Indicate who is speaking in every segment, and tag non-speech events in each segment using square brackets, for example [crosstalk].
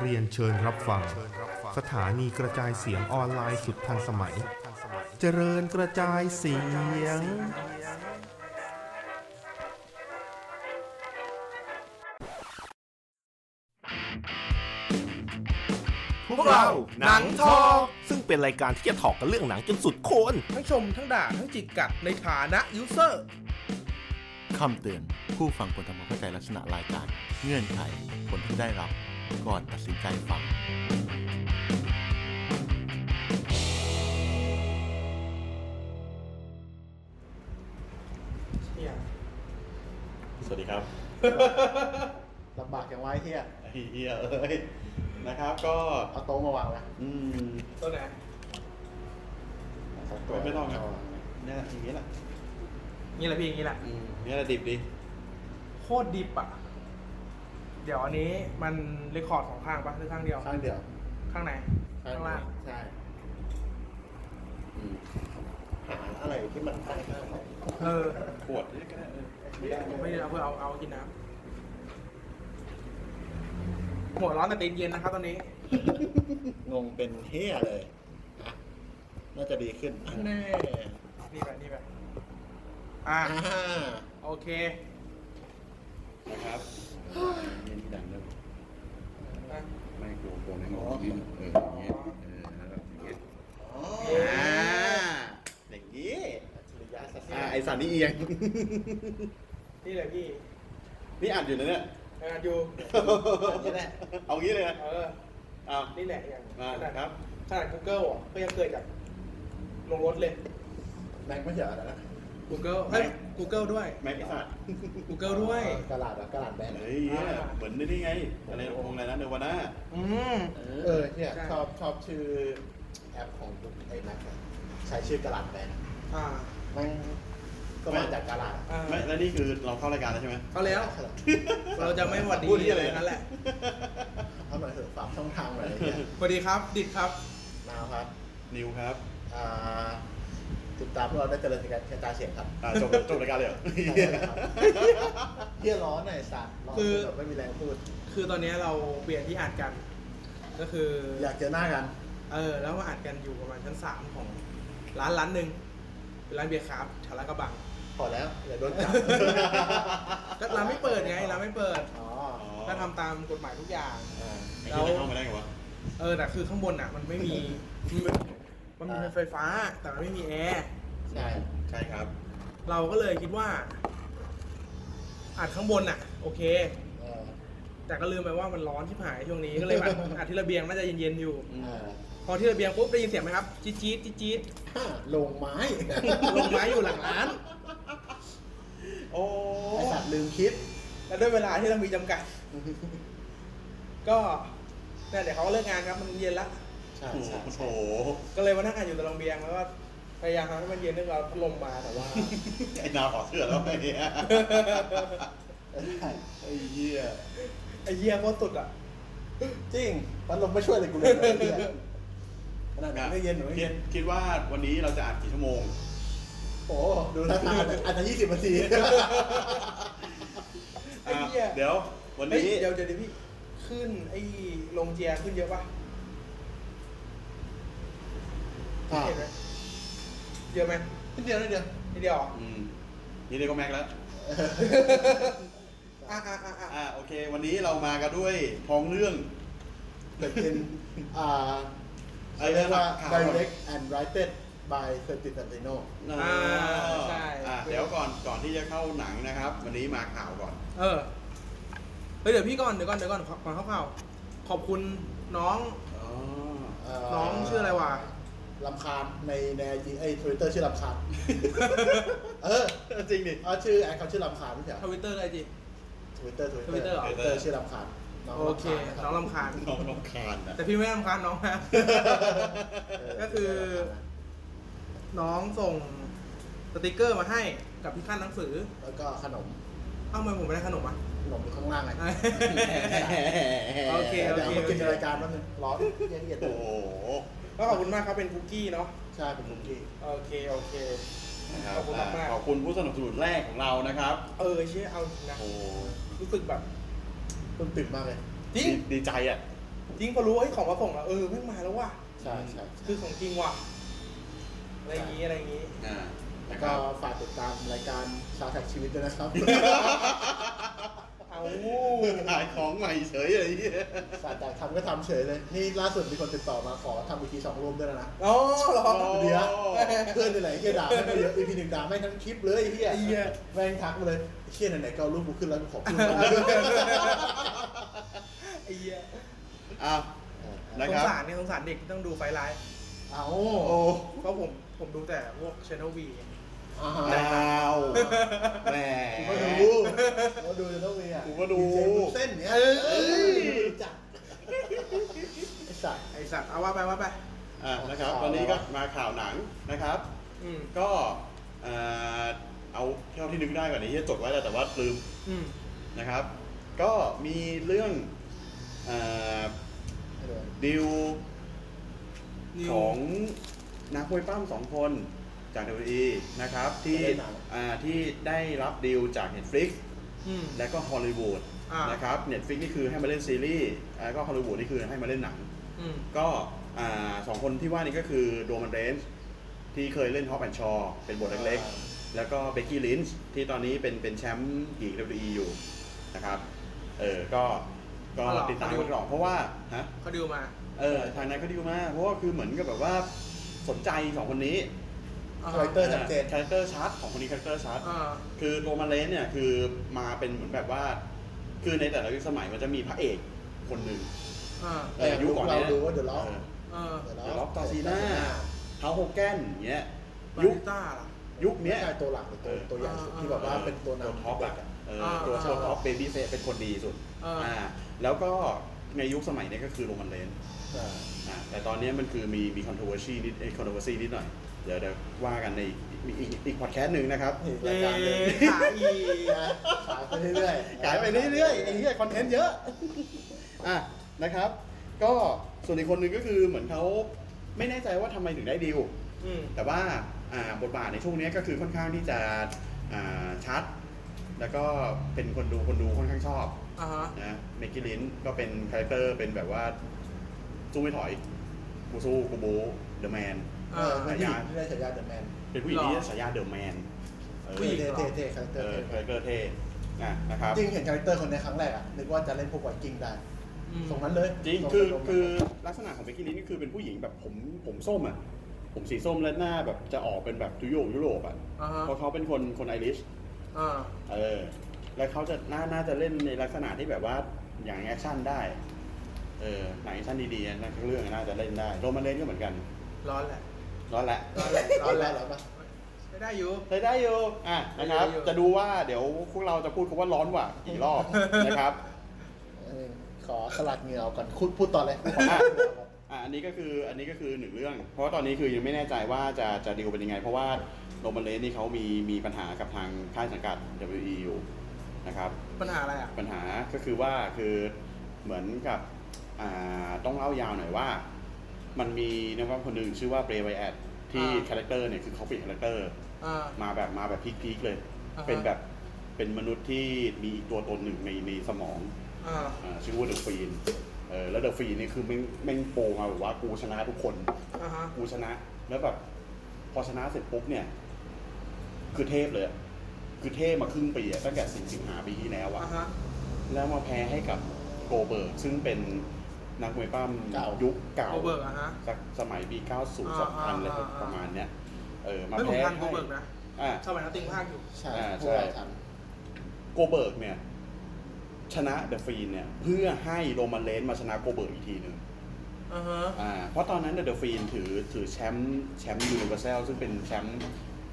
Speaker 1: เรียนเชิญรับฟัง สถานีกระจายเสียงออนไลน์สุดทันสมัย เจริญกระจายเสียง
Speaker 2: พวกเราหนังทอง
Speaker 1: ซึ่งเป็นรายการที่จะถอกกันเรื่องหนังจนสุดโคน
Speaker 2: ทั้งชมทั้งด่าทั้งจิกกัดในฐานะยูเซอร์
Speaker 3: คำเตือน ผู้ฟังควรทำความเข้าใจลักษณะรายการ เงื่อนไข ผลที่ได้รับ ก่อนตัดสินใจฟัง
Speaker 4: เฮีย
Speaker 3: สวัสดีครับ
Speaker 4: [laughs] ลำบากจังวะไอ้เฮีย
Speaker 3: เฮียเอ้ยนะครับก็
Speaker 4: เอาโต๊ะมาวางไว้
Speaker 3: อืม
Speaker 2: ตัวไหน
Speaker 4: สองตัว
Speaker 3: ไม่ไม่ต้องครับเนี่ยอย่างนี้แหละ
Speaker 2: นี่แหละพี่อย่างนี้แหละ
Speaker 3: อืมเนี่ยแหละดิบดี
Speaker 2: โคตรดิบอ่ะ เดี๋ยวอันนี้มันเรคคอร์ดสองข้างปะหรือข้างเดียว
Speaker 4: ข้างเดียว
Speaker 2: ข้างไหน ข้างล่าง
Speaker 4: ใช่อืมหาอะไรที่มันข้างข้างๆหน่อย
Speaker 2: เออ
Speaker 3: ขวดนี่ก็ได้เออ
Speaker 4: ไม่ได้
Speaker 2: ผมไม่
Speaker 4: ไม่
Speaker 2: ได้
Speaker 4: ได้
Speaker 2: เอาเพื่อเอาเอากินน้ำหัวร้อนแต่ตีนเย็นนะครับตอนนี้
Speaker 4: งงเป็นเฮียเลยอ่ะน่าจะดีขึ้นแน่
Speaker 2: นี่แบบนี่แบบอ่ะ
Speaker 4: อ่า
Speaker 2: โอเค
Speaker 3: นะครับเนี่ยนี่ดังเลยไม่กลัวกลัวไม่งอเอออย่างเงี้ยเออแล้วแบบอย่างเงี้ย
Speaker 4: อ่าอย่างนี้อัจฉริยะสัสอ่าไอสันนี่เอีย [laughs] ง
Speaker 2: นี่เลยพี่
Speaker 3: นี่อัดอยู่นะเนี่ย
Speaker 2: เอออยู่
Speaker 4: อัดอยู่นะ
Speaker 3: เอางี้เลยนะ
Speaker 2: เออ
Speaker 3: อ้าว
Speaker 2: นี่แหละอย่าง
Speaker 3: อ่า
Speaker 2: ขนาด
Speaker 3: ครับ
Speaker 2: ขนาด Google อ่ะก็ยังเกิดจากลงรถเลย
Speaker 4: แม็กไม่เหรอนะ
Speaker 2: Google เฮ้ย
Speaker 4: ไม่
Speaker 2: Google ด้วย
Speaker 3: แม็กซ์ไอ้สัตว์
Speaker 2: Google ด้วย
Speaker 4: กระดาษเหรอกระดาษแบน
Speaker 3: เฮ้ยเหี้ยเหมือนนี่ไง อะไรวงอะไรนะเนวาน่า
Speaker 2: อืม
Speaker 4: เออเฮีย
Speaker 2: ใช่
Speaker 4: ชอบชอบชื่อแอปของไอ้แม็กอะใช้ชื่อกระดาษแบน
Speaker 2: อ่า
Speaker 4: มันก็มาจากกาลาด
Speaker 2: อ่า
Speaker 3: ไม่ แล้วนี่คือเราเข้ารายการแล้วใช่ไหม
Speaker 2: เขาแล้ว เราจะไม่หวัดดี
Speaker 3: พูดที่อะไร
Speaker 2: ย่างนั้นแหละ
Speaker 4: เอาหน่อยเถอะฝากช่องทางหน่อยเนี่ย
Speaker 2: สวัสดีครับ ดิดครับ
Speaker 4: นาวครับ
Speaker 3: นิวครับ
Speaker 4: อ่าติดตามพวกเราได้เจริญการกระจายเสียงครับ
Speaker 3: อ่าจบจบรายการเลยเหรอ
Speaker 4: เฮียร้อนหน่อยสัตว์ร้อน
Speaker 2: คือ
Speaker 4: จนแบบไม่มีแรงพูด
Speaker 2: คือตอนนี้เราเปลี่ยนที่อัดกัน ก็คือ
Speaker 4: อยากเจอหน้ากัน
Speaker 2: เออ แล้วมาอัดกันอยู่ประมาณชั้นสามของร้านร้านหนึ่งเป็นร้านเบียร์ครับชาลากระบัง
Speaker 4: พอแล้วอย่าโดนจับ
Speaker 2: ก็ร้านไม่เปิดไงร้านไม่เปิด
Speaker 4: อ๋อ
Speaker 3: อ๋อ
Speaker 2: ก็ทำตามกฎหมายทุกอย่าง
Speaker 4: อ่า
Speaker 3: ไม่คิดจะเข้ามาได้ไงวะ
Speaker 2: เออแต่คือข้างบนอ่ะ มันไม่มี มันมีไฟฟ้า แต่มันไม่มีแอร์
Speaker 4: ใช่
Speaker 3: ใช่ครับ
Speaker 2: เราก็เลยคิดว่าอัดข้างบนอ่ะ โอเค
Speaker 4: เออ
Speaker 2: แต่ก็ลืมไปว่ามันร้อนที่หายช่วงนี้ก็เลย
Speaker 3: [laughs]
Speaker 2: อัด อัดที่ระเบียงน่าจะเย็นๆอยู่
Speaker 4: เออ
Speaker 2: พอที่ระเบียงปุ๊บได้ยินเสียงไหมครับ จี๊ดจี๊ดจี๊ดจี๊ด
Speaker 4: อ่า
Speaker 3: [laughs]
Speaker 4: ลงไม้
Speaker 2: ลงไม้อยู่หลังร้าน
Speaker 3: โอ้
Speaker 4: ไอสัตว์ลืมคิด
Speaker 2: และด้วยเวลาที่เรามีจำกัด [laughs] ก็เนี่ยเดี๋ยวเขาก็เลิกงานครับมันเย็นละ
Speaker 4: ใช่ใช่
Speaker 3: โอ้โห
Speaker 4: ใช่
Speaker 2: ก็เลยมานั่งอัดอยู่ตรงระเบียงแล้วก็พยายามทำให้มันเย็นด้วยการพัดลมมาแต่ว่า [laughs]
Speaker 3: ไอ้นาวขอเสื้อแล้วไอ้เนี่ยไอ้เหี้ย
Speaker 2: ไอ้เหี้ยโคตรสุดอ่ะ
Speaker 4: จริงมันลงไม่ช่วยเลยกูเลยไอ้เหี้ยขนาดนั้นไม่เย็นหนูไม่
Speaker 3: คิ
Speaker 4: เย็
Speaker 3: ด
Speaker 4: น
Speaker 3: คิดว่าวันนี้เราจะอัดกี่ชั่วโมง
Speaker 4: โอ้ ดูท่าทางอาจจะยี่สิบนาที
Speaker 2: ไอ้
Speaker 3: อ่ะ
Speaker 2: เหี้ย
Speaker 3: เดี๋ยว วัน
Speaker 2: เฮ้ย
Speaker 3: นี้
Speaker 2: เดี๋ยวเดี๋ยวเดี๋ยวพี่ขึ้นไอ้ลงเจียขึ้นเยอะปะ
Speaker 4: อ่า
Speaker 2: เห็นไหมเยอะไหม
Speaker 4: นิดเดียวนิดเดียว
Speaker 2: นิดเดียวเหรอ
Speaker 3: อืม นี่เรียกว่าแม็กแล้ว
Speaker 2: อ่ะอ่ะอ่ะอ่ะ
Speaker 3: อ่า โอเค วันนี้เรามากันด้วยท้องเรื่อง
Speaker 4: แต่เป็นอ่า
Speaker 3: ไอ้
Speaker 4: เรียกว่า
Speaker 3: ข่าว
Speaker 4: direct and written by Quentin Tarantino
Speaker 2: อ่าใช่
Speaker 3: อ่ะเดี๋ยวก่อน ก่อนที่จะเข้าหนังนะครับ วันนี้มาข่าวก่อน
Speaker 2: เออเฮ้ยเดี๋ยวพี่ก่อนเดี๋ยวก่อนเดี๋ยวก่อนขอขอข่าวๆขอบคุณน้อง
Speaker 3: อ๋อ
Speaker 4: เอ่
Speaker 2: น้องชื่ออะไรวะ
Speaker 4: ลำคาญในในจีไอ้ทวิตเตอร์ชื่อลำคาญ เออ
Speaker 3: จริงดิ
Speaker 4: เอาชื่อแอคเขาชื่อลำคาญไม่ใช่
Speaker 2: ทวิตเตอร์อะไรจี
Speaker 4: ทวิตเตอร์ทวิตเตอ
Speaker 2: Twitter
Speaker 4: ร์
Speaker 2: เหรอ
Speaker 4: ทวิตเตอร์ชื่อลำคาญน้อง
Speaker 2: โอเค
Speaker 4: ลำคาญนะ
Speaker 2: น้องลำคาญ
Speaker 3: น้อง
Speaker 4: ครับ
Speaker 3: รำคาญนะ
Speaker 2: แต่พี่ไม่ลำคาญน้องนะ
Speaker 4: เ
Speaker 2: ก็คือ น้องส่งสติกเกอร์มาให้กับที่ขั้นหนังสือ
Speaker 4: แล้วก็ขนม
Speaker 2: เอ้าทำไมผมไม่ได้ขนมอ่ะ
Speaker 4: ขนมอยู่ข้างล่างไง
Speaker 2: โอเคโอเค
Speaker 4: เดี๋ยวมากินใน
Speaker 2: โอเค
Speaker 4: รายการแป๊บนึงร้อนเย็นเย็น
Speaker 3: โอ้โห
Speaker 2: ก็ขอบคุณมากครับเป็นคุกกี้เนาะ
Speaker 4: ใช่เป็นคุกกี้
Speaker 2: โอเค โอเค
Speaker 3: นะครั
Speaker 2: ขอบ
Speaker 3: บ
Speaker 2: คุณมากมาก
Speaker 3: ขอบคุณผู้สนับสนุนแรกของเรานะครับ
Speaker 2: ๆเออเชื่อเอาจริงนะ
Speaker 3: โอ้
Speaker 2: รู้สึกแบบ
Speaker 5: ต้นตื่นมากเลย
Speaker 2: จริง
Speaker 3: ดีใจอ่ะ
Speaker 2: จริงพอรู้ไอ้ยของมาส่งแล้วเออเพิ่งมาแล้วว่ะ
Speaker 5: ใช่ใช่ใช่
Speaker 2: คือของจริงว่ะอะไรอย่างงี้อะไรอย่างงี้
Speaker 3: อ่าแล้
Speaker 5: แล้ว ว
Speaker 3: ก็
Speaker 5: ก็ฝากติดตามรายการสาวแท็กชีวิตด้วยนะครับ
Speaker 2: [laughs] เอา
Speaker 3: ขายของใหม่เฉยเลยเหี้ย
Speaker 5: สาวแท็กทำก็ทำเฉยเลย นี่ล่าสุดมีคนติดต่อมาขอทำอีพีสองรวมด้วยแล้วนะ
Speaker 2: อ๋อเหรอ
Speaker 5: เดี๋ยวเพื่อนอะไรเฮียด่าไม่เยอะอีพีหนึ่งด่าไม่ทั้งคลิปเลยไอ้เฮีย
Speaker 2: ไอ้เหี้ย
Speaker 5: แม่งทักมาเลยไอ้เฮียไหนๆก็เอารูปกูขึ้นแล้วกูขอบคุณนะ
Speaker 2: ไอ้เหี้ย
Speaker 3: อ่ะ
Speaker 2: ส
Speaker 3: [laughs] นะ
Speaker 2: ง
Speaker 3: ครับ
Speaker 2: สารเนี่ยสงสารเด็กที่ต้องดูไฟไลฟ์
Speaker 5: เอา
Speaker 3: โอ้
Speaker 2: เพราะผมผมดูแต่พวกช n นลวี
Speaker 5: อ่าฮะ
Speaker 3: ดาวแหม
Speaker 5: กูก็ดูกูก็ดูจะต้องมีอ่ะ
Speaker 3: กูก็ดู
Speaker 5: เจมส์เส้นเนี่ยเออรู้จักไอ้สัตว์
Speaker 2: ไอสัตว์เอาว่าไปว่าไป
Speaker 3: อ่ะนะครับ ตอนนี้ก็มาข่าวหนังนะครับ
Speaker 2: อืม
Speaker 3: ก็เอ่อเอาเท่าที่นึกได้ก่อนนี้จะจดไว้แล้วแต่ว่าลืม
Speaker 2: อืม
Speaker 3: นะครับ ก็มีเรื่องเอ่อดิว
Speaker 2: นิว
Speaker 3: ของนักมวยปั้มสองคนจาก WWE นะครับที่
Speaker 5: ได้หนัง
Speaker 3: อ่าที่ได้รับดิวจาก Netflix
Speaker 2: อืม
Speaker 3: และก็ฮอลลีวูด
Speaker 2: อ่าน
Speaker 3: นะครับ Netflix นี่คือให้มาเล่นซีรีส์แล้วก็ฮอลลีวูดนี่คือให้มาเล่นหนัง
Speaker 2: อืม
Speaker 3: ก็อ่าสองคนที่ว่านี่ก็คือโดมันเรนส์ที่เคยเล่นฮอปแอนชอเป็นบทเล็ก
Speaker 5: อ่า
Speaker 3: ๆ แล้วก็เบกกี้ลินช์ที่ตอนนี้เป็นเป็นแชมป์หญิง WWE อยู่นะครับเออก็ก็
Speaker 2: อ๋อเหรอ
Speaker 3: ติดตามกันต่อเพราะว่าฮะ
Speaker 2: เขาดูมา
Speaker 3: เออทางนั้นก็ดีมากเพราะว่าคือเหมือนกับแบบว่าสนใจสองคนนี้
Speaker 2: อ่า
Speaker 5: คาแรคเตอร์ชัดเจน
Speaker 3: คาแรคเตอร์ชัดของคนนี้คาแรคเตอร์ชัด
Speaker 2: อ่า
Speaker 3: คือโรมาเลนเนี่ยคือมาเป็นเหมือนแบบว่า คือในแต่ละยุคสมัยมันจะมีพระเอกคนหนึ่ง
Speaker 2: อ่า
Speaker 3: เออยุคก่อน
Speaker 5: เรา
Speaker 3: เนี่ย
Speaker 5: ดูว่าเดือดร้อน
Speaker 2: อ่า
Speaker 3: เดี๋ยวล็อกตาซีน่าเท้าโฮแกนอย่างเงี้ย
Speaker 2: บา
Speaker 3: ยุค
Speaker 2: ริต้าล่ะ
Speaker 3: ยุคเนี้ย
Speaker 5: ใช่ตัวหลักเป็นตัวตัวใหญ่สุดที่แบบว่าเป็นตัวนำ
Speaker 3: ท็อปอะเออตัว
Speaker 2: อ่า
Speaker 3: ตัวท็อปเบบี้เฟสเป็นคนดีสุด
Speaker 2: อ่า
Speaker 3: อ่าแล้วก็ในยุคสมัยเนี้ยก็คือโรมันเลน
Speaker 5: ใช่
Speaker 3: อ่าแต่ตอนเนี้ยมันคือมีมีคอน t r o v e r s y นิดคอน t r o v e r s y นิดหน่อย เดี๋ยวเดี๋ยวว่ากันในอีกอีกอีกพอดแคสต์หนึ่งนะครับ
Speaker 5: นี่
Speaker 2: เล
Speaker 5: รายการเลย
Speaker 2: ขาอี
Speaker 5: นะขายไปเรื่อยๆ
Speaker 3: ขายไปเรื่อยๆไอ้เหี้ยคอนเทนต์เยอะ [laughs] อ่ะนะครับ ก็ส่วนอีกคนหนึ่งก็คือเหมือนเขาไม่แน่ใจว่าทำไมถึงได้ดีล
Speaker 2: อืม
Speaker 3: แต่ว่าอ่าบทบาทในช่วงนี้ก็คือค่อนข้างที่จะอ่าชัด แล้วก็เป็นคนดูคนดูค่อนข้างชอบ
Speaker 2: อ่าฮะ
Speaker 3: นะเมกิลินก็เป็นคาแรคเตอร์เป็นแบบว่าสู้ไม่ถอยกูสู้กูบูเดอะแมน
Speaker 5: เออเป็นผู้หญิงที่ได้ฉายาเดอะแมน
Speaker 3: เป็นผู้หญิงที่ฉายาเดอะแมนเอ
Speaker 5: ผู้หญิ
Speaker 3: อง
Speaker 5: เท่ๆเท่ๆคาแรคเตอ
Speaker 3: เอ
Speaker 5: ร์
Speaker 3: อ
Speaker 5: เท่
Speaker 3: คาแรคเตอร์เท่อ่ะนะครับ
Speaker 5: จริงเห็นคาแรคเตอร์คนในครั้งแรกอะนึกว่าจะเล่นพวกไวกิ้งได้
Speaker 2: อืม
Speaker 5: ตรงนั้นเลย
Speaker 3: จริง
Speaker 5: ต
Speaker 3: คือ
Speaker 5: ไปตมา
Speaker 3: คือลักษณะของเบกกี้ลินนี่คือเป็นผู้หญิงแบบผมผมส้มอ่ะ ผมสีส้มและหน้าแบบจะออกเป็นแบบยุโรปยุโรปอ่ะ
Speaker 2: อ่าฮะ
Speaker 3: เพราะเขาเป็นคนคนไอริช
Speaker 2: อ่า
Speaker 3: เออ แล้วเขาจะน่าน่าจะเล่นในลักษณะที่แบบว่าอย่างแอคชั่นได้ เออหนังแอคชั่นดีๆนั่นเรื่องน่าจะเล่นได้โรมันเลนก็เหมือนกัน
Speaker 2: ร้อนแหละ
Speaker 3: ร้อนแหละ
Speaker 2: ร้อนแหละ
Speaker 5: ต
Speaker 2: ร้
Speaker 5: อ
Speaker 2: อน น
Speaker 5: แร
Speaker 2: แห
Speaker 5: ก
Speaker 2: ละ
Speaker 5: เหรอปะ
Speaker 2: ไม่ได้อยู่
Speaker 3: ได้ได้อยู่อ่ะนะครับ
Speaker 2: ได้อยู่
Speaker 3: จะดูว่าเดี๋ยวพวกเราจะพูดคำว่าร้อนกว่ากี่รอบนะครับ
Speaker 5: เออขอขลัดเหงื่อออกก่อนคุณพูดตอนเลย
Speaker 3: อ่ะ อ่ะอันนี้ก็คืออันนี้ก็คือหนึ่งเรื่อง เพราะว่าตอนนี้คือยังไม่แน่ใจว่าจะจะดีลเป็นยังไง เพราะว่าโรมันเลนนี่เขามีมีปัญหากับทางค่ายสังกัด WE อยู่นะครับ
Speaker 2: ปัญหาอะไรอ่ะ
Speaker 3: ปัญหาก็คือว่าคือเหมือนกับอ่าต้องเล่ายาวหน่อยว่า มันมีนักร้องคนหนึ่งชื่อว่าเบรย์ไวแอดที่
Speaker 2: อ่า
Speaker 3: คาแรคเตอร์เนี่ยคือเขาเปลี่ยนคาแรคเตอร์
Speaker 2: อ่า
Speaker 3: มาแบบมาแบบพีคๆเลย
Speaker 2: อ่าฮะ
Speaker 3: เป็นแบบเป็นมนุษย์ที่มีอีกตัวตนหนึ่งในในสมอง
Speaker 2: อ่า
Speaker 3: อาชื่อว่าเดอะฟีนเออแล้วเดอะฟีนนี่คือแม่งแม่งโปรมาแบบว่ากูชนะทุกคน
Speaker 2: อ่าฮะ
Speaker 3: กูชนะ แล้วแบบพอชนะเสร็จปุ๊บเนี่ย คือเทพเลยอะคือเทพมาครึ่งปีอะตั้งแต่สิงสิงหาปีที่แล้วอะ
Speaker 2: อ่าฮะ
Speaker 3: แล้วมาแพ้ให้กับโกเบิร์กซึ่งเป็นนักมวยปั้มยุคเก่า
Speaker 2: โกเบิร์กอะฮะ
Speaker 3: สักสมัยปี 90
Speaker 2: อ่า
Speaker 3: 2000อะไร
Speaker 2: อ่าอ่า
Speaker 3: ประมาณเนี้ยเออมา
Speaker 2: ไม่ผม
Speaker 3: แพ้
Speaker 2: ทันโกเบิร์กนะ
Speaker 3: อ่ะ
Speaker 2: สมัยนั้นติงภาคอยู่
Speaker 5: ใช่
Speaker 3: อ่า
Speaker 5: พวกเราท
Speaker 3: ใช่โกเบิร์กเนี่ย ชนะเดอะฟีนเนี่ย เพื่อให้โรมันเลนส์มาชนะโกเบิร์กอีกทีหนึ่ง
Speaker 2: อ่าฮะ
Speaker 3: อ่าเพราะตอนนั้นเดอะฟีนถือถือแชมป์แชมป์ยูนิเวอร์แซลซึ่งเป็นแชมป์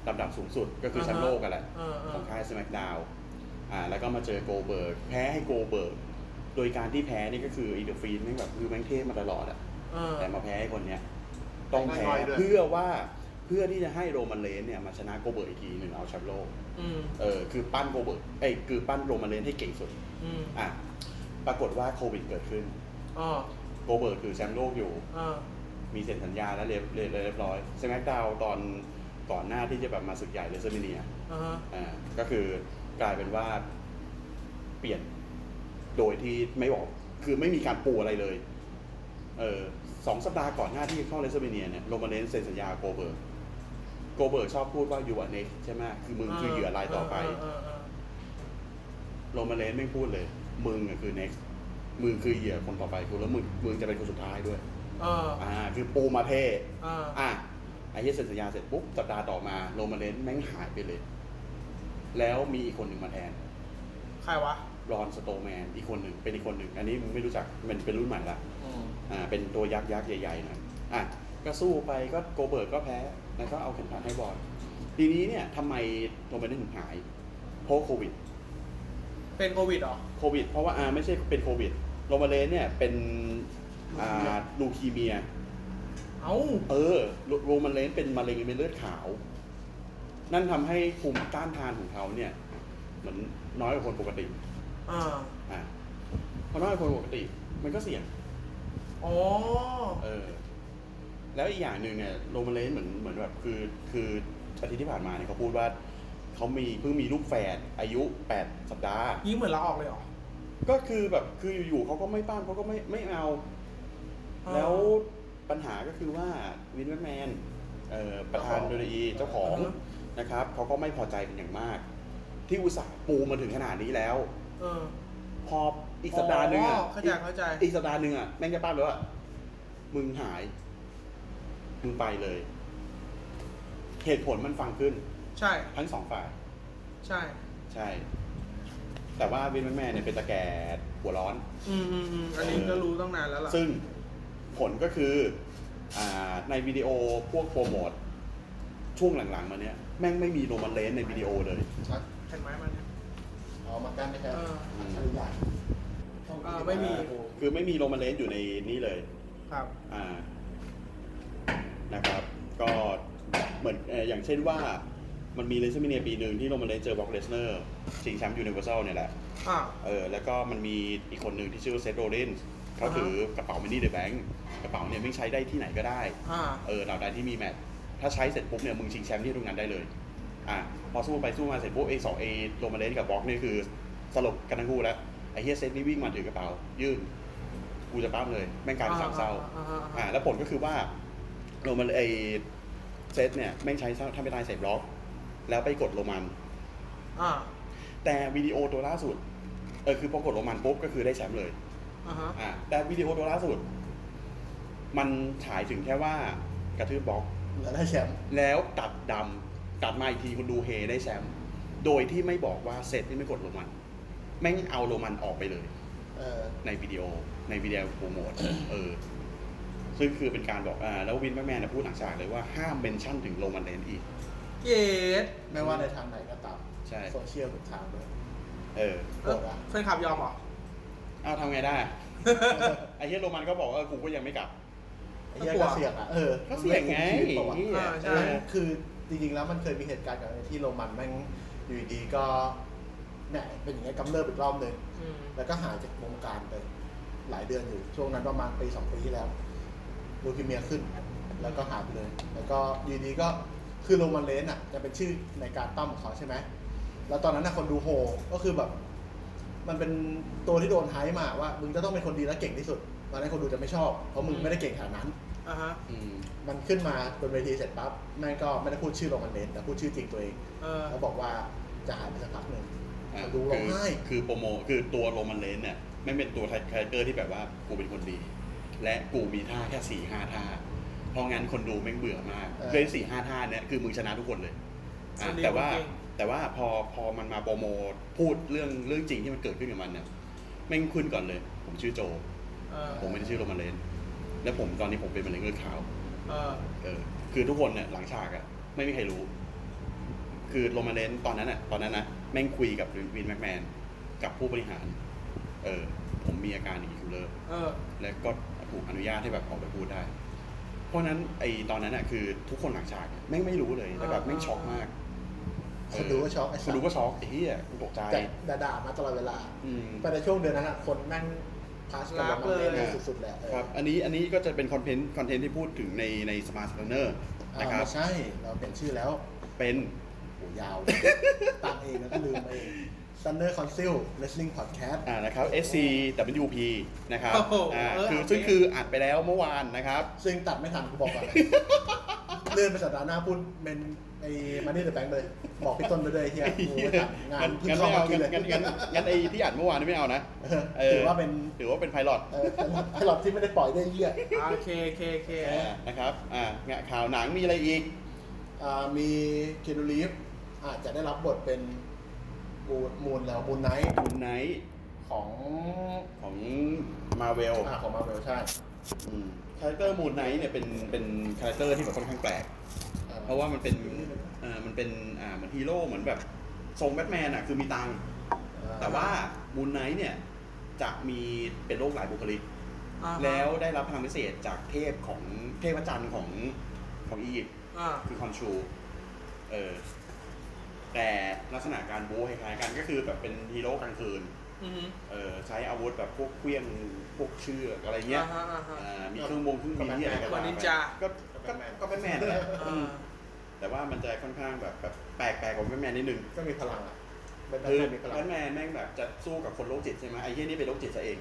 Speaker 3: ลำดับสูงสุดก็คือแชมป์โลกกันแหละ
Speaker 2: อ่าฮะ
Speaker 3: ของค่ายสแมกดาวอ่าแล้วก็มาเจอโกเบิร์กแพ้ให้โกเบิร์กโดยการที่แพ้นี่ก็คืออีเดอะฟีนแม่งแบบคือแม่งเทพมาตลอดอะ
Speaker 2: อ่า
Speaker 3: แต่มาแพ้ให้คนเนี้ยต้องแพ้
Speaker 2: ง่ายๆด้วย
Speaker 3: เพื่อว่าเพื่อที่จะให้โรมันเลนเนี่ยมาชนะโกเบิร์ตอีกทีหนึ่งเอาแชมป์โลก
Speaker 2: อืม
Speaker 3: เออคือปั้นโกเบิร์ตเอ้ยคือปั้นโรมันเลนให้เก่งสุด
Speaker 2: อืม
Speaker 3: อ่ะปรากฏว่าโควิดเกิดขึ้น
Speaker 2: อ๋อ
Speaker 3: โกเบิร์ตคือแชมป์โลกอยู่
Speaker 2: อ่า
Speaker 3: มีเซ็นสัญญาแล้วเรียบเรียบเรียบร้อยสแมกดาวตอน ก่อนหน้าที่จะแบบมาศึกใหญ่เลเซอร์มิเนีย
Speaker 5: อ่าฮะ
Speaker 3: อ่าก็คือกลายเป็นว่าเปลี่ยนโดยที่ไม่บอก คือไม่มีการปูอะไรเลย เออสองสัปดาห์ก่อนหน้าที่จะเข้าเลเซอร์มิเนียเนี่ยโรมาเลนเซ็นสัญญาโกเบิร์กโกเบิร์กชอบพูดว่าอยู่อันเน็กใช่ไหมคือมึงคือเหยื่อรายต่อไป
Speaker 5: เออเออ
Speaker 3: โรมาเลนไม่พูดเลย มึงอะคือ next มึงคือเหยื่อคนต่อไปกูแล้วมึงมึงจะเป็นคนสุดท้ายด้วย
Speaker 5: เออ
Speaker 3: อ่า คือปูมาเท่
Speaker 5: เออเออ
Speaker 3: อ่ะไอ้เหี้ยเซ็นสัญญาเสร็จปุ๊บสัปดาห์ต่อมาโรมาเลนแม่งหายไปเลย แล้วมีอีกคนหนึ่งมาแทน
Speaker 5: ใครวะ
Speaker 3: รอนสโตแมนอีกคนหนึ่งเป็นอีกคนหนึ่งอันนี้มึงไม่รู้จักมันเป็นรุ่นใหม่ละ
Speaker 5: อืม
Speaker 3: อ่าเป็นตัวยักษ์ยักษ์ใหญ่ๆหน่อยอ่ะก็สู้ไปก็โกเบิร์ตก็แพ้ แล้วก็เอาเข็มขัดให้บอลทีนี้เนี่ยทำไมโรเบนถึงหายเพราะโควิด
Speaker 5: เป็นโควิดเหรอ
Speaker 3: โควิด เพราะว่าอ่าไม่ใช่เป็นโควิด โรมาเลนเนี่ยเป็นอ่าลูคีเมีย
Speaker 5: เอ้า
Speaker 3: เออโรโรมันเลนเป็นมะเร็งในเลือดขาว นั่นทำให้ภูมิต้านทานของเขาเนี่ย เหมือนน้อยกว่าคนปกติ
Speaker 5: อ่า
Speaker 3: อ่ะพอน้อยกว่าคนปกติ มันก็เสี่ยง
Speaker 5: อ๋อ
Speaker 3: เออแล้วอีกอย่างหนึ่งเนี่ยโรมาเลนเหมือนเหมือนแบบคือคืออาทิตย์ที่ผ่านมาเนี่ยเขาพูดว่าเขามีเพิ่งมีลูกแฝดอายุ 8 สัปดาห์
Speaker 5: นี่เหมือนเราออกเลยเหรอ
Speaker 3: ก็คือแบบคืออยู่ๆเขาก็ไม่ป้ามเขาก็ไม่ไม่เอา
Speaker 5: อ่า
Speaker 3: แล้วปัญหาก็คือว่าวินแมนแมนเอ่อประธานโดดีเจ้าของนะครับเขาก็ไม่พอใจเป็นอย่างมาก ที่อุตส่าห์ปูมาถึงขนาดนี้แล้ว
Speaker 5: เออ
Speaker 3: พออีกสัปดาห์หนึ่ง
Speaker 5: อ๋
Speaker 3: อ่ะ
Speaker 5: อเข้าใจเข้าใจ
Speaker 3: อีกสัปดาห์หนึ่งอ่ะแม่งจะป้าเลยว่ามึงหาย มึงไปเลย เหตุผลมันฟังขึ้น
Speaker 5: ใช่
Speaker 3: ทั้งสองฝ่าย
Speaker 5: ใช่
Speaker 3: ใช่ แต่ว่าวินแม่เนี่ยเป็นตะแก่หัวร้อน
Speaker 5: อืมอืมอืมอันนี้ก็รู้ตั้งนานแล้วล่ะ
Speaker 3: ซึ่งผลก็คืออาในวิดีโอพวกโปรโมทช่วงหลังๆมาเนี่ย แม่งไม่มีโรมันเลนในวิดีโอเลย
Speaker 5: ชัดเห็นไหมมันเนี่ยอ๋อมากันนะครับเออ ใช่ใหญ่ต้องอ่าไม่
Speaker 3: ไม่
Speaker 5: มี
Speaker 3: คือไม่มีโรมันเลนอยู่ในนี้เลย
Speaker 5: ครับ
Speaker 3: อ่านะครับ ก็เหมือนเอ่ออย่างเช่นว่ามันมีเลเซอร์มิเนียปีหนึ่งที่โรมันเลนเจอบล็อกเลสเนอร์ชิงแชมป์ยูนิเวอร์แซลเนี่ยแหละ
Speaker 5: อ่า
Speaker 3: เออ แล้วก็มันมีอีกคนหนึ่งที่ชื่อว่าเซตโรเลนเขาถือกระเป๋ามินิเดอะแบงก์กระเป๋าเนี่ยไม่ใช้ได้ที่ไหนก็ได้
Speaker 5: อ่า
Speaker 3: เออเหล่าใดที่มีแมตช์ถ้าใช้เสร็จปุ๊บเนี่ยมึงชิงแชมป์ที่โรงงานได้เลย อ่ะพอสู้ไปสู้มาเสร็จปุ๊บเอสองเอโรมาเลนกับบล็อกนี่คือสลบกันทั้งคู่แล้วไอ้เฮียเซตนี่วิ่งมาถือกระเป๋า ยื่นกูจะปั้มเลย แม่งกลายเป็นสามเศร้า
Speaker 5: อ่าอ่าอ่า
Speaker 3: อ่ะแล้วผลก็คือว่าโรมาเลนไอเซตเนี่ยแม่งใช้ท่าไม่ตายใส่บล็อก แล้วไปกดโรมัน
Speaker 5: อ่า
Speaker 3: แต่วิดีโอตัวล่าสุดเออคือพอกดโรมันปุ๊บก็คือได้แชมป์เลย
Speaker 5: อ่าฮะ
Speaker 3: อ่ะแต่วิดีโอตัวล่าสุด มันฉายถึงแค่ว่ากระทืบบล็อก
Speaker 5: แล้วได้แชมป์
Speaker 3: แล้วตัดดำตัดมาอีกทีคุณดูเฮได้แชมป์โดยที่ไม่บอกว่าเซตนี่ไม่กดโรมัน แม่งเอาโรมันออกไปเลย
Speaker 5: เออ
Speaker 3: ในวิดีโอในวิดีโอโปรโมท [coughs] เออ ซึ่งคือเป็นการบอกอ่าแล้ววินแม่แม่นะพูดหลังฉากเลยว่าห้ามเมนชั่นถึงโรมันเลนอีก
Speaker 5: เกต
Speaker 4: ไม่ว่าในทางไหนก็ตาม
Speaker 3: ใช่
Speaker 4: โซเชียลทุกทางเลย
Speaker 3: เออ
Speaker 5: เออ [laughs] แฟนคลับยอมเหรอ
Speaker 3: เอาทำไงได้ ไอ้เฮียโรมันก็บอกว่าเออกูก็ยังไม่กลับ
Speaker 4: ไอ้เหี้ยก็เสี่ยงอ่ะ เออ
Speaker 3: ก็เสี่ยงไง
Speaker 4: ม่คุ้มชีวิตปะวะ
Speaker 3: เหี้ย
Speaker 5: อ่าใช่
Speaker 3: เออ
Speaker 4: คือจริงๆแล้วมันเคยมีเหตุการณ์กับที่โรมันแม่งอยู่ดีๆก็แหมเป็นอย่างเงี้ยกำเริบอีกรอบหนึ่ง
Speaker 5: อืม
Speaker 4: แล้วก็หายจากวงการไป หลายเดือนอยู่ ช่วงนั้นประมาณปีสองปีที่แล้วลูคิเมียขึ้น แล้วก็หายไปเลย แล้วก็อยู่ดีก็คือโรมันเลนส์อ่ะ จะเป็นชื่อในการตั้มของเขาใช่ไหม แล้วตอนนั้นนะคนดูโหก็คือแบบ มันเป็นตัวที่โดนไฮป์มาว่า มึงจะต้องเป็นคนดีและเก่งที่สุด ตอนนั้นคนดูจะไม่ชอบ เพราะมึงไม่ได้เก่งขนาดนั้น
Speaker 5: อ่าฮะ
Speaker 3: อืม
Speaker 4: มันขึ้นมาบนเวทีเสร็จปั๊บแม่งก็ไม่ได้พูดชื่อโรมันเลนส์แต่พูดชื่อจริงตัวเอง
Speaker 5: เออ
Speaker 4: แล้วบอกว่าจะหายไปสักพักหนึ่ง
Speaker 3: อ่ะ
Speaker 4: ดูร้องไห้
Speaker 3: คือคือโปรโมคือตัวโรมันเลนเนี่ยไม่เป็นตัวคาแรคเตอร์ที่แบบว่ากูเป็นคนดี และกูมีท่าแค่สี่ห้าท่า เพราะงั้นคนดูแม่งเบื่อมาก
Speaker 4: เออ
Speaker 3: เลยสี่ห้าท่าเนี่ยคือมึงชนะทุกคนเลยอ่ะ
Speaker 5: สวัสดี
Speaker 3: แต่ว่า
Speaker 5: คุณเก่ง
Speaker 3: แต่ว่าพอพอมันมาโปรโมทพูดเรื่องเรื่องจริงที่มันเกิดขึ้นกับมันเนี่ยแม่งขึ้นก่อนเลย ผมชื่อโจ
Speaker 5: เออ
Speaker 3: ผมไม่ได้ชื่อโรมันเลนและผมตอนนี้ผมเป็นมะเร็งเลือดขาว
Speaker 5: เออ
Speaker 3: เออคือทุกคนเนี่ยหลังฉากอะไม่มีใครรู้ คือโรมาเลนตอนนั้นอ่ะตอนนั้นนะแม่งคุยกับวินแมกแมนกับผู้บริหาร เออ ผมมีอาการอย่างนี้อยู่เลย
Speaker 5: เออ
Speaker 3: และก็ถูกอนุญาตให้แบบออกไปพูดได้ เพราะฉะนั้นไอตอนนั้นอ่ะคือทุกคนหลังฉากเนี่ยแม่งไม่รู้เลยแล้วแบบแม่งช็อกมาก
Speaker 4: คนดูก็ช็อก
Speaker 3: ค
Speaker 4: ไอ้สั
Speaker 3: น
Speaker 4: ส
Speaker 3: ดูก็ช็อกไอ้เหี้ยกูตกใจ
Speaker 4: แต่ด่าๆมาตลอดเวลา
Speaker 3: อืม
Speaker 4: ไปในช่วงเดือนนั้นอะคนแม่งพาสกับ
Speaker 5: รัก
Speaker 4: มัน
Speaker 5: เลย
Speaker 4: เล่นสุดๆแหละเออ
Speaker 3: ครับ อันนี้ อันนี้ก็จะเป็นคอนเทนต์ คอนเทนต์ที่พูดถึงใน ในสมาร์ทเนอร์
Speaker 4: อ่า
Speaker 3: นะครับ
Speaker 4: ไม่ใช่เราเปลี่ยนชื่อแล้ว
Speaker 3: เป็น
Speaker 4: โห
Speaker 3: [laughs]
Speaker 4: ยาว ตั้งเองแล้วก็ลืมเอง Thunder Council Wrestling Podcast
Speaker 3: อ่านะครับ SCWP นะครับ
Speaker 2: โอ้โห
Speaker 3: อ่า
Speaker 2: เออ
Speaker 3: คือ
Speaker 2: โอเค
Speaker 3: ซึ่งคืออัดไปแล้วเมื่อวานนะครับ
Speaker 4: ซึ่งตัดไม่ทันกูบอก
Speaker 3: [laughs]
Speaker 4: ก่อน เลื่อนไปสัปดาห์หน้าพูดเป็นไอ้มันนี่เดอะแบงค์เลย บอกพี่ต้นไปเลยไอ้เฮี
Speaker 3: [laughs]
Speaker 4: ยกูไปตัดงาน
Speaker 3: งั้น
Speaker 4: เพิ่ง
Speaker 3: งั้น
Speaker 4: เข้า
Speaker 3: ไม่
Speaker 4: มา
Speaker 3: เอา
Speaker 4: กินเลย
Speaker 3: งั้นงั้นงั้นงั้นไอ้ที่อัดเมื่อวานนี่ไม่เอานะ
Speaker 4: เออ
Speaker 3: เ
Speaker 4: ถือว่าเป็น
Speaker 3: ถือว่าเป็นไพลอต
Speaker 4: เออไอ้หลอดที่ไม่ได้ปล่อยได้วยไอ้เฮีย
Speaker 2: โอเคโอเคโอเค
Speaker 3: นะครับอ่างะข่าวหนังมีอะไรอีก
Speaker 4: อ่ามีเคนรีฟอาจจะได้รับบทเป็นมูนมูนแล้วมูนไนท์
Speaker 3: คุณไนท์
Speaker 4: ของ
Speaker 3: ของมาเวล
Speaker 4: อ่าของมาเวลใช่
Speaker 3: คาแรคเตอร์มูนไนท์เนี่ยเป็นเป็นคาแรคเตอร์ที่แบบค่อนข้างแปลก
Speaker 4: อ่
Speaker 3: เพราะว่ามันเป็นอ่ามันเป็นอ่าเหมือนฮีโร่เหมือนแบบทรงแบทแมนอ่ะคือมีตังค์
Speaker 4: อ่
Speaker 3: แต่ว่ามูนไนท์เนี่ยจะมีเป็นโรคหลายบุคลิก
Speaker 2: อ่าฮะ
Speaker 3: แล้วได้รับพลังพิเศษจากเทพของเทพจันทร์ของของอียิปต์
Speaker 2: อ่า
Speaker 3: คือคอนชู เออ แต่ลักษณะการบู๊คล้ายๆกันก็คือแบบเป็นฮีโร่กลางคืน
Speaker 2: อือฮึ
Speaker 3: เออใช้อาวุธแบบพวกเครื่องพวกเชือกอะไรเงี้ย
Speaker 2: อ่าฮะอ่าฮะ
Speaker 3: อ่า มีเครื่องวงเครื่องบินที่อะไร
Speaker 2: ก
Speaker 3: ก็
Speaker 2: ว่า
Speaker 3: ว่า
Speaker 2: นิ
Speaker 3: ไป
Speaker 2: นจา
Speaker 3: ก็ก็ก็แม่แม่นแหละ
Speaker 2: อ่า
Speaker 3: แต่ว่ามันจะค่อนข้างแบบแบบแปลกๆกว่าแม่แม่นนิดนึง
Speaker 4: ก็มีพลังอ่ะเป็น
Speaker 3: คือ
Speaker 4: แบทแมนมีพลัง
Speaker 3: แบทแมนแม่งแบบจะสู้กับคนโรคจิตใช่ไหมไอ้เหี้ยนี่เป็นโรคจิตซะเอง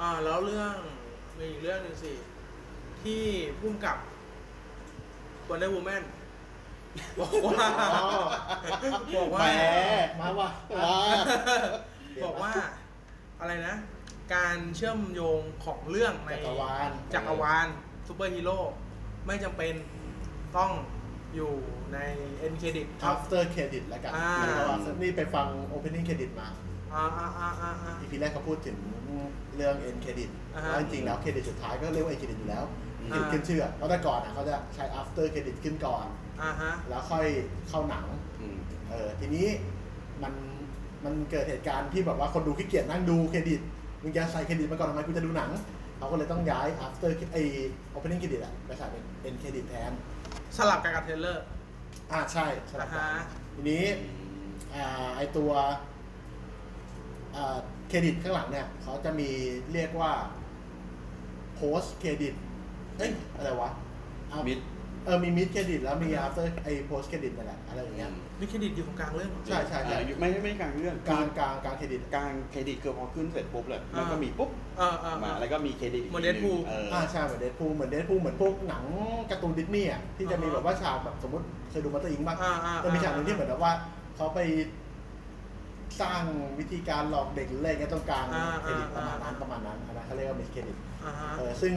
Speaker 2: อ่าแล้วเรื่องมีอีกเรื่องหนึ่งสิ ที่พุ่มกับวันเดอร์วูแมนบอกว่าบอกว่า
Speaker 3: แหม
Speaker 4: มาว่ะ
Speaker 2: บอกว่าอะไรนะ การเชื่อมโยงของเรื่องใน
Speaker 4: จักรวาล
Speaker 2: จักรวาลซูเปอร์ฮีโร่ไม่จำเป็นต้องอยู่ในเอ็นเครดิต
Speaker 4: อัฟเตอร์เครดิตแล้วกัน
Speaker 2: อ่า
Speaker 4: จักรวาลนี่ไปฟังโอเพนนิ่งเครดิตมา
Speaker 2: อ่าอ่าอ่าอ่าอ่า
Speaker 4: อีพีแรกเขาพูดถึงเรื่องเอ็นเครดิต
Speaker 2: อ่าฮะ
Speaker 4: จริงๆแล้วเครดิตสุดท้ายก็เรียกว่าเอ็นเครดิตอยู่แล้ว
Speaker 2: อ่า
Speaker 4: ขึ้นชื่อเพราะแต่ก่อนอ่ะเขาจะใช้ after credit ขึ้นก่อน
Speaker 2: อ่าฮะ
Speaker 4: แล้วค่อยเข้าหนัง
Speaker 3: อืม
Speaker 4: เออทีนี้มันมันเกิดเหตุการณ์ที่แบบว่าคนดูขี้เกียจนั่งดูเครดิตมึงจะใส่เครดิตมาก่อนทำไมกูจะดูหนังเขาก็เลยต้องย้าย after ไอ opening credit อะไปใส่เป็น end credit แทน
Speaker 2: สลับกันกับเทรลเลอร์
Speaker 4: อ่าใช่สลับกั
Speaker 2: อ่าน ฮะ
Speaker 4: ทีนี้อ่าไอตัวอ่าเครดิตข้างหลังเนี่ยเขาจะมีเรียกว่า post credit เอ้ยอะไรวะอ่ะ
Speaker 3: Mid
Speaker 4: เออมี mid credit แล้วมี after ไอ post credit นั่นแหละอะไรอย่างเงี้ย
Speaker 2: มีเครดิตอยู่ของกลางเรื่องเหรอ
Speaker 4: ใช่ใช่ใช่
Speaker 3: อ่าไม่ไม่กลางเรื่อง
Speaker 4: กลางกลางกลางเครดิต
Speaker 3: กลางเครดิตคือพอขึ้นเสร็จปุ๊บเลย
Speaker 2: อ่ามั
Speaker 3: มันก็มีปุ๊บ
Speaker 2: เออเออเอ
Speaker 3: มา
Speaker 2: อ
Speaker 3: แล้วก็มีเครดิตอีก
Speaker 2: เหมือน Deadpool
Speaker 3: เอออ
Speaker 4: อ่าใช่เหมือนเดดพูลเหมือนเดดพูลเหมือนพวกหนังการ์ตูนดิสนีย์อ่ะที่จะมี
Speaker 2: อ่าฮะ
Speaker 4: แบบว่าฉากแบบสมมติเคยดูมัตเตอร์อิงบ้าง
Speaker 2: อ่าอ่า
Speaker 4: จะมีฉากหนึงที่เหมือนแบบว่าเขาไปสร้างวิธีการหลอกเด็กหรืออะไรเงี้ยตรงกลาง
Speaker 2: อ่า
Speaker 4: เครดิตประมาณนั้น
Speaker 2: อ่า
Speaker 4: ประมาณนั้นอันนั้นเขาเรียกว่ามิสเครดิต
Speaker 2: อ่าฮะ
Speaker 4: เออซึ่ง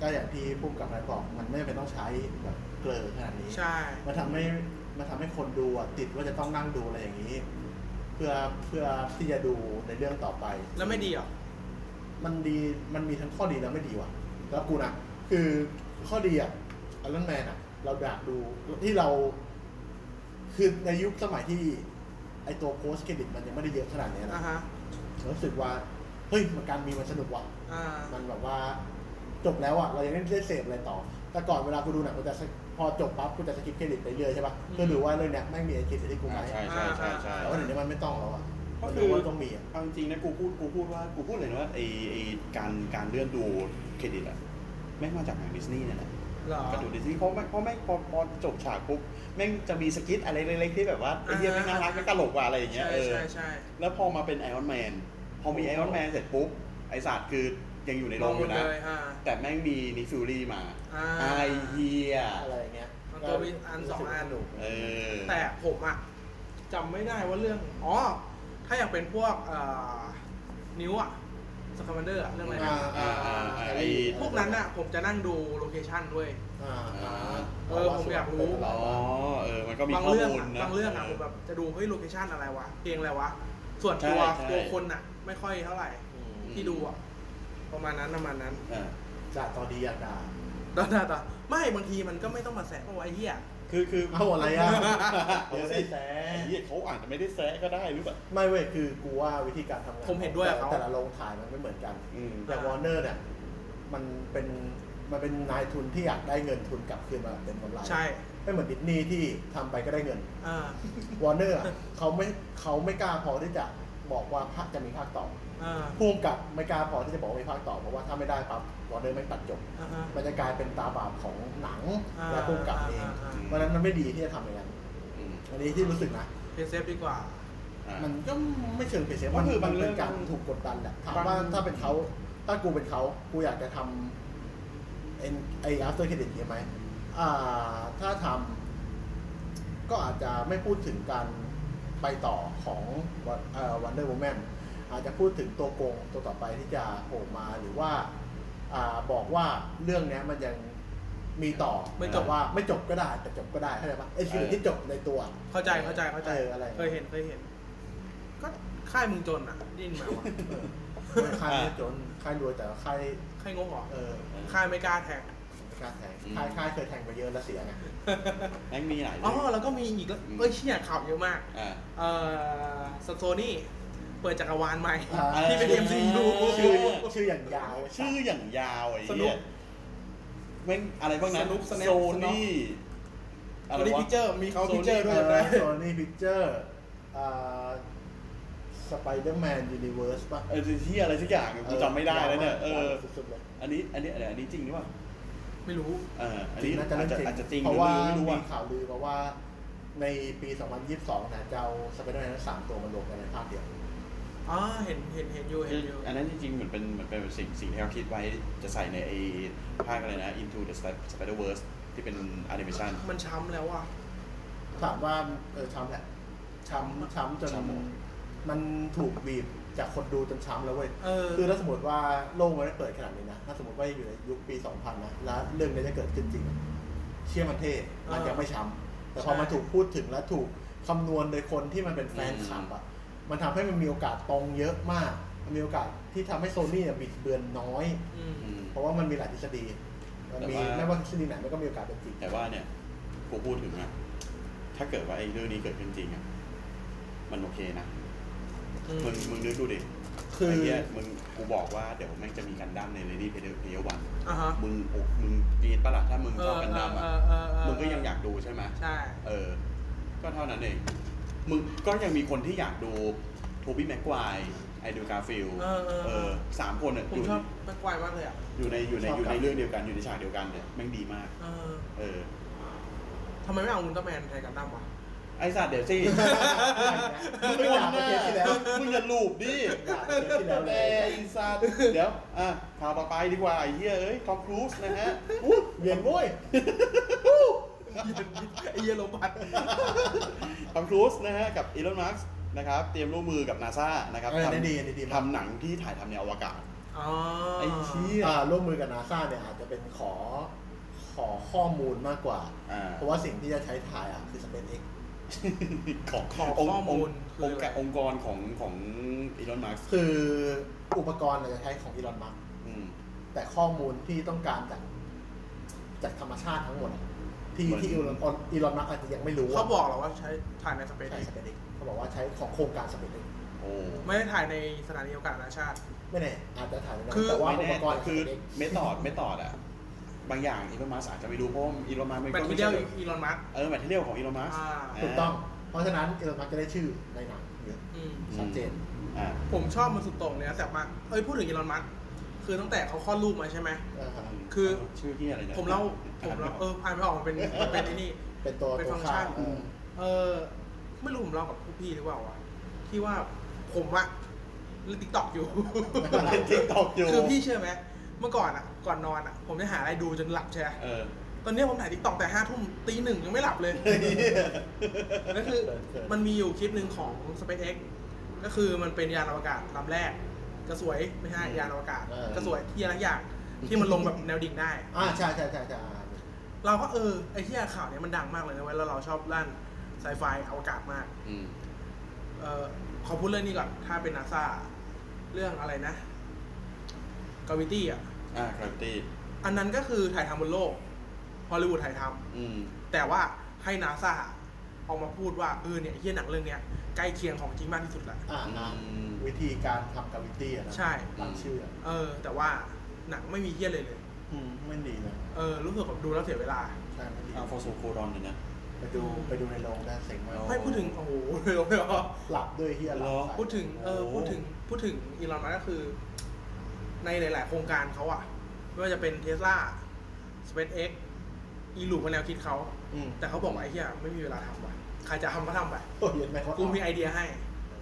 Speaker 4: ก็อย่างที่พุ่มกับนายบอกมันไม่จำเป็นต้องใช้แบบเกลอขนาดนี้
Speaker 2: ใช่
Speaker 4: มันทำให้มันทำให้คนดูอ่ะติดว่าจะต้องนั่งดูอะไรอย่างนี้ เพื่อเพื่อที่จะดูในเรื่องต่อไป
Speaker 2: แล้วไม่ดีเหรอ
Speaker 4: มันดี มันมีทั้งข้อดีและไม่ดีว่ะแล้วกูนะ คือข้อดีอ่ะอ r รอนแมนอ่ะ เราอยากดูที่เรา คือในยุคสมัยที่ ไอตัวโพสเครดิตมันยังไม่ได้เยอะขนาดเนี้ย
Speaker 2: อ่า
Speaker 4: นะ
Speaker 2: ฮะ
Speaker 4: รู้สึกว่า เฮ้ยมันการมีมันสนุกว่ะ
Speaker 2: อ่า
Speaker 4: มันแบบว่าจบแล้วอ่ะ เรายังไม่ได้เสพอะไรต่อ แต่ก่อนเวลากูดูหนังกูจะพอจบปั๊บกูจะสกิปเครดิตไปเรื่อยใช่ป่ะ
Speaker 2: อืม
Speaker 4: เพื่อดูว่าเรื่องเนี้ยไม่งมีไอเครดิตที่กูไหม
Speaker 3: อ่าใช่ใช่ใช่ใช่
Speaker 4: แต่ว่าเดี๋ยวนี้มันไม่ต้องแล้วอ่ะ
Speaker 3: ก็
Speaker 4: มัน
Speaker 3: คื
Speaker 4: รู้
Speaker 3: อ
Speaker 4: ว่าต้องมีอ่ะ
Speaker 3: เอาจริงๆนะกูพูดกูพูดว่ากูพูดเลยนะว่าไอไอการการเลื่อนดูเครดิตอะแม่งมาจากหนังดิสนีย์นั่นแหละ
Speaker 2: เหรอ
Speaker 3: ก็ดูดิสนีย์เพราะแม่งเพราะแม่งพอพอจบฉากปุ๊บแม่งจะมีสกิทอะไรเล็กๆที่แบบว่าไอเดียแม่งน่ารักแม่งตลกกว่าอะไรอย่างเงี้ย
Speaker 2: ใช่
Speaker 3: เออ
Speaker 2: ใช่ใช่
Speaker 3: แล้วพอมาเป็นไอออนแมนพอมีไอออนแมนเสร็จปุ๊บไอศาสตร์คือยังอยู่ในโรงอยู่นะ
Speaker 2: เลยอ่า
Speaker 3: แต่แม่งมีนิฟิลลี่มา
Speaker 2: อ่า
Speaker 3: ไอเฮีย
Speaker 4: อะไรอย่างเงี้ย
Speaker 2: มันตัวมีอันสองอัน
Speaker 4: รู้สึกว่าสก
Speaker 3: เออ
Speaker 2: แต่ผมอะจำไม่ได้ว่าเรื่อง อ๋อ ถ้าอย่างเป็นพวกเอ่อนิ้วอะสคามันเดอร์อะเรื่องอะไรนะ
Speaker 3: อ่าอ่าอ่าไอ้
Speaker 2: พวกนั้นอะผมจะนั่งดูโลเคชั่นด้วย
Speaker 4: อ่าอ่า
Speaker 2: เออผมอยากรู้
Speaker 4: เ
Speaker 3: อ๋อเออมันก็มี
Speaker 2: บาง
Speaker 3: ข้อ
Speaker 2: เรื่อง
Speaker 3: มูล
Speaker 2: อะ
Speaker 3: นะ
Speaker 2: บางเรื่องอะผมแบบจะดูเฮ้ยโลเคชั่นอะไรวะ เพลงอะไรวะ ส่วนตัว
Speaker 3: ใช่ใช่
Speaker 2: ตัวคนอะไม่ค่อยเท่าไหร่
Speaker 3: อืม
Speaker 2: ที่ดูอะประมาณนั้นประมาณนั้น [laughs]
Speaker 3: อ่า
Speaker 4: จ่าตอนดีอยากด่า
Speaker 2: ต่อต่อต่อไม่บางทีมันก็ไม่ต้องมาแสบเพราะว่าไอ้เหี้ย
Speaker 3: คือคือ
Speaker 4: เอาอะไรอ่ะ
Speaker 3: เดี๋ยวสิ ไอ้เหี้ยเขาอาจจะไม่ได้แซะก็ได้หรือเปล่า
Speaker 4: ไม่เว้ยคือกูว่าวิธีการทำงาน
Speaker 2: ผมเห็นด้วยกับเขา
Speaker 4: แต่ละโรงถ่ายมันไม่เหมือนกัน
Speaker 3: อืม
Speaker 4: อย่างวอร์เนอร์เนี่ยมันเป็นมันเป็นนายทุนที่อยากได้เงินทุนกลับคืนมาเป็นกำไร
Speaker 2: ใช่
Speaker 4: ไม่เหมือนดิสนีย์ที่ทำไปก็ได้เงิน
Speaker 2: อ่าว
Speaker 4: อร์เนอร์เขาไม่เขาไม่กล้าพอที่จะ บอกว่าภาคจะมีภาคต่อ
Speaker 2: อ่า
Speaker 4: พุ่มกับไม่กล้าพอที่จะบอกว่ามีภาคต่อเพราะว่าถ้าไม่ได้ปั๊บวอร์เนอร์ไม่ตัดจบ
Speaker 2: อ่าฮะ
Speaker 4: มันจะกลายเป็นตาบาปของหนัง
Speaker 2: อ่า
Speaker 4: และพุ่มกับเอง
Speaker 2: อ่าอ่า
Speaker 4: เพราะฉะนั้นมันไม่ดีที่จะทำอย่างนั้น
Speaker 3: อืม
Speaker 4: อันนี้ที่รู้สึกนะ
Speaker 2: เป็นเซฟดีกว่า
Speaker 3: อ่ะ
Speaker 4: มันก็ไม่เชิงเปรียบเทียบ
Speaker 3: ก็
Speaker 4: มัน
Speaker 3: คื
Speaker 4: คือ อ
Speaker 3: มั
Speaker 4: มัน น
Speaker 3: เรื่
Speaker 4: เป็
Speaker 3: อน ง
Speaker 4: การถูกกดดันแหละถามว่าถ้าเป็นเขาถ้ากูเป็นเขากูอยากจะทำเอ็นไอ after credit เยอะไหมอ่า ถ้าทำก็อาจจะไม่พูดถึงการไปต่อของวันเดอร์ m ูแมนอาจจะพูดถึงตัวโกงตัวต่อไปที่จะโผล่มาหรือว่าอ่าบอกว่าเรื่องเนี้ยมันยังมีต่อ
Speaker 2: ไม่จบ
Speaker 4: แต่ว่าไม่จบก็ได้แต่จบก็ได้เข้าใจปะไอ้สิ่งที่จบในตัว
Speaker 2: เข้าใจเข้าใจเข้าใจ
Speaker 4: เอออะไร
Speaker 2: เคยเห็นเคยเห็น ก็ค่ายมึงจนอ่ะดิ้นมาวะ
Speaker 4: ค่ายไม่จนค่ายรวยแต่ว่าค่าย
Speaker 2: ค่ายงงเหรอ
Speaker 4: เออ
Speaker 2: ค่ายไม่กล้า [laughs] แทง
Speaker 4: กล้าแทงค่ายค่ายเคยแทงไปเยอะแล้วเสียไง
Speaker 3: แม่งมีหลาย
Speaker 2: อ๋
Speaker 3: เรื่
Speaker 2: อ
Speaker 3: อง
Speaker 2: แล้วก็มีอีกแล้วเอ้ยเชี่ยข่าวเยอะมาก
Speaker 3: อ่ะ
Speaker 2: เอ่อสโตนี่ เปิดจักรวาลใหม่
Speaker 4: อ่า
Speaker 3: เออ
Speaker 2: ที่เป็น MCU
Speaker 4: ชื่อชื่ออย่างยาว
Speaker 3: ชื่ออย่างยาวไอ้
Speaker 2: สนุ
Speaker 3: เหี้
Speaker 2: ก
Speaker 3: ยแม่งอะไรพวกนั้น
Speaker 2: สนุกสนุก
Speaker 3: โซนี่อะไร
Speaker 2: วันนี้
Speaker 3: วะ
Speaker 2: พิเจอร์ มีเขาพิเจอร์ด้วย
Speaker 4: โซ
Speaker 2: นะ
Speaker 4: นี่โซนี่พิกเจอร์สไปเดอร์แมนยูนิเวิร์สป่ะ
Speaker 3: เออที่อะไรสักอย่างกูจำไม่ได้แล้วเนี่ยเออ
Speaker 4: สุดๆเลย
Speaker 3: อันนี้อันนี้อะไรอันนี้จริงหรือเปล่า
Speaker 2: ไม่รู้
Speaker 3: เอออัน
Speaker 4: จริ
Speaker 3: นี้
Speaker 4: งน่าจะ
Speaker 3: อาจ
Speaker 4: เรื่อง
Speaker 3: จะ
Speaker 4: จริง
Speaker 3: อาจจะจริงหรือ
Speaker 4: เพราะว่า
Speaker 3: ไม่ไม่รู้
Speaker 4: มี
Speaker 3: อ่ะ
Speaker 4: ข่าวลือเพราะว่าในปี 2022นะจะเอาสไปเดอร์แมนทั้งสามตัวมารวมกันในภาพเดียว
Speaker 2: อ๋อ เห็น เห็น เห็นอยู่ เห็นอยู่
Speaker 3: อันนั้นจริงๆเหมือนเป็นเหมือนเป็นสิ่งสิ่งที่เขาคิดไว้จะใส่ในไอ้ภาคอะไรนะ Into the Sp- Spider-Verse ที่เป็นแอนิเมชัน
Speaker 2: มันช้ำแล้วอ่ะ
Speaker 4: ถามว่าเออช้ำแหละช้ำช้ำจน
Speaker 3: ช้ำหมด
Speaker 4: มันถูกบีบจากคนดูจนช้ำแล้วเว้ย
Speaker 2: เออ
Speaker 4: คือถ้าสมมติว่าโลกมันไม่เปิดขนาดนี้นะถ้าสมมติว่าอยู่ในยุคปี 2000 นะ แล้วเรื่องนี้จะเกิดขึ้นจริงอะเชื่อมันเท่มันยังไม่ช้ำแต่พอมันถูกพูดถึงและถูกคำนวณโดยคนที่มันเป็นแฟนคลับอ่ะมันทำให้มันมีโอกาสตรงเยอะมากมันมีโอกาสที่ทำให้โซนี่เนี่ยบิดเบือนน้อย
Speaker 2: อืม
Speaker 3: อืม
Speaker 4: เพราะว่ามันมีหลายทฤษฎีมันมี
Speaker 3: แต่ว่า
Speaker 4: ไม่ว่าทฤษฎีไหนมันก็มีโอกาสเป็น
Speaker 3: [laughs]
Speaker 4: จริง
Speaker 3: แต่ว่าเนี่ยกูพูดถึงอะถ้าเกิดว่าไอ้เรื่องนี้เกิดขึ้นจริงอะมันโอเคนะ
Speaker 2: อืม
Speaker 3: มึงมึงนึกดูดิ
Speaker 4: คือ
Speaker 3: ไอ้เนี้ยมึงกูบอกว่าเดี๋ยวแม่งจะมีกันดั้มในเรดี้เพเดอร์เพย์วัน
Speaker 2: อ่าฮะ
Speaker 3: มึงโอ้มึงกรีดปะล่ะถ้ามึงชอบกันดั้มอะ
Speaker 2: เออเออเออเออ
Speaker 3: มึงก็ยังอยากดูใช่ไหม
Speaker 2: ใช่
Speaker 3: เออ ก็เท่านั้นเองมึงก็ยังมีคนที่อยากดูโทบี้แม็กควายไอเดลกาฟิล
Speaker 2: เออเออเออ
Speaker 3: สามคนเนี่ย
Speaker 2: ผมชอบแม็กควายมากเลยอ่ะ
Speaker 3: อยู่ในอยู่ในอยู่
Speaker 4: ชอ
Speaker 3: ใน
Speaker 4: บกัน
Speaker 3: เรื่องเดียวกันอยู่ในฉากเดียวกันเนี่ยแม่งดีมาก
Speaker 2: เออ
Speaker 3: เออ
Speaker 2: ทำไมไม่เอาอุลตร้าแมนแทนกันดั้มวะ
Speaker 3: ไอสัตว์เดี๋ยวสิ
Speaker 4: มึ
Speaker 3: มึ
Speaker 4: ง
Speaker 3: ง
Speaker 4: ไม่
Speaker 3: ไม่
Speaker 4: ด่า
Speaker 3: ด่า
Speaker 4: เมื่อ
Speaker 3: เมื่อ
Speaker 4: เท
Speaker 3: กี้
Speaker 4: ปที่
Speaker 3: ที่
Speaker 4: แล้
Speaker 3: แล้ว ว มึงอย่าลูบดิ
Speaker 4: ด่าเทปที่แล้วเล
Speaker 3: แต่
Speaker 4: ย
Speaker 3: อีสัตว์เดี๋ยว อ่ะข่าวต่อไปดีกว่าไอ้เหี้ยเอ้ย ทอมครูซนะฮะ
Speaker 4: เวียนโว้ย
Speaker 2: ไอเหี้ยโรบัต
Speaker 3: ทอมครูซนะฮะ กับอีลอนมัสก์นะครับ เตรียมร่วมมือกับนาซานะครับ
Speaker 4: เออได้
Speaker 3: ทำ
Speaker 4: ดีได้ดี
Speaker 3: ทำหนังที่ถ่ายทำในอวกาศ
Speaker 2: อ๋อ
Speaker 3: ไอ้เชี่ย
Speaker 4: อ่าร่วมมือกับนาซาเนี่ยอาจจะเป็นขอขอข้อมูลมากกว่า
Speaker 3: อ่า
Speaker 4: เพราะว่าสิ่งที่จะใช้ถ่ายอ่ะคือ SpaceX
Speaker 3: ของ
Speaker 2: ขอ
Speaker 3: อง
Speaker 2: ข้อมูล
Speaker 3: ององค์การองค์กรของของอีลอนมัสก์
Speaker 4: คืออุปกรณ์เราจะใช้ของอีลอนมัส
Speaker 3: อืม
Speaker 4: แต่ข้อมูลที่ต้องการจากจากธรรมชาติทั้งหมดอะที่
Speaker 3: เหมือน
Speaker 4: ที่อีลอนอีลอนมัสอาจจะยังไม่รู้
Speaker 2: เขาบอกเหรอว่าใช้ถ่ายในสเปซ
Speaker 4: ใช้ SpaceX เขาบอกว่าใช้ของโครงการ SpaceX
Speaker 3: โอ้
Speaker 2: ไม่ได้ถ่ายในสถานีอวกาศนานาชาติ
Speaker 4: ไม่แน่อาจจะถ่ายในนั้น
Speaker 2: คือ
Speaker 4: แต่ว่า
Speaker 3: ไม่
Speaker 4: อุ
Speaker 3: แน่
Speaker 4: ปกรณ์
Speaker 3: คือ
Speaker 4: SpaceX
Speaker 3: เมธอดเมธอดอะบางอย่างอีลอนมัสอาจจะไม่รู้เพราะว่าอีลอนมัสมัน
Speaker 2: แบบ
Speaker 3: ก็
Speaker 2: ที่
Speaker 3: ไม่
Speaker 2: เรีย
Speaker 3: ใช่
Speaker 2: กอีลอนมัส
Speaker 3: เออแมทเทียลของอีลอนมัส
Speaker 2: อ่า
Speaker 4: ถูกต้อง เพราะฉะนั้นอีลอนมัสจะได้ชื่อในหนังเยอะชัดเจน
Speaker 3: อ่า
Speaker 2: ผมชอบมันสุดโต่งเลยนะแต่มาเอ้ยพูดถึงอีลอนมัสคือตั้งแต่เขาคลอดลูกมาใช่ไหม
Speaker 4: นะครับ
Speaker 2: คือ
Speaker 3: ชื่อที่อะไรนะ
Speaker 2: ผมเล่าผมเล่าเอออ่านไม่ออกมันเป็นมันเป็นไอ้นี่
Speaker 4: เป็นตัว
Speaker 2: เป็น
Speaker 4: ตัว
Speaker 2: ฟังก์
Speaker 4: ค่า
Speaker 2: ชัน
Speaker 4: เออ
Speaker 2: เออไม่รู้ผมเล่ากับพวกพี่หรือเปล่าวะที่ว่าผมอะเล่นติ๊กตอกอยู่
Speaker 3: เล่นทิกตอกอยู่
Speaker 2: คือพี่เชื่อไหมเมื่อก่อนอะก่อนนอนอะผมจะหาอะไรดูจนหลับใช่ไหม
Speaker 3: เออ
Speaker 2: ตอนเนี้ยผมถ่ายติ๊กตอกแต่ห้าทุ่มตีหนึ่งยังไม่หลับเลย ก็คือ
Speaker 4: เกิด
Speaker 2: มันมีอยู่คลิปหนึ่งของ SpaceX ก็คือมันเป็นยานอวกาศลำแรก กระสวยไม่ใช่ยานอวกาศ
Speaker 4: เออ
Speaker 2: กระสวยที่อะไรอย่างที่มันลงแบบแนวดิ่งได้
Speaker 4: อ่าใช่ใช่ใช่ใช่
Speaker 2: เราก็เออไอ้ที่ข่าวเนี้ยมันดังมากเลยนะเว้ยแล้วเราชอบลั่นไซไฟอวกาศมาก
Speaker 3: อืม
Speaker 2: เออขอพูดเรื่องนี้ก่อน ถ้าเป็นนาซาเรื่องอะไรนะกาวิตี้อ่ะ
Speaker 3: อ่า gravity
Speaker 2: อันนั้นก็คือถ่ายทำบนโลกฮอลลีวูดถ่ายท
Speaker 3: อืม
Speaker 2: ำแต่ว่าให้นาซาออกมาพูดว่า เออเนี่ยไอ้เฮียหนังเรื่องเนี้ยใกล้เคียงของจริงมากที่สุดละ
Speaker 4: อ่า
Speaker 3: อื
Speaker 4: อ่าม วิธีการทำกาวิตี้อะนะ
Speaker 2: ใช่
Speaker 4: ตั้งชื่ออะ
Speaker 2: เออ แต่ว่าหนังไม่มีเฮียเลยเลย
Speaker 4: อืมไม่ดีนะ
Speaker 2: เออ รู้สึกแบบดูแล้วเสียเวลา
Speaker 4: ใช่ไม่ดี
Speaker 3: อ่า for so cool on เลยนะ
Speaker 4: ไปดูไปดูในโรงได้เสียงมาก
Speaker 2: ไม่พูดถึง โอ้โห [laughs] เร็วไม่ออก
Speaker 4: หลับด้วยเฮียหลับ
Speaker 3: เหรอ
Speaker 4: สาย
Speaker 2: พูดถึงเออ
Speaker 3: โอ้
Speaker 2: พูดถึงพูดถึงอีลอนมัสก์ก็คือ ในหลาย ๆ โครงการเขาอะไม่ว่าจะเป็นเทสลาสเปซเอ็กอีลูเป็นแนวคิดเขา
Speaker 4: อืม
Speaker 2: แต่เขาบอกว่าไอ้เหี้ยไม่มีเวลาทำว่ะใครจะทำก็ทำไป
Speaker 4: โอ้ยเย็นไหมเขา
Speaker 2: กูมีไอเดียให้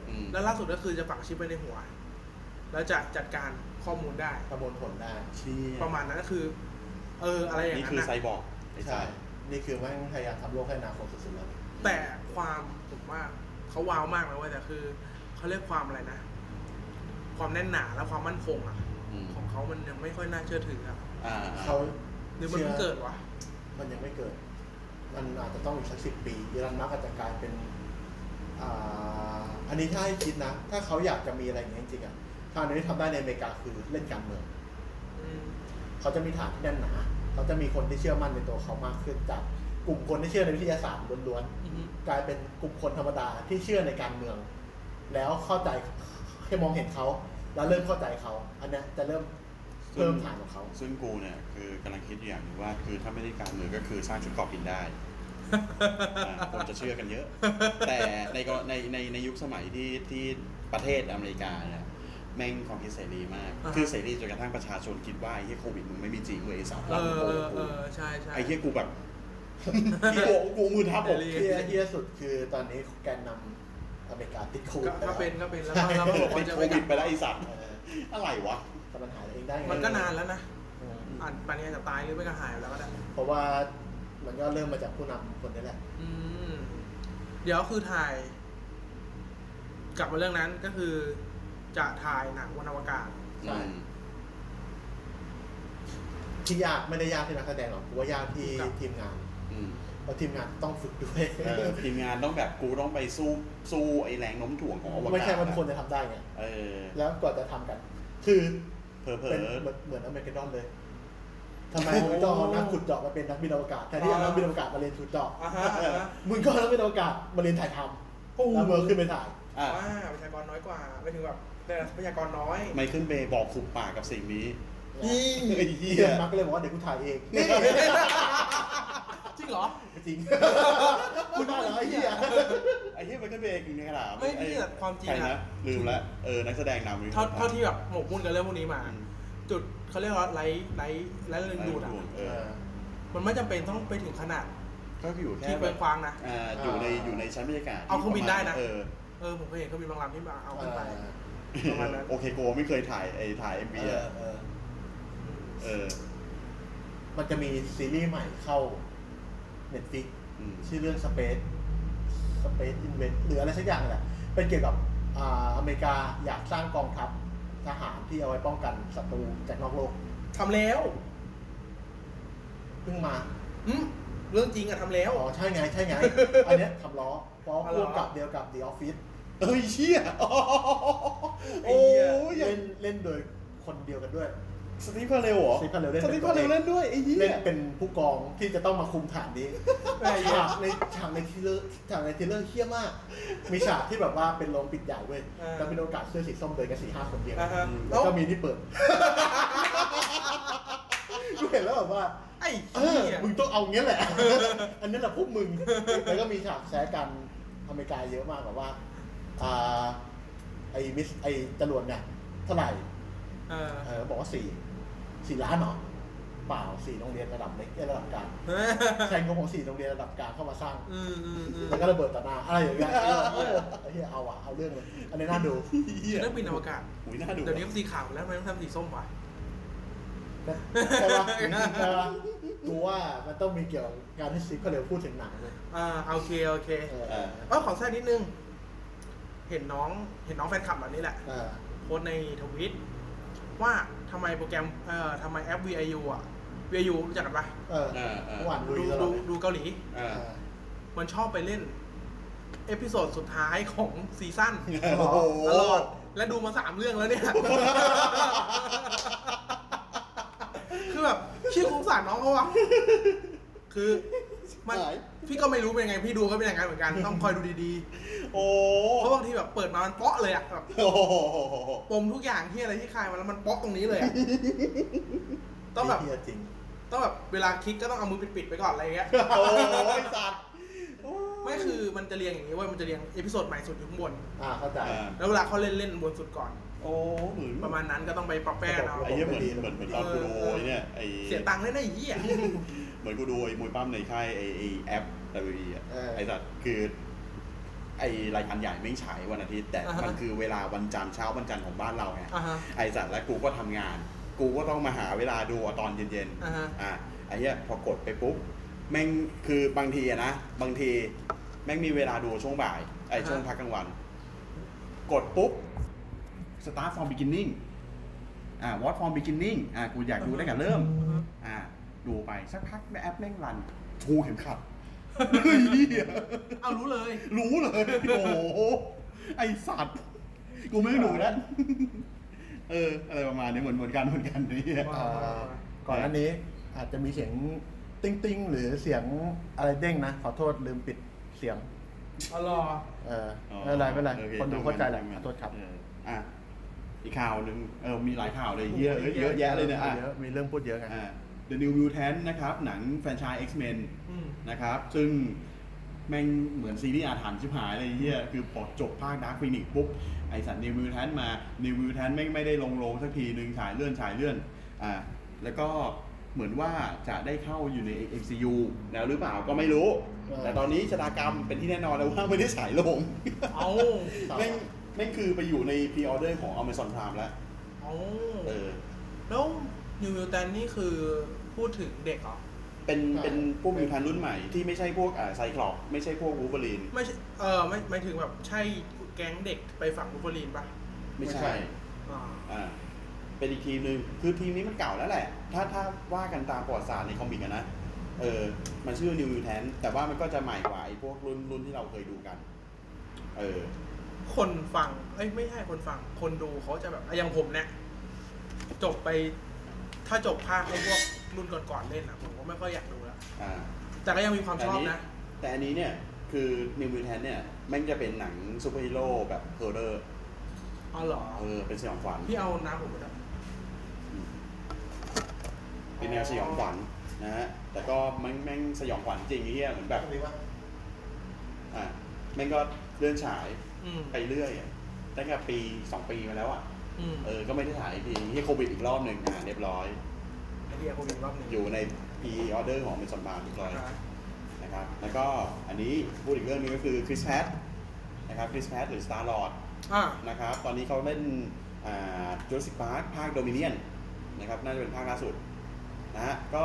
Speaker 3: อืม
Speaker 2: แล้วล่าสุดก็คือจะฝังชิปไว้ในหัว แล้วจะจัดการข้อมูลได้
Speaker 4: ประมวลผลได้
Speaker 3: เชี่ย
Speaker 2: ประมาณนั้นก็คือ เออ อะไรอย่าง
Speaker 3: นี่
Speaker 2: นั้
Speaker 3: คื
Speaker 2: น
Speaker 3: อ
Speaker 2: นะ
Speaker 3: ไซบอร์กไอ้
Speaker 4: ใช่
Speaker 3: ใช่
Speaker 4: นี่คือแม่งพยายามทำโลกให้อนาคตสุดๆแล้ว
Speaker 2: แต่ความผมว่าเขาว้าวมากนะเว้ยแต่คือเขาเรียกความอะไรนะ ความแน่นหนาและความมั่นคงอะ
Speaker 3: อืม
Speaker 2: ของเขามันยังไม่ค่อยน่าเชื่อถืออะ
Speaker 3: อ่า
Speaker 4: เขา
Speaker 2: หรือมันเพิ่งเกิดวะ
Speaker 4: มันยังไม่เกิด มันอาจจะต้องอีกสักสิบปีอีลอนมัสก์อาจจะกลายเป็นอ่าอันนี้ถ้าให้คิดนะ ถ้าเขาอยากจะมีอะไรอย่างนี้ยจริงๆอ่ะทางหนึ่งที่ทำได้ในอเมริกาคือเล่นการเมือง
Speaker 2: อืม
Speaker 4: เขาจะมีฐานที่แน่นหนา เขาจะมีคนที่เชื่อมั่นในตัวเขามากขึ้นจากกลุ่มคนที่เชื่อในวิทยาศาสตร์ล้วน
Speaker 2: อือฮึ
Speaker 4: ๆ กลายเป็นกลุ่มคนธรรมดาที่เชื่อในการเมือง แล้วเข้าใจให้มองเห็นเขา แล้วเริ่มเข้าใจเขา อันเนี้ยจะเริ่มเพิ่มฐานของเขา
Speaker 3: ซึ่งกูเนี่ยคือกำลังคิดอยู่อย่างหนึงว่าคือถ้าไม่ได้การเมืองก็คือสร้างชุดเกราะบินได้อ่าคนจะเชื่อกันเยอะ แต่ในกรในในในยุคสมัยที่ที่ประเทศอเมริกาเนี่ยแม่งความคิดเสรีมาก คือเสรีจนกระทั่งประชาชนคิดว่าไอ้เหี้ยโควิดมึงไม่มีจริงเว้ยไอ้สาร
Speaker 2: เอ
Speaker 3: พัดมึ
Speaker 2: อ
Speaker 3: งโก
Speaker 2: เอง อเอ
Speaker 3: กู
Speaker 2: อใช่ใช่
Speaker 3: ไอ้เหี้ยกูแบบ กูโกงกูมือทั
Speaker 4: [laughs]
Speaker 3: บผม
Speaker 4: เฮียเฮียสุดคือตอนนี้แกนนำอเมริกาติดโควิด
Speaker 2: ก็ก็เป็นก็เป็นแล้วก็แล้วก็
Speaker 3: ติ
Speaker 2: บอก
Speaker 3: ดโค
Speaker 2: ว่าจะไม่ก
Speaker 3: วิ
Speaker 2: ลั
Speaker 3: ด
Speaker 2: บ
Speaker 3: ไปแล้วไอ้สัตว์อะไรวะ
Speaker 4: แต่ปัญหาเองได้ไง
Speaker 2: มันก็นานแล้วนะ
Speaker 4: อืม
Speaker 2: อ่านปานนี้อาจจะตายหรือไม่ก็หายแล้วก็ได้
Speaker 4: เพราะว่ามันก็เริ่มมาจากผู้นำคนนี้แหละ
Speaker 2: อืมเดี๋ยวคือถ่าย กลับมาเรื่องนั้นก็คือ จะถ่ายหนังวนอวกาศ
Speaker 4: ใช่ ที่ยากไม่ได้ยากที่นักแสดงหรอกกูว่ายากที่
Speaker 2: ครับ
Speaker 4: ทีมงาน
Speaker 3: อืม
Speaker 4: เพราะทีมงานต้องฝึกด้วย
Speaker 3: เอ
Speaker 4: [laughs]
Speaker 3: อทีมงานต้องแบบกูต้องไปสู้สู้ไอ้แรงโน้มถ่วงของอวกาศ
Speaker 4: ไม่ใช่ว่าทุกคนจะทำได้ไง
Speaker 3: เออ
Speaker 4: แล้วกว่าจะทำกัน คือ
Speaker 3: เผลอๆ
Speaker 4: เป็นเหมือนเหมือนอเมริกันดอนเลยทำไมมึงต้องเอานักขุดเจาะมาเป็นนักบินอวกาศแทนที่จะเอานักบินอวกาศมาเรียนขุดเจาะ
Speaker 2: อ่าฮะอ่าฮะ
Speaker 4: มึงก็เอานักบินอวกาศมาเรียนถ่ายท
Speaker 2: โอ้โห
Speaker 4: ำแล้วเมือขึ้นไปถ่าย
Speaker 3: อ่ะ
Speaker 2: ว่าประชากรน้อยกว่าไม่ถึงแบบได้รับทรัพยากรน้อย
Speaker 3: ไม่ขึ้นเบย์บอกขุบปากกับสิ่งนี้
Speaker 4: นี่
Speaker 3: ไอ้เหี้
Speaker 4: เพื่
Speaker 3: ย
Speaker 4: อนมักก็เลยบอกว่าเดี๋ยวกูถ่ายเอง
Speaker 2: จริงเหรอ
Speaker 4: จริงกูได้เหรอไอ้เหี้ย
Speaker 3: ไอ้เหี้ยมันขึ้นเบย์กินในขลาม
Speaker 2: ไม่นี่แต่ความจริงอะ
Speaker 3: ในะลืมละเออนักแสดงนำหรือ
Speaker 2: เท่าเท่าที่แบบหมกมุ่นกับเรื่องพวกนี้มา
Speaker 3: อืม
Speaker 2: จุดเขาเรียกว่าไลท์ไลท์ไลท์เรื่องดูดอ่ะ
Speaker 3: เออ
Speaker 2: มันไม่จำเป็นต้องไปถึงขนาด
Speaker 3: ก็อยู่แค่
Speaker 2: ที่
Speaker 3: แบ
Speaker 2: เป็น
Speaker 3: บ
Speaker 2: ควางนะ
Speaker 3: อ่าอยู่ในอยู่ในชั้นบรรยากาศ
Speaker 2: เอาเครื่องบินได้นะ
Speaker 3: เออ
Speaker 2: เออผมเคยเห็นเขามีบางลำที่มาเอา
Speaker 4: เอ
Speaker 2: ขึ้น
Speaker 4: อ
Speaker 2: ไป ประมาณนั้น
Speaker 3: โอเคโกไม่เคยถ่ายไอ้ถ่ายเอ็มบีอะ
Speaker 4: เออ
Speaker 3: เออ
Speaker 4: มันจะมีซีรีส์ใหม่เข้าเน็ตฟิก
Speaker 3: อืม
Speaker 4: ชื่อเรื่อง Space Space Invent หรืออะไรสักอย่างนั่นแหละเป็นเกี่ยวกับอ่าอเมริกาอยากสร้างกองทัพทหารที่เอาไว้ป้องกันศัตรูจากนอกโลก
Speaker 2: ทำแล้ว
Speaker 4: เพิ่งมา
Speaker 2: หึเรื่องจริงอะทำแล้ว
Speaker 4: อ๋อใช่ไง ใช่ไง อันเนี้ยทำล้อเพราะร่วมกับเดียวกับ The Office
Speaker 3: เอ้ยเชี่ยโอ้ย
Speaker 4: เล่นเล่นโดยคนเดียวกันด้วย
Speaker 3: สตีฟพาเรลเหรอ
Speaker 4: สตีฟพาเรลเล่น
Speaker 3: ส
Speaker 4: เป็
Speaker 3: ตี
Speaker 4: น
Speaker 3: ฟ
Speaker 4: ตัว
Speaker 3: พาเรล
Speaker 4: เอง
Speaker 3: เล่นด้วยไอ้เหี้ย
Speaker 4: เล่นเป็นผู้กองที่จะต้องมาคุมฐานนี้ ฉากในฉากในทีเลอร์ฉากในทีเลอร์เฮี้ยมาก มีฉากที่แบบว่าเป็นโรงปิดใหญ่เว้ย
Speaker 2: อ่า
Speaker 4: แล้วเป็นโอกาสเสื้อสีส้มเดินกันสี่ห้าคนเดียว
Speaker 2: อ่าฮะแล้
Speaker 4: แล้
Speaker 2: ว ว
Speaker 4: ก็มีที่
Speaker 2: [laughs]
Speaker 4: เปิด กูเห็นแล้วแบบว่า
Speaker 2: ไอ้
Speaker 4: เอ
Speaker 2: เหี้
Speaker 4: อ
Speaker 2: ย
Speaker 4: มึงต้องเอาเงี้ยแหละ อันนี้แหละพวกมึง แล้วก็มีฉากแซะกันอเมริกาเยอะมากแบบว่า อ่า ไอ้มิส ไอ้จรวดเนี่ยเท่าไหร่
Speaker 2: เออ
Speaker 4: เออ บอกว่าสี่ สี่ล้านเหรอ เปล่าสี่โรงเรียนระดับเล็กเอ้ยระดับกลาง แซงของผมสี่โรงเรียนระดับกลางเข้ามาสร้าง
Speaker 2: อืมอืมอืม
Speaker 4: แล้วก็ระเบิดต่อหน้าอะไรอย่างเงี้ยเออเออไอ้เหี้ยเอาอะเอาเรื่องเลย อันนี้น่าดู
Speaker 3: เหี้ย
Speaker 2: เรื่องบินอวกาศ
Speaker 3: อุ้ยน่าดู
Speaker 2: เดี๋ยวนี้เขาสีขาวแล้วทำไมต้องทำสีส้มวะ
Speaker 4: ใช่ปะใช่ปะกูว่ามันต้องมีเกี่ยวกับการที่ซิปเขาเร็วพูดถึงหนังเลย
Speaker 2: อ่าโอเคโอเค
Speaker 4: เออ
Speaker 3: เออ
Speaker 2: เออขอแทรกนิดนึง เห็นน้องเห็นน้องแฟนคลับแบบนี้แหละ
Speaker 4: เออ
Speaker 2: โพสต์ในทวิตว่าทำไมโปรแกรมเอ่อทำไมแอป VIU อ่ะ VIU รู้จักกันปะ
Speaker 4: เออ
Speaker 3: เออเออ
Speaker 4: หวานลุย
Speaker 2: ดู
Speaker 4: ตล
Speaker 2: ดู
Speaker 4: อดเลย
Speaker 2: ดูเกาหลี
Speaker 3: เออ
Speaker 2: มันชอบไปเล่น เอพิโซดสุดท้ายของซีซั่น
Speaker 3: โอ้โห
Speaker 2: ตลอด และดูมาสามเรื่องแล้วเนี่ย คือแบบชื่อสงสารน้องเขาวะคือมันพี่ก็ไม่รู้เป็นยังไง พี่ดูก็เป็นอย่างนั้นเหมือนกัน ต้องคอยดูดี
Speaker 3: โอ้
Speaker 2: ๆ เพราะบางทีแบบเปิดมามันเปาะเลยอะแบบ
Speaker 3: โห
Speaker 2: ปมทุกอย่างที่อะไรที่คลายมาแล้วมันเปาะตรงนี้เลยอะต้องแบบ
Speaker 4: เหี้ยจริง
Speaker 2: ต้องแบบเวลาคลิกก็ต้องเอามือปิดๆไปก่อนอะไรเงี้ย
Speaker 3: โอ้ยสัตว์
Speaker 2: ไม่คือมันจะเรียงอย่างนี้เว่ามันจะเรียงเอพิโซดใหม่สุดอยู่ข้างบน
Speaker 4: อ่าเข้าใจ
Speaker 3: อ่า
Speaker 2: แล้วเวลาเขาเล่นเล่นบนสุดก่อน
Speaker 3: โอ้เหมือน
Speaker 2: ประมาณนั้นก็ต้องไปปรับแป้งเอา
Speaker 3: ไอ้เหี้ยเหมือนเหมือนเหมือนตอนกูดูไอ้เนี่ยไอ้
Speaker 2: เสียตังค์ได้นะไอ้เหี้ย [laughs]
Speaker 3: เหมือนกูดูไอ้มวยปั้มในค่ายไอ้ไอ้แอป WWE อ่ะ
Speaker 4: เออ
Speaker 3: ไอ้สัตว์คือไอ้รายการใหญ่ไม่งฉายวันอาทิตย์ แต่
Speaker 2: อ่าฮะ
Speaker 3: มันคือเวลาวันจันทร์เช้าวันจันทร์ของบ้านเราไง
Speaker 2: อ่าฮะ
Speaker 3: ไอสัตว์และกูก็ทำงาน กูก็ต้องมาหาเวลาดูตอนเย็น
Speaker 2: อ่าฮะ
Speaker 3: ๆอ่ะไอ้เนี้ยพอกดไปปุ๊บ แม่งคือบางทีอะนะ บางที แม่งมีเวลาดูช่วงบ่าย ไอช่วงพักกลางวัน กดปุ๊บ start from beginning อ่า what from beginning อ่ากูอยากดูได้งแต่เริ่ม อ่า ดูไปสักพักแอปแม่งรันชูเข็มขัด [laughs] เฮ้ยเหี้ย
Speaker 2: เอารู้เลย
Speaker 3: รู้เลย โอ้โห ไอสัตว์ กูไม่หนูแล้ว เออ อะไรประมาณนี้เหมือนเหมือนกันเหมือนกันนี่
Speaker 4: อ่าก่อนหน้านี้อาจจะมีเสียงติ้งติ้งหรือเสียงอะไรเด้งนะ ขอโทษลืมปิดเสียง
Speaker 2: เอารอ
Speaker 4: เออไม่เป็นไรไม่เป็นไร
Speaker 3: โอ
Speaker 4: คนดูเข้าใจแหละ
Speaker 3: ม่
Speaker 4: ข
Speaker 3: ป็
Speaker 4: อน โทษครับ
Speaker 3: เอออ่ะ อีกข่าวหนึ่งเออ มีหลายข่าวเลยเยอะเยอะเยอะแยะเลยเนี่ยอ่ะ
Speaker 4: เยอะมีเรื่องพูดเยอะไง
Speaker 3: อ่ะ The New Mutant นะครับ หนังแฟรนไชส์ X-Men
Speaker 2: อืม
Speaker 3: นะครับ ซึ่งแม่งเหมือนซีรีส์อาถรรพ์ชิบหายเลยไอ้เฮียคือพอจบภาคดาร์คฟินิกปุ๊บ ไอสัตว์นิวมิวแทนมา นิวมิวแทนแม่งไม่ได้ลงโรงสักทีหนึ่งฉายเลื่อนฉายเลื่อน อ่า แล้วก็เหมือนว่าจะได้เข้าอยู่ใน MCU แล้วหรือเปล่าก็ไม่รู้
Speaker 4: เออ
Speaker 3: แต่ตอนนี้ชะตากรรมเป็นที่แน่นอนแล้วว่าไม่ได้ฉายลง [laughs]
Speaker 2: เอา
Speaker 3: แม่งแม่งคือไปอยู่ในพรีออเดอร์ของ Amazon Prime แล้ว
Speaker 2: เอา
Speaker 3: เออ
Speaker 2: แล้วนิวมิวแตนนี่คือพูดถึงเด็กเหรอ
Speaker 3: เป็น
Speaker 4: ใช่
Speaker 3: เป็นพวกมิวแทนรุ่นใหม่ที่ไม่ใช่พวกอ่าไซคลอปไม่ใช่พวกวูเบอรีน
Speaker 2: ไม่ใช่เออไม่หมายถึงแบบใช่แก๊งเด็กไปฝั่งบูฟเฟอรีนปะ
Speaker 3: ไม่
Speaker 4: ไม่ใช่
Speaker 3: ใช่
Speaker 2: อ่า
Speaker 3: อ่าเป็นอีกทีมหนึ่งคือทีมนี้มันเก่าแล้วแหละ ถ้าถ้าว่ากันตามประวัติศาสตร์ในคอมิกอะนะ เออ มันชื่อ New Mutant แต่ว่ามันก็จะใหม่กว่าไอ้พวกรุ่นรุ่นที่เราเคยดูกัน เออ
Speaker 2: คนฟังเอ้ยไม่ใช่คนฟัง คนดูเขาจะแบบอ่ะอย่างผมเนี่ยจบไป ถ้าจบภาคไอ้พวกรุ่นก่อนๆเล่นอะผมก็ไม่ค่อยอยากดูแล้ว
Speaker 3: อ่า
Speaker 2: แต่ก็ยังมีความชอบนะ
Speaker 3: แต่อันนี้เนี่ย คือ New Mutant เนี่ยแม่งจะเป็นหนังซูเปอร์ฮีโร่แบบเฮอร์เรอร์
Speaker 2: เอาเหรอ
Speaker 3: เออ เป็นสยองขวัญ
Speaker 2: พี่เอาน้ำผมไปด้วย
Speaker 3: เป็นแนวสยองขวัญนะฮะ แต่ก็แม่งแม่งสยองขวัญจริงไอ้เหี้ยเหมือนแบบ อ่าแม่งก็เลื่อนฉาย
Speaker 2: อืม
Speaker 3: ไปเรื่อยอะตั้งแต่ปีสองปีมาแล้วอ่ะ
Speaker 2: อืม
Speaker 3: เออ ก็ไม่ได้ถ่ายอีกทีที่โควิดอีกรอบหนึ่งอ่าเรียบร้อย
Speaker 2: ไอเดียโควิดรอบหนึ่ง
Speaker 3: อยู่ในปีออเดอร์ของเป็นสัมบาร์เรียบร้อย
Speaker 2: อ่า
Speaker 3: นะครับ แล้วก็อันนี้พูดอีกเรื่องหนึงก็คือคริสแพทนะครับ คริสแพทหรือสตาร์ลอ d
Speaker 2: อ่า
Speaker 3: นะครับ ตอนนี้เขาเล่นอ่าจูราสสิกพาร์คภาคโดมิเนียนนะครับ น่าจะเป็นภาคล่าสุดนะฮะ ก็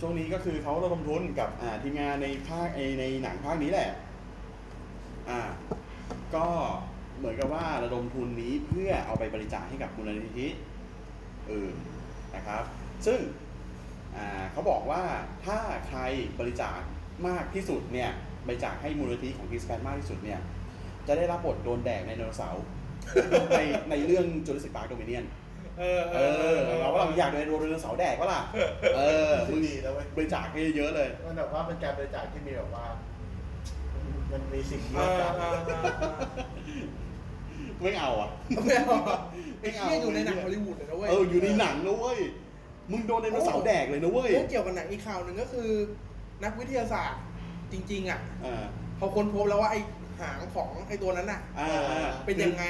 Speaker 3: ช่วงนี้ก็คือเขาระดมทุนกับอ่าทีมงานในภาคไอ้ในหนังภาคนี้แหละ อ่า ก็เหมือนกับว่าระดมทุนนี้เพื่อเอาไปบริจาคให้กับมูลนิธิอื่นนะครับ ซึ่งอ่าเขาบอกว่าถ้าใครบริจาคมากที่สุดเนี่ย บริจาคให้มูลนิธิของคริสแพนมากที่สุดเนี่ย จะได้รับบทโดนแดกในไดโนเสาร์ [laughs] ในในเรื่องจูเลสิก p าร์ d โดมิเนียน
Speaker 2: เออ
Speaker 3: เออเราก็เราอยากโดนไดโนเสาร์แดกก็ล่ะ เออ
Speaker 4: ซึ่งดีแล้วเว้ย
Speaker 3: บริจาคให้เยอะเลย
Speaker 4: มันแบบว่าเป็นการบริจาคที่มีแบบว่า มันมีสิ่ง
Speaker 2: เอ
Speaker 4: เยอะ
Speaker 2: อ
Speaker 4: จัง
Speaker 2: เออเออ
Speaker 3: ไม่เอาอ่ะ
Speaker 2: ไม่เอา
Speaker 3: ไม่
Speaker 2: ไอ้
Speaker 3: เอา
Speaker 2: เหี้ยอยู่ในหนังฮอลลีวูดเลยนะเว้ย
Speaker 3: เออ อยู่ในหนังนะเว้ย มึงโดนไดโนเสาร์แดกเลยนะเว้ย
Speaker 2: เรื่องเกี่ยวกับหนังอีกข่าวหนึ่งก็คือ นักวิทยาศาสตร์จริง ๆ อ่ะ
Speaker 3: อ่า
Speaker 2: เขาค้นพบแล้วว่าไอ้หางของไอ้ตัวนั้นน่ะ
Speaker 3: อ่าอ่า
Speaker 2: เป็นยังไง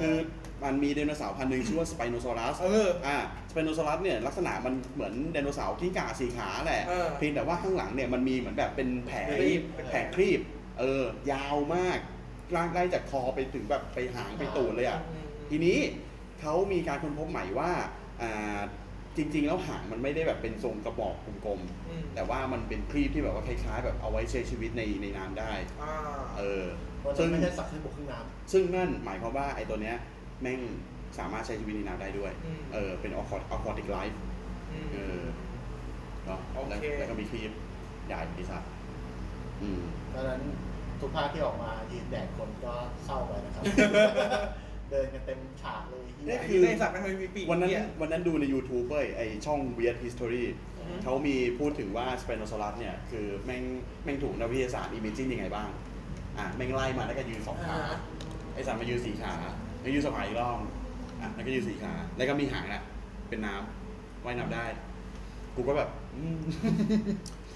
Speaker 3: คือมันมีไดโนเสาร์พันธุ์หนึ่งชื่อว่าสไปโนซอรัส
Speaker 2: เออ
Speaker 3: อ่าสเปนโนซอรัสเนี่ยลักษณะมันเหมือนไดโนเสาร์กิ้งก่าสีขาแหละ
Speaker 2: เออ
Speaker 3: เพียงแต่ว่าข้างหลังเนี่ยมันมีเหมือนแบบเป็นแผล
Speaker 2: ครีบ
Speaker 3: แผลครีบ เออ ยาวมากลากไล่จากคอไปถึงแบบไปหางไปตูดเลยอ่ะ ทีนี้เขามีการค้นพบใหม่ว่าอ่าจริง ๆ แล้วหางมันไม่ได้แบบเป็นทรงกระบอกกลม
Speaker 2: อืม
Speaker 3: ๆ แต่ว่ามันเป็นครีบที่แบบว่าคล้ายๆ แบบเอาไว้ใช้ชีวิตในในน้ำได้
Speaker 2: อ่า
Speaker 3: เออ
Speaker 4: มันจะ
Speaker 3: ซึ่ง
Speaker 4: ไม่ใช่สัตว์ที่บุกขึ้นน้
Speaker 3: ซึ่งนั่นหมายความว่าไอ้ตัวเนี้ยแม่งสามารถใช้ชีวิตในน้ำได้ด้วย
Speaker 2: อืม
Speaker 3: เออ เป็นออคอติกไลฟ์
Speaker 2: ม
Speaker 3: เออ เนาะ
Speaker 2: โอเค
Speaker 3: แล้วแล้วก็มีครีมใหญ่ปีศาจอืม
Speaker 4: ำดังนั้นทุกภาคที่ออกมายืนแดกคนก็เศร้าไป
Speaker 3: [laughs]
Speaker 4: นะครับ เดินกันเต็มฉากเลยที่
Speaker 3: นี่
Speaker 4: ไหน
Speaker 3: คื
Speaker 2: คือในสัตว์มันมีปีก
Speaker 3: วันนั้น
Speaker 2: เหี้ย
Speaker 3: วันนั้นดูใน YouTube เว้ยไอช่อง Weird History
Speaker 2: อือฮึ
Speaker 3: เขามีพูดถึงว่าสเปนโนซอรัสเนี่ย คือแม่งแม่งถูกนักวิทยาศาสตร์อิมเมจินยังไงบ้าง อ่ะ แม่งไล่มาแล้วก็ยืนสองขา
Speaker 2: อ่า
Speaker 3: ไอสัตว์มายืนสี่ขาแล้วยืนสองขาอีกรอบอ่ะแล้วก็ยืนสี่ขา แล้วก็มีหางแหละเป็นน้ำว่ายน้ำได้ กูก็แบบ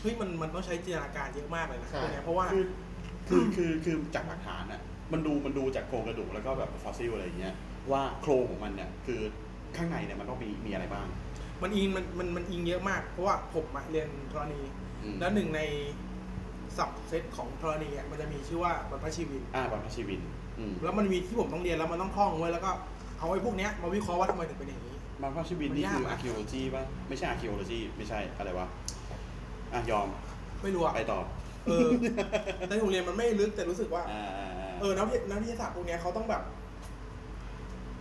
Speaker 2: เฮ้ยมันมันต้องใช้จินตนาการเยอะมากเลยนะ
Speaker 4: ใช่
Speaker 2: ตัวเนี้ยเพราะว่า
Speaker 3: คือ คือคือคือจากหลักฐานอ่ะมันดูมันดูจากโครงกระดูกแล้วก็แบบฟอสซิลอะไรอย่างเงี้ยว่าโครงของมันเนี่ยคือข้างในเนี่ยมันต้องมีมีอะไรบ้าง
Speaker 2: มันอิงมันมันมันอิงเยอะมาก เพราะว่าผมอะเรียนธรณี
Speaker 3: อืม
Speaker 2: แล้วหนึ่งในสับเซตของธรณีอะมันจะมีชื่อว่าบรรพชีวิน
Speaker 3: อ่าบรรพชีวินอืม
Speaker 2: แล้วมันมีที่ผมต้องเรียนแล้วมันต้องท่องไว้แล้วก็เอาไอ้พวกเนี้ยมาวิเคราะห์ว่าทำไมถึงเป็นอย่างนี้
Speaker 3: บรรพชีวินนี่คือ
Speaker 2: มันยากไหม
Speaker 3: อาร์ o โ o จีป่ะไม่ใช่อาร์ o โ o จีไม่ใช่อะไรวะอ่ะยอม
Speaker 2: ไม่รู้อะ
Speaker 3: ไปต่อ [laughs]
Speaker 2: เออแต่ที่ผมเรียนมันไม่ลึกแต่รู้สึกว่า
Speaker 3: อ่าอ่าอ่า
Speaker 2: เออนักวิทยานักวิทยาศาสตร์พวกเนี้ยเขาต้องแบบ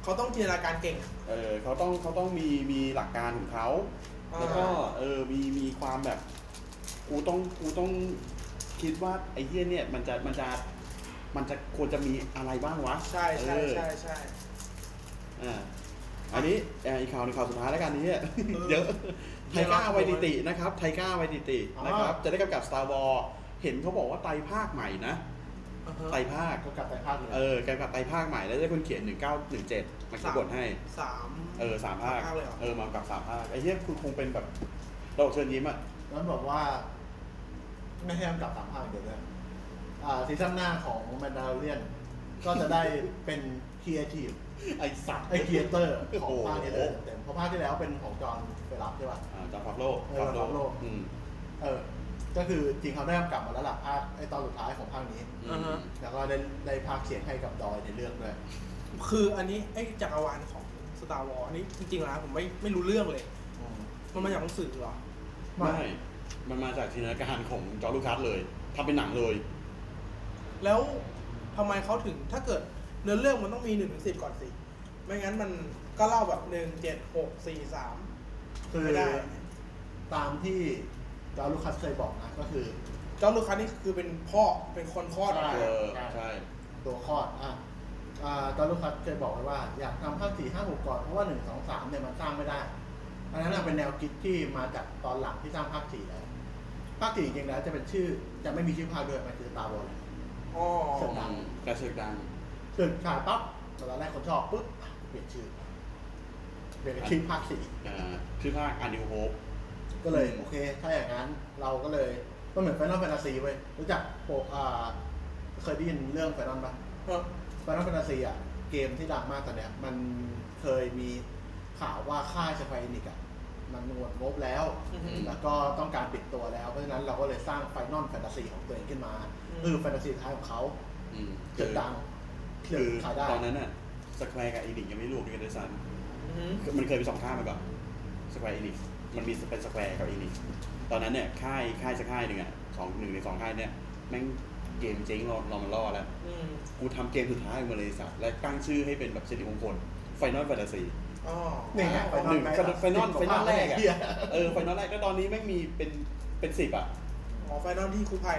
Speaker 2: เขาต้องจินตนาการเก่งอะ
Speaker 3: เออเขาต้องเขาต้องมีมีหลักการของเขา
Speaker 2: อ่า
Speaker 3: แล้วก็เออมีมีความแบบกูต้องกูต้องคิดว่าไอ้เหี้ยเนี่ยมันจะมันจะมันจะควรจะมีอะไรบ้างวะ
Speaker 2: ใช่ใช่
Speaker 3: เออ
Speaker 2: ใช่ใช่
Speaker 3: อ่าอันนี้เอ่ออีกข่าวหนึงข่าวสุดท้ายแล้วกันนี้เนี่ย
Speaker 2: ออ
Speaker 3: เยอะไทก้า
Speaker 2: เดี๋ยวเรา
Speaker 3: ไวติตินะครับ ไทก้าไวติติ
Speaker 4: อ๋อ
Speaker 3: นะครับ จะได้กำกับ Star Wars เห็นเขาบอกว่าไตรภาคใหม่นะ
Speaker 2: อ่าฮะ
Speaker 3: ไตรภาค
Speaker 4: เขากลับไปภาคเลย
Speaker 3: เออกำกับไตรภาคใหม่แล้วได้คนเขียน 1917 มันคือบทให้
Speaker 2: สาม
Speaker 3: เออสามภาค
Speaker 2: เลยเหรอ
Speaker 3: เออ มากำกับสามภาค ไอ้เหี้ยคุณคงเป็นแบบเราเชิญยิ้มอ่ะ
Speaker 4: แล้วบอกว่า ไม่ให้กำกับสามภาคเดี๋ยวด้วยอ่าซีซั่นหน้าของแมนดาเรียนก็จะได้เป็นครีเอทีฟ
Speaker 3: ไอ้สัตว์
Speaker 4: ไอครีเอเตอร์ของ
Speaker 3: โโห
Speaker 4: ภาคนี้เลยเต็มเพราะภาคที่แล้วเป็นของจอห์นเฟลับใช่ป่ะ
Speaker 3: อ่าจากฟอกโลก
Speaker 4: เออฟอกโลก
Speaker 3: อืม
Speaker 4: เออ ก็คือจริงเขาได้กำกับมาแล้วล่ะภาคไอตอนสุดท้ายของภาคนี้
Speaker 2: อ่าฮะ
Speaker 4: แล้วก็ได้ได้ภาคเขียนให้กับดอยในเรื่องด้วย
Speaker 2: คืออันนี้ไอ้จักรวาลของสตาร์วอลอันนี้จริงๆแล้วนะผมไม่ไม่รู้เรื่องเลย
Speaker 4: อืม
Speaker 2: มันมาจากหนังสือเหรอ
Speaker 4: ไม่
Speaker 3: ไม่ มันมาจากจินตนาการของจอร์จลูคัสเลยทำเป็นหนังเลย
Speaker 2: แล้วทำไมเขาถึงถ้าเกิดเนื้อเรื่องมันต้องมีหนึ่งถึงสิบก่อนสิ ไม่งั้นมันก็เล่าแบบหนึ่งเจ็ดหกสี่สาม
Speaker 4: คือ
Speaker 2: ไม่ได้
Speaker 4: ตามที่จอร์จลูคัสเคยบอกนะ ก็คือ
Speaker 2: เจ้าลูกค้านี่คือเป็นพ่อเป็นคนคลอดออก
Speaker 3: เอ
Speaker 2: มา
Speaker 3: อ ใช่
Speaker 4: ตัวคลอดอ่ะอ่าจอร์จลูคัสเคยบอกไว้ว่า อยากทำภาคสี่ห้าหกก่อน เพราะว่าหนึ่งสองสามเนี่ยมันสร้างไม่ได้อันนั้นนะเป็นแนวคิดที่มาจากตอนหลังที่สร้างภาคสี่แล้วภาคสี่จริงๆแล้วจะเป็นชื่อจะไม่มีชื่อภาคด้วยมันคือตาบอล
Speaker 2: อ๋อ
Speaker 4: เดัง
Speaker 3: กระเสือกดัง
Speaker 4: เกิดขายปั๊บตอนแรกคนชอบปุ๊บอ่ะเปลี่ยนชื่อเปลี่ยนเป็นชื่อภาคสี่
Speaker 3: อ่าชื่อภาคอานิวโฮป
Speaker 4: ก็เลยโอเค ถ้าอย่างนั้นเราก็เลยมันเหมือน Final Fantasy เว้ยรู้จักโปะอ่าเคยได้ยินเรื่อง Final ปะ Final Fantasy อ่ะ เกมที่ดังมากตอนเนี้ย มันเคยมีข่าวว่าค่ายสไปนิกอ่ะ มันหมดงบแล้ว
Speaker 2: อือฮึ
Speaker 4: แล้วก็ต้องการปิดตัวแล้ว เพราะฉะนั้นเราก็เลยสร้าง Final Fantasy ของตัวเองขึ้นมา
Speaker 2: อืม
Speaker 4: คือ Fantasy ท้ายของเขา
Speaker 3: อืม
Speaker 4: เกิดดังเกิ
Speaker 3: คื
Speaker 4: ด
Speaker 3: อ
Speaker 4: ขายได้
Speaker 3: ตอนนั้นน่ะสแควร์กับอีนิกยังไม่รวมด้วยกันด้วยซ้
Speaker 2: อือหือ
Speaker 3: ำคือมันเคยมีสองค่ายมาก่อนสแควร์อีนิกมันมีเป็นสแควร์กับอีนิกตอนนั้นเนี่ยค่ายค่ายสักค่ายหนึ่งอ่ะสองหนึ่งในสองค่ายเนี่ยแม่งเกมเจ๊งรอรอมันรอแล้ว
Speaker 2: อืม
Speaker 3: กูทำเกมสุดท้ายออกมาเลยสัตว์และตั้งชื่อให้เป็นแบบสิริมงคลไฟนอลแฟนตาซี
Speaker 2: อ๋อ
Speaker 4: นี่ไง Final
Speaker 3: หนึ่ง
Speaker 4: Fantasy
Speaker 3: ไฟนอลไฟนอลแรกอ่ะ
Speaker 4: เหี้ย
Speaker 3: เออไฟนอลแรกก็ตอนนี้แม่งมีเป็นเป็นสิบอ่ะ
Speaker 2: อ๋อไฟนอลที่ครูไผ่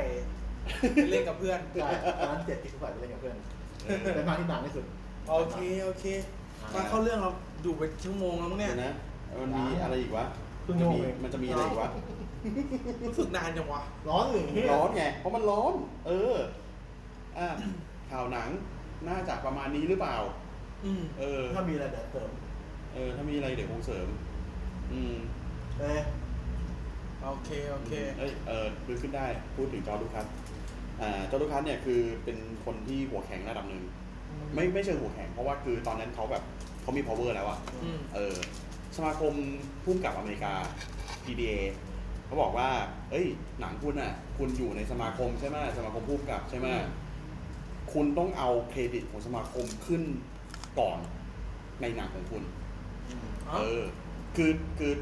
Speaker 2: ไปเล่นกับเพื่อน
Speaker 4: ใช่ตอนนั้นเจ็ดที่คุณฝ่ายไปเล่นกับเพื่อน
Speaker 3: เออ
Speaker 4: เป็นภาคที่ดังที่สุด
Speaker 2: โอเค โอเคมาเข้าเรื่องเราดูไปชั่วโมงแล้วมั้งเนี่ย
Speaker 3: เดี๋ยวนะมันมีอะไรอีกวะ
Speaker 4: เพิ่
Speaker 3: มั
Speaker 4: ง
Speaker 3: น
Speaker 4: โย
Speaker 3: จะมี
Speaker 4: กเอง
Speaker 3: มันจะมีอะไรอีกวะ
Speaker 2: รู้สึกนานจังวะ
Speaker 4: ร้อนหรือเหี้ย
Speaker 3: ร้อนไง เพราะมันร้อน เออ อ่ะ ข่าวหนัง น่าจะประมาณนี้หรือเปล่า
Speaker 2: อืม
Speaker 3: เออ
Speaker 4: ถ้ามีอะไรเดี๋ยวเติม
Speaker 3: เออ ถ้ามีอะไรเดี๋ยวคงเสริม อืม
Speaker 4: เอ้ย
Speaker 2: โอเค โอเค
Speaker 3: เอ้ย เออดึงขึ้นได้ พูดถึงจอร์จลูคัสอ่า จอร์จลูคัสเนี่ยคือเป็นคนที่หัวแข็งระดับหนึ่ง ไม่ไม่เชิงหัวแข็ง เพราะว่าคือตอนนั้นเขาแบบเขามี power แล้วอะ
Speaker 2: อืม
Speaker 3: เออสมาคมพุ่มกับอเมริกา PDA เขาบอกว่า เอ้ย หนังคุณอ่ะ คุณอยู่ในสมาคมใช่ไหมสมาคมพุ่มกับใช่ไหม
Speaker 2: อืม
Speaker 3: คุณต้องเอาเครดิตของสมาคมขึ้นก่อนในหนังของคุณ
Speaker 2: อ๋อ
Speaker 3: เออ คือคือ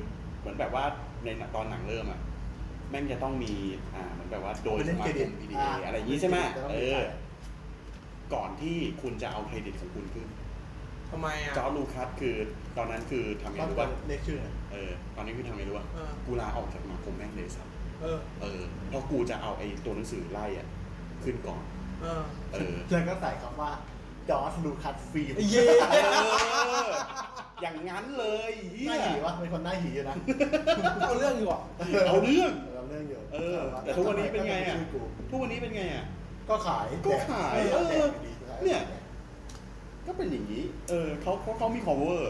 Speaker 3: เหมือนแบบว่าในตอนหนังเริ่มอ่ะ แม่งจะต้องมี อ่า เหมือนแบบว่าโดยสมาคม PDA อะไรอย่างนี้ใช่ไหมเออ ก่อนที่คุณจะเอาเครดิตของคุณขึ้น
Speaker 2: ทำไมอ่ะ
Speaker 3: จอร์จลูคัสคือตอนนั้นคือทำยังไง
Speaker 4: ต้อง
Speaker 3: รู้
Speaker 4: เปิ
Speaker 3: ป่ะ
Speaker 4: ดเรียกชื่อหน่อย
Speaker 3: เออตอนนี้คือทำไงรู้ว่า
Speaker 2: เออ
Speaker 3: กูลาออกจากสมาคมแม่งเลยสับ
Speaker 2: เออ
Speaker 3: เออเพราะกูจะเอาไอ้ตัวหนังสือไล่อ่ะ ขึ้นก่อน
Speaker 2: เออ
Speaker 3: เออ
Speaker 4: แล้วก็ใส่คำว่าจอร์จลูคัสฟิล์ม
Speaker 2: เย่
Speaker 3: เออ อย่างนั้นเลยเหี้ย
Speaker 4: หน้าหีวะเป็นคนหน้าหีอยู่นะ
Speaker 2: เอาเรื่องอยู่อ่ะ
Speaker 3: เอาเรื่อง
Speaker 4: เราเรื่องอยู่
Speaker 3: เออ แต่ทุกวันนี้เป็นไงอ่ะ ทุกวันนี้เป็นไงอ่ะ
Speaker 4: ก็ขาย
Speaker 3: ก็ขาย
Speaker 4: แดก
Speaker 3: เออ
Speaker 4: แดกดี
Speaker 3: เนี่ย ก็เป็นอย่างนี้ เออเขาเขาเขามี cover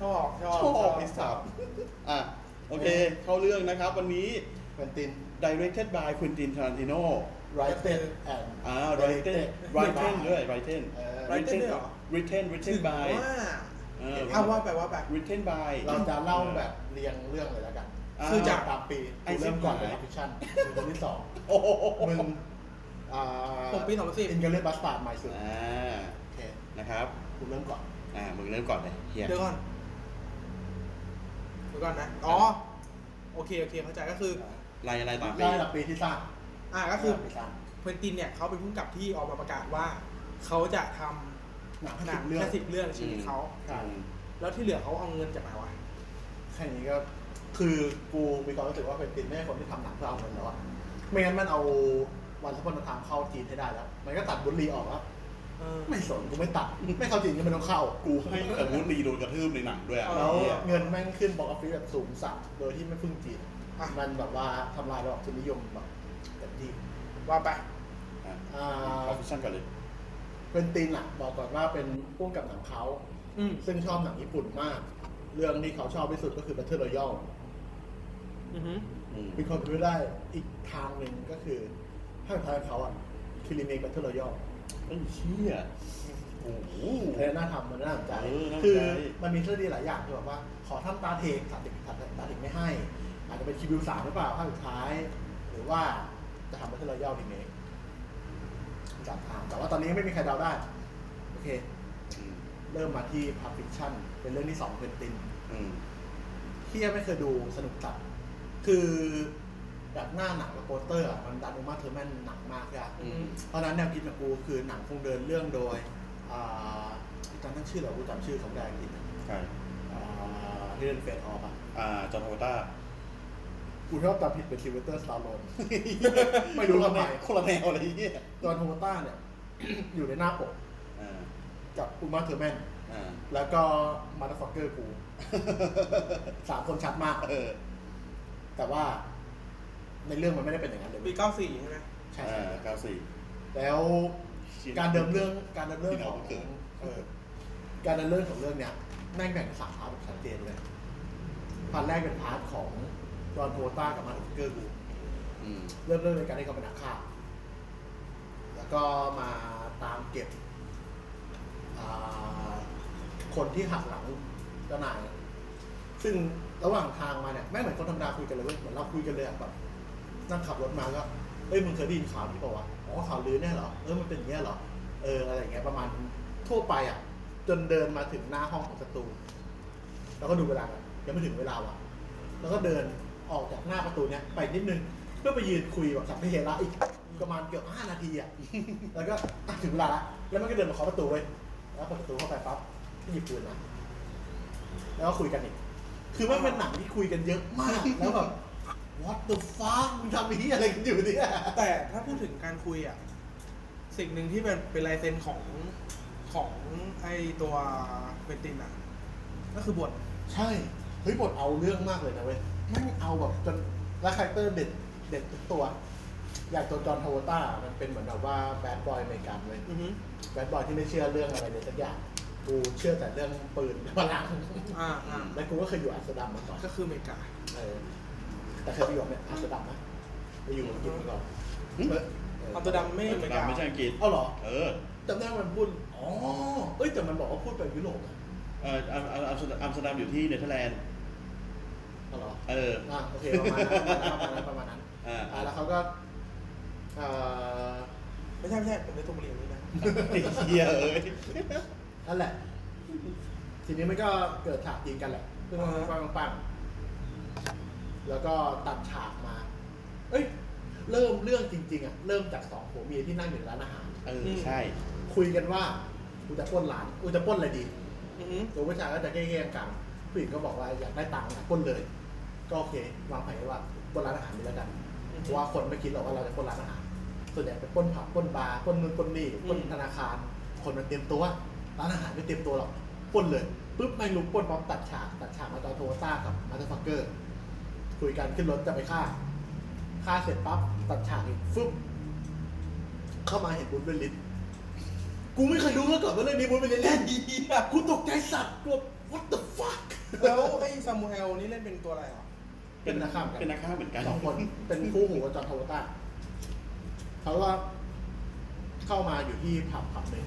Speaker 2: ชอบชอบ
Speaker 3: ชอบไอ้สับอ่ะ โอเค เข้าเรื่องนะครับ วันนี้
Speaker 4: เป็นติน
Speaker 3: directed by Quentin Tarantino
Speaker 4: ไรเทนแอน
Speaker 3: อ่าไรเทนไรเทนด้วยไรเทน
Speaker 2: Brighton ด้วยเหรอ
Speaker 3: written
Speaker 2: ถึ
Speaker 3: written
Speaker 2: ง
Speaker 3: by
Speaker 2: ว่า
Speaker 3: เออ
Speaker 2: เอาว่าไปว่าไป
Speaker 3: written by
Speaker 4: เราจะเล่าแบบเรียงเรื่องเลยแล้วกัน
Speaker 3: อ่า
Speaker 2: คือจาก
Speaker 4: ตามปี
Speaker 3: ไอ้
Speaker 4: กูเริ่มก่อน
Speaker 3: สิ
Speaker 4: เล
Speaker 3: บ
Speaker 4: ย
Speaker 3: หาย
Speaker 4: ฟิ
Speaker 3: [laughs]
Speaker 4: ชั่นมึงคนที่สอง
Speaker 3: โอ้โห
Speaker 4: มึง
Speaker 2: ผมปี2010
Speaker 4: อินเกเลียบัสตาร์ดใหม่สุด
Speaker 3: อ่า
Speaker 4: โอเค
Speaker 3: นะครับ
Speaker 4: กูเริ่มก่อน
Speaker 3: อ่ามึงเริ่มก่อนเลยเฮีย
Speaker 2: เดี๋ยวก่อนเดี๋ยวก่อนนะ อ๋อ โอเค โอเค เข้าใจก็คือ
Speaker 3: ลายอะไรตามไป
Speaker 4: ได้ระดับปีที่สร้าง
Speaker 2: อ่า ก็คือ
Speaker 4: ระดับปีสร้าง
Speaker 2: เพนตินเนี่ยเขาเป็นผู้กำกับที่ออกมาประกาศว่า เขาจะท
Speaker 4: หนัง
Speaker 2: ำห
Speaker 4: ห
Speaker 2: นั
Speaker 4: นั
Speaker 2: ง
Speaker 4: งเรื่อง
Speaker 2: แค่สิบเรื่องในชีวิตเขา
Speaker 4: ครับ
Speaker 2: แล้วที่เหลือเขาเอาเงินจากไหนวะ
Speaker 4: แค่นี้ก็คือกูมีความรู้สึกว่าเป็นตินไม่ใช่คนที่ทำหนังเพื่อเอาเงินแล้วอะไม่งั้นมันเอาวันสปอนทามเข้าจีนให้ได้แล้ว มันก็ตัดบุลลีออกแล้ว
Speaker 2: เออ
Speaker 4: ไม่สนกูไม่ตัด ไม่เข้าจีนก็ไม่ต้องเข้า
Speaker 3: กูให้แต่มุนีโดนกระทืบในหนังด้วยอ่ะ
Speaker 4: แล้ว
Speaker 3: เหี้ย
Speaker 4: เงินแม่งขึ้นบอกออฟฟิศแบบสูงสักโดยที่ไม่พึ่งจีน
Speaker 2: อ่ะ
Speaker 4: มันแบบว่าทำลายระบบทุนนิยมแบบเต็มที่
Speaker 2: ว่าไป
Speaker 3: อ่ะ
Speaker 4: อ่า
Speaker 3: เอาฟิชชั่นก่อนเลย
Speaker 4: เป็นตินอะบอกก่อนว่าเป็นพ่วงกับหนังเขา
Speaker 2: อืม
Speaker 4: ซึ่งชอบหนังญี่ปุ่นมาก เรื่องที่เขาชอบที่สุดก็คือ Battle Royale
Speaker 2: อือหือ
Speaker 3: อืม
Speaker 4: มีความเป็นไปได้อีกทางหนึ่งก็คือถ้าทางเขาอ่ะคือรีเมคแบทเทิลรอยัล
Speaker 3: ไอ้เชี่ยโอ้โห
Speaker 4: เทรน่าทำมันน่าสนใจ
Speaker 3: เออน่าสนใจ
Speaker 4: คือมันมีทฤษฎีหลายอย่างที่แบบว่า ขอทำตาเทงตาเทงตาเทงไม่ให้ อาจจะเป็นคิวบิวสามหรือเปล่าภาคสุดท้าย หรือว่าจะทำแบทเทิลรอยัลรีเมคสามทางแต่ว่าตอนนี้ไม่มีใครเดาได้ โอเค
Speaker 3: อืม
Speaker 4: เริ่มมาที่พับฟิคชั่นเป็นเรื่องที่สองเป็นติน
Speaker 3: อืม
Speaker 4: ที่ยังไม่เคยดูสนุกจัดคือแบบหน้าหนังกับโปสเตอร์อะมันดันอุมาเทอร์แมนหนักมากเลยอะ
Speaker 3: อืม
Speaker 4: เพราะฉะนั้นแนวคิดของกูคือหนังคงเดินเรื่องโดยอ่าจำท่านชื่อเหรอกูจำชื่อเขาไม่ได้จริง
Speaker 3: ใคร
Speaker 4: เรื่องเฟสออฟอ่ะ
Speaker 3: อ่า จอห์นโฮต้า
Speaker 4: กูชอบจำผิดเป็นซิลเวสเตอร์สตาร์โลน [laughs] ไม่รู้ทำไม
Speaker 3: คนละแนวอะไรเงี้ย
Speaker 4: จอห์นโฮต้าเนี่ย [coughs] อยู่ในหน้าปก
Speaker 3: อ่า
Speaker 4: กับอุมาเทอร์แมน
Speaker 3: อ่า
Speaker 4: แล้วก็มาร์ฟอกเกอร์กู [laughs] สามคนชัดมาก
Speaker 3: เออ
Speaker 4: แต่ว่าในเรื่องมันไม่ได้เป็นอย่างนั้นเลย
Speaker 2: ปีเก้าสี่ใช่ไหม
Speaker 4: ใช่
Speaker 3: อ่า
Speaker 4: ใช่
Speaker 3: เก้าสี่
Speaker 4: แล้วการเดิมเรื่องการเดิมเรื่องของ
Speaker 3: ที่เรา
Speaker 4: เออการเดิมเรื่องของเรื่องเนี้ยแม่งแบ่งเป็นสามพาร์ทแบบชัดเจนเลยพาร์ทแรกเป็นพาร์ทของจอห์นโทต้ากับมาร์ตินเกอร์กู
Speaker 3: อืม
Speaker 4: เริ่มเรื่องในการที่เขาเป็นนักฆ่า แล้วก็มาตามเก็บอ่าคนที่หักหลังเจ้านายซึ่งระหว่างทางมาเนี่ยแม่งเหมือนคนธรรมดาคุยกันเลยเว้ยเหมือนเราคุยกันเลยอะแบบ นั่งขับรถมาก็ เอ้ยมึงเคยได้ยินข่าวนี้เปล่าวะ อ๋อข่าวลือแน่ยเหรอ เออมันเป็นอย่างเงี้ยเหรอ เอออะไรอย่างเงี้ยประมาณทั่วไปอ่ะ จนเดินมาถึงหน้าห้องของศัตรูแล้วก็ดูเวลากันยังไม่ถึงเวลาว่ะ แล้วก็เดินออกจากหน้าประตูเนี้ยไปนิดนึงเพื่อไปยืนคุยแบบสัพเพเหระอีกประมาณเกือบห้านาทีอ่ะ แล้วก็อ่ะถึงเวลาละแล้วมันก็เดินมาเคาะประตูเว้ยแล้วเปิดประตูเข้าไปปั๊บก็หยิบปืนมาแล้วก็คุยกันอีก คือว่าเป็นหนังที่คุยกันเยอะม [laughs] ากแล้วแบบ what the fuck มึงทำไอ้เหี้ยอะไรกันอยู่เนี่ย
Speaker 2: แต่ถ้าพูดถึงการคุยอ่ะ สิ่งหนึ่งที่เป็นเป็นลายเซ็นของของไอตัวเวนตินอ่ะ ก็คือบท
Speaker 4: ใช่ เฮ้ยบทเอาเรื่องมากเลยนะเว้ยไม่งเอาแบบจนและคาแรคเตอร์เด็ดเด็ดทุกตัว อย่างตัวจอห์นทาวต้า มันเป็นเหมือนแบบว่าแบดบอยอเมริกันเลย
Speaker 2: อือฮึ
Speaker 4: แบดบอยที่ไม่เชื่อเรื่องอะไรเลยสักอย่าง กูเชื่อแต่เรื่องปืนพ [laughs] ลัง
Speaker 2: อ่าอ่า
Speaker 4: และกูก็เคยอยู่อัมสเตอร์ดัมมาก่อน
Speaker 2: ก็คืออเมริกา
Speaker 4: เออแต่เคยไปอยู่อัมสเตอร์ดัมไหมไปอยู่อังกฤษมาก่อน
Speaker 3: หึ
Speaker 4: เออ
Speaker 2: อัมสเตอร์ดัมไม่อเมริกา
Speaker 3: ไม่ใช่อังกฤษ
Speaker 4: เอาเหรอ
Speaker 3: เออ
Speaker 4: จำได้ว่ามันพูด อ๋อ เอ้ยแต่มันบอกว่าพูดไปยุโรปนะ
Speaker 3: เอออัมอัมอัมสเตอร์อัมสเตอร์ดัมอยู่ที่เนเธอร์แลนด์
Speaker 4: เอาเหรอ
Speaker 3: เออ
Speaker 4: [laughs] อ่ะโอเค ประมาณนั้นประมาณนั้นประมาณนั้น
Speaker 3: อ่า
Speaker 4: แล้วเขาก็เอ่อ
Speaker 2: ไม่ใช่ไม่ใช่ผมได้ตรงเรียนนี่นะ
Speaker 3: ไอ้เฮียเอ้ย
Speaker 4: นั่นแหละ ทีนี้มันก็เกิดฉากยิงกันแหละซึ่งมัน
Speaker 2: อ่าฮะ
Speaker 4: ปังปังๆแล้วก็ตัดฉากมา เอ้ย เริ่มเรื่องจริง ๆอ่ะ เริ่มจากสองผัวเมียที่นั่งอยู่ร้านอาหาร
Speaker 3: เออ ใช่
Speaker 4: คุยกันว่ากูจะปล้นร้านกูจะปล้นอะไรดี
Speaker 2: อือฮึ
Speaker 4: ตัวผู้ชายก็จะเก้งๆกันผู้หญิงก็บอกว่าอยากได้ตังค์นะปล้นเลย ก็โอเควางแผนไว้ว่าปล้นร้านอาหารนี่แล้วกัน
Speaker 2: อืม
Speaker 4: เพราะว่าคนไม่คิดหรอกว่าเราจะปล้นร้านอาหาร ส่วนใหญ่ไปปล้นผับปล้นบาร์ปล้นนู่นปล้นนี่ปล้น
Speaker 2: อืม
Speaker 4: ธนาคาร คนมันเตรียมตัว ร้านอาหารไม่เตรียมตัวหรอกปล้นเลยปุ๊บไม่รู้ปล้นปั๊บตัดฉากตัดฉากมาตอนโทรต้ากับมาเตอร์ฟักเกอร์คุยกันขึ้นรถจะไปฆ่าฆ่าเสร็จปั๊บตัดฉากอีกฟึบเข้ามาเห็นบุญเป็นลิศ กูไม่เคยรู้มาก่อนว่าเรื่องนี้มุ้ยเป็นเล่นดีอะกูตกใจสัตว์กูแบบ what the fuck
Speaker 2: แล้วไอ้ซามูเอลนี่เล่นเป็นตัวอะไรเหรอ
Speaker 4: เป็นนักฆ่าเหมือนกัน
Speaker 3: เป็นนักฆ่าเหมือนกัน
Speaker 4: สองคนเป็นคู่หูกับจอห์นโทวต้า เขาก็เข้ามาอยู่ที่ผับผับหนึ่ง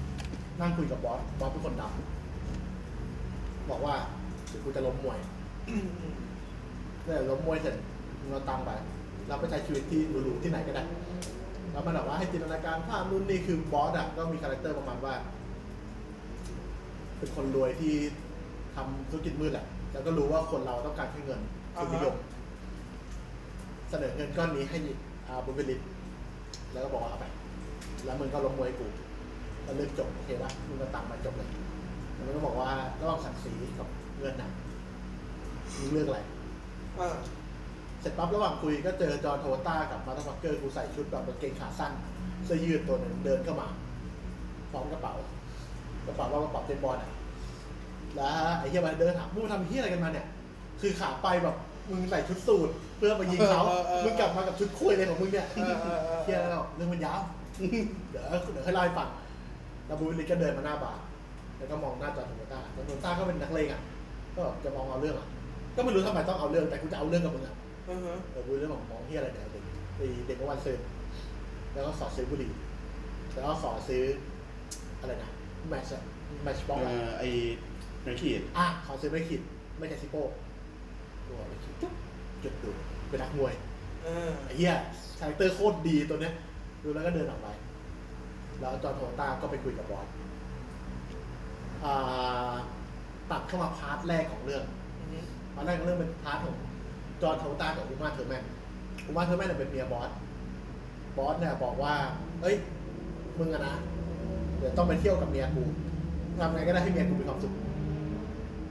Speaker 4: นั่งคุยกับบอสบอสเป็นคนดำบอกว่าเดี๋ยวกูจะล้มมวยเนี่ยล้มมวยเสร็จมึงเอาตังค์ไปเราไปใช้ชีวิตที่หรูๆที่ไหนก็ได้ แล้วมันแบบว่าให้จินตนาการภาพนู่นนี่คือบอสอ่ะก็มีคาแรคเตอร์ประมาณว่า เป็นคนรวยที่ทำธุรกิจมืดแหละ แล้วก็รู้ว่าคนเราต้องการแค่เงินคือนิยม เสนอเงินก้อนนี้ให้อาบุญผลิตแล้วก็บอกว่าเอาไป แล้วมึงก็ล้มมวยกูแล้วเลิกจบโอเคละมึงก็ตังมาจบเลย แล้วมันก็บอกว่าระหว่างสังสีกับเงินน่ะมึงเลือกอะไร
Speaker 2: อ่า
Speaker 4: เสร็จปั๊บระหว่างคุยก็เจอจอห์นโทต้ากับมาร์ตฟักเกอร์กูใส่ชุดแบบกางเกงขาสั้นเสื้อยืดตัวหนึ่งเดินเข้ามาพร้อมกระเป๋ากระเป๋าว่ากระเป๋าเจนบอลอ่ะแล้วไอ้เฮียมันเดินถามมึงทำเฮียอะไรกันมาเนี่ย คือขาไปแบบมึงใส่ชุดสูทเพื่อไปยิงเขามึงกลับมากับชุดคุยเลยของมึงเนี่ยเฮียแล้วเรื่องมันยาว เดี๋ยวเดี๋ยวให้เล่าให้ฟังแล้วบูวิลลิสก็เดินมาหน้าบาร์แล้วก็มองหน้าจอห์นโทต้าจอห์นโทต้าก็เป็นนักเลงอ่ะก็จะมองเอาเรื่องอ่ะก็ไม่รู้ทำไมต้องเอาเรื่องแต่กูจะเอาเรื่องกับมึงอ่ะ
Speaker 2: อ่าฮะ
Speaker 4: เออพูดเรื่องของมองที่อะไรเนี่ยเด็กตีเด็กเมื่อวันซื้อแล้วก็ขอซื้อบุหรี่แล้วก็ขอซื้ออะไรนะแมชแมชบ็อก
Speaker 3: เอ่อไอ้ในขีด
Speaker 4: อ่ะขอซื้อไม่ขีดไม่ใช่ซิโป้ตัวไม่ขีดจุ๊บจุดดูเป็นนักมวย
Speaker 2: เออ
Speaker 4: ไอ้เหี้ยคาแรคเตอร์โคตรดีตัวเนี้ยดูแล้วก็เดินออกไปแล้วจอห์นโทต้าก็ไปคุยกับบอสอ่าตัดเข้ามาพาร์ทแรกของเรื่อง
Speaker 2: อือฮึ
Speaker 4: ตอนแรกก็เริ่มเป็นพาร์ทของจอร์นโทต้ากับอุมาเทอร์แมนอุมาเทอร์แมนเนยเป็นเมียบอส บอสเนี่ยบอกว่า เอ้ย มึงอะนะ เดี๋ยวต้องไปเที่ยวกับเมียกูทำไงก็ได้ให้เมียกูมีความสุข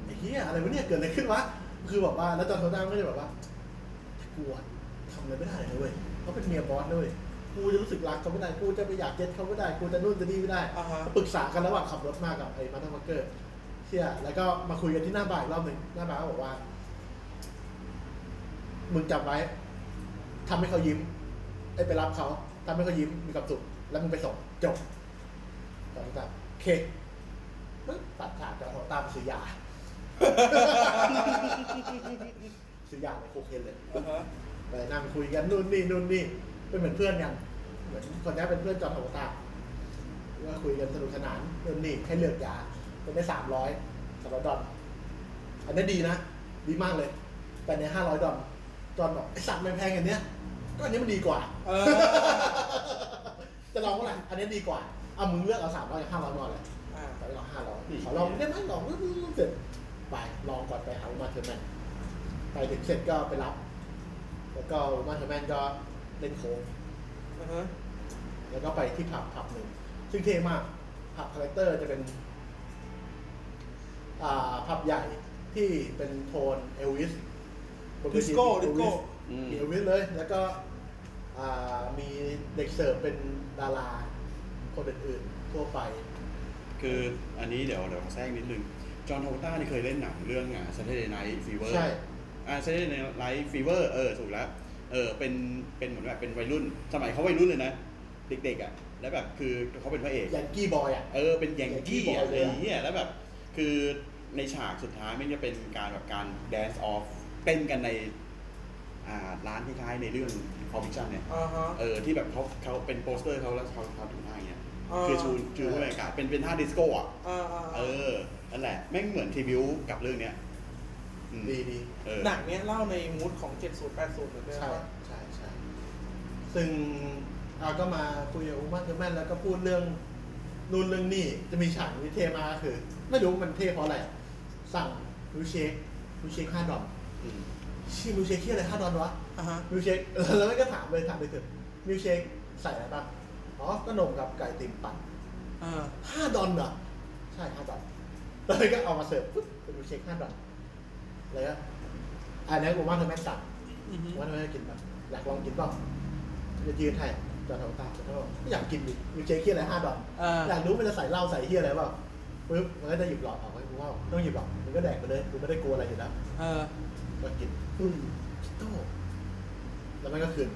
Speaker 4: ไอ้เหี้ยอะไรวะเนี่ยเกิดอะไรขึ้นวะ คือแบบว่า แล้วจอร์นโทต้าก็เลยแบบว่า กลัวทำอะไรไม่ได้เลยเว้ยเขาเป็นเมียบอสด้วย กูจะรู้สึกรักเขาไม่ได้ กูจะไปอยากเย็ดเขาไม่ได้ กูจะนู่นจะนี่ไม่ได้
Speaker 2: อ่าฮะ
Speaker 4: ปรึกษากันระหว่างขับรถมากกับไอ้มาร์ทมาร์เกอร์เชี่ยแล้วก็มาคุยกันที่หน้าบ่ายรอบหนึ่งหน้าบ่ายก็บอกว่า มึงจำไว้ทำให้เขายิ้มไอ้ยไปรับเขาทำให้เขายิ้มมีความสุขแล้วมึงไปส่งจบจอดรถตามโอเคปึ๊บตัดขาดจอดรถตามซื้อยา ซื้อยาในโคเคนเลย
Speaker 2: อ่าฮะ
Speaker 4: ไปนั่งคุยกันนู่นนี่นู่นนี่เป็นเหมือนเพื่อนกันเหมือนคนนี้เป็นเพื่อนจอมหัวตาก็คุยกันสนุกสนานนู่นนี่ให้เลือกยาเป็นได้สามร้อยสามร้อยดอลอันนี้ดีนะ ดีมากเลย แต่ในห้าร้อยดอลจอนบอกไอสัตว์มันแพงอย่างเนี้ยก็อันนี้มันดีกว่า
Speaker 2: เออ
Speaker 4: [laughs] จะลองว่าอะไรอันนี้ดีกว่าเอามึงเลือกเอาสามร้อยกับห้าร้อยก่อนเลย
Speaker 2: อ่า
Speaker 4: ไปลองห้าร้อยขอลองได้ไหมลองเสร็จไปลองก่อนไปหาอุมาเทอร์แมนไปถึงเสร็จก็ไปรับ แล้วก็อุมาเทอร์แมนก็เล่นโค้ง
Speaker 2: อ่าฮะ
Speaker 4: แล้วก็ไปที่ผับผับหนึ่งซึ่งเท่มากผับคาแรคเตอร์จะเป็น อ่าผับใหญ่ที่เป็นโทนเอลวิส
Speaker 2: ดิสโก้ดิสโก้
Speaker 3: อืม
Speaker 4: มีเอลวิสเลย แล้วก็อ่ามีเด็กเสิร์ฟเป็นดารา คนอื่นๆทั่วไป
Speaker 3: คืออันนี้เดี๋ยวเดี๋ยวขอแทรกนิดนึง จอห์นโฮต้านี่เคยเล่นหนังเรื่องอ่ะ Saturday Night Fever
Speaker 4: ใช่
Speaker 3: อ่า Saturday Night Fever เออถูกแล้วเออเป็นเป็นเหมือนแบบเป็นวัยรุ่น สมัยเขาวัยรุ่นเลยนะ เด็กๆอ่ะ แล้วแบบคือเขาเป็นพระเอก
Speaker 4: ยันกี้บอยอ่ะ
Speaker 3: เออเป็นอย่างกี้อะ
Speaker 4: อย่างกี้บอย
Speaker 3: ไร
Speaker 4: เลย
Speaker 3: อ
Speaker 4: อะ
Speaker 3: ย่างเงี้ยแล้วแบบคือในฉากสุดท้ายมันจะเป็นการแบบการแดนซ์ออฟเต้นกันในอ่าร้านคล้ายๆในเรื่องคอมมิชชั่นเนี่ย
Speaker 2: อ่าฮะ
Speaker 3: เออที่แบบเขาเขาเป็นโปสเตอร์เขาแล้วเขาเขาถือท่าอย่างเงี้ย
Speaker 2: อ่า
Speaker 3: คือชูชูบรรยากาศเป็นเป็นท่าดิสโก้อ่ะ
Speaker 2: อ่าอ่า
Speaker 3: เออนั่นแหละแม่งเหมือนทีวิวกับเรื่องเนี้ยอืม
Speaker 4: ดีดี
Speaker 3: เออ
Speaker 2: หนังเนี้ยเล่าในมูดของ 70 80เหมือนเดิม
Speaker 4: ใช่
Speaker 2: ปะ
Speaker 4: ใช่ใช่ซึ่งอาก็มาคุยกับอุมาเทอร์แมนแล้วก็พูดเรื่องนู่นเรื่องนี่จะมีฉากวิเทมาก็คือ ไม่รู้มันเท่เพราะอะไร สั่งมิลค์เชคมิลค์เชคห้าดอล
Speaker 3: อืม
Speaker 4: ชื่อมิลค์เชคที่อะไรห้าดอลวะ
Speaker 2: อ่าฮะ
Speaker 4: มิลค์เชคแล้วมันก็ถามเลยถามไปเถอะมิลค์เชคใส่อะไรบ้างอ๋อขนมกับไก่ติ่มปั่น
Speaker 2: อ่า
Speaker 4: ห้าดอลเหรอใช่ห้าดอลแล้วก็เอามาเสิร์ฟปุ๊บเป็นมิลค์เชคห้าดอลแล้วก็อันนี้ผมว่าเธอแม่สั่ง
Speaker 2: อือฮึ
Speaker 4: ว่าเธอไม่กินป่ะอยากลองกินเปล่าจะยืนให้จอทำตาจะบอกไม่อยากกินดิมิลค์เชคเฮียอะไรห้าดอล
Speaker 2: เอออ
Speaker 4: อยากรู้มันจะใส่เหล้าใส่เฮียอะไรเปล่าปุ๊บมันก็จะหยิบหลอดออกให้กูว่าไม่ต้องหยิบหลอดมันก็แดกไปเลยกูไม่ได้กลัวอะไรอยู่แล้ว
Speaker 2: เออ
Speaker 4: ก็กินอืมชิโต้แล้วมันก็คืน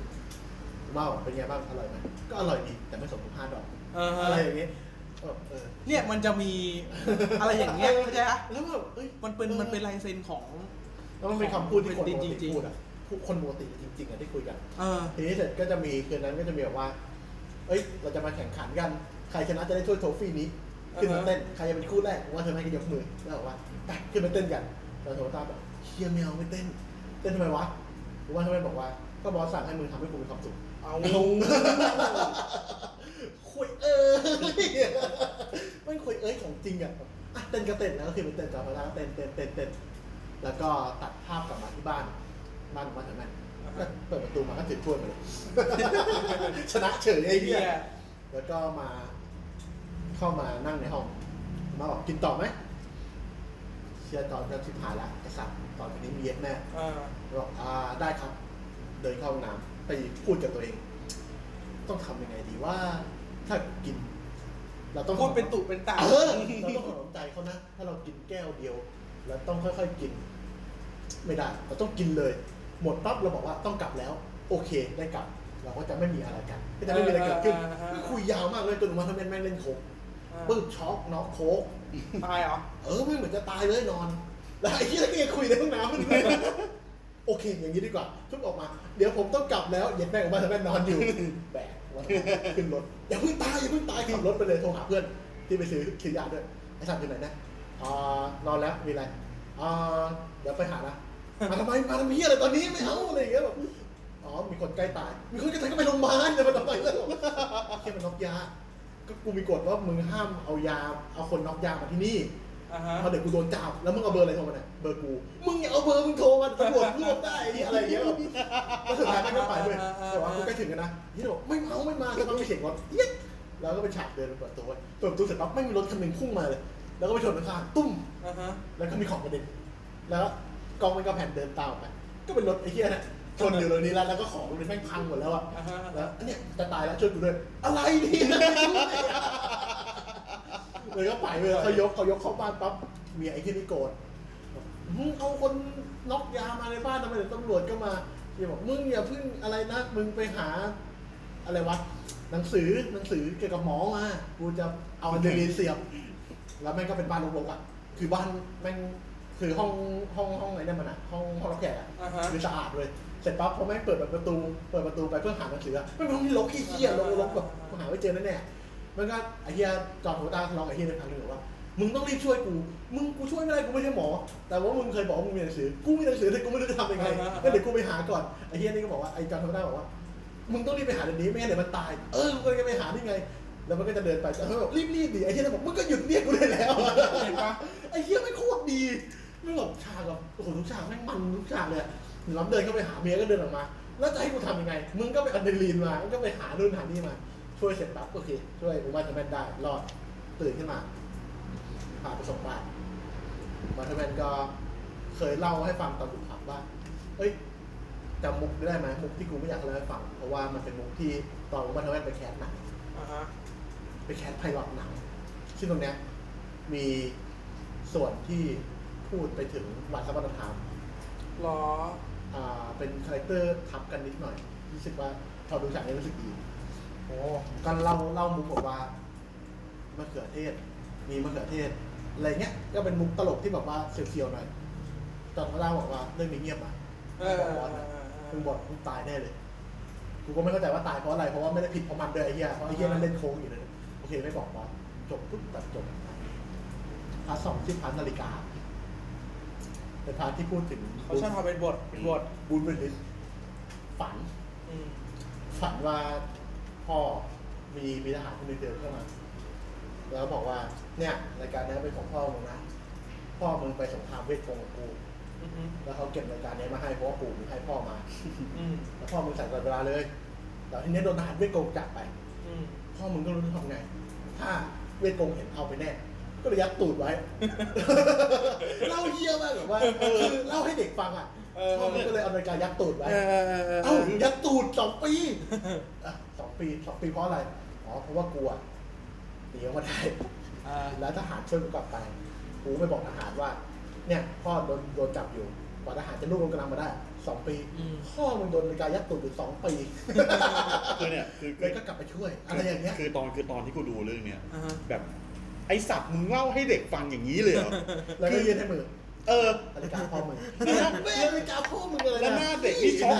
Speaker 4: เมาเป็นไงบ้างอร่อยไหมก็อร่อยดีแต่ไม่สมกับห้าดอก
Speaker 2: อ่าฮะ
Speaker 4: อะไรอย่างเงี้ยเออเออ
Speaker 2: เนี่ยมันจะมีอะไรอย่างเงี้ยเข้าใจปะ
Speaker 4: แล้วแบบอ้ย
Speaker 2: มันเป็นมันเป็นลายเซ็นของ
Speaker 4: แล้วมันเป็นคำพูดที่คน
Speaker 2: จ
Speaker 4: ปก
Speaker 2: ริ
Speaker 4: ติ
Speaker 2: งๆ
Speaker 4: พูดอ่ะคนปกติจริงๆอ่ะที่คุยกัน
Speaker 2: เออ
Speaker 4: ทีนี้เสร็จก็จะมีคืนนั้นก็จะมีแบบว่า เอ้ย เราจะมาแข่งขันกัน ใครชนะจะได้ถ้วยโทฟี่นี้ ขึ้นมาเต้น ใครจะเป็นคู่แรกผมว่าเธอไม่ก็ยกมือ แล้วบอกว่าไปขึ้นมาเต้นกันแล้วโทต้าแบบเชียแมวไม่เต้น เต้นทำไมวะผมว่าทำไมบอกว่า ก็บอสสั่งให้มึงทำให้กูมีความสุข
Speaker 2: เอา
Speaker 4: คุยเอ้ย [laughs] มันคุยเอ้ยของจริงอะอ่ะเต้นก็เต้นแล้วก็คือมันเต้นจอพลังเต้นเต้นเต้นเต้นแล้วก็ตัดภาพกลับมาที่บ้านบ้านของมันแถวนั้นก็เปิดประตูมาก็ถือถ้วยมา [laughs] เลย ชนะเฉยไอ้เหี้ย
Speaker 2: เหี้ย
Speaker 4: แล้วก็มา เข้ามานั่งในห้องมาบอกกินต่อไหมเชียร์ต่อจะชิบหายละไอ้สัตว์ต่อจากนี้มีเย็ดแน่
Speaker 2: เออ
Speaker 4: บอกอ่าได้ครับ เดินเข้าห้องน้ำไปพูดกับตัวเอง ต้องทำยังไงดีว่า ถ้ากิน เราต้อง
Speaker 2: พูดเป็นตุเป็นตา
Speaker 4: เออเราต้องถนอมใจเขานะถ้าเรากินแก้วเดียว แล้วต้องค่อยๆกิน ไม่ได้ เราต้องกินเลย หมดปั๊บเราบอกว่าต้องกลับแล้ว โอเคได้กลับ เราก็จะไม่มีอะไรกันก็จะไม่มีอะไรเกิดขึ้น
Speaker 2: เออเออเออ
Speaker 4: คุยยาวมากเลยจนมาทำเป็นแม่งเล่นโคกปึ๊บช็อกน็อกโคก
Speaker 2: ตายเหรอ
Speaker 4: เออไม่เหมือนจะตายเลยนอน แล้วไอ้ที่แล้วก็ยังคุยในห้องน้ำมันอยู่ [laughs] โอเค อย่างนี้ดีกว่า ทุบออกมา เดี๋ยวผมต้องกลับแล้วเหย็ดแม่งออกมาแต่แม่งนอนอยู่ [laughs] แบกวันขึ้นรถ อย่าเพิ่งตายอย่าเพิ่งตายขับรถไปเลยโทรหาเพื่อนที่ไปซื้อขีดยาด้วยไอ้สัตว์อยู่ไหนนะอ่านอนแล้วมีอะไรอ่าเดี๋ยวไปหานะ [laughs] มาทำไมมาทำเพี้ยอะไรตอนนี้ไม่เอาอะไรอย่างเงี้ยแบบอ๋อมีคนใกล้ตาย มีคนใกล้ตายก็ไปโรงพยาบาลเดี๋ยวมาทำไมแล้ว [laughs] แค่มันน็อกยา ก็กูมีกฎว่ามึงห้ามเอายาเอาคนน็อกยามาที่นี่
Speaker 2: อ่าฮะ
Speaker 4: เพราะเดี๋ยวกูโดนจับแล้วมึงเอาเบอร์อะไรโทรมาเนี่ยเบอร์กู มึงอย่าเอาเบอร์มึงโทรมาตำรวจรวบได้อะไรอย่างเงี้ยแล้วสุดท้ายมันก็ไปเลยแต่ว่ากูใกล้ถึงกันนะที่บอกไม่เอาไม่มาแต่มันมีเสียงรถเอี๊ยดแล้วก็เป็นฉากเดินไปเปิดตัวไว้เปิดประตูเสร็จปั๊บไม่มีรถคันหนึ่งพุ่งมาเลย แล้วก็ไปชนข้างๆตุ้ม
Speaker 2: อ่าฮะ
Speaker 4: แล้วก็มีของกระเด็นแล้วกองมันก็แผ่นเดินตามออกไป ก็เป็นรถไอ้เหี้ยนะชนอยู่ตรงนี้แล้วแล้วก็ของมันแม่งพังหมดแล้วอะ
Speaker 2: อ่าฮะ
Speaker 4: แล้วเนี่ยจะตายแล้วช่วยกูด้วยอะไรเนี่ยเลยก็ไปเลยเขายกเขายกเข้าบ้านปั๊บเมียไอ้เหี้ยนี่โกรธบอกมึงเอาคนน็อกยามาในบ้านทำไมเดี๋ยวตำรวจก็มาเมียบอกมึงอย่าเพึ่งอะไรนะมึงไปหา อะไรวะหนังสือหนังสือเกี่ยวกับหมอมากูจะเอาอะดรีนาลีนเสียบ แล้วแม่งก็เป็นบ้านรกๆอ่ะ คือบ้านแม่งคือห้องห้องห้องไหนเนี่ยมันอ่ะ ห้องห้องรับแขกอ่ะ
Speaker 2: อ่าฮะ
Speaker 4: คือสะอาดเลย เสร็จปั๊บพอแม่งเปิดประตู เปิดประตูไปเพื่อหาหนังสืออะแม่งเป็นห้องที่รกขี้เกียจรกรกแบบกูหาไม่เจอแน่แน่ๆมันก็ไอ้เฮียจอดหัวตาลองไอ้เฮียในพังเลยบอกว่า มึงต้องรีบช่วยกู มึงกูช่วยไม่ได้กูไม่ใช่หมอ แต่ว่ามึงเคยบอกว่ามึงมีหนังสือ กูมีหนังสือแต่กูไม่รู้จะทำยังไง
Speaker 2: อ่าฮะ
Speaker 4: ก็เดี๋ยวกูไปหาก่อน ไอ้เฮียนี่ก็บอกว่าไอ้จอดหัวตาบอกว่า มึงต้องรีบไปหาเดี๋ยวนี้ไม่งั้นเดี๋ยวมันตาย เออกูจะไปหานี่ไง แล้วมันก็จะเดินไปแต่เขาบอกรีบๆดิไอ้เหี้ยนั่นบอกมึงก็หยุดเรียกกูได้แล้ว
Speaker 2: เห็นปะ
Speaker 4: ไอ้เหี้ยไม่งโคตรดีไม่งแบบฉากแบบโอ้โหทุกฉากแม่งมันทุกฉากเลยอะล้ำเดินเข้าไปหาเมียก็เดินออกมา แล้วจะให้กูทำยังไง มึงก็ไปอะดรีนาลีนมามึงก็ไปหานู่นหานี่มา ช่วยเสร็จปั๊บโอเค ช่วยกูว่าจะแม่นได้รอดตื่นขึ้นมาพาไปส่งบ้าน มาเทอร์แมนก็เคยเล่าให้ฟังตอนถูกขับว่า เอ้ยจำมุกได้ไหมมุกที่กูไม่อยากเล่าให้ฟัง เพราะว่ามันเป็นมุกที่ตอนมาเทอร์แมนไปแคสหนัง
Speaker 2: อ่าฮะ
Speaker 4: ไปแคสไพลอตหนังซึ่งตรงเนี้ยมีส่วนที่พูดไปถึงวันสัปดาห์ธรรม
Speaker 2: หรอ
Speaker 4: อ่าเป็นคาแรคเตอร์ทับกันนิดหน่อย รู้สึกว่าพอดูจากนี้รู้สึกดี
Speaker 2: โอ้
Speaker 4: ก็เล่าเล่ามุกบอกว่ามะเขือเทศ มีมะเขือเทศอะไรเงี้ย ก็เป็นมุกตลกที่แบบว่าเสียวๆหน่อยตอนเขาเล่าบอกว่าเรื่องนี้เงียบอ่ะ
Speaker 2: เออ
Speaker 4: บอกบอสนะมึงบอกมึงตายแน่เลย กูก็ไม่เข้าใจว่าตายเพราะอะไร เพราะว่าไม่ได้ผิดเพราะมันด้วยไอ้เหี้ยเพราะไอ้เหี้ยนั่นเล่นโค้งอยู่เลย โอเคไม่บอกบอสจบปุ๊บตัดจบพาร์ทสองที่พาร์ทนาฬิกาเป็นพาร์ทที่พูดถึง
Speaker 2: เขาชอบทำเป็นบท เป็นบท
Speaker 4: บูนเบรลินฝัน
Speaker 2: อืม
Speaker 4: ฝันว่าพ่อมีมีทหารคนหนึงเดินเข้ามา แล้วบอกว่าเนี่ยรายการนี้เป็นของพ่อมึงนะพ่อมึงไปสงครามเวทกงกับกู
Speaker 2: อือฮึ
Speaker 4: แล้วเขาเก็บรายการนี้มาให้เพราะว่าปู่มึงให้พ่อมา
Speaker 2: อืม
Speaker 4: แล้วพ่อมึงใส่ตลอดเวลาเลยแต่ทีนี้โดนทหารเวทกงจับไป
Speaker 2: อืม
Speaker 4: พ่อมึงก็รู้จะทำไง ถ้าเวทกงเห็นเอาไปแน่ ก็เลยยัดตูดไว้ [laughs] เล่าเยี่ยมากแบบว่าเออเล่าให้เด็กฟังอ่ะ
Speaker 2: เออ
Speaker 4: พ่อมึงก็เลยเอารายการยัดตูดไว้
Speaker 2: เออเออเออเอ
Speaker 4: เอ้า
Speaker 2: อ
Speaker 4: ยัดตูดสองปีอ่ะสองปีสองปีเพราะอะไร อ๋อ เพราะว่ากลัวหนีออกมาได้
Speaker 2: อ่า
Speaker 4: แล้วทหารช่วยกูกลับไป กูไปบอกทหารว่า เนี่ย พ่อโดนโดนจับอยู่กว่าทหารจะลูกลงกำลังมาได้สองปี
Speaker 2: อืม
Speaker 4: พ่อมึงโดนนาฬิกายัดตูดอยู่สอง
Speaker 3: [laughs]
Speaker 4: ปี
Speaker 3: คือเนี่ยคือคื
Speaker 4: แล้
Speaker 3: อ
Speaker 4: วก็กลับไปช่วย อะไรอย่างเงี้ย
Speaker 3: คือตอนคือตอนที่กูดูเรื่องเนี้ย
Speaker 2: อ่าฮะ
Speaker 4: [laughs]
Speaker 3: แบบไอสัตว์มึงเล่าให้เด็กฟังอย่างนี้เลยเหรอ
Speaker 4: แล้วก็ยื่นให้มือ
Speaker 3: เออ
Speaker 4: นาฬิกาพ่อมึง [laughs]
Speaker 5: แม่นาฬิกาพ่อมึงเลย
Speaker 3: แล้วหน้าเด็กนี่ช็อก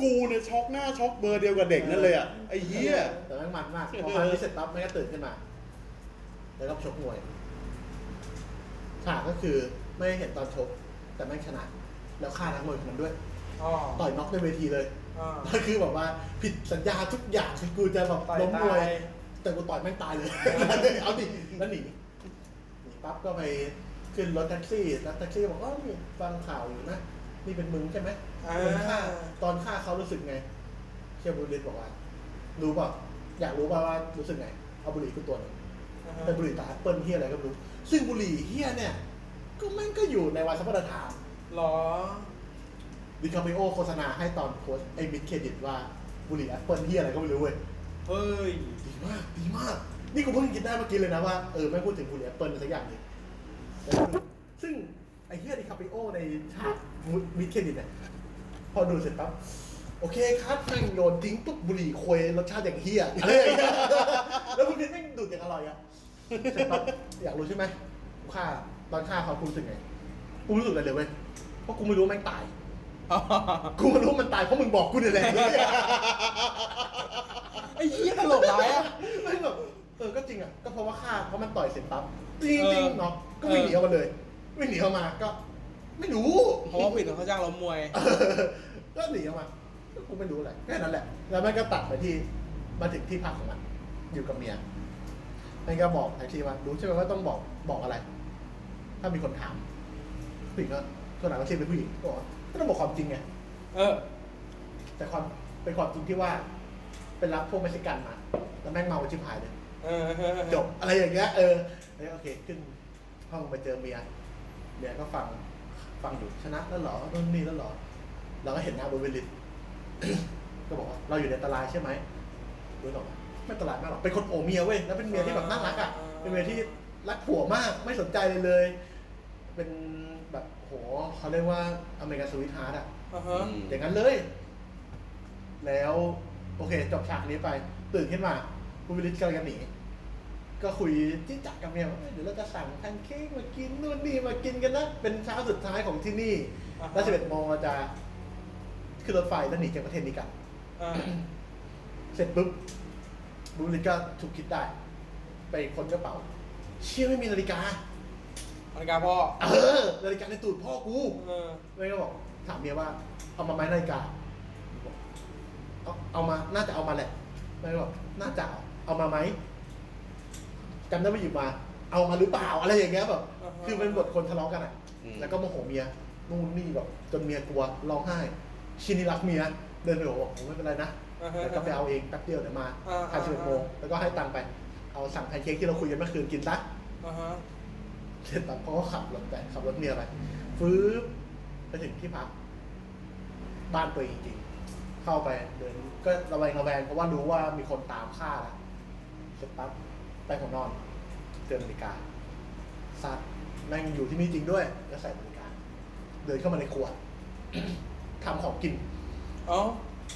Speaker 3: กูเนี่ยช็อกหน้าช็อกเบอร์เดียวกับเด็กนั่นเลยอ่ะ ไอ้เหี้ย
Speaker 4: แต่แม่งมันมาก พอพันนี้เสร็จปั๊บแม่งก็ตื่นขึ้นมา แล้วก็ชกมวยฉากก็คือไม่ได้เห็นตอนชก แต่แม่งชนะ แล้วฆ่าทั้งมวยคนนั้นด้วย
Speaker 2: อ๋อ
Speaker 4: ต่อยน็อกในเวทีเลย
Speaker 2: อ๋อ
Speaker 4: ก็คือแบบว่าผิดสัญญาทุกอย่างคือกูจะแบบ
Speaker 2: ต่อย
Speaker 4: ล้มมวย
Speaker 2: ตาย
Speaker 4: แต่กูต่อยแม่งตายเลย [laughs] เอาดิแล้วหนีหนีปั๊บก็ไปขึ้นรถแท็กซี่แล้วแท็กซี่บอกว่ามีฟังข่าวอยู่นะนี่เป็นมึงใช่ไหมโดนฆ่าตอนฆ่าเขารู้สึกไงเชียร์บุรีบอกว่ารู้เปล่าอยากรู้เปล่าว่ารู้สึกไงเอาบุหรี่กูตัวหนึงเป็นบุหรี่ตาแอปเปิลเฮียอะไรก็ไม่รู้ซึ่งบุหรี่เฮียเนี่ย ก็แม่งก็อยู่ในวัยสมรรถฐาน
Speaker 2: หรอ
Speaker 4: ดิคาปิโอโฆษณาให้ตอนโค้ชไอ้มิดเครดิตว่าบุหรี่แอปเปิลที่อะไรก็ไม่รู้เว้ย
Speaker 2: เฮ้ย
Speaker 4: ดีมากดีมาก นี่กูเพิ่งคิดได้เมื่อกี้เลยนะว่าเออไม่งพูดถึงบุหรี่แอปเปิลสักอย่างหนึ่งซึ่งไอ้เฮียดิคาปิโอในฉากมิดเครดิตเนี่ยพอดูเสร็จปั๊บโอเคครับแม่งโยนทิ้งปุ๊บบุหรี่ควยรสชาติอย่างเฮียอะไรอย่างเงี้ยแล้วพวกนี้แม่งดูดอย่างอร่อยอะเสร็จปั๊บอยากรู้ใช่ไหมกูฆ่าตอนฆ่าเขากูรู้สึกไงกูไม่รู้สึกอะไรเลยเว้ยเพราะกูไม่รู้ว่าแม่งตาย กูรู้มันตายเพราะมึงบอกกูเนี่ยแหละ
Speaker 2: ไอ้เหี้ยตลกร้ายอ่ะ
Speaker 4: ไม่แบบเออ ก็จริงอ่ะ ก็เพราะว่าฆ่าเพราะมันต่อยเสร็จปั๊บจริงจริง
Speaker 2: เออ
Speaker 4: เนาะ ก็วิ่ง
Speaker 2: เออ
Speaker 4: หนีออกมาเลย วิ่งหนีออกมา ก็ ไม่รู้ [laughs]
Speaker 2: เพราะว่าผิดเขาจ้างล้มมวย
Speaker 4: ก็หนีออกมา ก็กูไม่รู้อะไรแค่นั้นแหละ แล้วมันก็ตัดไปที่ มาถึงที่พักของมัน อยู่กับเมียมันก็บอกไอทีว่า รู้ใช่ไหมว่าต้องบอก บอกอะไร ถ้ามีคนถามผู้หญิงก็ส่วนหลังก็เชื่อเป็นผู้หญิงก็บอกว่าก็ต้องบอกความจริงไง
Speaker 2: เออ
Speaker 4: แต่ความเป็นความจริงที่ว่าเป็นรับพวกเม็กซิกันมา แล้วแม่งเมาชิบหายเลย
Speaker 2: เออ
Speaker 4: จบอะไรอย่างเงี้ยเออแล้วโอเคขึ้นห้องไปเจอเมียเมียก็ฟังฟังอยู่ชนะแล้วเหรอนู่นนี่แล้วเหรอเราก็เห็นหน้า [coughs] บูเวลิต ก็บอกว่าเราอยู่ในอันตรายใช่ไหมบูบอกว่าไม่อันตรายมากหรอกเป็นคนโอบเมียเว้ยแล้วเป็นเมียที่แบบน่ารักอ่ะเป็นเมียที่รักผัวมากไม่สนใจเลยเลย เป็นแบบโหเขาเรียกว่าอเมริกันสวิทฮาร์ดอ่ะ
Speaker 2: อ่าฮะ
Speaker 4: อย่างนั้นเลย แล้ว โอเค จบฉากนี้ไป ตื่นขึ้นมาคุณวิลิตกำลังจะหนี ก็คุยจิ้งจักกับเมียว่าเอ้ยเดี๋ยวเราจะสั่งแพนเค้กมากินนู่นนี่มากินกันนะ เป็นเช้าสุดท้ายของที่นี่ แล้วสิบเอ็ดโมงเราจะขึ้นรถไฟแล้วหนีจากประเทศนี้กลัน
Speaker 2: อ่า
Speaker 4: เสร็จปุ๊บบูริตก็ถูกคิดได้ ไปค้นกระเป๋า เชี่ยไม่มีนาฬิกา
Speaker 2: นาฬิกาพ่อ
Speaker 4: เออ นาฬิกาในตูดพ่อกู
Speaker 2: เออ
Speaker 4: เม่ก็บอกถามเมียว่า เอามาไหมนาฬิกาบอกเอาเอามาน่าจะเอามาแหละเม่ก็บอกน่าจะเอาเอามาไหมจำได้ว่าหยิบมา เอามาหรือเปล่าอะไรอย่างเงี้ยแบบ
Speaker 2: อ่าฮะ
Speaker 4: คือเป็นบทคนทะเลาะกันอ่ะ
Speaker 3: อืม
Speaker 4: แล้วก็โมโหเมียนู่นนี่แบบจนเมียกลัวร้องไห้ชินีรักเมียเดินไปบอกว่าโอ้ไม่เป็นไรนะ
Speaker 2: อ่าฮะ
Speaker 4: เดี๋ยวก็ไปเอาเองแป๊บเดียวเดี๋ยวมา
Speaker 2: อ่า
Speaker 4: ทานสิบเอ็ด
Speaker 2: อ่า
Speaker 4: โมงแล้วก็ให้ตังค์ไป เอาสั่งแพนเค้กที่เราคุยกันเมื่อคืนกินซะ
Speaker 2: อ่าฮะ
Speaker 4: เสร็จปั๊บเขาก็ขับรถไปขับรถเมียไปฟื้บไปถึงที่พัก บ้านตัวเองจริงๆเข้าไปเดินก็ระแวงระแวงเพราะว่ารู้ว่ามีคนตามฆ่าแล้วเสร็จปั๊บไปของนอนเจอนาฬิกาสัตว์แม่งอยู่ที่นี่จริงด้วย ก็ใส่นาฬิกาเดิ [coughs] นเข้ามาในครัว ทำของกิน
Speaker 2: เอ้า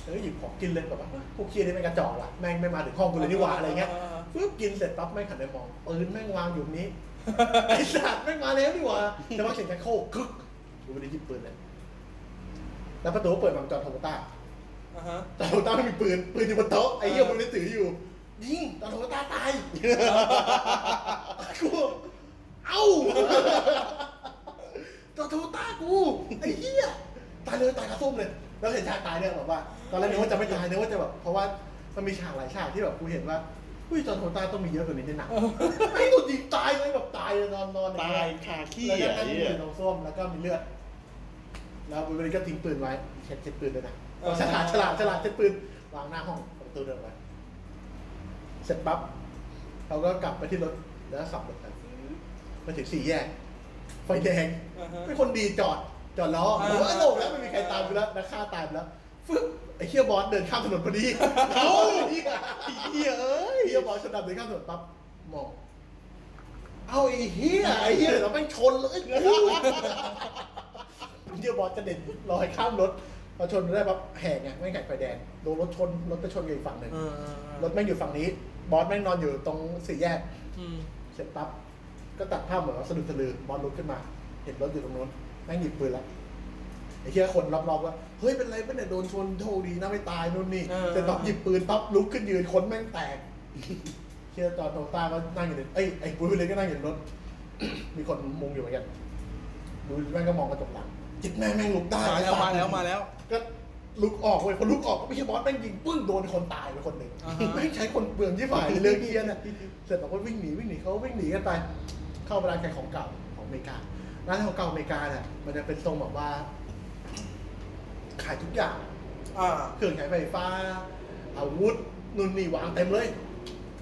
Speaker 4: แล้วก็หยิบของกินเลยแบบว่าพวกเคียนี่แม่งกระจอกว่ะแม่งไม่มาถึงห้องกูเลยนี่หว่าอะไรเงี้ย
Speaker 2: อ่าอ่าอ่า
Speaker 4: ปึ๊บกินเสร็จปั๊บแม่งหันไปมองปืนแม่งวางอยู่นี้ [laughs] ไอ้สัตว์แม่งมาแล้วนี่หว่าแต่ว่าเสียงชักโครก [laughs] คึกกูไม่ได้หยิบปืนเลยแล้วประตูก็เปิดบังจอนโทโมต้า
Speaker 2: อ่าฮะ
Speaker 4: จอนโทโมต้าไม่มีปืนปืนอยู่บนโต๊ะไอ้เหี้ยมึงได้ถืออยู่ยิงจอนโทโมต้าตาย [laughs] กูเอ้า [laughs] จอนโทโมต้ากูไอ้เหี้ยตายเลยตายกระส้มเลย แล้วเห็นฉากตายเนี่ยแบบว่า ตอนแรกนึกว่าจะไม่ตายนึกว่าจะแบบเพราะว่ามันมีฉากหลายฉากที่แบบกูเห็นว่าอุ้ยจอห์นโทต้าต้องมีเยอะกว่านี้ในหนังไอ้ตัวจริงตายเลยแบบตายเลยนอนนอน
Speaker 3: ตายคาขี้
Speaker 4: แล้วก็
Speaker 3: อ่ะ
Speaker 4: นั่
Speaker 3: ไอ้
Speaker 4: งอ
Speaker 3: เหี้
Speaker 4: ยู่
Speaker 3: ย
Speaker 4: ในโรงส้วมแล้วก็มีเลือด แล้วบุริก็ทิ้งปืนไว้เช็ดเช็ดปืนด้วยนะ
Speaker 2: เออ
Speaker 4: ฉลาดฉลาดฉลาดเช็ดปืนวางหน้าห้องประตูเดินไว้เสร็จปั๊บเขาก็กลับไปที่รถแล้วขับรถไปมาถึงสี่แยกไฟแดง
Speaker 2: อ่าฮะ
Speaker 4: เป็นคนดีจอดจอดล้อ
Speaker 2: อ่า
Speaker 4: ผมว่าโลกแล้วไม่มีใครตามไปแล้วนะฆ่าตามไปแล้วฟึ๊บไอ้เฮียบอสเดินข้ามถนนพอดีเขาเฮียเฮียเอ้ยเฮียบอสชนดับเดินข้ามถนนปั๊บมองเอาไอ้เฮียไอ้เฮียแล้วแม่งชนเลยเฮียบอสกระเด็นลอยข้ามรถพอชนได้ปั๊บแหกไงไม่แหกไฟแดงโดนรถชนรถไปชนกับอีกฝั่งหนึ่ง
Speaker 2: เออเออเออ
Speaker 4: รถแม่งอยู่ฝั่งนี้ บอสแม่งนอนอยู่ตรงสี่แยก
Speaker 2: อืม
Speaker 4: เสร็จปั๊บก็ตัดภาพเหมือนว่าสะดุดสะลือบอลลุกขึ้นมา เห็นรถอยู่ตรงนู้นแม่งหยิบปืนแล้วไอ้เหี้ยคนรอบๆว่าเฮ้ยเป็นไรเป็นเนี่ยโดนชนโชคดีนะไม่ตายนู่นนี่
Speaker 2: เออ
Speaker 4: แต่ตอบหยิบปืนต๊อบลุกขึ้นยืนคนแม่งแตกเชี่ยจอร์นโตต้าก็นั่งอยู่ในเอ้ยไอ้บุ้ยเลยก็นั่งอยู่ในรถ [coughs] มีคนมุงอยู่เหมือนกันบุ้ยแม่งก็มองกระจกหลังจิตแม่งแม่งลุกได้
Speaker 2: มา
Speaker 4: ไอ้
Speaker 2: แล้ว
Speaker 4: สั
Speaker 2: มา
Speaker 4: ต
Speaker 2: แล้วมาแล้ว
Speaker 4: ก็ลุกออกเว้ยพอลุกออกก็ไม่ใช่บอสแม่งยิงปึ้งโดนคนตายไปคนหนึ่ง
Speaker 2: อ่าฮะ
Speaker 4: แม่งใช้คนเปลืองที่ฝ่ายเรื่องเกียร์น่ะเสร็จบอกว่าวิ่งหนีวิ่งหนีเขาวิ่งหนีกันไปเข้าร้านขายของเก่าของอเมริการ้านขายของเก่าอเมริกาเนี่ยมันจะเป็นทรงแบบว่า ขายทุกอย่าง
Speaker 2: อ่า
Speaker 4: เครื่องใช้ไฟฟ้า อาวุธนุ่นนี่วางเต็มเลย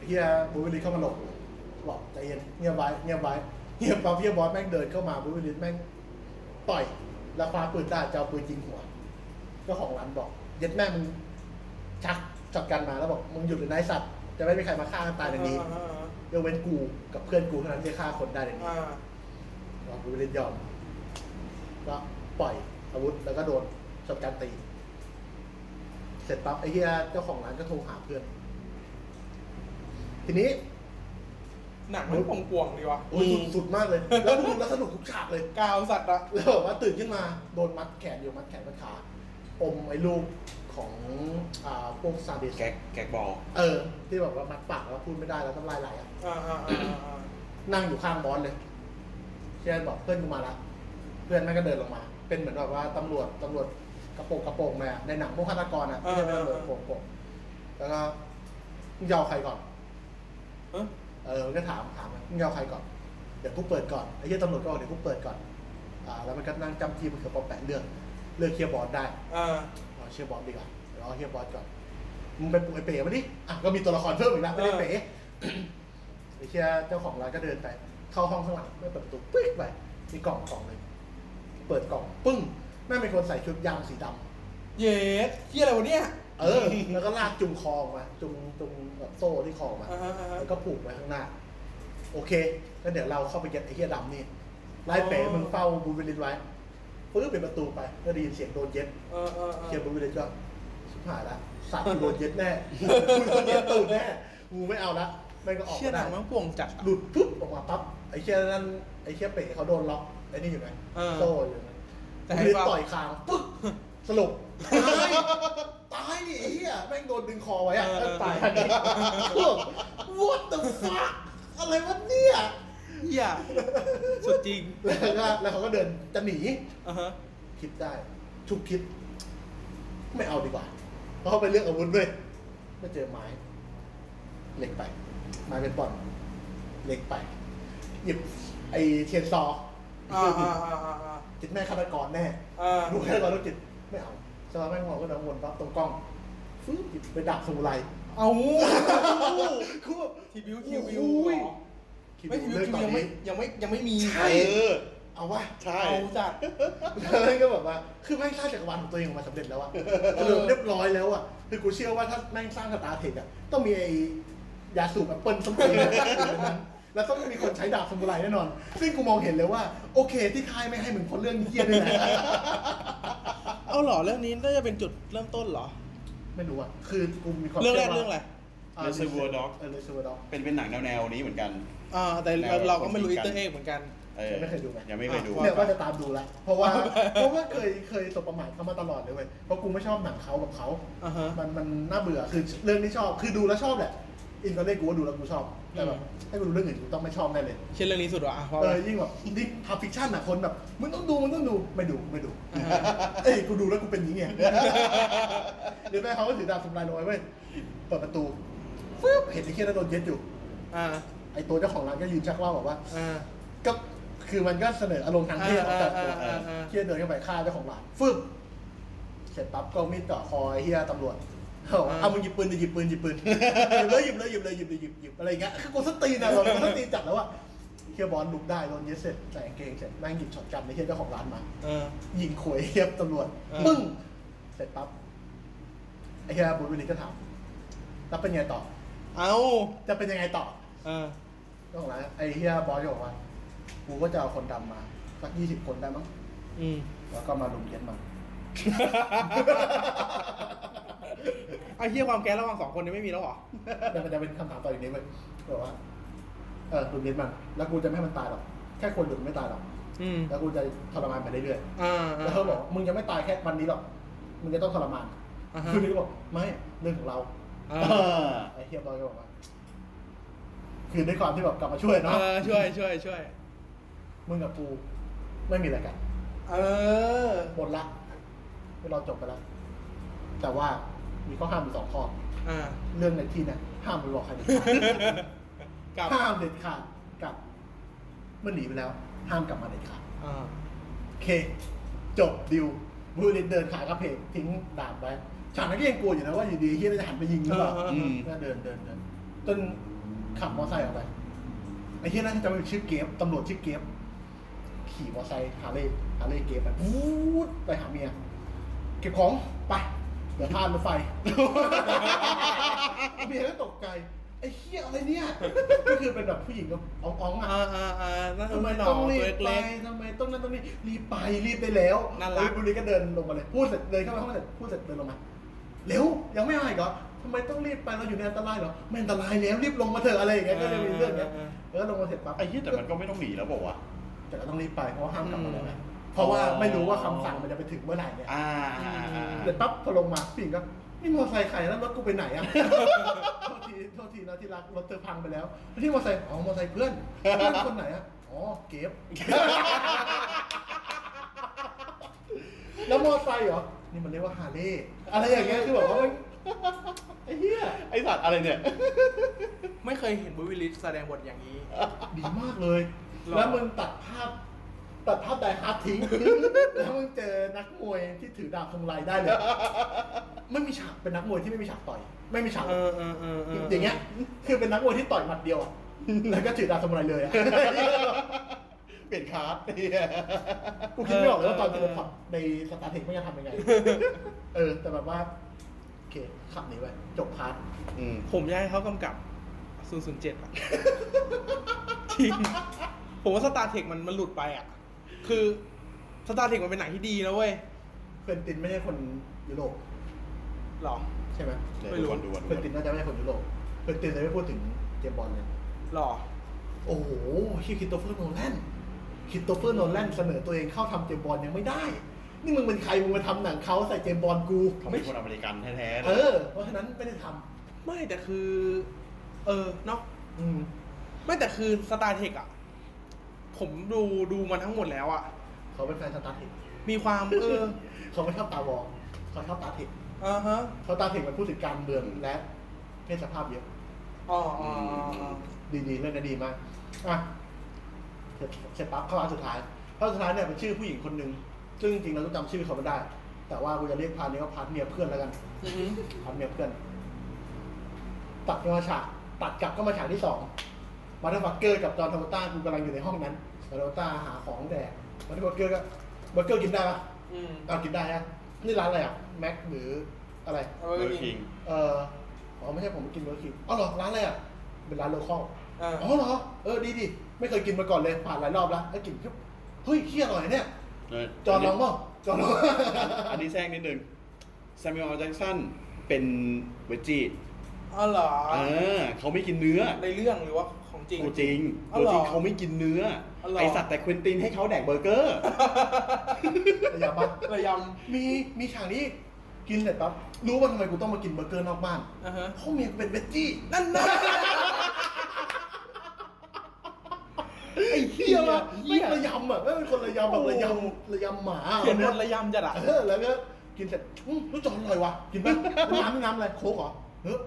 Speaker 4: เฮียบูวิลิสเข้ามาหลบบอกใจเย็นเงียบไว้เงียบไว้เงียบปั๊บเฮียบอสแม่งเดินเข้ามาบูวิลิสแม่งต่อยแล้วคว้าปืนได้จะเอาปืนยิงหัวเจ้าของร้านบอกเย็ดแม่มึงชักจัดกันมาแล้วบอกมึงหยุดเลยนายสัตว์จะไม่มีใครมาฆ่ากันตายในนี้ยกเว้นกูกับเพื่อนกูเท่านั้นที่จะฆ่าคนได้ในนี้
Speaker 2: อ่า
Speaker 4: เราไม่ได้ยอม ก็ปล่อยอาวุธแล้วก็โดนจัดการตี เสร็จปั๊บไอ้เหี้ยเจ้าของร้านก็โทรหาเพื่อน ทีนี้
Speaker 2: หนักมันป่งป่วงๆดีวะ
Speaker 4: โอ้ยสุดสุดมากเลย แล้วดูแล้วสนุกทุกฉากเลย
Speaker 2: กาวสัตว์อะ
Speaker 4: แล้วแบบว่าตื่นขึ้นมาโดนมัดแขนอยู่มัดแขนมัดขาอมไอ้ลูกของอ่าพวกซาดิส
Speaker 3: แก๊กแก๊กบอล
Speaker 4: เออ ที่แบบว่ามัดปากแล้วพูดไม่ได้แล้วน้ำลายไหลอะ
Speaker 2: อ่าอ่าอ่าอ่า
Speaker 4: นั่งอยู่ข้างบอสเลยเชียนบอกเพื่อนกูมาละ เพื่อนแม่งก็เดินลงมา เป็นเหมือนแบบว่าตำรวจตำรวจกระโปรงกระโปรงมาในหนังพวกฆาตกรอ่ะที่เป็นตำรวจกระโปรงกระโปรงแล้วก็มึงจะเอาใครก่อน
Speaker 2: เอ้ย
Speaker 4: เออมันก็ถามถามมันมึงจะเอาใครก่อน เดี๋ยวกูเปิดก่อน ไอ้เหี้ยตำรวจก็บอกเดี๋ยวกูเปิดก่อน อ่า แล้วมันก็นั่งจำทีมันเกือบปอมแปะเลือกเลือกเชียร์บอสได้
Speaker 2: อ่า
Speaker 4: เอาเชียร์บอสดีกว่าเดี๋ยวเอาเชียร์บอสก่อน มึงไปปลุกไอ้เป๋มาดิ อ่ะก็มีตัวละครเพิ่มอีกแล้วไม่ได้เป๋ [coughs] ไอ้เชียร์เจ้าของร้านก็เดินไป เข้าห้องข้างหลังไม่เปิดประตูปึ๊กไปมีกล่องกล่องหนึ่งเปิดกล่องปึ้ง แม่งเป็นคนใส่ชุดยางสีดำ
Speaker 2: เย็ดเหียอะไรวะเนี่ย
Speaker 4: เอ
Speaker 2: [laughs]
Speaker 4: อ แล้วก็ลากจุงคอออกมา จุงจุงแบบโซ่ที่คอออกมา
Speaker 2: อ่าอ่าอ่า
Speaker 4: แล้วก็ผูกไว้ข้างหน้า โอเคก็เดี๋ยวเราเข้าไปยัดไอ้เหี้ยดำนี่ไล่เป๋
Speaker 2: อ๋อ
Speaker 4: มึงเฝ้าบูเวลินไว้ปึ๊บปิดประตูไปก็ได้ยินเสียงโดนเย็บ
Speaker 2: เออเออเออ
Speaker 4: เชียร์บรูวิลเลยก็ชิบหายละสัตว์กูโดนเย็ดแน่กูโดนเย็ดตูดแน่งูไม่เอาละแม่งก็ออก
Speaker 2: เชี่ย
Speaker 4: มา
Speaker 2: หนั
Speaker 4: ได้
Speaker 2: งมันป่วงจัดอะ
Speaker 4: หลุดปุ๊บออกมาปั๊บไอ้เชี่ยนั่นไอ้เชี่ยเป๋เขาโดนล็อกไอ้นี่อยู่ไหม
Speaker 2: เออ
Speaker 4: โซ่อยู่ไหม
Speaker 2: แต่
Speaker 4: บู
Speaker 2: ให้
Speaker 4: วิลเลย
Speaker 2: ฟัง
Speaker 4: ต่อยคางปึ๊บสลบตายตายดิไอ้เหี้ยแม่งโดนดึงคอไว้อะแล้วตายอันนี้ what the fuck อะไรวะเนี่ย
Speaker 2: เหี้ยสุดจริง
Speaker 4: แล้วก็แล้วเขาก็เดินจะหนี
Speaker 2: อ่าฮะ
Speaker 4: คิดได้ชุกคิด ไม่เอาดีกว่า เพราะเขาไปเลือกอาวุธด้วยไม่เจอไม้เหล็กไป ไม้เป็นปอนเหล็กไป หยิบ ไอเทียนซอ
Speaker 2: อ่าอ่าอ่าอ่าอ่า
Speaker 4: [laughs] จิตแม่ฆาตกรแน่
Speaker 2: อ่า
Speaker 4: ดูฆาตกรแล้วจิตไม่เอาสลาแม่งมองก็เดังวนปั๊บตรงกล้องฟื้บหยิบไปดักสมุไร
Speaker 2: เอา
Speaker 4: คู่
Speaker 2: ทีบิวทีบิว
Speaker 4: โอ้โห
Speaker 2: เหรอไม่ทีบิว
Speaker 4: เลิก
Speaker 2: ที
Speaker 4: ต
Speaker 2: บิ
Speaker 4: อ
Speaker 2: วน ยังไม่ยัง
Speaker 4: นี้
Speaker 2: ไม่ยังไม่มี
Speaker 4: ใช่
Speaker 3: เออ
Speaker 4: เอาวะ
Speaker 3: ใช่
Speaker 2: เอาจัด
Speaker 4: แล้วแม่งก็แบบว่า คือแม่งสร้างจักรวาลของตัวเองออกมาสำเร็จแล้วอะคือเรียบร้อยแล้วอะคือกูเชื่อว่าถ้าแม่งสร้างสตาร์เทคอะต้องมีไอ้ยาสูบแอปเปิลสมุนแล้วต้องมีคนใช้ดาบสมุไรแน่นอน ซึ่งกูมองเห็นเลยว่า โอเคที่ค่ายไม่ให้มึงพ้นเรื่องเยี้ยนี่แหละ
Speaker 2: เอาเหรอเรื่องนี้น่าจะเป็นจุดเริ่มต้นเหรอ
Speaker 4: ไม่รู้อะคือกูมีความ
Speaker 2: เรื่องแร
Speaker 4: ชื่
Speaker 2: กเรื่องอะไร
Speaker 4: า
Speaker 3: Reservoir Dogs
Speaker 4: เออ Reservoir Dogs
Speaker 3: เป็นเป็นหนังแนวแนวๆนี้เหมือนกัน
Speaker 2: อ่าแต่เรา
Speaker 3: แนว
Speaker 2: เราก็ไม่รู้
Speaker 3: คน
Speaker 2: อิ
Speaker 3: กิ
Speaker 2: น
Speaker 3: น
Speaker 2: เต
Speaker 3: กัน
Speaker 2: อร์เอกเหมือนกัน
Speaker 3: เออ
Speaker 4: ยังไม่เคยดูไหม
Speaker 3: ยังไม่เคยดู
Speaker 4: เนี่ยว่าจะตามดูละเพราะว่า เพราะว่าเคยเคยสบประมาทเขามาตลอดเลยเว้ยเพราะกูไม่ชอบหนังเขากับเขา
Speaker 2: อ่าฮะ
Speaker 4: มันมันน่าเบื่อคือเรื่องที่ชอบ คือดูแล้วชอบแหละอินก็เล่กูว่าดูแล้วกูชอบแต่แบบ
Speaker 2: อืม
Speaker 4: ให้กูดูเรื่องอื่นกูต้องไม่ชอบแน่เลย
Speaker 2: เช่นเรื่องนี้สุดว่ะอ่ะเพราะ
Speaker 4: เอ
Speaker 2: ว่า
Speaker 4: อยิ่งแบบยิ่งทำฟิกชั่นอ่ะคนแบบมึงต้องดูมึงต้องดูไม่ดูไม่ดู
Speaker 2: อ่าฮะ
Speaker 4: เอ้ยกูดูแล้วกูเป็น
Speaker 2: [laughs]
Speaker 4: อย่างนี้ไง เดี๋ยวแม่เขาก็ถือดาบสมรายลงไปเว้ยเปิดประตูฟึ๊บเห็นไอ้เคียนนโดนเย็ดอยู่
Speaker 2: อ่า
Speaker 4: ไอ้ตัวเจ้าของร้านก็ยืนชักว่าวบอกว่า
Speaker 2: อ่า
Speaker 4: ก็คือมันก็เสนออารมณ์ทางเพศของแต่ละตัว
Speaker 2: อ่าอ่าอ่า
Speaker 4: เฮียเดินเข้าไปฆ่าเจ้าของร้านฟึบเสร็จปั๊บก็เอามีดจ่อคอไอ้เฮียตำรวจเขาบอกว่าเอามึงหยิบปืนดิหยิบปืนหยิบปืนหยิบเลยหยิบเลยหยิบเลยหยิบเลยหยิบหยิบอะไรอย่างเงี้ยคือกูสตีนอะเรากูสตีนจัดแล้วอะเฮียบอลลุกได้โดนยึดเสร็จใส่กางเกงเสร็จแม่งหยิบช็อตกันไอ้เฮียเจ้าของร้านมา
Speaker 2: เออ
Speaker 4: ยิงขวยเฮียตำรวจ
Speaker 2: เออ
Speaker 4: ปึ้งเสร็จปั๊บไอ้เฮียบุญวินิจก็ถามแล้วเป็นไงต่อ
Speaker 2: เอา
Speaker 4: จะเป็นยังไงต่อ
Speaker 2: เออ
Speaker 4: เจ้าของร้านไอ้เฮียบอสก็บอกว่ากูก็จะเอาคนดำมาสักยี่สิบคนได้มั้ง
Speaker 2: อื
Speaker 4: [laughs]
Speaker 2: ม
Speaker 4: แล้วก็มาลุมเย็น
Speaker 2: [laughs]
Speaker 4: มัน
Speaker 2: ไอ้เหี้ยความแก้นระหว่างสองคนนี้ไม่มีแล้วเหรอ
Speaker 4: แต่มันจะเป็นคำถามต่ออีกนี้เว้ยบอกว่าเออลุมเย็นมัน แล้วกูจะไม่ให้มันตายหรอกแค่คนหลุมไม่ตายหรอก
Speaker 2: อืม
Speaker 4: แล้วกูจะทรมานไปเรื่อย
Speaker 2: อ่า
Speaker 4: ๆ
Speaker 2: อ่า
Speaker 4: แล้วเขาบอกมึงจะไม่ตายแค่วันนี้หรอกมึงจะต้องทรมาน
Speaker 2: อ่าฮะ
Speaker 4: คุณนี่ก็บอกไม่เรื่องของเรา
Speaker 2: อ่า
Speaker 4: ไอ้เฮียบอยก็บอกว่า คือด้วยความที่แบบกลับมาช่วย
Speaker 2: เอ
Speaker 4: เนาะ
Speaker 2: อช่วยช่วยช่วย
Speaker 4: มึงกับกูไม่มีอะไรกัน
Speaker 2: เออ
Speaker 4: หมดละเราจบไปแล้ว แต่ว่ามีข้อห้ามอยู่สองข้อ
Speaker 2: อ่า
Speaker 4: เรื่องในที่นะห้ามไปบอกใครเด็ดขาด
Speaker 2: กลับ
Speaker 4: ห้ามเด็ดขาดกลับเมื่อหนีไปแล้ว ห้ามกลับมาเด็ดขาด
Speaker 2: อ่า
Speaker 4: โอเค จบดิวบูรินเดินขากระเพกทิ้งดาบไว้ฉากนั้นก็ยังกลัวอยู่นะว่าอยู่ดีเฮียจะหันไปยิงหรือเปล่า
Speaker 3: อืม
Speaker 4: ก็เดินเดินเดินจนขับมอไซค์ออกไปไอ้ที่นั่นจะเป็นชื่อเกฟตำรวจชื่อเกฟขี่มอไซค์ฮาร์เลย์ฮาร์เลย์เกฟไปวูดไปหาเมียเก็บของไปเดี๋ยวพลาดรถไฟ [laughs] เมียก็ตกใจไอ้เหี้ยอะไรเนี่ยก็คือเป็นแบบผู้หญิงแบบอ่องๆ
Speaker 2: อ่า
Speaker 4: อ่ะ
Speaker 2: อ่าอ่านั่นคื
Speaker 4: ทำ
Speaker 2: อ
Speaker 4: ไม
Speaker 2: หนอ
Speaker 4: ต้อง
Speaker 2: ตัว
Speaker 4: รีบไป
Speaker 2: เล็ก
Speaker 4: ทำไมต้องนั่นต้องนี่รีบไปรีบไปแล้ว
Speaker 2: น่ารัก
Speaker 4: เฮ้ยบุรีก็เดินลงมาเลยพูดเสร็จเดินเข้าไปห้องเสร็จพูดเสร็จเดินลงมา เร็วยังไม่มาอีกเหรอทำไมต้องรีบไปเราอยู่ในอันตรายเหรอไม่อันตรายแล้วรีบลงมาเถอะอะไรอย่างเงี้ยก็เลยมีเรื่องเนี้ยแล้วลงมาเสร็จปั๊บ
Speaker 3: ไอ้เหี้ยแต่มันก็ไม่ต้องหนีแล้วบอกว่าวะ
Speaker 4: แต่ก็ต้องรีบไปเพราะว่าห้ามกลับมาแล้วไงเพราะว่าไม่รู้ว่าคำสั่งมันจะไปถึงเมื่อไหร่เนี่ย
Speaker 3: อ่าอ่าอ่า
Speaker 4: เสร็จปั๊บพอลงมาผู้หญิงก็นี่มอเตอร์ไซค์ใครแล้วรถกูไปไหน
Speaker 2: [laughs]
Speaker 4: อ่ะ โทษทีโทษทีนะที่รักรถเธอพังไปแล้วแล้วที่มอเตอร์ไซค์อ๋อมอเตอร์ไซค์เพื่อนเพื่อนคนไหนอ่ะอ๋อเก็บ
Speaker 2: [laughs]
Speaker 4: แล้วมอเตอร์ไซค์เหรอนี่มันเรียกว่าฮาร์เลย์อะไรอย่างเงี้ยคือแบบว่ามันไอ้เหี้ย
Speaker 3: ไอสัตว์อะไรเนี่ย
Speaker 2: ไม่เคยเห็นบูวิลลิสแสดงบทอย่างนี้
Speaker 4: ดีมากเลย
Speaker 2: หรอ
Speaker 4: แล้วมึงตัดภาพ ตัดภาพไดฮาร์ดทิ้ง แล้วมึงเจอนักมวยที่ถือดาบทงไรได้
Speaker 2: [laughs]
Speaker 4: เลย ไม่มีฉากเป็นนักมวยที่ไม่มีฉากต่อย ไม่มีฉาก
Speaker 2: เออเออเออเออ
Speaker 4: อย่างเงี้ย คือเป็นนักมวยที่ต่อยหมัดเดียวอะแล้วก็ถือดาบทงไรเลยอะ [laughs]
Speaker 3: เปลี่ยนคาร์ด
Speaker 4: กูคิดไม่ออกเลยว่าตอนเจอพอดในสตาร์เทคไม่จะทำยังไง [laughs] เออ แต่แบบว่า โอเคขับหนีไปจบพาร์ท
Speaker 3: อืม
Speaker 2: ผมอยากให้เขากำกับ 007 อ่ [laughs] ะ จริง ผมว่าสตาร์เทคมันมันหลุดไปอ่ะ คือสตาร์เทคมันเป็นหนังที่ดีนะเว้ย
Speaker 4: เควินตินไม่ใช่คนยุโรป
Speaker 2: หรอ
Speaker 4: ใช่ไหม
Speaker 3: เดี๋ยว
Speaker 2: ไม่รู้
Speaker 3: ดูก่อนดูก่อนดูก่อน
Speaker 4: เควินตินน่าจะไม่ใช่คนยุโรปเควินตินเลยไม่พูดถึงเจมส์บอลเลย
Speaker 2: หรอ
Speaker 4: โอ้โหคิดโตเฟอร์โนแลนคิดโตเฟอร์โนแลนเสนอตัวเองเข้าทำเจมส์บอลยังไม่ได้ นี่มึงเป็นใคร มึงมาทำหนังเขาใส่เจมส์บอลกู
Speaker 3: เขา
Speaker 4: ไม่
Speaker 3: เป็นคนอเมริกันแท้ๆ
Speaker 4: เอ
Speaker 3: นะ
Speaker 4: อ เพราะฉะนั้นไม่ได้ท
Speaker 2: ไม่แต่คือ เออเนาะ
Speaker 4: ำอืม
Speaker 2: ไม่แต่คือสตาร์เทคอ่ะ ผมดูดูมันทั้งหมดแล้วอ่ะ
Speaker 4: เขาเป็นแฟนสตาร์เทค
Speaker 2: มีความเอ [laughs] อ
Speaker 4: เขาไม่ชอบตาวอลเขาชอบตาเทค
Speaker 2: อ่าฮะ
Speaker 4: เขาะตาเทคมันพูดถึงการเมืองและเพศสภาพเยอะ
Speaker 2: อ๋ออ๋ออ๋ออ๋อ
Speaker 4: ดีๆเรื่องนี้ดีมากอ่ะเสร็จเสร็จปั๊บเข้าอันสุดท้ายเข้าอันสุดท้ายเนี่ยเป็นชื่อผู้หญิงคนหนึ่งซึ่งจริงๆเราต้องจำชื่อเขาไม่ได้ แต่ว่ากูจะเรียกพาร์ทนี้ว่าพาร์ทเมียเพื่อนแล้วกัน
Speaker 2: อือฮึ
Speaker 4: พันเมียเพื่อน ตัดมาฉากตัดกลับก็มาฉากที่สองมาร์ทฟักเกอร์กับจอห์นทาวต้ากูกำลังอยู่ในห้องนั้นมาร์ทฟักเกอร์หาของแดกมาร์ทฟักเกอร์ก็มาร์ทฟักเกอร์กินได้ปะ
Speaker 2: อืม
Speaker 4: เอากินได้ฮะนี่ร้านอะไรอ่ะแม็กหรืออะไร
Speaker 2: เอา
Speaker 3: เอ
Speaker 2: ไป
Speaker 3: อ
Speaker 2: กิ
Speaker 3: คิ
Speaker 2: น
Speaker 3: ง
Speaker 4: เอออ๋อไม่ใช่ผมกินเบอร์คิวอ๋อเหรอร้านอะไรอ่ะเป็นร้านโลคอล
Speaker 2: อ่า
Speaker 4: อ๋อเหรอเออดีดีไม่เคยกินมาก่อนเลยผ่านหลายรอบแล้วไอ้ยกินปุ๊บเฮ้ยเคี้ยอร่อยเนี่ย จอห์นลองเปล่าจอห์นลอง [laughs]
Speaker 3: อันนี้แทรกนิดนึงแซม u e l ลแจ็กสันเป็นเวจจี
Speaker 2: อ๋อเหรอ
Speaker 3: เออเขาไม่กินเนื้อ
Speaker 2: ในเรื่องหรือว่าของจริง
Speaker 3: ตัวจริง
Speaker 2: อ๋อ
Speaker 3: ตัว
Speaker 2: เหรอ
Speaker 3: จริงเขาไม่กินเนื้ออ
Speaker 2: อเหรอ
Speaker 3: ไอสัตว์แต่ควินตินให้เขาแดกเบอร์เกอร์
Speaker 4: แต่อย่ามา
Speaker 2: ระย
Speaker 4: มีมีฉากนี้กินเสร็จปั๊บรู้ว่าทำไมกูต้องมากินเบอร์เกอร์นอกบ้าน
Speaker 2: อ่าฮะ
Speaker 4: เพราะเมียกูเป็นเวจจี้
Speaker 2: ำนั่นนะ
Speaker 4: ไอ้เหี้ยมาไม่ระยำอ่ะไม่เป็นคนระยำแบบระยำระยำหมา
Speaker 2: เขียนบทระยำจัดอะ
Speaker 4: เออแล้วก็กินเสร็จอื้อรู้จักอร่อยว่ะกินป่ะน้ำน้ำอะไรโค้กเหรอเออ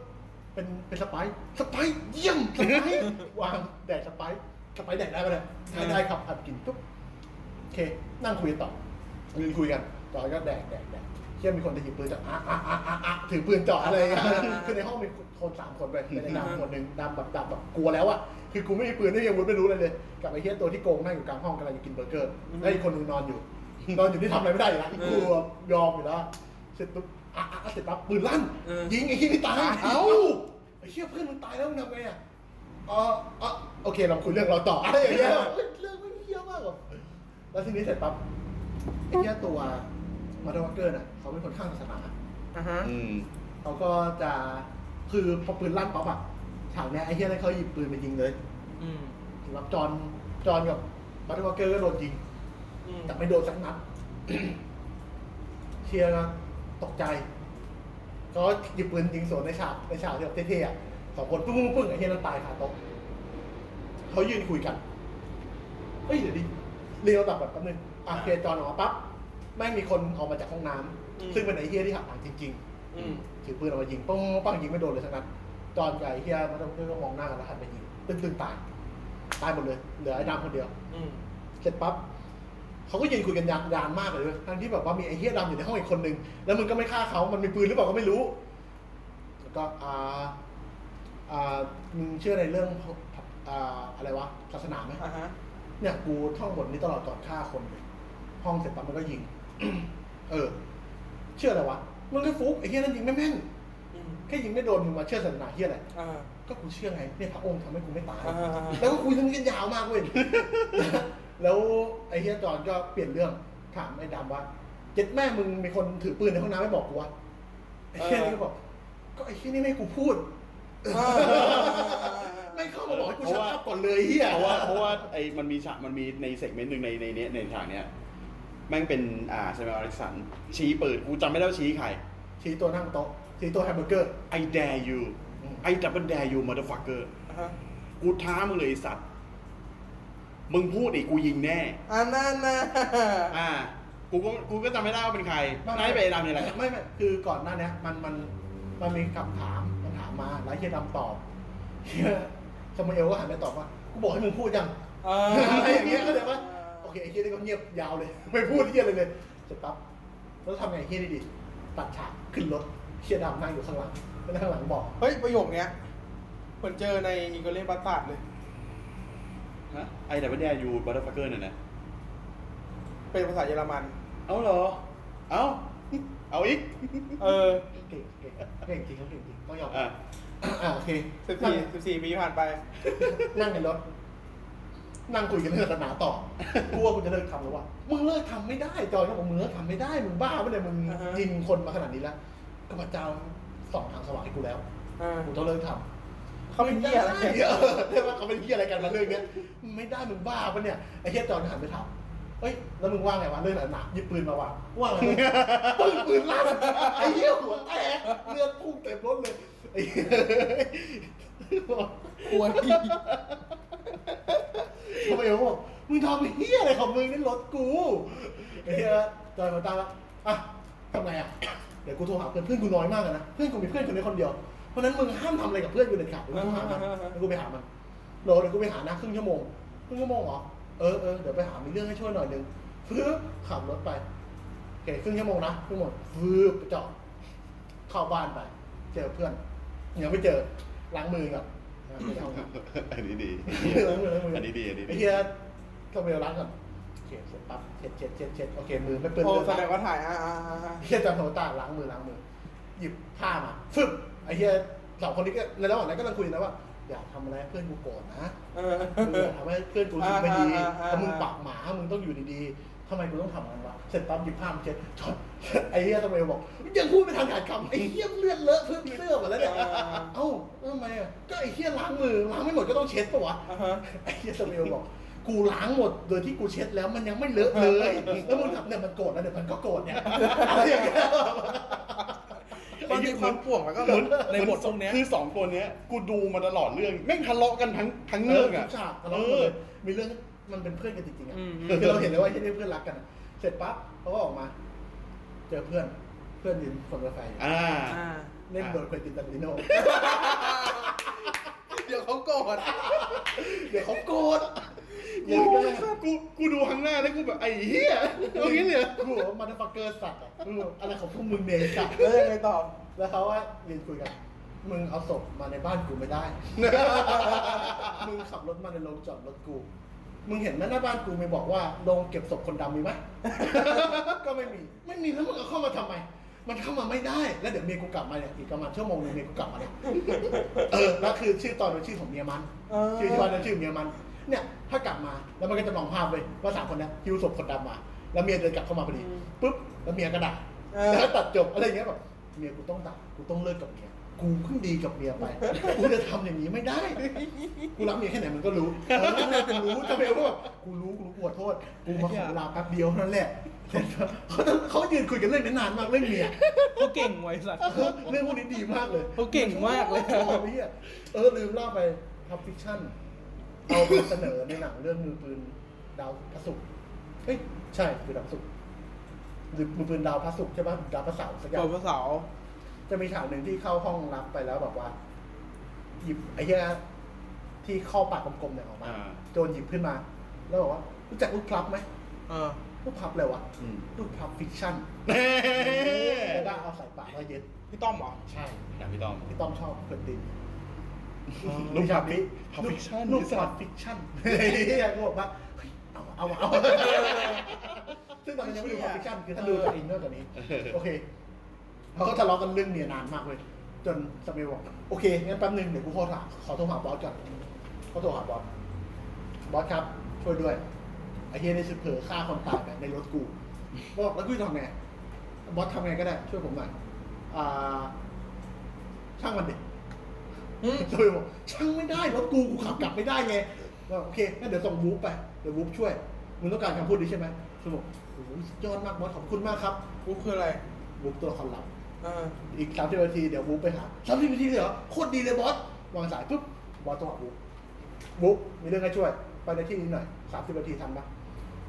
Speaker 4: เป็นเป็นสไปซ์สไปซ์เยี่ยมสไปซ์วางแดกสไปซ์สไปซ์แดกได้ปะเนี่ย
Speaker 2: เออ
Speaker 4: ได้ได้ครับอัดกินปุ๊บโอเค นั่งคุยกันต่อยืนคุยกันต่อก็แดกแดกแดกเชี่ยมีคนจะหยิบปืนจะอ่ะอ่ะอ่ะอ่ะอ่ะถือปืนเจ่ออะไรอย่างเงี้ยคือในห้องมีคนสามคนไปในดำคน หนึ่งดำแบบดำแบบกลัวแล้วอะคือกูไม่มีปืนไม่มีอาวุธไม่รู้อะไรเลย กับไอ้เฮียตัวที่โกงนั่งอยู่กลางห้องกำลังจะกินเบอร์เกอร์
Speaker 2: อือฮึ
Speaker 4: แล้วอีกคนหนึงนอนอยู่ นอนอยู่ที่ทำอะไรไม่ได้อยู่แล้ว
Speaker 2: เออก
Speaker 4: ลัวยอมอยู่แล้วเสร็จปุ๊บอ่ะอ่ะอ่ะเสร็จปั๊บปืนลั่น
Speaker 2: เออ
Speaker 4: ยิงไอ้เฮียนี่ตายเอ้าไอ้เฮียเพื่อนมันตายแล้วมึงทำไงอะเออเออโอเคเราคุยเรื่องเราต่อ [laughs] อะไรอย่างเงี้ยเฮ้ยเรื่องมันเฮี้ยมากว่ะแล้วทีนี้เสร็จปั๊บไอ้เฮียตัวมาร์ทวักเกอร์น่ะเขาเป็นคนข้างศาสนา
Speaker 2: อ่าฮะ
Speaker 3: อืม
Speaker 4: เขาก็จะคือพอปืนลั่นปั๊บอะฉากเนี้ยไอ้เฮียนั่นเขาหยิบปืนมายิงเลย
Speaker 2: อืม
Speaker 4: ถึงรับจอนจอนกับบัตเตอร์วอลเกอร์ก็โดนยิง
Speaker 2: อืม
Speaker 4: แต่ไม่โดนสักนัด [coughs] เชียร์ก็ตกใจ ก็หยิบปืนยิงสวนในฉากในฉากที่แบบเท่ๆอะสองคนปึ้งปึ้งปึ้งไอ้เฮียนั่นตายคาโต๊ะเขายืนคุยกันเฮ้ยเดี๋ยวดิเรียวตัดแบบแป๊บนึงอ่ะเคลียร์จอนออกมาปั๊บแม่งมีคนออกมาจากห้องน้ำซึ่งเป็นไอ้เฮียที่หักหลังจริง ๆ
Speaker 2: อืม
Speaker 4: ถือปืนออกมายิงป้องป้องยิงไม่โดนเลยสักนัดจอนกับไอ้เฮียมันต้องก็มองหน้ากันแล้วหันไปยิงตึ้งตึ้งตายตายหมดเลยเหลือไอ้ดำคนเดียว
Speaker 2: อืม
Speaker 4: เสร็จปั๊บเขาก็ยืนคุยกันยานานมากเลยเว้ยทั้งที่แบบว่ามีไอ้เฮียดำอยู่ในห้องอีกคนนึงแล้วมึงก็ไม่ฆ่าเขามันมีปืนหรือเปล่าก็ไม่รู้ แล้วก็อ่าอ่ามึงเชื่อในเรื่องอ่าอะไรวะศาสนาไหม
Speaker 2: อ่าฮะ
Speaker 4: เนี่ยกูท่องบทนี้ตลอดก่อนฆ่าคนเลยห้องเสร็จปั๊บมันก็ยิง [coughs] เออ เชื่ออะไรวะมึงก็ฟุกไอ้เฮียนั่นยิงไม่แม่น
Speaker 2: อืม
Speaker 4: แค่ยิงไม่โดนมึงมาเชื่อศาสนาเฮียอะไร
Speaker 2: อ่า
Speaker 4: ก็กูเชื่อไงเนี่ยพระองค์ทำให้กูไม่ตาย
Speaker 2: อ่า
Speaker 4: แล้วก็คุยเรื่องนี้กันยาวมาก
Speaker 3: [laughs]
Speaker 4: เว้ย แล้วไอ้เฮียจอนก็เปลี่ยนเรื่องถามไอ้ดำว่าเจ็ดแม่มึงมีคนถือปืนในห้องน้ำไม่บอกกูวะไอ้เฮียนี่ก็บอก ก็ไอ้เฮียนี่ไม่ให้กูพูด
Speaker 2: อ่า
Speaker 4: ไม่เข้ามาบอกให้กู
Speaker 3: เพ
Speaker 4: ชั
Speaker 3: ราะ
Speaker 4: ด
Speaker 3: ว่า
Speaker 4: ภาพก่อนเลยเฮีย
Speaker 3: เพราะว่าเพราะว่าไอ้มันมีฉากมันมีในเซกเมนต์หนึ่งในในในในฉากเนี้ยแม่งเป็นอ่าเซมิอเล็กสันชี้ปืนกูจำไม่ได้ว่าชี้ใคร
Speaker 4: ชี้ตัวนั่งโต๊ะชี้ตัวแฮมเบอร์เกอร์
Speaker 3: I dare you
Speaker 4: อืม
Speaker 3: I double dare you motherfucker
Speaker 2: อ่าฮะ
Speaker 3: กูท้ามึงเลยไอ้สัตว์ มึงพูดอีกกูยิงแน่
Speaker 2: อันนั้นนะ
Speaker 3: อ่า กูก็กูก็จำไม่ได้ว่าเป็นใคร
Speaker 4: ไม่
Speaker 3: นายไปดำเนี่ยแหละ
Speaker 4: ไม่ไม่คือก่อนหน้าเนี้ยมันมันมันมีคำถามมันถามมาแล้วเฮียดำตอบเฮียสมาเอลก็หันไปตอบว่ากูบอกให้มึงพูดยัง
Speaker 2: เอออ
Speaker 4: อะไรอย่างเงี้ยก็เลยว่าโอเคไอ้เฮียนี่ก็เงียบยาวเลย ไม่พูดเฮียอะไรเลยเสร็จปั๊บแล้วทำไงเฮียนี่ดีตัดฉากขึ้นรถเฮียดำนั่งอยู่ข้างหลังนั่งข้างหลังบอก
Speaker 2: เฮ้ย ประโยคเนี้ยเหมือนเจอในอีกเล่บัตตาดเลย
Speaker 3: ไอ้แต่ว่าเนี่ยอยู่บัตเตอร์ฟักเกอร์นั่นนะ
Speaker 2: เป็นภาษาเยอรมัน
Speaker 3: เอ้าเหรอ เอ้า เอาอีก
Speaker 2: เออ
Speaker 4: เก่งเก่งเก่งจริงเขาเก่งจริงต้องยอม
Speaker 3: อ่ะ
Speaker 4: อ่าโอเค
Speaker 2: สิบ
Speaker 4: นั่ง
Speaker 2: สี่สิบสี่ปีผ่านไป
Speaker 4: นั่งในรถ นั่งคุยกันเรื่องศาสนาต่อ กูว่ากูจะเลิกทำแล้วว่ะ มึงเลิกทำไม่ได้ จอยก็บอกมึงเลิกทำไม่ได้ มึงบ้าไม่เลยมึง
Speaker 2: อ่าฮะ
Speaker 4: ยิงคนมาขนาดนี้แล้วก็พระเจ้าสองทางสว่างให้กูแล้ว
Speaker 2: อ่า
Speaker 4: กูต้องเลิกทำ
Speaker 2: เขาเป็นเหี้ยอะไร
Speaker 4: ไม่
Speaker 2: เนี่ย
Speaker 4: ได้เออเรียกว่าเขาเป็นเหี้ยอะไรกันมาเรื่องเนี้ย ไม่ได้มึงบ้าปะเนี่ย ไอ้เหี้ยจอยหันไปถามเฮ้ย แล้วมึงว่าไงวะเรื่องศาสนาหยิบปืนมาว่ะว่าไงปืนปืนลั่นไอ้เหี้ยหัวแตกเลือดพุ่งเต็มรถเลยไอ้เหี้ย
Speaker 5: ควรที่
Speaker 4: ทำไมวะมึงทำเหี้ยอะไรของมึงนี่รถกูไอ้เหี้ยจอยมาตามละอ่ะทำไงอ่ะ เดี๋ยวกูโทรหาเพื่อนเพื่อนกูน้อยมากเลยนะ เพื่อนกูมีเพื่อนคนนี้คนเดียว เพราะฉะนั้นมึงห้ามทำอะไรกับเพื่อนกูเด็ดขาดเดี๋ยวกูโทรหามัน
Speaker 2: อ่าฮะ
Speaker 4: เดี๋ยวกูไปหามันโหลเดี๋ยวกูไปหานะครึ่งชั่วโมงครึ่งชั่วโมงเหรอ เออเออเดี๋ยวไปหามีเรื่องให้ช่วยหน่อยนึงฟื้อขับรถไปโอเคครึ่งชั่วโมงนะครึ่งชั่วโมงฟื้อไปจอดเข้าบ้านไป เจอเพื่อนยังไม่เจอล้างมือก่อนล้างมือเข้าห้องน้ำ
Speaker 3: [laughs] อันนี้ดี
Speaker 4: ล้างมือล้างมือ
Speaker 3: อั
Speaker 4: อั
Speaker 3: นนี้ดีอันนี้ดี
Speaker 4: ไอ้เฮียทำไมล้างก่อนโอเคเสร็จปั๊บเช็ดเช็ดเช็ดเช็ดโอเคมือไม่เปื้อน
Speaker 2: โอ้
Speaker 4: เลือด
Speaker 2: แส
Speaker 4: ละ
Speaker 2: ดงว่าถ่ายอ่าอ่าอ่าอ่า
Speaker 4: เฮียจอนโทรตามล้างมือล้างมือ หยิบผ้ามาฟึบไอ้เฮียสองคนนี้ก็ในระหว่างนั้นก็กำลังคุยนะว่าอย่าทำอะไรให้เพื่อนกูโกรธนะ
Speaker 2: เออ
Speaker 4: มึงอย่าทำให้เพื่อนกูรู้สึกไม่ดี
Speaker 2: อ่าอ่าอ่า
Speaker 4: ถ้ามึงปากหมามึงต้องอยู่ดีๆทำไมกูต้องทำมันวะเสร็จปั๊บหยิบผ้ามาเช็ดจอนไอ้เฮียทำไมบอกยังพูดไม่ทันขาดคำไอ้เฮียเลือดเลอะเพื่อนเสื้อหมดแล้วเนี่ยเอ้าแล้วทำไมอ่ะก็ไอ้เฮียล้างมือล้างไม่หมดก็ต้องเช็ดปะวะ
Speaker 2: อ่าฮะ
Speaker 4: ไอ้เฮียสมิลบอก กูล้างหมดโดยที่กูเช็ดแล้วมันยังไม่เลอะเลย แล้วมึงทำเนี่ยมันโกรธแล้วเดี๋ยวมันก็โกรธเนี่ยอะไรอย่างเงี้ย
Speaker 2: มันมีความป่วงแล้วก็
Speaker 3: เหมือน
Speaker 2: ในบทตรงเนี้ย
Speaker 3: คือสองตัวเนี้ย กูดูมาตลอดเรื่อง แม่งทะเลาะกันทั้งทั้งเรื่องอ่ะ
Speaker 4: ทุกฉากทะ
Speaker 3: เอ
Speaker 4: เลาะ
Speaker 3: อ
Speaker 4: กันหมดเลยมีเรื่องมันเป็นเพื่อนกันจริงๆอ่ะ
Speaker 2: อืม
Speaker 4: คือเราเห็นเลยว่าไอ้เฮียนี่เพื่อนรักกันอะเสร็จปั๊บเขาก็ออกมา เจอเพื่อนเพื่อนยืนคนกาแฟอยู่
Speaker 3: อ่า
Speaker 2: อ่า
Speaker 4: เล่นโดนเคยตินตันติโน
Speaker 2: เดี๋ยวเขาโกรธ
Speaker 4: เดี๋ยวเขาโกรธ
Speaker 3: กูกูกูดูครั้งหน้าแล้วกูแบบไอ้เหี้ยตรงนี้เนี่ย
Speaker 4: กูบอกว่ามันฟักเกอร์สัตว์อะกูบอกอะไรของพวกมึงเนี่ยไอ้สัตว์
Speaker 2: แล้วยังไงต่อ
Speaker 4: แล้วเขาว่ายืนคุยกัน มึงเอาศพมาในบ้านกูไม่ได้ [laughs] มึงขับรถมาในโรงจอดรถกู มึงเห็นไหมหน้าบ้านกูไม่บอกว่าโรงเก็บศพคนดำมีไหม [laughs] ก็ไม่มี ไม่มีแล้วมึงเอาเข้ามาทำไม มันเข้ามาไม่ได้ แล้วเดี๋ยวเมียกูกลับมาเนี่ยอีกประมาณชั่วโมงหนึงเมียกูกลับมาเนี่ย เออ แล้วคือชื่อตอนเป็นชื่อของเมียมัน
Speaker 2: เออ
Speaker 4: ชื่อที่ว่านั้นชื่อเมียมัน เนี่ย ถ้ากลับมาแล้วมันก็จะมองภาพเลยว่าสามคนเนี้คิวศพคนดำมา แล้วเมียเดินกลับเข้ามาพอดีปุ๊บแล้วเมียก็ด่า
Speaker 2: เออ
Speaker 4: แล้วตัดจบอะไรอย่างเงี้ยแบบเมียกูต้องด่ากูต้องเลิกกับเมีย กูเพิ่งดีกับเมียไป กูจะทำอย่างนี้ไม่ได้ กูรักเมียแค่ไหนมันก็รู้เออกูรู้ทำไมรู้แบบกูรู้กูรู้กูขอโทษ กูมาขอเวลาแป๊บเดียวเท่านั่นแหละเขาต้องเขายืนคุยกันเรื่องนี้นานมากเรื่องเมีย
Speaker 2: เขาเก่งไว้สัตว์
Speaker 4: เรื่องพวกนี้ดีมากเลย
Speaker 2: เขาเก่งมากเลย
Speaker 4: ชอบพี่อะเออลืมเล่าไปพับฟิคชั่น เอาไปเสนอในหนังเรื่องมือปืนดาวพระศุกร์เฮ้ยใช่คือดาวพระศุกร์หรือมือปืนดาวพระศุกร์ใช่ปะดาวพระเสาร์สักอย่า
Speaker 2: เปิ
Speaker 4: ง
Speaker 2: ดภาษา
Speaker 4: จะมีฉากหนึ่งที่เข้าห้องรับไปแล้วแบบว่า หยิบไอ้เหี้ยที่เข้าปากกลมๆเนี่ยออกมา
Speaker 3: อ่า
Speaker 4: โจรหยิบขึ้นมา แล้วบอกว่ารู้จักลูกพลับไหม
Speaker 2: เออ
Speaker 4: ลูกพลับเลยวะ
Speaker 3: อืม
Speaker 4: ลูกพลับฟิกชั่นแล้วก็เอาใส่ปากแล้วเย็ด
Speaker 2: พี่ต้อมเหรอ
Speaker 4: ใช่
Speaker 3: อย่างพี่ต้อม
Speaker 4: พี่ต้องชอบคนดิน
Speaker 3: ลูกพลับ
Speaker 4: นี้
Speaker 3: พลับ fiction
Speaker 4: ลูกพลับฟิกชั่นเฮียก็บอกว่าเฮ้ยเอาเอาเอาซึ่งตอนนี้ยังไม่ดูพลับฟิกชั่นคือถ้าดูจะอินมากกว่านี้ โอเคเขาก็ทะเลาะกันเรื่องเมียนานมากเลย จนสเปรบอกโอเคงั้นแป๊บนึงเดี๋ยวกูขอถามขอโทรหาบอสก่อนเขาโทรหาบอสบอสครับช่วยด้วยไอ้เฮียได้ชุดเผลอฆ่าคนตายไปในรถกูบอกแล้วกูจะทำไงบอสทำไงก็ได้ ช่วยผมหน่อยอ่า ช่างมันดิ
Speaker 2: อืม
Speaker 4: สเปรบอกช่างไม่ได้รถกูกูขับกลับไม่ได้ไงบอกโอเคงั้นเดี๋ยวส่งวูฟไปเดี๋ยววูฟช่วยมึงต้องการคำพูดนี้ใช่ไหมสเปรบอกโอ้โหสุดยอดมากบอสขอบคุณมากครับ
Speaker 2: กูคืออะไร
Speaker 4: วูฟตัวละครลับ
Speaker 2: เออ
Speaker 4: อีกสามสิบนาทีเดี๋ยววูฟไปหาสามสิบนาทีเลยเหรอโคตรดีเลยบอสวางสายปุ๊บบอสโทรหาวูฟวูฟมีเรื่องให้ช่วย ไปในที่นี้หน่อยสามสิบนาทีทำปะ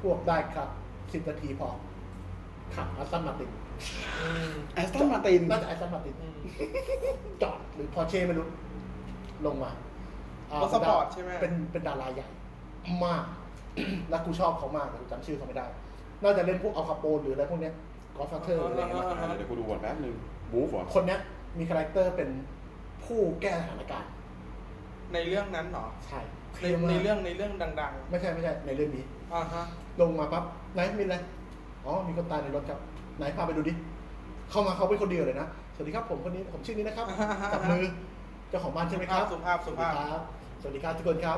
Speaker 4: พวกได้ครับสิบนาทีพอขับอัสตันมาติน
Speaker 2: อืม
Speaker 3: แอสตันมาติน
Speaker 4: น่าจะอัสตันมาติน
Speaker 2: อืม
Speaker 4: จอดหรือพอเช่ไม่รู้ ลงมาาร
Speaker 2: ถสปอร์ตใช่ไหม
Speaker 4: เป็นเป็นดาราใหญ่มาก และกูชอบเขามากแต่กูจำชื่อเขาไม่ได้ น่าจะเล่นพวกอัลคาโปนหรืออะไรพวกเนี้ยกอล์ฟเทอร์อะไรเงี้ย
Speaker 3: เดี๋ยวกูดูก่อนแป๊บนึงบูฟเหรอ
Speaker 4: คนเนี้ยมีคาแรคเตอร์เป็นผู้แก้สถานการณ์
Speaker 2: ในเรื่องนั้นเหรอ
Speaker 4: ใช่
Speaker 2: ในในเรื่องในเรื่องดัง
Speaker 4: ไม่ใช่ไม่ใช่ในเรื่องนี้
Speaker 2: ๆ อ่าฮะ
Speaker 4: ลงมาปั๊บไหนมีอะไรอ๋อมีคนตายในรถครับไหนพาไปดูดิเข้ามาเขาเป็นคนเดียวเลยนะสวัสดีครับผมคนนี้ผมชื่อนี้
Speaker 2: [laughs]
Speaker 4: นะครับ จับมือเจ้าของบ้านใช่ไหมครับ
Speaker 2: สุภาพสุภาพ
Speaker 4: สวัสดีครับสวัสดีครับทุกคนครับ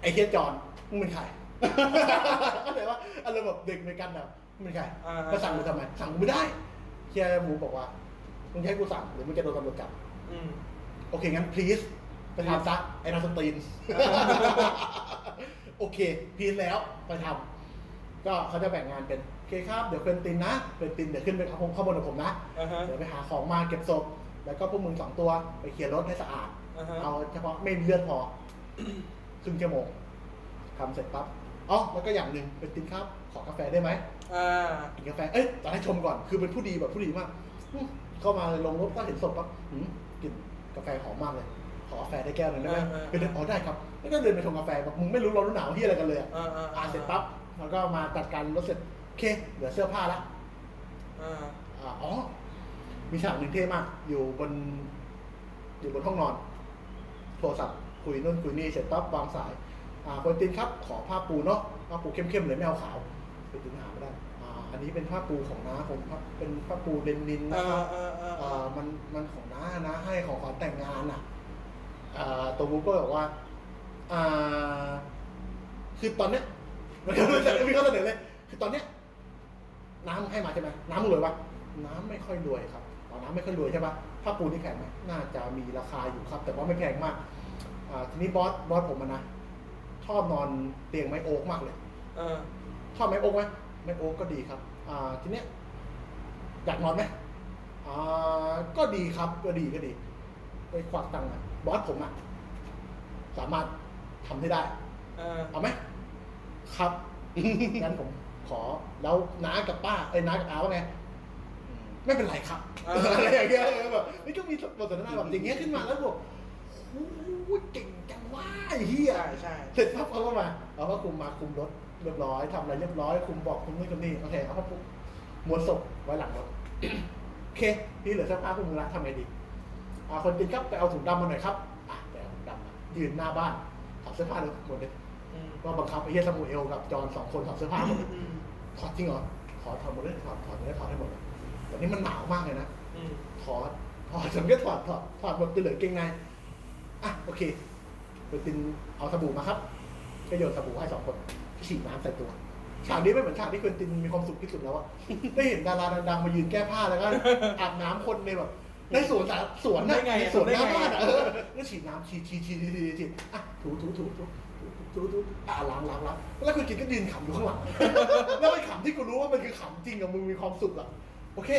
Speaker 4: ไอ้เฮียจอนมึงเป็นใคร [laughs] เข้าใจว่าอารมณ์แบบเด็กในกันแบบมึงเป็นใคร
Speaker 2: อ่า
Speaker 4: มาสั่งกูทำไมสั่งกูไม่ได้เฮียหมูบอกว่ามึงจะให้กูสั่งหรือมึงจะโดนตำรวจจับ
Speaker 2: อืม
Speaker 4: โอเค งั้น please ไปทำซะไอ้นางสตรีน โอเค please แล้วไปทำก็เขาจะแบ่งงานเป็น โอเคครับ เดี๋ยวเควินตินนะเควินตินเดี๋ยวขึ้นไปเอาผมข้างบนกับผมนะ
Speaker 2: อ่าฮะ
Speaker 4: เดี๋ยวไปหาของมาเก็บศพ แล้วก็พวกมึงสองตัวไปเคลียร์รถให้สะอาด
Speaker 2: อ่าฮะ
Speaker 4: เอาเฉพาะไม่มีเลือด [coughs] พอ ครึ่งชั่วโมงทำเสร็จปั๊บอ๋อแล้วก็อย่างหนึ่งเควินตินครับ ขอกาแฟได้ไหม
Speaker 2: อ่า
Speaker 4: กินกาแฟ เอ้ยแต่ให้ชมก่อน คือเป็นผู้ดีแบบผู้ดีมากอืมเข้ามาลงรถก็เห็นศพปั๊บหืมกลินกาแฟหอมมากเลย ขอกาแฟได้แก้วหนึ่งได้ไหม
Speaker 2: เออเออ
Speaker 4: เป็นเดินอ๋อได้ครับ แล้วก็เดินไปชงกาแฟแบบมึงไม่รู้ร้อนรู้หนาวที่อะไรกันเลยอะ
Speaker 2: อ่าอ่า
Speaker 4: อ่าเสร็จปั๊บ แล้วก็มาจัดการรถเสร็จ โอเค เหลือเสื้อผ้าละ
Speaker 2: อ่า
Speaker 4: อ่าอ๋อ มีฉากหนึ่งเท่มาก อยู่บน อยู่บนห้องนอน โทรศัพท์คุยนู่นคุยนี่เสร็จปั๊บวางสาย อ่าควนตินครับ ขอผ้าปูเนาะผ้าปูเข้มๆเลยไม่เอาขาวควนตินหาไม่ได้ อ่า อันนี้เป็นผ้าปูของน้าผมครับ เป็นผ้าปูเดนินนะ
Speaker 2: อ่า
Speaker 4: ครับ
Speaker 2: อ่าอ่า
Speaker 4: อ่ามันมันของน้านะให้ของขวัญแต่งงานอ่ะอ่าตัวบุ๊กก็บอกว่าอ่าคือตอนเนี้ย [laughs] มันก็มันจะมีข้อเสนอเลย คือตอนเนี้ยน้ำให้มาใช่ไหมน้ำมึงรวยปะน้ำไม่ค่อยรวยครับอ๋อน้ำไม่ค่อยรวยใช่ปะผ้าปูนี่แพงไหมน่าจะมีราคาอยู่ครับ แต่ว่าไม่แพงมากอ่าทีนี้บอสบอสผมอะนะชอบนอนเตียงไม้โอ๊กมากเลย
Speaker 2: อ่า
Speaker 4: ชอบไม้โอ๊กไหมไม้โอ๊กก็ดีครับ อ่า ทีเนี้ยอยากนอนไหมอ่า ก็ดีครับ ก็ดีก็ดี ไปควักตังค์อะบอสผมอะสามารถทำให้ได้
Speaker 2: อ่า
Speaker 4: เอาไหม ครับ [laughs] งั้นผมขอ แล้วน้ากับป้า เอ้ยน้ากับอาว่าไง ไม่เป็นไรครับ
Speaker 2: เออ
Speaker 4: [laughs] อะไรอย่างเงี้ยเออแบบนี่ก็มีบทสนทนาแบบอย่างเงี้ยขึ้นมาแล้วบอกโอ้โหเก่งจังว่าเฮีย
Speaker 2: ใช่ใช่
Speaker 4: เสร็จปั๊บเขาก็มาเอาผ้าคลุมมาคลุมรถเรียบร้อยทำอะไรเรียบร้อยคลุมบอกคลุมนู่นคลุมนี่โอเคเอาผ้าคลุมม้วนศพไว้หลังรถ โอเคนี่เหลือเสื้อผ้าพวกมึงละทำไงดีอ่าคนติดครับไปเอาถุงดำมาหน่อยครับอ่ะไปเอาถุงดำมายืนหน้าบ้านถอดเสื้อผ้าเลยหมดเลย
Speaker 2: อืม
Speaker 4: ว่าบังคับไอ้เฮียซามูเอลกับจอห์นสองคนถอดเสื้อผ้าหมดเลย
Speaker 2: อืม
Speaker 4: ถอดจริงเหรอถอดถอดหมดเลยถอดถอดเลยถอดให้หมดเลยแต่นี่มันหนาวมากเลยนะ
Speaker 2: อืม
Speaker 4: ถอดถอดฉันก็ถอดถอดถอดหมดจะเหลือเกงในอ่ะโอเคไปตินเอาสบู่มาครับก็โยนสบู่ให้สองคนฉีดน้ำใส่ตัวฉากนี้ไม่เหมือนฉากที่เควินตินมีความสุขที่สุดแล้วอะ ได้เห็นดาราดังๆมายืนแก้ผ้าแล้วก็อาบน้ำคนในแบบ ในสวนสาสวน
Speaker 2: ได้ไงอะ
Speaker 4: สวนหน้า
Speaker 2: ได้ไงอะ
Speaker 4: บ้านอะเออก็ฉีดน้ำฉีดฉีดฉีดฉีดฉีดฉีดอ่ะถูถูถูถูถูถูอ่ะล้างล้างล้างแล้วคุณกินก็ยืนขำอยู่ข้างหลัง แล้วไอ้ขำที่กูรู้ว่ามันคือขำจริงอะมึงมีความสุขอะโอเค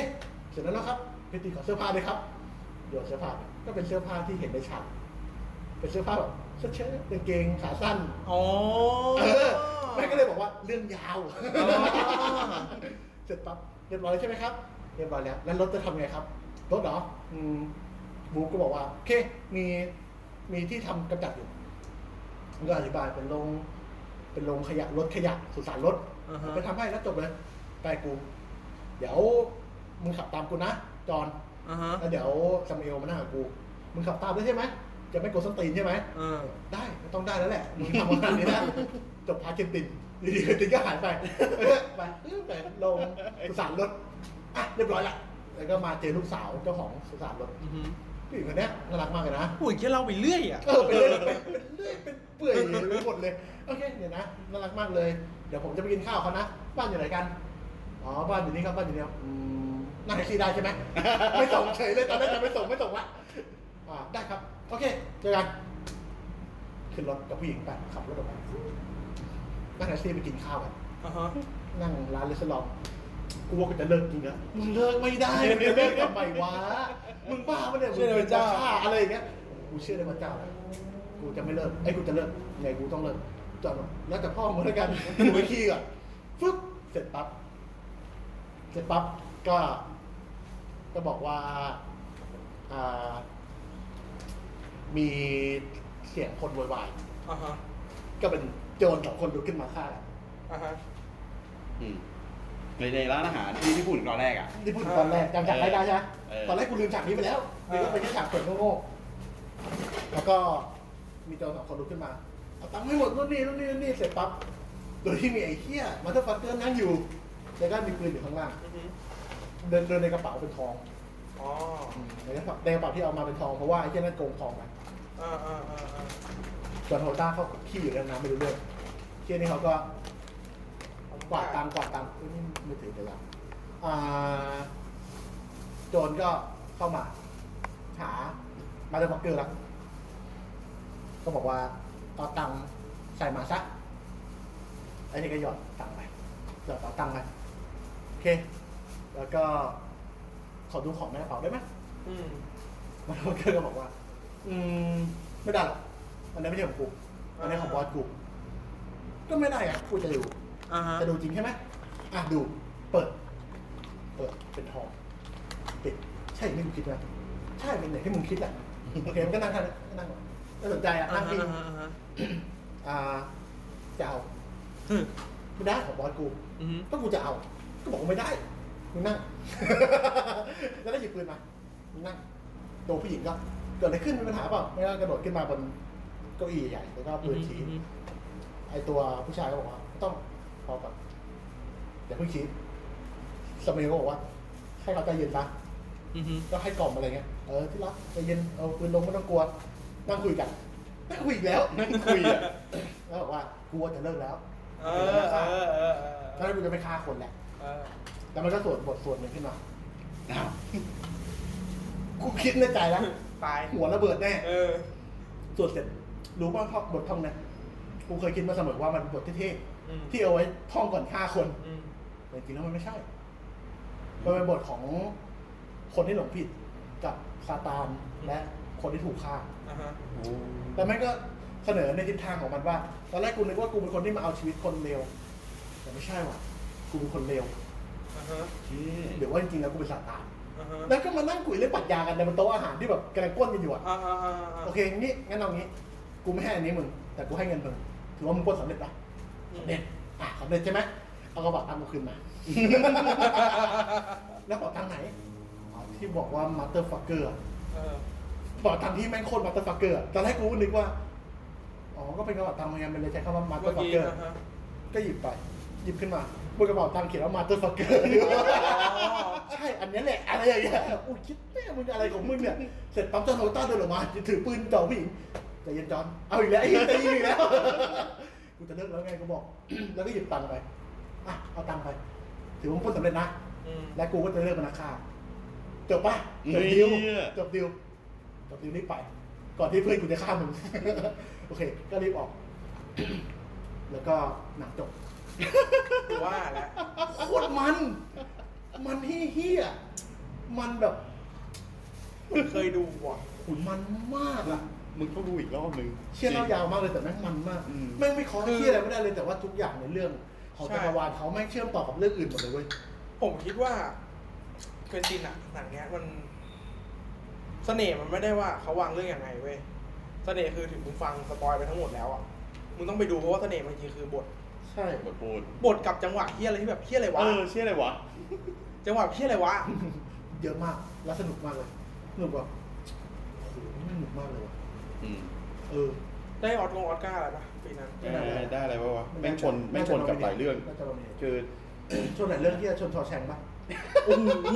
Speaker 4: เสร็จแล้วนะครับไปตีขอเสื้อผ้าด้วยครับโยนเสื้อผ้าก็เป็นเสื้อผ้าที่เห็นในฉากเป็นเสื้อผ้าแบบเสื้อเชิ้ตกางเกงขาสั้น
Speaker 2: อ๋อ
Speaker 4: เออแม่ก็เลยบอกว่าเรื่องยาว เสร็จปั๊บเรียบร้อยแล้วใช่ไหมครับ เรียบร้อยแล้ว แล้วรถจะทำไงครับ รถเหรออืมบูก็บอกว่าโอเคมีมีที่ทำกำจัดอยู่ผมก็อธิบายเป็นโรงเป็นโรงขยะรถขยะสุสานรถ
Speaker 2: อ่าฮะ
Speaker 4: ไปทำให้แล้วจบเลยไปกู เดี๋ยวมึงขับตามกูนะจอน
Speaker 2: อ่าฮะ
Speaker 4: แล้วเดี๋ยวซามูเอลมานั่งกับกูมึงขับตามด้วยใช่ไหมจะไม่กดส้นตีนใช่ไหม
Speaker 2: เออ
Speaker 4: ได้ก็ต้องได้แล้วแหละมึงทำขนาดนี้แล้วจบพาร์ทเกนตินอยู่ดีๆเกนตินก็หายไปเออไปเออไปลงสุสานรถอ่ะเรียบร้อยละแล้วก็มาเจอลูกสาวเจ้าของสุสานรถ
Speaker 2: อือฮึ
Speaker 4: ผู้หญิงคนเนี้ยน่ารักมากเลยนะ
Speaker 2: โอ้ยแค่เราไปเรื่อยอ่ะ
Speaker 4: เออเป็นเรื่อยเป็นเป็นเรื่อยเป็นเปื่อยไปหมดเลยโอเคเดี๋ยวนะน่ารักมากเลยเดี๋ยวผมจะไปกินข้าวเขานะบ้านอยู่ไหนกันอ๋อบ้านอยู่นี่ครับบ้านอยู่นี่ครับอืมนั่งแท็กซี่ได้ใช่ไหมไม่ส่งเฉยเลยตอนแรกจะไม่ส่งไม่ส่งละอ่าได้ครับโอเคเจอกัน ขึ้นรถกับผู้หญิงไปขับรถออกไปนั่งแท็กซี่ไปกินข้าวกัน
Speaker 2: อ่าฮะ
Speaker 4: นั่งร้านเลสลองกูว่ากูจะเลิกจริงนะมึงเลิกไม่ได้มึงจะเลิกทำไมวะมึงบ้าปะเนี่ยมึ
Speaker 2: เชื่อในพระเจ้า
Speaker 4: บ้อะไรอย่างเงี้ยกูเชื่อในพระเจ้านะกูจะไม่เลิกไอ้ยกูจะเลิกไงกูต้องเลิกจอดลงแล้วแต่พ่อมึงแล้วกันกูไปขี้ก่อนฟึ๊บเสร็จปั๊บเสร็จปั๊บก็ก็บอกว่าอ่า มีเสียงคนโวยวาย
Speaker 2: อ่าฮะ
Speaker 4: ก็เป็นโจรสองคนลุกขึ้นมาฆ่ากัน
Speaker 2: อ่าฮะ
Speaker 3: อืมในในร้านอาหารที่ที่พูดถึงตอนแรกอ่ะ
Speaker 4: นี่พูดถึงตอนแรกจำฉากได้ได้ใช่ไหม
Speaker 3: เออ
Speaker 4: ตอนแรกกูลืมฉากนี้ไปแล้วนี่ก็เป็นแค่ฉากเปิดโง่ๆแล้วก็มีโจรสองคนลุกขึ้นมาเอาตังค์ไม่หมดนู่นนี่นู่นนี่นู่นนี่เสร็จปั๊บโดยที่มีไอ้เหี้ยมาเตอร์ฟักเกอร์นั่งอยู่ แล้วก็มีปืนอยู่ข้างล่าง
Speaker 2: อือฮึ
Speaker 4: เดินเดินในกระเป๋าเป็นทอง
Speaker 2: อ๋อ
Speaker 4: ในกระเป๋าในกระเป๋าที่เอามาเป็นทองเพราะว่าไอ้เจ้านั่นโกงทองไป
Speaker 2: อ่าอ่าอ่าอ่า
Speaker 4: จนโฮต้าเขาขี้อยู่ในห้องน้ำไม่รู้เรื่องเที่ยนี่เขาก็กวาดตังกวาดตังอุ๊ยนี่ไม่ถือไปละอ่าโจรก็เข้ามา หา มาเดอร์ฟักเกอร์ละก็บอกว่าเอาตังใส่มาซะไอ้นี่ก็หยอดตังไปหยอดเอาตังไปโอเค แล้วก็ขอดูของในกระเป๋าได้ไหม
Speaker 2: อืม
Speaker 4: มันก็เกิดก็บอกว่า อืม ไม่ได้หรอกอันนั้นไม่ใช่ของกูอันนั้นของบอสกู ก็ไม่ได้อ่ะกูจะดู
Speaker 2: อ่าฮะ
Speaker 4: จะดูจริงใช่ไหมอ่ะดู เปิด เปิด เป็นทองปิดใช่ไม่มึงคิดไหมใช่เป็นไหนที่มึงคิดแหละ โอเค มันก็นั่งทานก็นั่งไม่สนใจอ่ะ
Speaker 2: อ่า
Speaker 4: นั่ง
Speaker 2: ฮะ
Speaker 4: กิน
Speaker 2: อ่าฮะอ่าฮะ
Speaker 4: อ่า จะเอา
Speaker 2: อืม
Speaker 4: ไม่ได้ของบอสกู
Speaker 2: อือฮึ
Speaker 4: ก็กูจะเอา ก็บอกว่าไม่ได้มึงนั่ง [laughs] แล้วก็หยิบปืนมามึงนั่งตัวผู้หญิงก็เกิดอะไรขึ้นมีปัญหาเปล่าไม่ก็กระโดดขึ้นมาบนเก้าอี้ใหญ่แล้วก็เอาปืนชี้
Speaker 2: อือฮึอือฮึ
Speaker 4: ไอตัวผู้ชายก็บอกว่าไม่ต้องพอก่อนอย่าเพิ่งชี้สมัยก็บอกว่า ให้เขาใจเย็นซะ
Speaker 2: อือฮึ
Speaker 4: ก็ให้กล่อมอะไรเงี้ยเออที่รักใจเย็นเอาปืนลงไม่ต้องกลัวนั่งคุยกันนั่งคุยอีกแล้ว
Speaker 3: นั่งคุย
Speaker 2: [laughs]
Speaker 3: อ่ะ
Speaker 4: แล้วบอกว่ากลัวจะเลิกแล้ว
Speaker 2: เออเออเออเอ
Speaker 4: แล้ว
Speaker 2: อ
Speaker 4: กูจะไปฆ่าคนแหละ
Speaker 2: เออ
Speaker 4: แล้วมันก็สวดบทสวดหนึ่งขึ้นมา
Speaker 3: อ้าว
Speaker 4: กูคิดในใจแล้ว
Speaker 2: ตาย
Speaker 4: หัวระเบิดแน่
Speaker 2: เออ
Speaker 4: สวดเสร็จ รู้ป่ะท่องบทท่องนั้นกูเคยคิดมาเสมอว่ามันบทเท่
Speaker 2: อืม
Speaker 4: ๆที่เอาไว้ท่องก่อนฆ่าคน
Speaker 2: อืม
Speaker 4: แต่จริงๆแล้วมันไม่ใช่ มันเป็นบทของคนที่หลงผิดกับซาตานและคนที่ถูกฆ่า
Speaker 2: อ่าฮะ
Speaker 4: แต่แม่งก็เสนอในทิศทางของมันว่า ตอนแรกกูนึกว่ากูเป็นคนที่มาเอาชีวิตคนเลว แต่ไม่ใช่ว่ะ กูเป็นคนเลว
Speaker 2: อ่าฮะ
Speaker 4: หรือว่าจริงๆแล้วกูเป็นซาตาน
Speaker 2: อ่าฮะ
Speaker 4: แล้วก็มานั่งคุยเรื่องปรัชญากันในบนโต๊ะอาหารที่แบบกำลังก้นกันอยู่อะ
Speaker 2: อ่าฮะอ่าฮะอ่าฮะ
Speaker 4: โอเคงี้งั้นเอางี้ กูไม่ให้อันนี้มึง แต่กูให้เงินมึง ถือว่ามึงก้นสำเร็จปะสำเร็จอ่ะสำเร็จใช่ไหมเอากระเป๋าตังค์กูคืน
Speaker 2: [laughs]
Speaker 4: มา แล้วกระเป๋าตังค์ไหนอ๋อที่บอกว่ามาเตอร์ฟักเกอร์
Speaker 2: เออก
Speaker 4: ระเป๋าตังค์ที่แม่งโคตรมาเตอร์ฟักเกอร์ตอนแรกกูนึกว่า อ๋อ ก็เป็นกระเป๋าตังค์เหมือนกันมันเลยใช้คำว่ามาเตอ
Speaker 2: เมื่อ
Speaker 4: ร์ฟัก
Speaker 2: กี้
Speaker 4: เกอร์
Speaker 2: อ่าฮะ
Speaker 4: ก็หยิบไป หยิบขึ้นมาบนกระเป๋าตังค์เขียนว่ามาเตอร์ฟักเกอร์ใช่ อันเนี้ยแหละ อะไรอย่างเงี้ยอุ้ยคิดแม่มึงอะไรของมึงเนี่ย เสร็จปั๊บจอห์นโฮต้าเดินออกมาถือปืนจ่อผู้หญิงใจเย็นจอห์นเอาอีกแล้วไอ้เหี้ยตีอีกแล้ว กูจะเลิกแล้วไงกูบอก แล้วก็หยิบตังค์ไป อ่ะ เอาตังค์ไป ถือว่าพ้นสำเร็จนะ
Speaker 2: อืม
Speaker 4: และกูก็จะเลิกเป็นนักฆ่าโจ จบป่ะจบดิวจบดิวจบดิวรีบไป ก่อนที่เพื่อนกูจะฆ่ามึง [laughs] โอเค ก็รีบออก [coughs] แล้วก็หนังจบ
Speaker 2: ว่าแล้ว
Speaker 4: โคตรมัน มันเฮี้ยๆมันแบบ
Speaker 2: เคยดูว่ะ
Speaker 4: ขุนมันมากอะ
Speaker 3: มึงต้องดูอีกรอบนึง
Speaker 4: เชี่ยเล่ายาวมากเลยแต่แม่งมันมาก
Speaker 3: อืม
Speaker 4: แม่งไม่คอเฮี้ยอะไรไม่ได้เลยแต่ว่าทุกอย่างในเรื่อง ของ
Speaker 2: ใช่
Speaker 4: จักรวาลเขาแม่งเชื่อมต่อกับเรื่องอื่นหมดเลยเว้ย
Speaker 2: ผมคิดว่าเควินตินอะหนังเนี้ยมันเสน่ห์มันไม่ได้ว่าเขาวางเรื่องยังไงเว้ยเสน่ห์คือถึงมึงฟังสปอยไปทั้งหมดแล้วอะมึงต้องไปดูเพราะว่าเสน่ห์มันจริงคือบท
Speaker 4: ใช่
Speaker 3: บทพูด
Speaker 2: บทกับจังหวะเฮี้ยอะไรที่แบบเฮี้ยอะไรวะ
Speaker 3: เออเชื่ออะไรวะ
Speaker 2: จังหวะเฮี้ยอะไรวะ
Speaker 4: [laughs] เยอะมาก และสนุกมากเลยสนุกแบบโอ้โหสนุกมากเลยว่ะ
Speaker 3: อืม
Speaker 4: เออ
Speaker 2: ได้ออสกงออสการ์อะไรปะปีนั้น
Speaker 4: ไม่ได้
Speaker 3: เออได้อะไรวะวะแม่งชนแม่งชนกับหลายเรื่อง
Speaker 4: น่าจะประมาณนี้
Speaker 3: คือ
Speaker 4: ชนหลายเรื่องที่จะชนชอแชงปะ
Speaker 3: โอ้โห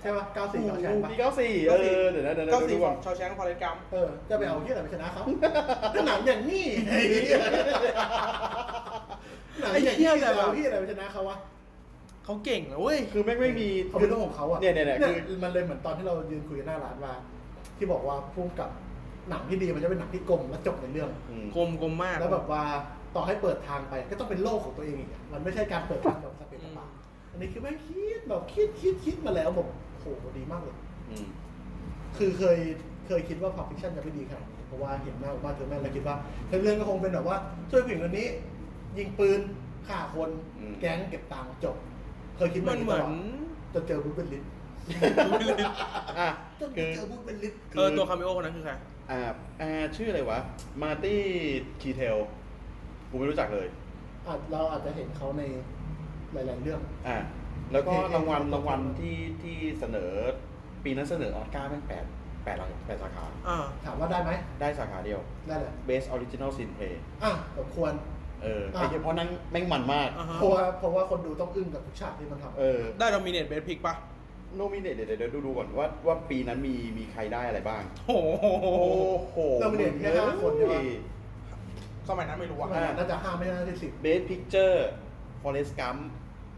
Speaker 4: ใช่ปะเก้าสี่ชอแชงปะ
Speaker 3: ปีเก้าสี่เออ เดี๋ยวนะเดี๋ยวนะ
Speaker 2: ก็
Speaker 3: ดู
Speaker 2: สี่ข
Speaker 3: ก่
Speaker 2: อ
Speaker 3: อน
Speaker 2: งชาวแชงฟอร์เรนกัม
Speaker 4: เออ จะไปเอาเฮี้ยอะไรไปชนะเขาก็หนังอย่างนี้ หนังอย่างนี้จะไปเอาเฮี้ยอะไรไปชนะเขาวะ
Speaker 2: เขาเก่งนะเว้ย
Speaker 3: คือแม่งไม่มี
Speaker 4: เขาเป็นเรื่องของเขาอ่ะ
Speaker 3: เนี่ยเนี่ยเนี่ยคือ
Speaker 4: มันเลยเหมือนตอนที่เรายืนคุยกันหน้าร้านว่า ที่บอกว่าพุ่มกับหนังที่ดีมันจะเป็นหนังที่กลมและจบในเรื่อง
Speaker 2: กลมกลมมาก
Speaker 4: แล้วแบบว่าต่อให้เปิดทางไปก็ต้องเป็นโลกของตัวเองอีกอะมันไม่ใช่การเปิดทางแบบสเปนสปาอันนี้คือแม่งคิดแบบคิดคิดคิดมาแล้วผมโหดีมากเลย
Speaker 3: อืม
Speaker 4: คือเคยเคยคิดว่าพับฟิคชั่นจะไม่ดีขนาดนี้เพราะว่าเห็นหน้าของบ้านเธอแม่แล้วคิดว่าเธอเรื่องก็คงเป็นแบบว่า ช่วยผู้หญิงคนนี้ ยิงปืนฆ่าคน
Speaker 3: อืม
Speaker 4: แก๊งเก็บตังค์จบ เคยคิด
Speaker 2: มันเหมือน
Speaker 4: จนเจอบูธเป็นลิส
Speaker 3: อ่ะ
Speaker 4: จน
Speaker 3: คือ
Speaker 4: เจอบูธเป็นลิส
Speaker 2: เออตัวคาเมโอคนนั้นคือใคร
Speaker 3: อ่าอ่าชื่ออะไรวะ มาร์ตี้คีเทลกูไม่รู้จักเลย
Speaker 4: อาจเราอาจจะเห็นเขาในหลาย ๆ เรื่อง
Speaker 3: อ่า แล้วก็
Speaker 4: เท่ๆ
Speaker 3: รางวัล
Speaker 4: ครับ
Speaker 3: รางวัลที่ที่เสนอ ปีนั้นเสนอออสการ์แม่งแปดแปดรางแปดสาขา
Speaker 2: อ่า
Speaker 4: ถามว่าได้ไหม
Speaker 3: ได้สาขาเดียว
Speaker 4: ได้เลย
Speaker 3: Best Original Screenplay
Speaker 4: อ่ะสมควร
Speaker 3: เออไอ้เหี้ยเพราะนั้นแม่งมันมาก
Speaker 2: อ่าฮะ
Speaker 4: เพราะว่าเพราะว่าคนดูต้องอึ้งกับทุกฉากที่มันทำ
Speaker 3: เออ
Speaker 2: ได้ดอมิเนตเบสพิกปะ
Speaker 3: โนมิเนตเดี๋ยวเดี๋ยวดูดูก่อนว่าว่าปีนั้นมีมีใครได้อะไรบ้าง
Speaker 2: โอ้โห
Speaker 3: โอ้โห
Speaker 4: เราไม่เห็นแค่ห้าคนใช่ไหม
Speaker 2: สมัยนั้นไม่รู้
Speaker 4: ว่า
Speaker 2: อ่ะ
Speaker 4: มันน่าจะห้าไม่น่าจะสิบ
Speaker 3: เบสพิกเจอร์ฟอเรสกัม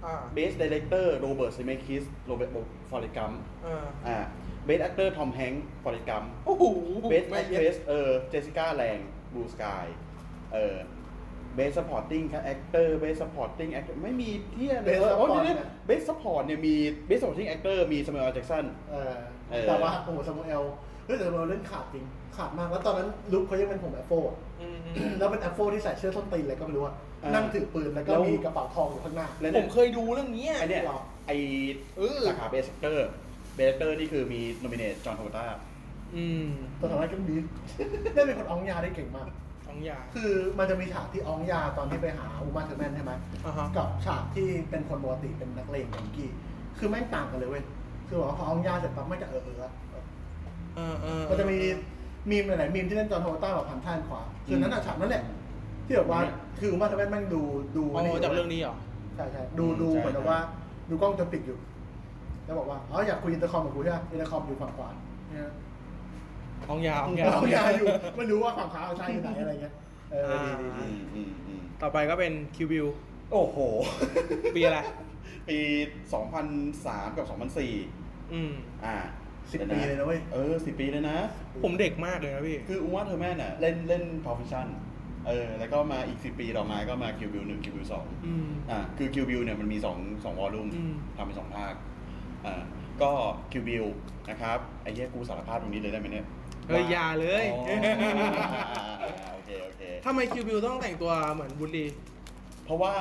Speaker 2: อ่า
Speaker 3: เบสดีเลกเตอร์โรเบิร์ตซิเมคิสโรเบิร์ตฟอเรสกัม
Speaker 2: เออ
Speaker 3: อ่าเบสแอคเตอร์ทอมแฮงค์ฟอร์เรกัม
Speaker 2: โอ้โห
Speaker 3: เบสแอคเทรสเออเจสิก้าแรงบลูสกายเออเบสซัพพอร์ตติ้งแอคเตอร์เบสซัพพอร์ตติ้งแอคไม่มีเที่ยเลยเออโอ้ยเบสซัพพอร์ตเนี่ยมีเบสซัพพอร์ตติ้งแอคเตอร์มีสมิธแจ็กสัน
Speaker 4: เออ
Speaker 3: เออ
Speaker 4: แต่ว่าโอ้โหซามูเอลเฮ้ยแต่ซามูเอลเล่นขาดจริง ขาดมาก แล้วตอนนั้นลุคเขายังเป็นผมแอฟโฟอะ
Speaker 2: อืม
Speaker 4: แล้วเป็นแอฟโฟที่ใส่เสื้อส้นตีนอะไรก็ไม่รู้อะนั่งถือปืนแล้วก็มีกระเป๋าทองอยู่ข้างหน้า
Speaker 3: และ
Speaker 2: ผ
Speaker 3: เนี่ย
Speaker 2: มเคยดูเรื่องเนี้ย
Speaker 3: ไอเนี่ยไอ
Speaker 2: เออ
Speaker 3: สาขาเบสแอคเตอร์เบสแอคเตอร์นี่คือมีโนมิเนตจอห์นโฮต้า
Speaker 2: อืม
Speaker 4: ตอนนั้น [laughs] ก็มีได้เป็นคนอองยาได้เก่งมาก
Speaker 2: ของยา
Speaker 4: คือมันจะมีฉากที่อองยาตอนที่ไปหาอูมาเทอร์แมนใช่ไหม
Speaker 2: อ่าฮะ
Speaker 4: กับฉากที่เป็นคนปกติเป็นนักเลงแองกี้ คือแม่งต่างกันเลยเว้ย คือบอกว่าพอเอายาเสร็จปั๊บไม่งจะเออเออละ
Speaker 2: เออเออ
Speaker 4: มันจะมีมีมหลายๆมีมที่เล่นจอห์นโฮต้าแบบพันท่านขวา คือนั้นอะฉากนั้นแหละ ที่แบบว่าคือมาทำแม่นแม่งดูดู
Speaker 2: อ๋อจากเรื่องนี้เหรอ
Speaker 4: ใช่ใช่ดูดูเหมือนกับว่าดูกล้องจะปิดอยู่ แล้วบอกว่าอ๋ออยากคุยอินเตอร์คอมกับกูใช่ไหมอินเตอร์คอมอยู่ฝั่งขวาเนี่ย
Speaker 2: ของยา
Speaker 4: เอา
Speaker 2: ของ
Speaker 4: ย
Speaker 2: ยา
Speaker 4: าอยู่ไม่รู้ว่าฝั่งขวาเอาใช่อยู่ไหนอะไรเงี้ย เออดีดีดี
Speaker 3: อืมอืมอืม
Speaker 2: ต่อไปก็เป็นคิวบิว
Speaker 3: โอ้โห
Speaker 2: ปีอะไร
Speaker 3: [laughs] ปี 2003 กับ 2004
Speaker 2: อืม
Speaker 3: อ่า
Speaker 4: สิบปีเลยนะเว้ย
Speaker 3: เออสิบปีเลยนะ
Speaker 2: ผมเด็กมากเลยนะพี่
Speaker 3: คืออูว่าเธอแม่น่ะเล่นเล่นพาวฟิชั่นเออแล้วก็มาอีกสิปีต่อมาก็มาคิวบิลหนึ่งคิวบิลสอง
Speaker 2: อืม
Speaker 3: อ่าคือคิวบิลเนี่ยมันมีสองสองวอลลุ่ม
Speaker 2: อืม
Speaker 3: ทำเป็นสองภาคอ่าก็คิวบิลนะครับ ไอ้เหี้ยกูสารภาพตรงนี้เลยได้ไหมเนี่ย
Speaker 2: เฮ้ยอยาเลย
Speaker 3: อ๋ออ่าโอเคโอเค
Speaker 2: [laughs] ทำไมคิวบิวต้องแต่งตัวเหมือนบุลลี
Speaker 3: เพราะว่า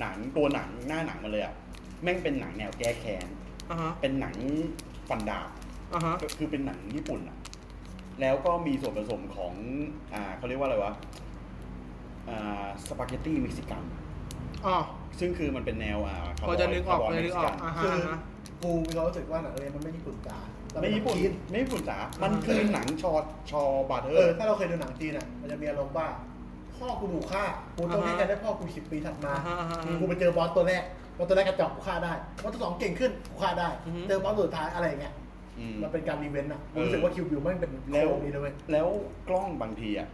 Speaker 3: หนังตัวหนังหน้าหนังมันเลยอ่ะแม่งเป็นหนังแนวแก้แค้น
Speaker 2: อ่ะฮะ
Speaker 3: เป็นหนังฟันดาบ
Speaker 2: อ่ะฮะ
Speaker 3: ก็คือเป็นหนังญี่ปุ่นอะแล้วก็มีส่วนผสมของ อ่าเขาเรียกว่าอะไรวะ อ่า สปาเกตตี้เม็กซิกัน
Speaker 2: อ๋อ
Speaker 3: ซึ่งคือมันเป็นแนว อ่าคา
Speaker 2: พ
Speaker 3: วบ
Speaker 2: อ
Speaker 3: อย
Speaker 2: จะนึกออก
Speaker 3: คาวบ
Speaker 2: พอ
Speaker 3: ย
Speaker 2: จะนึกออกอ่ะฮะ
Speaker 3: เม็ซิ
Speaker 4: คือ
Speaker 2: อ่ะฮะ
Speaker 4: กูมีความรู้สึกว่าหนังเรื่องนี้มันไม่ญี่ปุ่นจ๋า
Speaker 3: กันไม่ญี่ปุ่น
Speaker 4: จีน
Speaker 3: ไม่ญี่ปุ่นจ๋า มันคือหนังชอชอบาร์เทอ
Speaker 4: เออ
Speaker 3: ร์
Speaker 4: ถ้าเราเคยดูหนังจีนอ่ะมันจะมีอารมณ์ว่าพ่อกูถูกฆ่ากูต้อง
Speaker 2: อ่าฮะ
Speaker 4: ให้การได้พ่อกูสิบปีถัดมา
Speaker 2: อ่าฮะอ่าฮะ
Speaker 4: กูไปเจอบอสตัวแรกบอสตัวแรกกระจอกกูฆ่าได้บอสตัวสองเก่งขึ้นกูฆ่าได้
Speaker 2: อือฮึ
Speaker 4: เจอบอสตัวสุดท้ายอะไรอย่างเงี้ย
Speaker 3: อืม
Speaker 4: มันเป็นการรีเวนต์อ่ะ
Speaker 3: เอ
Speaker 4: กู
Speaker 3: อ
Speaker 4: รู้สึกว่าคิวบิวแม่งเป็น
Speaker 3: แล้ว
Speaker 4: นี้เลยเว้ย
Speaker 3: แล้วกล้องบางทีอะ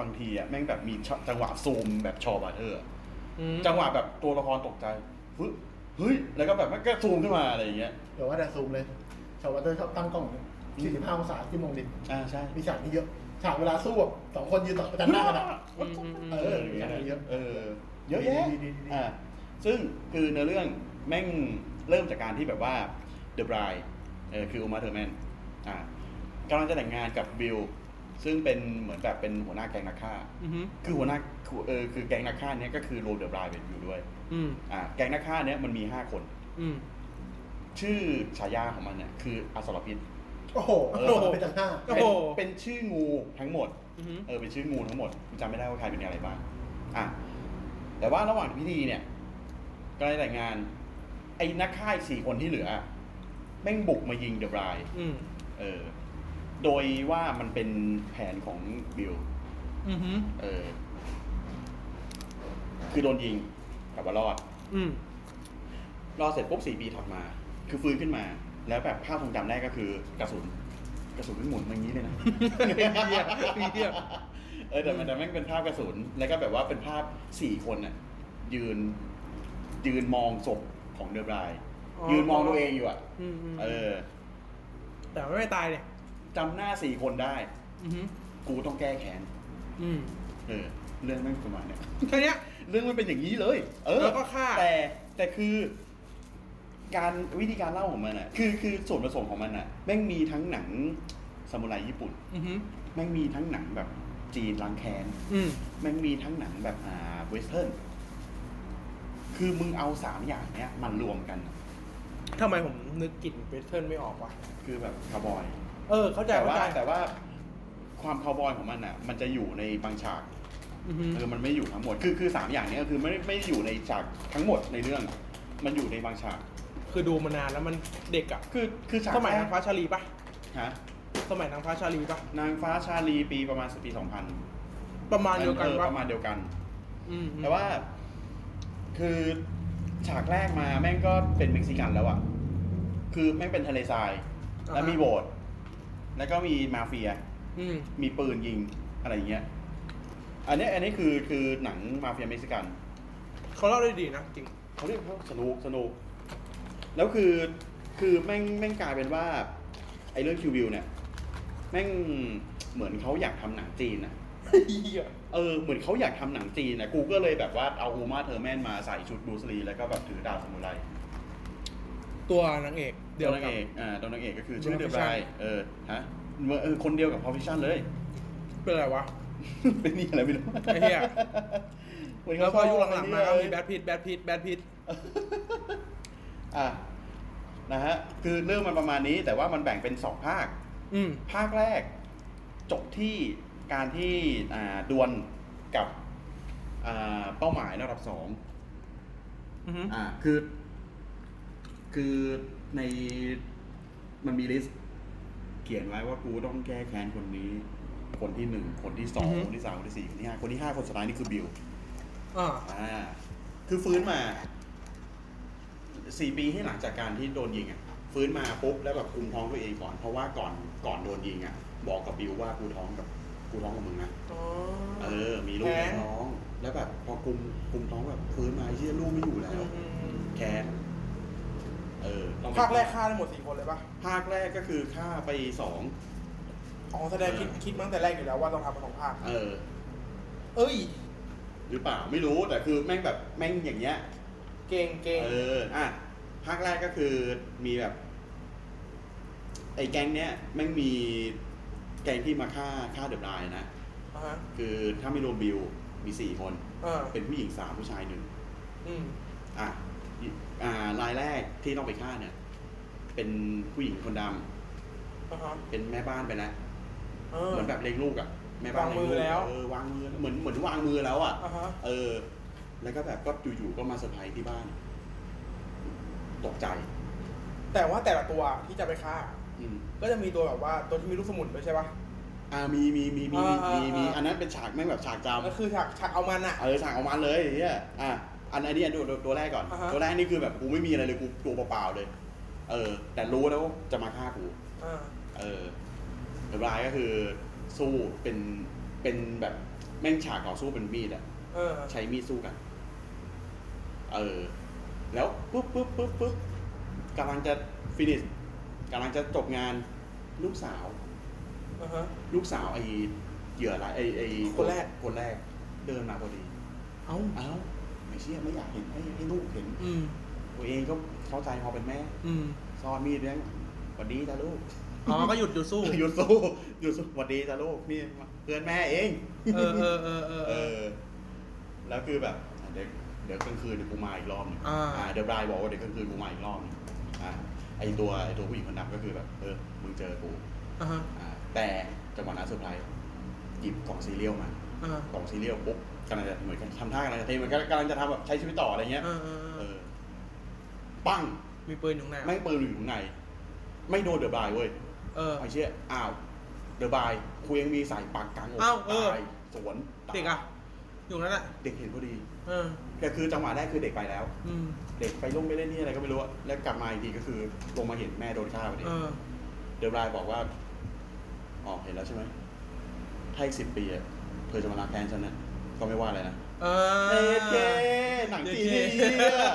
Speaker 3: บางทีอะแม่งแบบมีจังหวะซูมแบบชอบาร์เทอร์
Speaker 2: อืม
Speaker 3: จังหวะแบบตัวละครตกใจฟึ๊บ เฮ้ย แล้วก็แบบมันก็ซูมขึ้นมาอะไรอย่างเงี้ย
Speaker 4: เดี๋ยวว่าแต่ซูมเลยชาววัตเตอร์ชอบตั้งกล้องอย่างเงี้ย45องศาที่มองดิน
Speaker 3: อ่าใช่
Speaker 4: มีฉากนี้เยอะฉากเวลาสู้อะสองคนยืนต่อกันหน้ากันอะเออมีฉากนี้เยอะ
Speaker 3: เออ เยอะแยะ
Speaker 4: ดีๆๆๆ
Speaker 3: อ่าซึ่งคือเนื้อเรื่องแม่งเริ่มจากการที่แบบว่าเดอะบรายเออคืออุมาเทอร์แมนอ่ากำลังจะแต่งงานกับบิลซึ่งเป็นเหมือนแบบเป็นหัวหน้าแก๊งนักฆ่า
Speaker 2: อือหือ
Speaker 3: คือหัวหน้าคือเออคือแก๊งนักฆ่าเนี้ยก็คือรวมเดอะบรายไปอยู่ด้วย
Speaker 2: อืม
Speaker 3: อ่าแก๊งนักฆ่าเนี้ยมันมีห้าคน
Speaker 2: อืม
Speaker 3: ชื่อฉายาของมันเนี่ยคืออสรพิษ
Speaker 4: โอ้โห
Speaker 3: เออ
Speaker 4: โดนไปจากหน้า
Speaker 2: โอ้
Speaker 3: เป็น
Speaker 2: โห
Speaker 3: เป็นชื่องูทั้งหมด
Speaker 2: อือหือ
Speaker 3: เออเป็นชื่องูทั้งหมดจำไม่ได้ว่าใครเป็นอะไรบ้างอ่ะแต่ว่าระหว่างพิธีเนี่ยก็ได้แต่งงาน ไอ้นักฆ่าอีกสี่คนที่เหลือ แม่งบุกมายิงเดอะบราย
Speaker 2: อืม
Speaker 3: เออ โดยว่ามันเป็นแผนของบิล
Speaker 2: อือหือ
Speaker 3: เออ คือโดนยิงแต่ว่ารอด
Speaker 2: อืม
Speaker 3: รอดเสร็จปุ๊บสี่ปีถัดมา คือฟื้นขึ้นมา แล้วแบบภาพทรงจำแรกก็คือกระสุน กระสุนมันหมุนมาอย่างนี้เลยนะ
Speaker 2: เหี้ยเหี้ย
Speaker 3: เออแต่มันแต่แม่งเป็นภาพกระสุน แล้วก็แบบว่าเป็นภาพสี่คนน่ะ ยืน ยืนมองศพของเดอะบราย
Speaker 2: อ๋อ
Speaker 3: ยืนมองตัวเองอยู่อ่ะ
Speaker 2: อืมอืม
Speaker 3: เออ
Speaker 2: แต่ไม่ไปตายเนี่ย
Speaker 3: จำหน้าสี่คนได้
Speaker 2: อือหือ
Speaker 3: กูต้องแก้แค้น
Speaker 2: อืม
Speaker 3: เออ เรื่องแม่งประมาณเนี้ย
Speaker 2: แค่เนี้ย
Speaker 3: เรื่องมันเป็นอย่างนี้เลย เออ
Speaker 2: แล้วก็ฆ่า
Speaker 3: แต่แต่คือ การวิธีการเล่าของมันอ่ะ คือคือส่วนผสมของมันอ่ะ แม่งมีทั้งหนังซามูไรญี่ปุ่น
Speaker 2: อือหือ
Speaker 3: แม่งมีทั้งหนังแบบจีนล้างแค้น
Speaker 2: อืม
Speaker 3: แม่งมีทั้งหนังแบบอ่าเวสเทิร์น คือมึงเอาสามอย่างเนี้ยมันรวมกัน
Speaker 2: ทำไมผมนึกกลิ่นเวสเทิร์นไม่ออกวะ
Speaker 3: คือแบบคาวบอย
Speaker 2: เออ เข้าใจ
Speaker 3: แต่
Speaker 2: เข้า
Speaker 3: ว่า
Speaker 2: ใจ
Speaker 3: แต่ว่าความคาวบอยของมันอ่ะ มันจะอยู่ในบางฉาก
Speaker 2: อือหือ
Speaker 3: เออ มันไม่อยู่ทั้งหมด คือคือสามอย่างเนี้ยก็คือไม่ได้ไม่ได้อยู่ในฉากทั้งหมดในเรื่อง มันอยู่ในบางฉาก
Speaker 2: คือดูมานานแล้วมันเด็กอะ
Speaker 3: คือคือฉาก
Speaker 2: สมัย
Speaker 3: แร
Speaker 2: นากงฟ้าชาลีปะ
Speaker 3: ฮะ
Speaker 2: สมัยนางฟ้าชาลีปะ
Speaker 3: นางฟ้าชาลีปีประมาณปีสองพัน
Speaker 2: ประมาณเดียวกัน
Speaker 3: ป
Speaker 2: ปะ
Speaker 3: ระมาณเดียวกัน
Speaker 2: อืมอืม
Speaker 3: แต่ว่า คือฉากแรกมาแม่งก็เป็นเม็กซิกันแล้วอะคือแม่งเป็นทะเลทราย
Speaker 2: อ่าฮะ
Speaker 3: แล้วมีโบสถ์แล้วก็มีมาเฟีย
Speaker 2: อืม
Speaker 3: มีปืนยิงอะไรอย่างเงี้ย อันเนี้ยอันนี้คือคือหนังมาเฟียเม็กซิกัน
Speaker 2: เขาเล่าได้ดีนะจริง
Speaker 3: เขาเรียกว่าสนุกสนุก แล้วคือคือแม่งแม่งกลายเป็นว่าไอ้เรื่องคิวบิวเนี่ย แม่งเหมือนเขาอยากทำหนังจีนอะเออเหมือนเขาอยากทำหนังจีนนะกูก็เลยแบบว่าเอาฮูมาเทอร์แมนมาใส่ชุดบรูซลีแล้วก็แบบถือดาบสมุไร
Speaker 2: ตัวนางเอกเดี
Speaker 3: เดี
Speaker 2: ย
Speaker 3: ยว วนาง
Speaker 2: กับ
Speaker 3: เอกอ่าตัวนางเอกก็คือ
Speaker 2: Proficient
Speaker 3: ชื่อเดียบรายเออฮะเออคนเดียวกับพอฟิชันเลย [laughs]
Speaker 2: เป็นอะไรวะ
Speaker 3: เป็นนี่อะไรไม่รู้
Speaker 2: ไอ้เหี้ย
Speaker 3: เหมือน
Speaker 2: แล้
Speaker 3: เขา
Speaker 2: วพอยุคหลังๆมาก็มี
Speaker 3: เย
Speaker 2: แบทพิทแบทพิทแบทพิท
Speaker 3: [laughs] อ่ะนะฮะคือเรื่องมันประมาณนี้แต่ว่ามันแบ่งเป็นสองภาค
Speaker 2: อืม
Speaker 3: ภาคแรกจบที่การที่อ่าดวลกับอ่าเป้าหมายระดับสอง
Speaker 2: อือหือ
Speaker 3: อ่าคือ คือในมันมีลิสต์เขียนไว้ว่ากูต้องแก้แค้นคนนี้ คนที่หนึ่งคนที่สองคนที่สามคนที่สี่คนที่ห้าคนที่ห้าคนสุดท้ายนี่คือบิล
Speaker 2: อ่า
Speaker 3: อ่าคือฟื้นมาสี่ปีให้หลังจากการที่โดนยิงอ่ะ ฟื้นมาปุ๊บแล้วแบบคุมท้องตัวเองก่อน เพราะว่าก่อนก่อนโดนยิงอ่ะ บอกกับบิวว่ากูท้องกับกูท้องกับมึงนะ
Speaker 2: อ๋อ
Speaker 3: เออ มีลูก
Speaker 2: แท้
Speaker 3: ในท้อง แล้วแบบพอคุมคุมท้องแบบฟื้นมาไอ้เชี่ยลูกไม่อยู่แล้ว
Speaker 2: อืมอืมอืม
Speaker 3: แค้นเออต้องไป
Speaker 2: ภาคแรกฆ่าได้หมดสี่คนเลยปะ
Speaker 3: ภาคแรกก็คือฆ่าไปสอง
Speaker 2: อ๋อแสดงคิดคิดมาตั้งแต่แรกอยู่แล้วว่าต้องทำเป็นสองภาค
Speaker 3: เออ
Speaker 2: เอ้ย
Speaker 3: หรือเปล่าไม่รู้แต่คือแม่งแบบแม่งอย่างเงี้ย
Speaker 2: เก่งเก่ง
Speaker 3: เออ อ่ะ ภาคแรกก็คือมีแบบ ไอ้แก๊งเนี้ยแม่งมีแก๊งที่มาฆ่าฆ่าเดอะบรายนะ
Speaker 2: อ่าฮะ
Speaker 3: คือถ้าไม่รวมบิวมีสี่คน
Speaker 2: อ่า
Speaker 3: เป็นผู้หญิงสามผู้ชายหนึ่ง
Speaker 2: อืม
Speaker 3: อ่ะอีอ่ารายแรกที่ต้องไปฆ่าเนี่ย เป็นผู้หญิงคนดำ
Speaker 2: อ่าฮะ
Speaker 3: เป็นแม่บ้านไปแล้ว
Speaker 2: เออ
Speaker 3: เหมือนแบบเลี้ยงลูกอะแม่บ้าน
Speaker 2: วางมือ
Speaker 3: เยกก
Speaker 2: แล้ว
Speaker 3: เออวางมือเหมือนเหมือนวางมือแล้วอะ
Speaker 2: อ่าฮะ
Speaker 3: เออ แล้วก็แบบก็อยู่ๆก็มาเซอร์ไพรส์ที่บ้าน ตกใจ
Speaker 2: แต่ว่าแต่ละตัวที่จะไปฆ่า
Speaker 3: อืม
Speaker 2: ก็จะมีตัวแบบว่าตัวที่มีลูกสมุนด้วยใช่ปะ
Speaker 3: อ่ามีมีมีมีมี
Speaker 2: อ่า
Speaker 3: มีมี
Speaker 2: อ่า
Speaker 3: อันนั้นเป็นฉากแม่งแบบฉากจ
Speaker 2: ก็คือฉากฉากเอามันอะ
Speaker 3: ำเออฉากออกมาเลยไอ้เฮียอ่ะอันอันนี้อันตัวตัวตัวแรกก่อน
Speaker 2: อ่าฮะ
Speaker 3: ตัวแรกนี่คือแบบกูไม่มีอะไรเลยกูตัวเปล่าๆเลย เออ แต่รู้แล้วว่าจะมาฆ่ากู
Speaker 2: อ่า
Speaker 3: เออเดอะบรายก็คือสู้เป็นเป็นแบบแม่งฉากต่อสู้เป็นมีดอะ
Speaker 2: เออ
Speaker 3: ใช้มีดสู้กัน เออ แล้วปุ๊บปุ๊บปุ๊บปุ๊บกำลังจะฟินิชกำลังจะจบงานลูกสาว
Speaker 2: อ่าฮะ
Speaker 3: ลูกสาวไอเหยื่อรายไอไอ
Speaker 2: คนแรก
Speaker 3: คนแรก เดินมาพอดี
Speaker 2: เอ้า
Speaker 3: อ้าวไม่เชื่อไม่อยากเห็นให้ให้ลูกเห็น
Speaker 2: อืม
Speaker 3: ตัวเองก็เข้าใจพอเป็นแม่
Speaker 2: อืม
Speaker 3: ซ่อนมีดไว้หวัดดีจ้าลูก [laughs]
Speaker 2: อ๋อก็หยุดหยุดสู้
Speaker 3: หยุดสู้หยุดสู้หวัดดีจ้าลูกนี่เพื่อนแม่เอง
Speaker 2: เออเออเออเออ
Speaker 3: เอ
Speaker 2: เออ
Speaker 3: อ แล้วคือแบบอ่ะเดี๋ยวเดี๋ยวกลางคืนเดี๋ยวกูมาอีกรอบหนึง
Speaker 2: อ่า
Speaker 3: อ่าเดี๋ยวบรายบอกว่าเดี๋ยวกลางคืนกูมาอีกรอบหนึงอ่าไอตัวไอตัวผู้หญิงคนนั้นก็คือแบบ เออ มึงเจอกู
Speaker 2: อ่าฮะ
Speaker 3: อ่าแต่จังหวะนั้นเซอร์ไพรส์หยิบกล่องซีเรียลมา
Speaker 2: อ่าก
Speaker 3: ล่องซีเรียลปุ๊บกำลังจะเหมือนกันทำท่ากำลังจะเทมันก็กำลังจะทำแบบใช้ชีวิตต่ออะไรเงี้ย
Speaker 2: เออเออ
Speaker 3: เอ
Speaker 2: เออ
Speaker 3: อปั้ง
Speaker 2: มีปืนอยู่ข้างหน้า
Speaker 3: แม่งปืนอยู่ข้างใน ไม่โดนเดอะบรายเว้ย
Speaker 2: เออ
Speaker 3: ไอ้เชี่ยอ้าว เดอะบายคุยยังมีสายปากกลางอก
Speaker 2: อ้าวเออ
Speaker 3: ตายสวนตาย
Speaker 2: เด็กอ่ะ อยู่นั่นแหละ
Speaker 3: เด็กเห็นพอดี
Speaker 2: เออ
Speaker 3: แต่คือจังหวะแรกคือเด็กไปแล้ว
Speaker 2: อืม
Speaker 3: เด็กไปลงไปเล่นนี่อะไรก็ไม่รู้อะแล้วกลับมาอีกทีก็คือลงมาเห็นแม่โดนฆ่าพอดี
Speaker 2: เออ
Speaker 3: เดอะบายบอกว่า อ๋อ เห็นแล้วใช่ไหมถ้าอีกสิบปีอะเธอจะมาล้างแค้นฉันนะก็ไม่ว่าอะไรนะ
Speaker 2: เอ
Speaker 3: เอ๊ะ
Speaker 2: อ
Speaker 3: เจ๊หนังจีนเนี่ย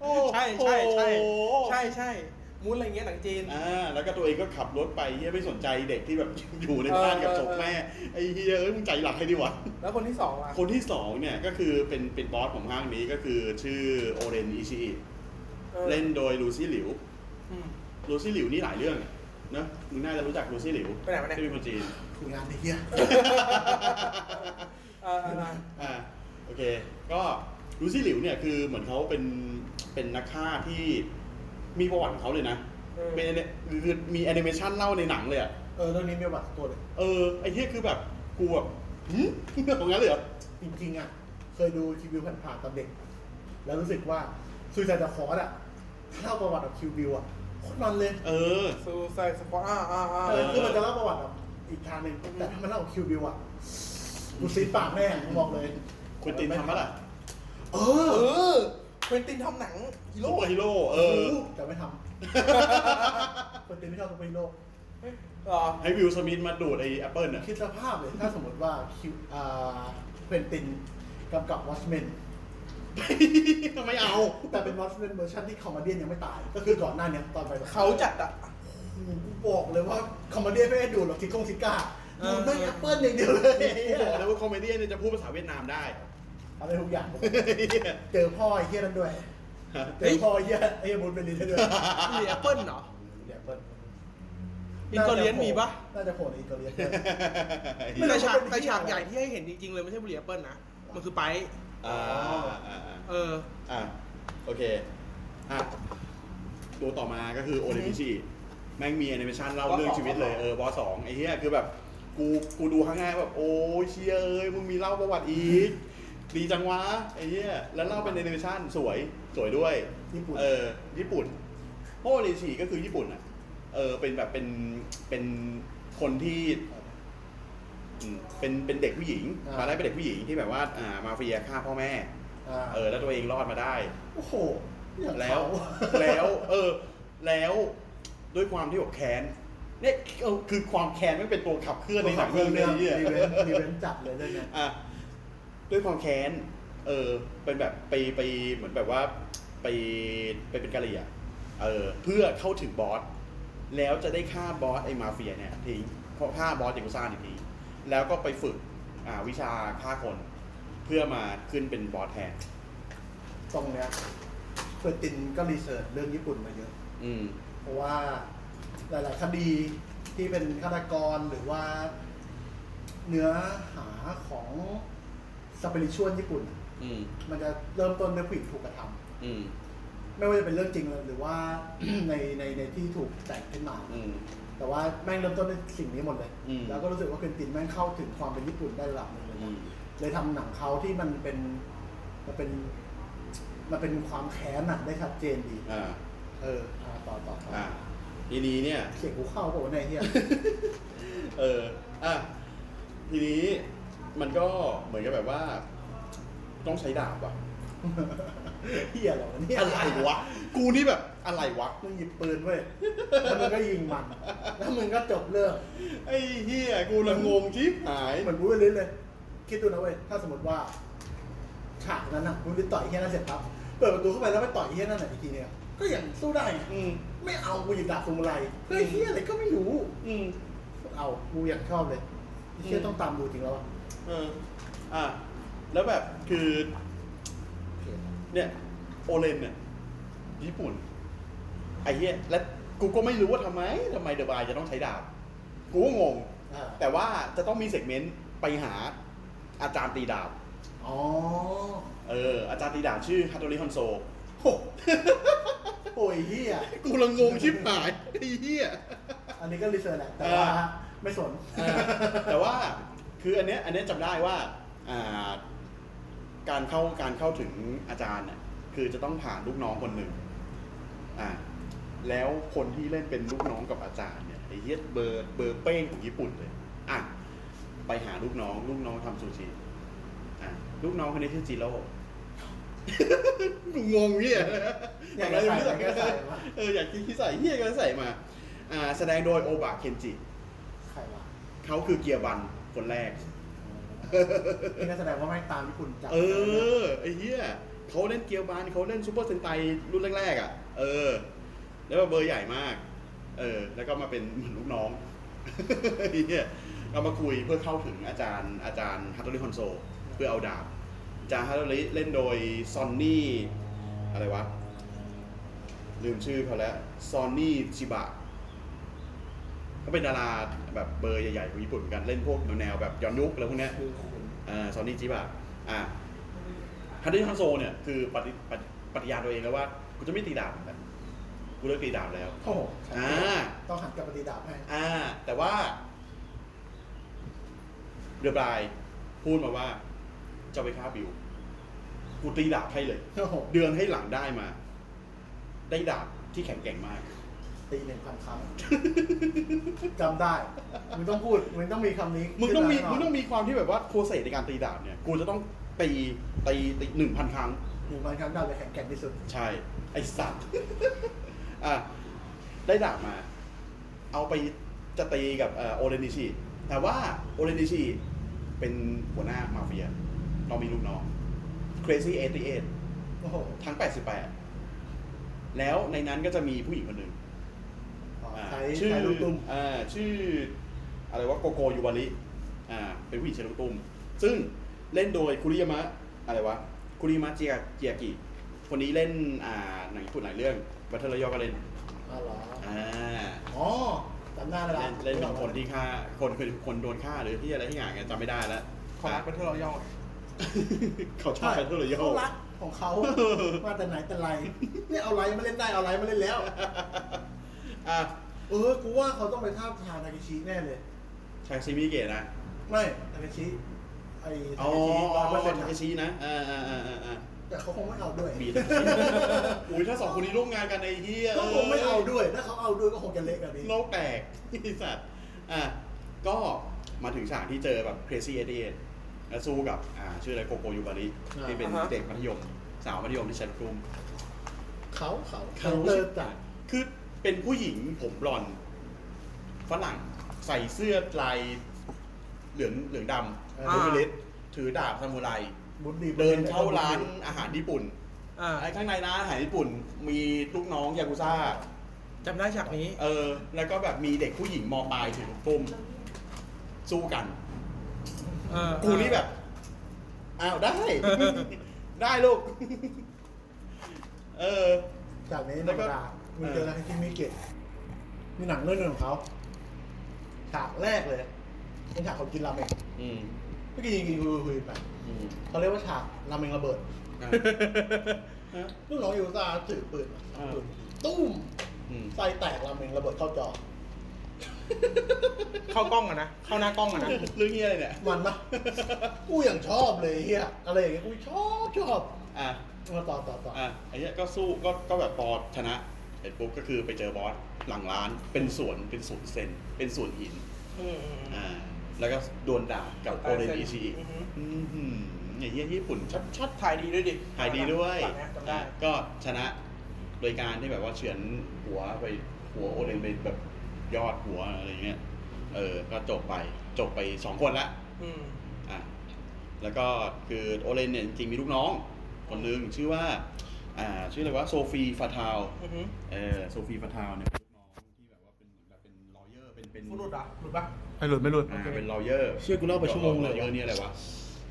Speaker 3: โอ้โห
Speaker 2: ใช่ใช่ใช่ใช่ใช่มูดอะไรเงี้ยหนังจีน
Speaker 3: อ่าแล้วก็ตัวเองก็ขับรถไปเฮียไม่สนใจเด็กที่แบบ [laughs] อยู่ในบ้านกับศพแม่ไอ้เฮียเอ้ยมึงใจหลักให้ดีวะ
Speaker 2: แล้วคนที่สองล่ะ
Speaker 3: คนที่สองเนี่ยก็คือเป็นเป็นบอสของห้างนี้ก็คือชื่อโอเรนอิชิอิ
Speaker 2: ออ
Speaker 3: เล่นโดยลูซี่หลิว
Speaker 2: อืม
Speaker 3: ลูซี่หลิวนี่หลายเรื่องอะนะมึงน่าจะรู้จักลูซี่หลิว
Speaker 2: ไปไหนมาเนี่ย
Speaker 3: ที่เป็นคนจีน
Speaker 4: คืองานนี้เฮีย
Speaker 2: เออเออเออ
Speaker 3: อ่าโอเค ก็ลูซี่หลิวเนี่ยคือเหมือนเขาเป็นเป็นนักฆ่าที่มีประวัติของเขาเลยนะ เป็นคือมีแอนิเมชันเล่าในหนังเลยอะ
Speaker 4: เออเรื่องนี้มีประวัติตัวเลย
Speaker 3: เออไอ้เหี้ยคือแบบกูแบบหืม [laughs] ของงั้นเลยเหรอ
Speaker 4: จริงๆอ่ะ เคยดูคิวบิวผ่านๆตอนเด็ก แล้วรู้สึกว่าซูซายดาคอร์ดอ่ะถ้าเล่าประวัติแบบคิวบิวอ่ะโคตรมันเลย
Speaker 3: เออ
Speaker 2: ซูไซสปอร์ตอ่าอ่าอ่า
Speaker 4: เออคือมันจะเล่าประวัติแบบอีกทางหนึ่งแต่ถ้ามันเล่าคิวบิวอ่ะกูซีดปากแน่ผมบอกเลย
Speaker 3: คุณตินทำปะล่ะ
Speaker 2: เ
Speaker 4: เอ
Speaker 2: อ
Speaker 4: อ
Speaker 2: อเควินตินทำหนังฮี
Speaker 3: ฮี
Speaker 2: โร่
Speaker 3: โร่ฮีโร่เออ
Speaker 4: แต่ไม่ทำ [laughs] คนตินไม่ชอบซูเปอร์ฮีโร่
Speaker 2: เหรอ
Speaker 3: ให้วิลสมิธมาดูดไอ้แอปเปิลอ่ะ
Speaker 4: คิดสภาพเลย ถ้าสมมติว่าคิวอ่าเควินตินกำกับวอชแมน
Speaker 3: ไม่เอา
Speaker 4: แต่เป็นวอชแมนเวอร์ชันที่คอมเมดี้ยังไม่ตาย ก็คือก่อนหน้าเนี้ยตอนไปแบบ
Speaker 2: เขาจัดอ่ะ
Speaker 4: โอ้โหกูบอกเลยว่าคอมเมดี้ไม่ได้ดูหรอกทิกงทิก้า
Speaker 2: เอ
Speaker 4: ดู
Speaker 2: อ
Speaker 4: ไม่แอปเปิ้ลอย่างเดียวเลย
Speaker 3: บอกเลยว่าคอมเมเดี้เนี่ยจะพูดภาษาเวียดนามได้ [laughs]
Speaker 4: อะไรทุกอย่าง เจอพ่อไอ้เฮียนั่นด้วย เจอพ่อไอ้เฮียไอ้เฮียบูธเบลินด้วย
Speaker 2: มีแอปเปิลเหรอ
Speaker 4: แอปเปิ้ล
Speaker 2: อินเตอร์เลียนมีปะ
Speaker 4: น่าจะโผล่ในอินเตอร์เลียน ไม่รู้
Speaker 2: แต่ฉาก
Speaker 4: มันเป็น
Speaker 2: แต่ฉาก
Speaker 4: ที่
Speaker 2: ให
Speaker 4: อะไร
Speaker 2: ญ่ที่ให้เห็นจริงๆเลยไม่ใช่บุหรี่แอปเปิลนะ มันคือไปร์
Speaker 3: อ่าอ่าอ่า
Speaker 2: เออ
Speaker 3: อ่าโอเค อ่ะ ตัวต่อมาก็คือโอเลมิชิแม่งมีแอนิเมชันเล่าเรื่องชีวิตเลย เออบอสสองไอ้เหี้ยคือแบบ กู กูดูครั้งแรกแบบ โอ้ยเชียเอ้ย มึงมีเล่าประวัติอีก ดีจังวะ ไอ้เหี้ย แล้วเล่าเป็นแอนิเมชันสวย สวยด้วย
Speaker 4: ญี่ปุ่น
Speaker 3: เออ ญี่ปุ่น โอเลมิชิก็คือญี่ปุ่นอ่ะ เออ เป็นแบบเป็น เป็นคนที่ อืมเป็นเป็นเด็กผู้หญิง
Speaker 4: อ่าม
Speaker 3: มาได้เป็นเด็กผู้หญิงที่แบบว่าอ่ามาเฟียฆ่าพ่อแม่
Speaker 4: อ่า
Speaker 3: เออ แล้วตัวเองรอดมาได้
Speaker 4: โอ้โหอย่าง
Speaker 3: แล้
Speaker 4: เขา
Speaker 3: วแล้ว [laughs] เออ แล้วด้วยความที่แบบแค้นเนี่ยเออคือความแค้นไม่เป็นตัวขับเคลื่อนในหนังเรื่องนี้
Speaker 4: รี
Speaker 3: อะ
Speaker 4: เวนต์รีเวนต์จัดเลยเรื่องเนี้ย
Speaker 3: อ่ะด้วยความแค้นเออ เป็นแบบไปไปเหมือนแบบว่า ไปไปเป็นกะเหรี่ยงเออ เพื่อเข้าถึงบอสแล้วจะได้ฆ่าบอสไอ้มาเฟียเนี่ยทิ้งเพราะฆ่าบอสเดกุซ่าอีกทีแล้วก็ไปฝึกอ่าวิชาฆ่าคน เพื่อมาขึ้นเป็นบอสแทน
Speaker 4: ตรงเนี้ยเฟอร์ตินก็รีเสิร์ชเรื่องญี่ปุ่นมาเยอะ
Speaker 3: อืม
Speaker 4: เพราะว่าหลาย ๆ คดีที่เป็นฆาตกรหรือว่า เนื้อหาของสเปริชวลญี่ปุ่น
Speaker 3: อืม
Speaker 4: มันจะเริ่มต้นด้วยผู้หญิงถูกกระทำ
Speaker 3: อืม
Speaker 4: ไม่ว่าจะเป็นเรื่องจริงหรือว่า [coughs] ในในในที่ถูกแต่งขึ้นมา
Speaker 3: อืม
Speaker 4: แต่ว่าแม่งเริ่มต้นด้วยสิ่งนี้หมดเลย
Speaker 3: อืม
Speaker 4: แล้วก็รู้สึกว่าเคนตินแม่งเข้าถึงความเป็นญี่ปุ่นได้ระดับหนึงเลย
Speaker 3: อืม
Speaker 4: นะเลยทำหนังเขาที่มันเป็นมันเป็นมันเป็นความแค้นน่ะได้ชัดเจนดี
Speaker 3: อ่า
Speaker 4: เอออ่าต่อต่อต่อ
Speaker 3: อ่าทีนี้เนี่ย
Speaker 4: เสียงกูเข้าเปล่าวะเนี่ยไอ้เฮีย
Speaker 3: เออ อ่ะ ทีนี้มันก็เหมือนกับแบบว่า ต้องใช้ดาบว่ะ
Speaker 4: [laughs] เฮียเหรอวะเนี่ย
Speaker 3: อะไรวะ กูนี่แบบอะไรวะ
Speaker 4: มึงหยิบปืนเว้ยแล้วมึงก็ยิงมัน แล้วมึงก็จบเรื่อง
Speaker 3: ไอ้เฮียกูละงงชิบหาย
Speaker 4: เหมือนบูเวลิสเลย คิดดูนะเว้ยถ้าสมมติว่าฉากนั้นน่ะบูเวลิสต่อยเฮียนั่นเสร็จปั๊บ เปิดประตูเข้าไปแล้วไปต่อยไอ้เฮียนั่นน่ะอีกทีเนี่ยก็ยังสู้ได้ไง
Speaker 2: อืม
Speaker 4: ไม่เอากูหยิบดาบสมุไรเฮ้ยเฮียอะไรก็ไม่รู้
Speaker 2: อืม
Speaker 4: เอากูอยากชอบเลยไอ้เฮีย
Speaker 2: อืม
Speaker 4: ต้องตามดูจริงแล้วอะ
Speaker 3: เออ อ่ะ แล้วแบบคือ
Speaker 4: เพจ
Speaker 3: เนี่ย โอเลนเนี่ย ญี่ปุ่น ไอ้เหี้ยและกูก็ไม่รู้ว่าทำไมทำไมเดอะบายจะต้องใช้ดาบ กูก็งง
Speaker 4: อ่า
Speaker 3: แต่ว่าจะต้องมีเซกเมนต์ไปหาอาจารย์ตีดาบ
Speaker 4: อ๋อ
Speaker 3: เออ อาจารย์ตีดาบชื่อฮัตโตริฮอนโซ
Speaker 4: โอ้ยเฮีย
Speaker 3: กูละงงชิบหายไอ้เหี้ย
Speaker 4: อันนี้ก็รีเสิร์ชแหละแต่ว่า
Speaker 3: อ่า
Speaker 4: ไม่สน
Speaker 3: เออแต่ว่าคืออันเนี้ยอันเนี้ยจำได้ว่าอ่า การเข้าการเข้าถึงอาจารย์น่ะคือจะต้องผ่านลูกน้องคนหนึ่งอ่าแล้วคนที่เล่นเป็นลูกน้องกับอาจารย์เนี่ยไอ้เฮียเบอร์เบอร์เป้งของญี่ปุ่นเลยอ่ะไปหาลูกน้อง ลูกน้องทำซูชิอ่ะลูกน้องคนนี้ชื่อจิโร่ กูงงเฮีย
Speaker 4: อยากจะใส่อยากจะใส่มา
Speaker 3: เอออยากที่ใส่เฮียก็ใส่มาอ่าแสดงโดยโอบะเคนจิ
Speaker 4: ใครวะ
Speaker 3: เขาคือเกียร์บันคนแรก
Speaker 4: นี่ก็แสดงว่าไม่งตามญี่ปุ่นจัด
Speaker 3: เออ ไอ้เหี้ยเขาเล่นเกียร์บันเขาเล่นซูเปอร์เซนไตรุ่นแรกๆอ่ะ เออ แล้วก็เบอร์ใหญ่มาก เออ แล้วก็มาเป็นเหมือนลูกน้อง [laughs] ไอ้เหี้ยเรามาคุยเพื่อเข้าถึงอาจารย์อาจารย์ฮัตโตริฮอนโซ เพื่อเอาดาบอาจารย์ฮัตโตริเล่นโดยซอนนี่อะไรวะ ลืมชื่อเขาแล้วซอนนี่ชิบะ ก็เป็นดาราแบบเบอร์ใหญ่ๆของญี่ปุ่นเหมือนกันเล่นพวกแนวๆแบบย้อนยุคอะไรพวกเนี้ย อ่าซอนนี่จิบะอ่าฮันดี้ฮันโซเนี่ยคือปฏิปฏิปฏิญาณตัวเองแล้วว่า กูจะไม่ตีดาบแล้วกูเลิกตีดาบแล้ว
Speaker 4: โอ้โห
Speaker 3: อ่า
Speaker 4: ต้องหันกลับปฏิดาบให้
Speaker 3: อ่า แต่ว่าเดือบรายพูดมาว่า จะไปฆ่าบิว กูตีดาบให้เลย
Speaker 4: โอ้โห
Speaker 3: เดือนให้หลังได้มา ได้ดาบที่แข็งแกร่งมาก
Speaker 4: ตีหนึ่งพันครั้งจำได้ มึงต้องพูด มึงต้องมีคำนี้
Speaker 3: มึงต้องมีมึ
Speaker 4: ขึ้
Speaker 3: ง
Speaker 4: นา
Speaker 3: ต้องมีความที่แบบว่าโปรเซสในการตีดาบเนี่ย กูจะต้องตีตีตีหนึ่งพันครั้ง
Speaker 4: หนึ่งพันครั้งได้เลยแข็งแกร่งที่สุด
Speaker 3: ใช่ ไอสัตว์ [laughs] อ่ะ ได้ดาบมา เอาไปจะตีกับเอ่อโอเรนิชิแต่ว่าโอเรนิชิเป็นหัวหน้ามาเฟีย เรามีลูกน้อง Crazy
Speaker 4: โอ้โห
Speaker 3: 88 ทั้ง 88 แล้วในนั้นก็จะมีผู้หญิงคนหนึ่งอ่า
Speaker 4: ใช้
Speaker 3: ชื่อ
Speaker 4: ใช้ลูกตุ้ม
Speaker 3: อ่าชื่อ อะไรวะโกโกยูบาริอ่า เป็นผู้หญิงชื่อลูกตุ้ม ซึ่งเล่นโดยคุริยามะ อะไรวะ คุริยามะเจียเจียกิ คนนี้เล่น อ่า หนังญี่ปุ่นหลายเรื่องบัตเทิลยอก็เล่น
Speaker 4: อ๋อเหรอ
Speaker 3: อ่า
Speaker 4: อ๋อจำได้แล้วะ
Speaker 3: เล่นเล่นเป็นคนที่ฆ่า คนคือคนโดนฆ่าหรือที่อะไรที่อย่างเงี้ยจำไม่ได้แล้ว
Speaker 2: ขอรักเป็นเท่าเราย่อ
Speaker 3: [laughs] เขาชอ
Speaker 4: ใช่
Speaker 3: บบัตเทิลยอ
Speaker 4: เขารักของเขา มาแต่ไหนแต่ไรเนี่ยเอาไรมาเล่นได้ เอาไรมาเล่นแล้ว
Speaker 3: [laughs] อ่ะ
Speaker 4: เออ กูว่าเขาต้องไปท่าบทางนากิชิแน่เลย
Speaker 3: ทางซีมิเกะนะ
Speaker 4: ไม่นากิชิไอ้
Speaker 3: อ๋อ
Speaker 4: นากิชิร้อยเปอร์เซ็นต์
Speaker 3: ทา
Speaker 4: อะ
Speaker 3: เคชินะอ่าอ่าอ่าอ่า
Speaker 4: แต่เขาคงไม่เอาด้วย
Speaker 3: บีทาเคชิอุ้ยถ้าสองคนนี้ร่วมงานกันไอ้เหี้ย
Speaker 4: ก็คงไม่เอาด้วย ถ้าเขาเอาด้วยก็คงจะเละแบบนี้
Speaker 3: โลกแตก [laughs] ไอ้สัตว์ อ่ะ ก็มาถึงฉากที่เจอแบบ Crazy 88แล้วสู้กับ อ่า ชื่ออะไรโกโกยูบาริที่เป็น
Speaker 2: อ่าฮะ
Speaker 3: เด็กมัธยม สาวมัธยมที่ใช้ลูกกลุ่ม
Speaker 4: เขาเขา
Speaker 3: เขา
Speaker 4: เตอร์จัด
Speaker 3: คือเป็นผู้หญิงผมบลอนด์ฝรั่งใส่เสื้อลายเหลืองเหลืองดำ
Speaker 2: อ่า
Speaker 3: ลูมิลิสถือดาบซามูไร
Speaker 4: บุญดี
Speaker 3: เดินเข้าร้านอาหารญี่ปุ่น
Speaker 2: อ่า
Speaker 3: ไอ้ข้างในร้านอาหารญี่ปุ่น มีลูกน้องยากุซ่า
Speaker 2: จำได้ฉากนี้
Speaker 3: เออ แล้วก็แบบมีเด็กผู้หญิงมปลายถือลูกตุ้มสู้กัน
Speaker 2: เออ
Speaker 3: กูนี่แบบ อ้าวได้ [laughs] ได้ลูก เออ
Speaker 4: จากนี้
Speaker 3: แล้
Speaker 4: ธ
Speaker 3: ว
Speaker 4: รร
Speaker 3: ก็
Speaker 4: มดามึงเจอแล้วที่มิเกตมีหนังเรื่องหนึงของเขาฉากแรกเลยเป็นฉากคนกินราเมง
Speaker 3: อืม
Speaker 4: เมื่อกี้ยิงกินคุยคุยไป
Speaker 3: อืม
Speaker 4: เขาเรียกว่าฉากราเมงระเบิด
Speaker 3: อ่ะฮะ
Speaker 4: ลูกน้องอยู่ตาถือปืนมา
Speaker 3: อ่า
Speaker 4: ปืนตุ้ม
Speaker 3: อืม
Speaker 4: ไฟแตกราเมงระเบิดเข้าจอ
Speaker 2: [laughs] เข้ากล้องอะนะ เข้าหน้ากล้องอะนะ
Speaker 3: เรื่องนี้อะไรเนี่ย
Speaker 4: มันปะกูอย่างชอบเลยเฮียอะไรอย่างเงี้ยกูชอบชอบ
Speaker 3: อ่ะ
Speaker 4: มาต่อต่อต่อ
Speaker 3: อ่ะไอ้เนี้ยก็สู้ก็ก็แบบพอชนะเสร็จปุ๊บก็คือไปเจอบอสหลังร้านเป็นสวนเป็นสวนเซนเป็นสวนหิน
Speaker 2: อืมอืมอืม
Speaker 3: อ่า แล้วก็โดนด่ากับโอเรนอิชิอีก
Speaker 2: อือฮึ
Speaker 3: อื้อหือไอ้เหี้ยญี่ปุ่นชัดชัด
Speaker 2: ถ่ายดีด้วยดิ
Speaker 3: หายดีด้วย
Speaker 2: ฉากเนี้จำได้
Speaker 3: อ่ะก็ชนะโดยการที่แบบว่าเฉือนหัวไปหัวโอเรนไปแบบยอดหัวอะไรเงี้ย เออ ก็จบไปจบไปสองคนละ
Speaker 2: อืม
Speaker 3: อ่ะแล้วก็คือโอเลนเนี่ยจริงๆมีลูกน้องคนหนึ่งชื่อว่า อ่าชื่ออะไรวะโซฟีฟาทาว
Speaker 2: อือหือ
Speaker 3: เออโซฟีฟาทาวเนี่ยเป็นลูกน้องที่แบบว่าเป็นเหมือนแบบเป็นลอเยอร์เป็นเป็น
Speaker 2: พูดหลุดเหรอ่ะหลุดปะ
Speaker 6: ไม่หลุดไม่หลุด
Speaker 3: อ่าเป็นลอเยอร์
Speaker 4: เชี่ยกูเล่าไปชั่วโมงเลย
Speaker 3: ลอเยอร์นี่อะไรวะ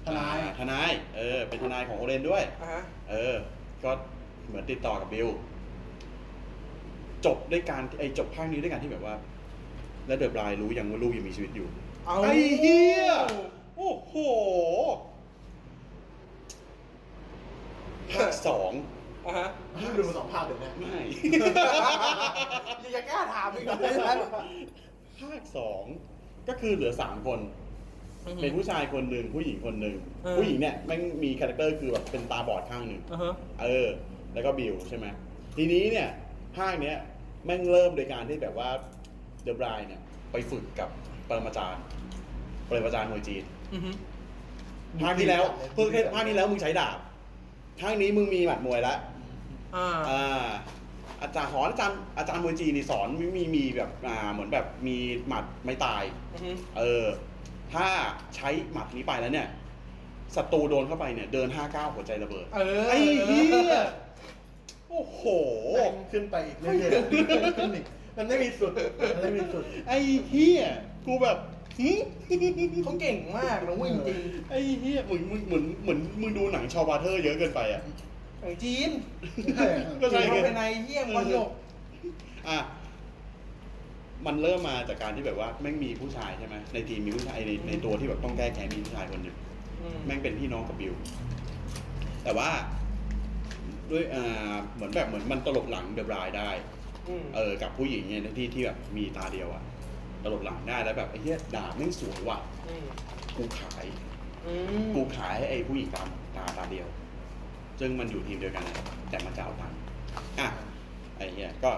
Speaker 4: ทนาย
Speaker 3: อ่ทนายเออเป็นทนายของโอเรนด้วย
Speaker 2: อ่าฮะ
Speaker 3: เออ ก็เหมือนติดต่อกับบิล จบด้วยการไอ้ยจบภาคนี้ด้วยการที่แบบว่า และเดอะบรายรู้ยังว่าลูกยังมีชีวิตอยู่
Speaker 2: เอา
Speaker 3: ไอ้เหี้ย โอ้โห ภาคสอง
Speaker 2: อ่าฮะ
Speaker 4: ไม่ดูมาสองภาพ
Speaker 3: [laughs]
Speaker 4: เดี๋ยวเนี้
Speaker 3: ไม่
Speaker 2: ยังจะกล้าถามอีกเหรอไอ้สัส
Speaker 3: ภาคสองก็คือเหลือสามคน
Speaker 2: อือหือ
Speaker 3: เป็นผู้ชายคนหนึ่งผู้หญิงคนหนึ่ง
Speaker 2: เออ
Speaker 3: ผู้หญิงเนี่ยแม่งมีคาแรคเตอร์คือแบบเป็นตาบอดข้างหนึ่ง
Speaker 2: อ่าฮะ
Speaker 3: เออ แล้วก็บิวใช่ไหม ทีนี้เนี่ย ภาคเนี้ยแม่งเริ่มโดยการที่แบบว่าเดอะบรายเนี่ย ไปฝึกกับปรมาจารย์ปรมาจารย์มวยจีน
Speaker 2: อือหือ
Speaker 3: ภาคที่แล้วเพิ่งแค่ภาคที่แล้วมึงใช้ดาบ ภาคนี้มึงมีหมัดมวยละ
Speaker 2: อ่า
Speaker 3: อ่า อาจารย์หอนอาจารย์อาจารย์มวยจีนนี่สอนมีมีมีแบบอ่าเหมือนแบบมีหมัดไม่ตาย
Speaker 2: อือหือ
Speaker 3: เออ ถ้าใช้หมัดนี้ไปแล้วเนี่ยศัตรูโดนเข้าไปเนี่ยเดินห้าเก้าหัวใจระเบิด
Speaker 2: เออ
Speaker 3: ไอ้เหี้ยโอ้โห
Speaker 4: ขึ้นไปอีกเรื่อยๆขึ้นไปขึ้นอีกมันไม่มีสุดมันไม่มีสุด
Speaker 3: ไอ้เหี้ยกูแบบ [laughs] หึ
Speaker 2: เขาเก่งมากนะเว้ยจริง
Speaker 3: ไอ้เหี้ยเหมือนมึงเหมือนเหมือนมึงดูหนังชาวบาเทอร์เยอะเกินไปอ่ะ
Speaker 2: ๆของจีน
Speaker 3: [laughs] ก็ใช่
Speaker 2: จีน
Speaker 3: ไง
Speaker 2: เขาเป็นในเยี่ยมวันหยก
Speaker 3: อ่ะมันเริ่มมาจากการที่แบบว่าแม่งมีผู้ชายใช่ไหมในทีมมีผู้ชายในในตัวที่แบบต้องแก้แค้นมีผู้ชายคนหนึ่ง แม่งเป็นพี่น้องกับบิว แต่ว่าด้วยอ่าเหมือนแบบเหมือนมันตลบหลังเดอะบรายได้ เออ กับผู้หญิงเนี่ยที่ที่แบบมีตาเดียวอะตลบหลังได้แล้วแบบไอ้เหี้ยดาบแม่งสวยว่ะ กูขาย กูขายให้ไอ้ผู้หญิงตาตาตาเดียว ซึ่งมันอยู่ทีมเดียวกันนะแต่มันจะเอาตังค์อ่ะ ไอ้เหี้ย ก็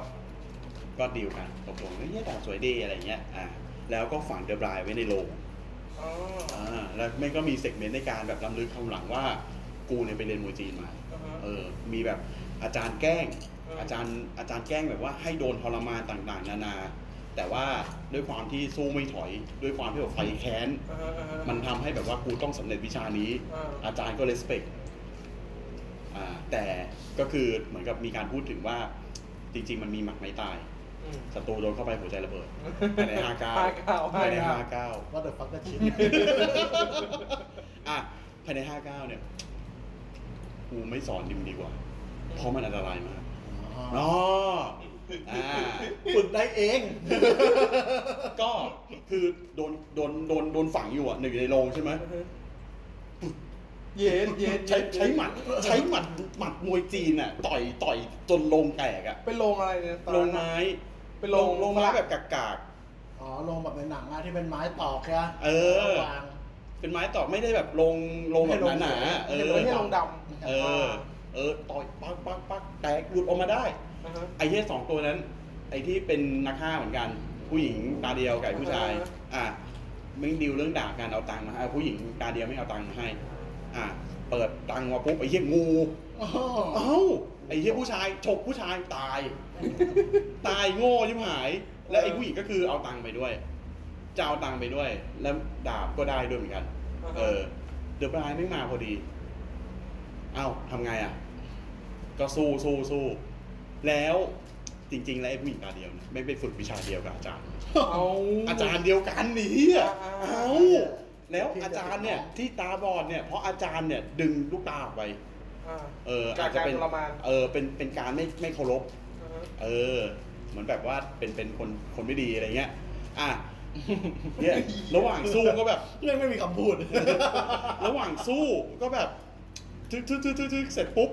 Speaker 3: ก็ดีลกันตกลงเฮ้ยเหี้ยดาบสวยดีอะไรเงี้ย อ่ะ แล้วก็ฝังเดอะบรายไว้ในโรง อ่าแล้วแม่งก็มีเซกเมนต์ในการแบบลำลึกคำหลังว่า กูเนี่ยไปเรียนมวยจีนมา เออ มีแบบอาจารย์แกล้ง
Speaker 2: เอออ
Speaker 3: อาจารย์อาจารย์แกล้งแบบว่าให้โดนทรมานต่างๆ นานา แต่ว่าด้วยความที่สู้ไม่ถอย ด้วยความที่แบบไฟแค้น มันทำให้แบบว่ากูต้องสำเร็จวิชานี้
Speaker 2: เอออ
Speaker 3: อาจารย์ก็เลสเปกอ่า แต่ก็คือเหมือนกับมีการพูดถึงว่า จริง ๆ มันมีหมักไม่ตาย ศัตรูโดนเข้าไปหัวใจระเบิดภายในห้าเก้า
Speaker 2: 59
Speaker 3: ภายในห้าเก้า
Speaker 4: What the fuck that shit
Speaker 3: อ่ะภายในห้าเก้าเนี่ย กูไม่สอนดิมดีกว่า เพราะมันอันตรายมากอ๋ออ่า
Speaker 4: ฝึกได้เอง
Speaker 3: ก็คือโดนโดนโดนโดนฝังอยู่อ่ะหนึ่งในโรงใช่ไหม
Speaker 2: เย็นเย็น
Speaker 3: ใช้ใช้หมัด ใช้หมัดหมัดมวยจีนอ่ะ ต่อยต่อยจนโรงแตกอ่ะ
Speaker 2: เป็นโรงอะไรเนี่ยตอน
Speaker 3: โร
Speaker 2: นั้
Speaker 3: ง
Speaker 2: นน่ะ
Speaker 3: ไม้
Speaker 2: เป็นโรง
Speaker 3: โรงไม้แบบกากๆ
Speaker 4: อ๋อ ลงแบบในหนังอะที่เป็นไม้ตอกใช่ไหม
Speaker 3: เออ
Speaker 4: แล้ววาง
Speaker 3: เป็นไม้ตอกไม่ได้แบบลงลงแบบหนาๆเอ
Speaker 2: ไม่ใช่
Speaker 3: อ
Speaker 2: ไม่ใช่ลงด
Speaker 3: เออ เออ ต่อยปักปักปักแตกหลุดออกมาได้
Speaker 2: ำนะฮะ
Speaker 3: ไอ้เหี้ยสองตัวนั้น ไอ้ที่เป็นนักฆ่าเหมือนกัน ผู้หญิงตาเดียวกับไอ้ผู้ชาย
Speaker 2: เออ
Speaker 3: อ่ะมึงดิวเรื่องด่าการเอาตังค์มาให้ผู้หญิงตาเดียวไม่เอาตังค์มาให้ อ่ะเปิดตังค์มาปุ๊บไอ้เหี้ยงู เอ้าไอ้เหี้ยผู้ชายฉกผู้ชายต [laughs] าย ตายโง่ชิบหาย และไอ้ผู้หญิงก็คือเอาตังค์ไปด้วย จะเอาตังค์ไปด้วย แล้วดาบก็ได้ด้วยเหมือนกัน
Speaker 2: อ่าฮะ
Speaker 3: เออ เดอะบรายไม่มาพอดี เอ้าทำไงอ่ะ ก็สู้สู้สู้แล้วจริง ๆ แล้วไอ้ผู้หญิงตาเดียวเนี่ยไม่ไปฝึกวิชาเดียวกับอาจารย์
Speaker 2: เอา
Speaker 3: อาจารย์เดียวกันหนีอ่ะ
Speaker 2: อ่า
Speaker 3: เอ้าแล้วอาจารย์เนี่ยที่ตาบอดเนี่ยเพราะอาจารย์เนี่ยดึงลูกตาออกไป
Speaker 2: อ่า
Speaker 3: เอออาจจะเป็น
Speaker 2: การทรมาน
Speaker 3: เออเป็นเป็นการไม่ไม่เคารพ
Speaker 2: อ่าฮะ
Speaker 3: เออ เหมือนแบบว่าเป็นเป็นคนคนไม่ดีอะไรเงี้ยอ่ะ
Speaker 2: [laughs]
Speaker 3: เนี่ยระหว่างสู้ก็แบบ
Speaker 4: [laughs] เรื่องไม่มีคำพูด
Speaker 3: ระหว่างสู้ก็แบบทึกทึกทึกทึกทึกเสร็จปุ๊บ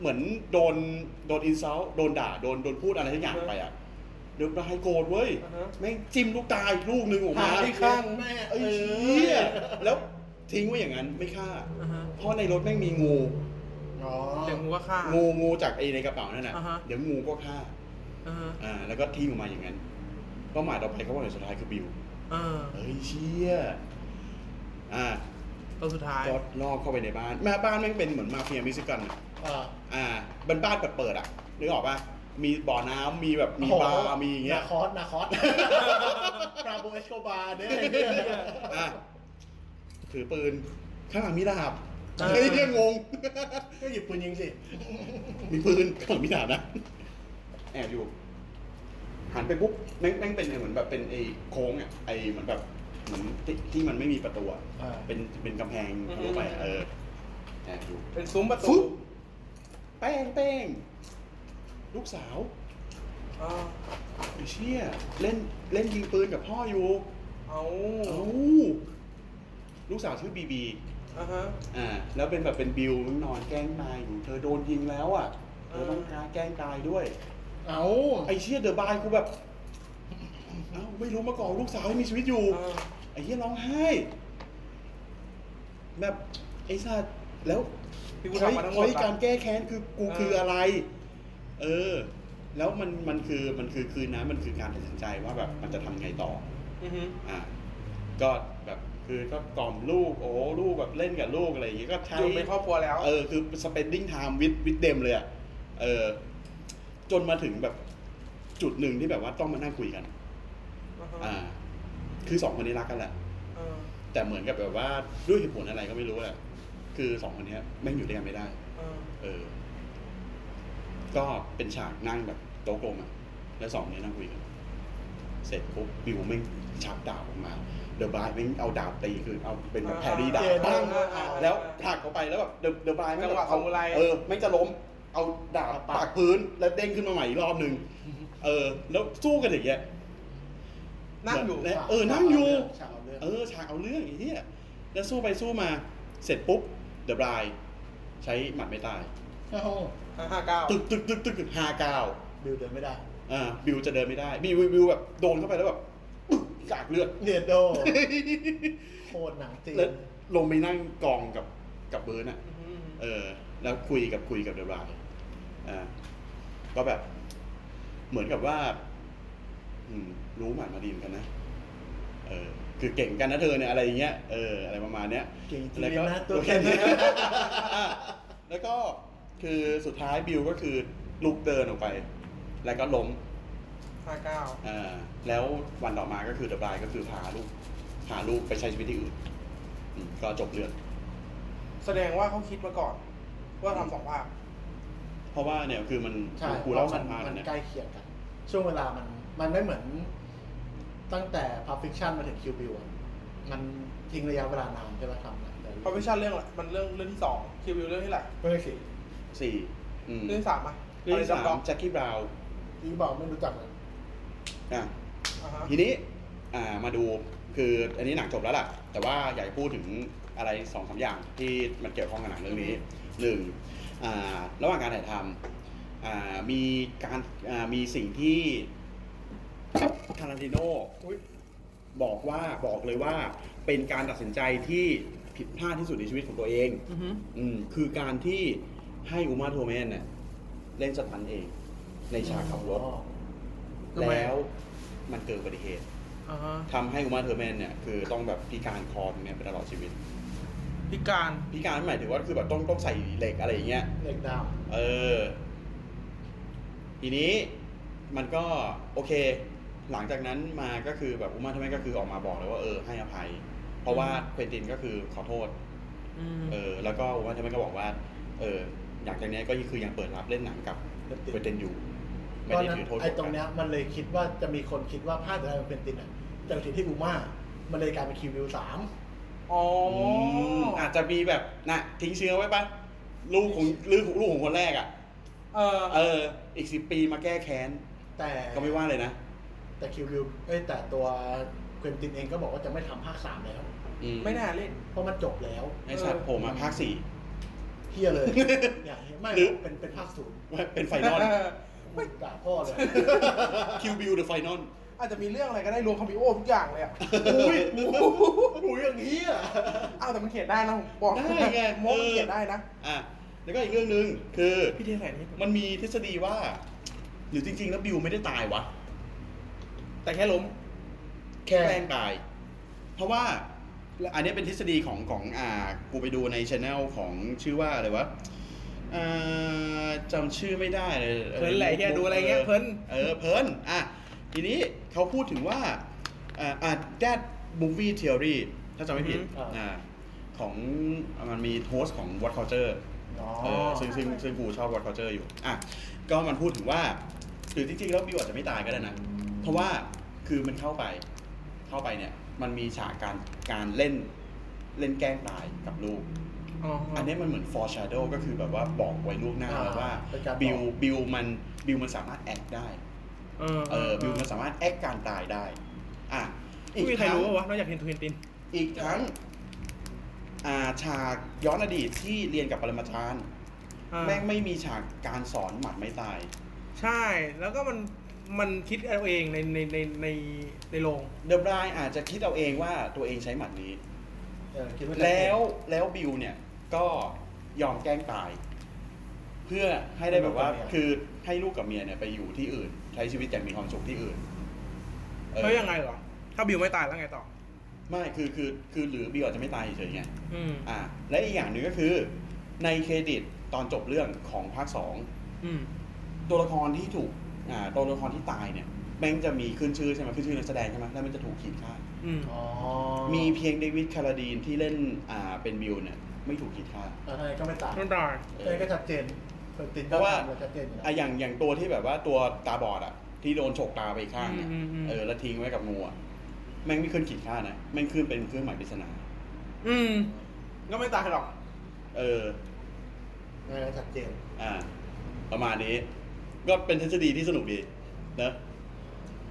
Speaker 3: เหมือนโดนโดนอินซัลโดนด่าโดนโดนพูดอะไรทุกอย่างไปอ่ะเดือบร้ายโกรธเว้ย
Speaker 2: อ่าฮะ
Speaker 3: แม่งจิ้มลูกตายลูกหนึ่งออกมา
Speaker 4: หาที่ข้างแม่
Speaker 3: ไอ้
Speaker 4: เอ้ย
Speaker 3: เหี้ยแล้วทิ้งไว้อย่างนั้นไม่ฆ่า
Speaker 2: อ่าฮะ
Speaker 3: เพราะในรถแม่งมีงู
Speaker 4: อ๋อ
Speaker 2: เดี๋ยวงูก็ฆ่า
Speaker 3: งูงูจากไอในกระเป๋านั่นน่ะ
Speaker 2: อ่าฮะ
Speaker 3: เดี๋ยวงูก็ฆ่า
Speaker 2: อ่าฮะ
Speaker 3: อ่า แล้วก็ทิ้งออกมาอย่างนั้นเป้าหมายต่อไปเขาบอกเลยสุดท้ายคือบิว
Speaker 2: อ่า
Speaker 3: เฮ้ยเชี่ยอ่า
Speaker 2: ตอนสุดท้าย
Speaker 3: ก็ลอบเข้าไปในบ้านแม่บ้านแม่งเป็นเหมือนมาเฟียมิซิกันอะ
Speaker 4: อ่า
Speaker 3: อ่าเป็นบ้านเปิดๆอ่ะนึกออกปะมีบ่อน้ำมีแบบมี
Speaker 4: โอ้โห
Speaker 3: บาร์มีอย่างเงี้ย
Speaker 4: นาคอส นาคอ
Speaker 3: [laughs]
Speaker 4: ส ปราโบเอสโกบาร์เนี่ย
Speaker 3: อ่ะถือปืนข้างหลังมีดาบ
Speaker 2: เออ
Speaker 3: ไอ้เรื่องงง
Speaker 4: ก็หยิบปืนยิงสิ
Speaker 3: มีปืนก่อนมีดาบนะ แอบอยู่ หันไปปุ๊บแม่งแม่งเป็นไอ้เหมือนแบบเป็นไอ้โค้งอ่ะไอ้เหมือนแบบเหมือนที่ที่มันไม่มีประตูอะ
Speaker 4: อ่า
Speaker 3: เป็นเป็นกำแพงทะลุไปอะเออแอบอยู่
Speaker 2: เป็นซุ้มประ
Speaker 3: ฟุ๊
Speaker 2: ตู
Speaker 3: บ แป้งแป้งลูกสาว
Speaker 2: อ้าว
Speaker 3: ไอ้เชี่ยเล่นเล่นยิงปืนกับพ่ออยู่
Speaker 2: เอา
Speaker 3: เอ้าลูกสาวชื่อบีบี
Speaker 2: อ่าฮะ
Speaker 3: อ่า แล้วเป็นแบบเป็นบิวมันนอนแกล้งตายอยู่ เธอโดนยิงแล้วอ่ะ เธอต้องการแกล้งตายด้วย
Speaker 4: เอา
Speaker 3: ไอ้เชี่ยเดอะบายกูแบบ เอ้าไม่รู้มาก่อนลูกสาวยังมีชีวิตอยู่
Speaker 2: อ่า
Speaker 3: ไอ้เชี่ยร้องไห้ แบบไอ้สัตว์แล้ว
Speaker 2: ที่กู
Speaker 3: ใช้
Speaker 2: ทำมาทั้งหมด
Speaker 3: ใช้
Speaker 2: อะ
Speaker 3: การแก้แค้นคือกู
Speaker 2: เออ
Speaker 3: คืออะไร เออ แล้วมันมันคือมันคือคืนนั้นมันคือการตัดสินใจว่าแบบมันจะทำไงต่อ
Speaker 2: อือฮึ
Speaker 3: อ่ะก็แบบคือก็กล่อมลูก โอ้ลูกแบบเล่นกับลูกอะไรอย่างเงี้ยก็ใช้
Speaker 2: อยู่เป็นครอบครัวแล้ว
Speaker 3: เออคือ spending time with with them เลยอ่ะเออจนมาถึงแบบจุดหนึ่งที่แบบว่าต้องมานั่งคุยกัน
Speaker 2: อ่าฮะ
Speaker 3: อ่า คือสองคนนี้รักกันแหละ
Speaker 2: เออ
Speaker 3: แต่เหมือนกับแบบว่าด้วยเหตุผลอะไรก็ไม่รู้แหละคือสองคนเนี้ยแม่งอยู่ด้วยกันไม่ได้
Speaker 2: เออ
Speaker 3: เออ ก็เป็นฉากนั่งแบบโต๊ะกลมอ่ะ แล้วสองคนนี้นั่งคุยกัน เสร็จปุ๊บบิวแม่งชักดาบออกมา เดอะบายแม่งเอาดาบตีคือเอาเป็นแบบแพรรี่ดาบ
Speaker 2: อ่
Speaker 3: ปั้ง
Speaker 2: อ่อ่อ่
Speaker 3: แล้วผลักเข้าไปแล้วแบบเดอะเดอะบายแม่
Speaker 2: จังหวะ
Speaker 3: แบบ
Speaker 2: ซามูไร
Speaker 3: เออไม่งจะล้ม เอาดาบปากพื้นแล้วเด้งขึ้นมาใหม่อีกรอบหนึ่งเออ แล้วสู้กันอย่างเงี้ย
Speaker 2: นั่งอยู่
Speaker 3: และ เออนั่งอยู่
Speaker 4: ฉากเอาเรื่อง
Speaker 3: เออฉากเอาเรื่องไอ้เหี้ยแล้วสู้ไปสู้มา เสร็จปุ๊บเดอะบายใช้หมัดไม่ตาย
Speaker 2: ห้าเก้า
Speaker 3: ตึกตึกตึกตึกตึกห้าเก้า
Speaker 4: บิวเดินไม่ได้
Speaker 3: อ่าบิวจะเดินไม่ได้บิวบิวแบบโดนเข้าไปแล้วแบบปึ๊กกากเลือด [laughs]
Speaker 4: เนโด โคตรหนังจีน
Speaker 3: แล้วลงไปนั่งกองกับกับเบิร์นอะ
Speaker 2: อืม
Speaker 3: เออแล้วคุยกับคุยกับเดอะไบรท์อ่าก็แบบ เหมือนกับว่า อืม รู้หมันมาดีเหมือนกันนะเออ คือเก่งกันนะเธอเนี่ยอะไรอย่างเงี้ยเอออะไรประมาณเนี้ย
Speaker 4: เก่งจริ
Speaker 3: แล้ว
Speaker 4: ง
Speaker 3: ก็ [laughs]
Speaker 4: นะตัวแค่
Speaker 3: แค่
Speaker 4: นี้
Speaker 3: นี้ แล้วก็คือสุดท้ายบิวก็คือลุกเดินออกไป แล้วก็ล้ม
Speaker 2: ห้าเก้า
Speaker 3: อ่าแล้ววันต่อมาก็คือเดอะไบรท์ก็คือพาลูกพาลูกไปใช้ชีวิตที่อื่นอืมก็จบเรื่อง
Speaker 2: แสดงว่าเขาคิดมาก่อน ว่าทำสองภาค
Speaker 3: เพราะว่าเนี่ยคือมัน
Speaker 4: ใช่
Speaker 3: กูเล่า
Speaker 4: พ
Speaker 3: สั้
Speaker 4: ระ
Speaker 3: นมาก
Speaker 4: มัน
Speaker 3: นะ
Speaker 4: ใกล้เคียงกัน ช่วงเวลามัน มันไม่เหมือน ตั้งแต่พับฟิคชั่นมาถึงคิวบิวอะมันทิ้งระยะเวลานานใช่ไหมทำหนังแต่
Speaker 2: พอพิชั่นเรื่องอะไรมันเรื่องเรื่องที่สองคิวบิวเรื่องที่ไหน
Speaker 4: เรื่องสี่
Speaker 3: สี่อืม
Speaker 2: เรื่องที่สามอะ
Speaker 3: เรื่องที่สา
Speaker 2: ะไจำลอง
Speaker 3: มแจ็คกี้บราวน์
Speaker 4: ที่บอกไม่รู้จักเลย
Speaker 3: อ่ะ
Speaker 2: อ่าฮะ
Speaker 3: ทีนี้อ่ามาดูคืออันนี้หนังจบแล้วล่ะ แต่ว่าอยากจะพูดถึงอะไรสองสามอย่างที่มันเกี่ยวข้องกับหนังเรื่องนี้หนึ่งอ่าระหว่างการถ่ายทำอ่ามีการอ่ามีสิ่งที่คาราติโนบอกว่าบอกเลยว่าเป็นการตัดสินใจที่ผิดพลาดที่สุดในชีวิตของตัวเอง
Speaker 2: อือฮึ
Speaker 3: อืมคือการที่ให้อุมาโทเมนเนี่ยเล่นสตันท์เองในฉากขับรถ แล้วมันเกิดอุบัติเหตุ
Speaker 2: อ่าฮะ
Speaker 3: ทำให้อุมาเทอร์แมนเนี่ยคือต้องแบบพิการคอตรงเนี้ยไปตลอดชีวิต
Speaker 2: พิการ
Speaker 3: พิการหมายถึงว่าคือแบบต้องต้องใส่เหล็กอะไรอย่างเงี้ย
Speaker 4: เหล็กดาว
Speaker 3: เออ ทีนี้มันก็โอเค หลังจากนั้นมาก็คือแบบอุมาเทอร์แมนก็คือออกมาบอกเลยว่าเออให้อภัย เพราะว่าเควินตินก็คือขอโทษ
Speaker 2: อืม
Speaker 3: เออแล้วก็ว่าทำไมก็บอกว่า เอออยากจากเนี้ยก็คือยังเปิดรับเล่นหนังกับเวเดนอยู่ ไม่
Speaker 4: ตอน
Speaker 3: ได้
Speaker 4: นั้น
Speaker 3: ถือโทษ
Speaker 4: ไอ้ตรงเนี้ยมันเลยคิดว่าจะมีคนคิดว่าภาคอะไรมันเป็นตินอ่ะจากที่ที่อูมามันเลยกลายเป็นคิวบิวสาม
Speaker 2: อ๋อ
Speaker 3: อืม
Speaker 2: อ
Speaker 3: อาจจะมีแบบนะทิ้งเชื้อไว้ปะลูกของลูกของลูกของคนแรกอ่ะ
Speaker 2: เออ
Speaker 3: เออ อีกสิบปีมาแก้แค้น
Speaker 4: แต่
Speaker 3: ก็ไม่ว่าเลยนะ
Speaker 4: แต่คิวบิวเอ้ยแต่ตัวเควินตินเองก็บอกว่าจะไม่ทำภาคสามแล้ว
Speaker 3: อื
Speaker 2: ไม่น่าเล่น
Speaker 4: เพราะมันจบแล้ว
Speaker 3: ไอสัตว์โผล่มาภาคสี่
Speaker 4: เฮีย
Speaker 3: [laughs]
Speaker 4: เลยเนี่ยเหี้ยไม่
Speaker 3: หรือ
Speaker 4: เป็นเป็นภาคศูนย์
Speaker 3: เป็นไฟนอล
Speaker 4: ไม่ด่าพ่อเลย
Speaker 3: คิวบิวเดอะไฟนอล
Speaker 2: อาจจะมีเรื่องอะไรก็ได้รวมคามิโอทุกอย่างเลยอ่ะ
Speaker 4: อุ้ย [laughs] หูอย่างนี้อ่ะ
Speaker 2: อ้าวแต่มันเขียนได้นะผมบอก
Speaker 3: ได้ไง
Speaker 2: มอง
Speaker 3: เออ
Speaker 2: เขียนได้นะ
Speaker 3: อ่ะ แล้วก็อีกเรื่องหนึ่งคือ
Speaker 2: พี่เทนไหนนี่
Speaker 3: มันมีทฤษฎีว่า หรือจริง ๆ แล้วบิวไม่ได้ตายวะ
Speaker 2: แต่แค่ล้ม
Speaker 3: แค่แกล้งตาย เพราะว่าอันนี้เป็นทฤษฎีของของอ่ากูไปดูในช anel ของชื่อว่าอะไรวะอ่าจำชื่อไม่ได้เลย
Speaker 2: เพิ่นแหละเหี้ยดูอะไรเงี้ยเพิ่น
Speaker 3: เออเพิ่นอ่ะทีนี้เขาพูดถึงว่าอ่าอ่า that movie theory ถ้าจำไม่ผิด
Speaker 4: อือฮึ
Speaker 3: อ่า ของมันมีโฮสต์ของ What Culture
Speaker 4: อ๋อ
Speaker 3: เออซึ่งซึ่งซึ่งกูชอบ What Culture อยู่ อ่ะ ก็มันพูดถึงว่าหรือจริงๆ แล้วบิวอาจจะไม่ตายก็ได้นะ เพราะว่าคือมันเข้าไป เข้าไปเนี่ย มันมีฉากการการเล่นเล่นแกล้งตายกับลูก
Speaker 2: อ๋ออั
Speaker 3: อันนี้มันเหมือน foreshadow ก็คือแบบว่าบอกไว้ล่วงหน้า
Speaker 4: อ่า
Speaker 3: แล้วว่า
Speaker 4: เป็นการบ
Speaker 3: บิ
Speaker 4: อก
Speaker 3: วบิวมันบิวมันสามารถแอคได้
Speaker 2: เออ
Speaker 3: เออบิวมันสามารถแอคการตายได้ อ่ะ
Speaker 2: ไม่มีใครรู้ปะวะนอกจากเทนทูเทนติน
Speaker 3: อีกทั้งอาฉากย้อนอดีตที่เรียนกับปรมาจารย์
Speaker 2: อ่า
Speaker 3: แม่งไม่มีฉากการสอนหมัดไม่ตาย
Speaker 2: ใช่ แล้วก็มันมันคิดเอาเองในในในในในโรง
Speaker 3: เดบรายอาจจะคิดเอาเองว่าตัวเองใช้หมัดนี้
Speaker 4: เออคิดว่าจะ
Speaker 3: แล้วแล้วบิวเนี่ยก็ยอมแกล้งตาย เพื่อให้ได้แบบว่า
Speaker 4: ให้ลูกกับ
Speaker 3: คือให้ลูกกับ
Speaker 4: เมีย
Speaker 3: เมียเนี่ยไปอยู่ที่อื่น ใช้ชีวิตอย่างมีความสุขที่อื่นออ
Speaker 2: แล้วยังไงเหรอ ถ้าบิวไม่ตายแล้วไงต่อ
Speaker 3: ไม่คือคือคือหรือบิวอาจจะไม่ตายเฉยๆไง
Speaker 2: อืม
Speaker 3: อ่าและอีกอย่างหนึ่งก็คือในเครดิตตอนจบเรื่องของภาคสอง
Speaker 2: อืม
Speaker 3: ตัวละครที่ถูกอ่าตัวละครที่ตายเนี่ยแม่งจะมีขึ้นชื่อใช่ไหมขึ้นชื่อนักแสดงใช่ไหมแล้วมันจะถูกขีดค่า
Speaker 2: อืม
Speaker 4: อ๋อ
Speaker 3: มีเพียงเดวิดคาราดีนที่เล่นอ่าเป็นบิลเนี่ยไม่ถูกขีดค่า
Speaker 4: อะไรก็ไม่ต่าง
Speaker 2: ต้องตาย
Speaker 3: เอ
Speaker 4: เอ้
Speaker 3: อย
Speaker 4: ก็ชัดเจนเออติน
Speaker 3: เพ
Speaker 4: ก็
Speaker 3: ราะว่า
Speaker 4: ทำอไชัดเจนอยู่แล้ว
Speaker 3: อ่ะอย่างอย่างตัวที่แบบว่าตัวตาบอดอ่ะที่โดนฉกตาไปอีกข้างเนี่ย
Speaker 2: อืมอืมอืม
Speaker 3: เออแล้วทิ้งไว้กับงูอ่ะแม่งไม่ขึ้นขีดค่านะแม่งขึ้นเป็นเครื่องหมายปริศนา
Speaker 2: อืม ก็ไม่ตายหรอก
Speaker 3: เออ
Speaker 4: อะไรก็ชัดเจน
Speaker 3: อ่า ประมาณนี้ ก็เป็นทฤษฎีที่สนุกดีนะ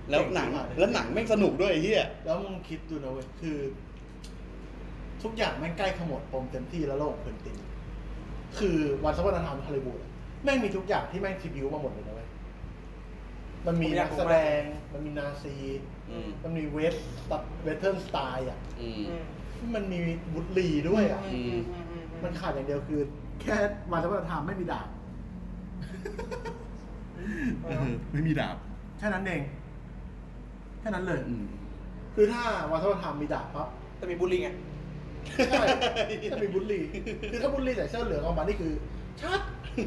Speaker 3: แล้วหนัง
Speaker 4: เจ๋งมากเลย
Speaker 3: แล้วหนังแม่งสนุกด้วยไอ้เฮีย
Speaker 4: แล้วมึงคิดดูนะเว้ยคือ ทุกอย่างแม่งใกล้ขมวดปมเต็มที่แล้วโลกเพิ่นตินคือวันสักวันอันทำฮอลลีวูดอะแม่งมีทุกอย่างที่แม่งทริบิวมาหมดเลยนะเว้ยมันมี
Speaker 2: ผมอยา
Speaker 4: นั
Speaker 2: ก
Speaker 4: ก
Speaker 2: รู้
Speaker 4: แส
Speaker 2: มาก
Speaker 4: ดง มันมีนาซี
Speaker 3: อืม
Speaker 4: มันมีเวสต์เวสเทิร์นสไตล์อ่ะ
Speaker 3: อืม
Speaker 2: อืม
Speaker 4: มันมีบุตรีด้วยอ่ะ
Speaker 3: อืม
Speaker 2: อืม
Speaker 4: มันขาดอย่างเดียวคือ แค่วันสักวันอันท [laughs] ำไม่มีดาบ
Speaker 2: เออ
Speaker 3: ไม่มีดาบ
Speaker 4: แค่นั้นเอง แค่นั้นเลย
Speaker 3: อืม
Speaker 4: คือถ้าวันสักวันอันทำมีดาบปั๊บ
Speaker 2: แต่มีบุลลิงไง
Speaker 4: ใช่ถ้าเป็นบุลลี่ คือถ้าบุลลี่ใส่เสื้อเหลืองออกมานี่คือ ชัด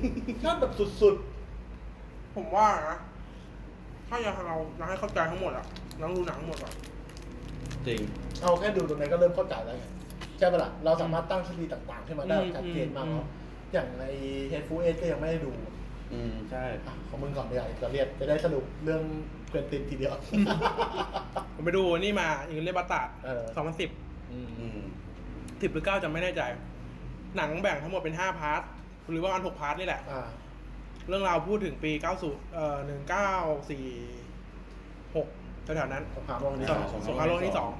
Speaker 4: [laughs] ชัดแบบสุด
Speaker 2: ผมว่านะ ถ้าอยากให้เราอยากให้เข้าใจทั้งหมดอะเราดูหนังทั้งหมดอะ
Speaker 3: จริง
Speaker 4: ๆ เอาแค่ดูตรงไหนก็เริ่มเข้าใจแล้วไงใช่ปะล่ะ เราสามารถตั้งทฤษฎีต่างๆ ขึ้นมาได้แบบชัดเจนมากเนาะอย่างในเฮดฟูเอสก็ยังไม่ได้ดู
Speaker 3: อืม ใช่
Speaker 4: อ่ะของมึงก่อนดีกว่าจะเรียกจะได้สรุปเรื่องเกรนตินทีเดียว [laughs]
Speaker 2: ผมไปดูนี่มาอย่างเรบาตาด
Speaker 4: เออ
Speaker 2: สองพันสิบ
Speaker 3: อืม
Speaker 2: สิบหรือเก้าจำไม่แน่ใจ หนังแบ่งทั้งหมดเป็นห้าพาร์ท หรือว่าอันหกพาร์ทนี่แหละ
Speaker 4: อ่า
Speaker 2: เรื่องราวพูดถึงปีเก้าูเอ่อหนึ่งเก้าสี่หกแถวๆนั้น
Speaker 4: สงครามโลกครั้งที่สอง
Speaker 2: สงครามโลกครั้งที่สอง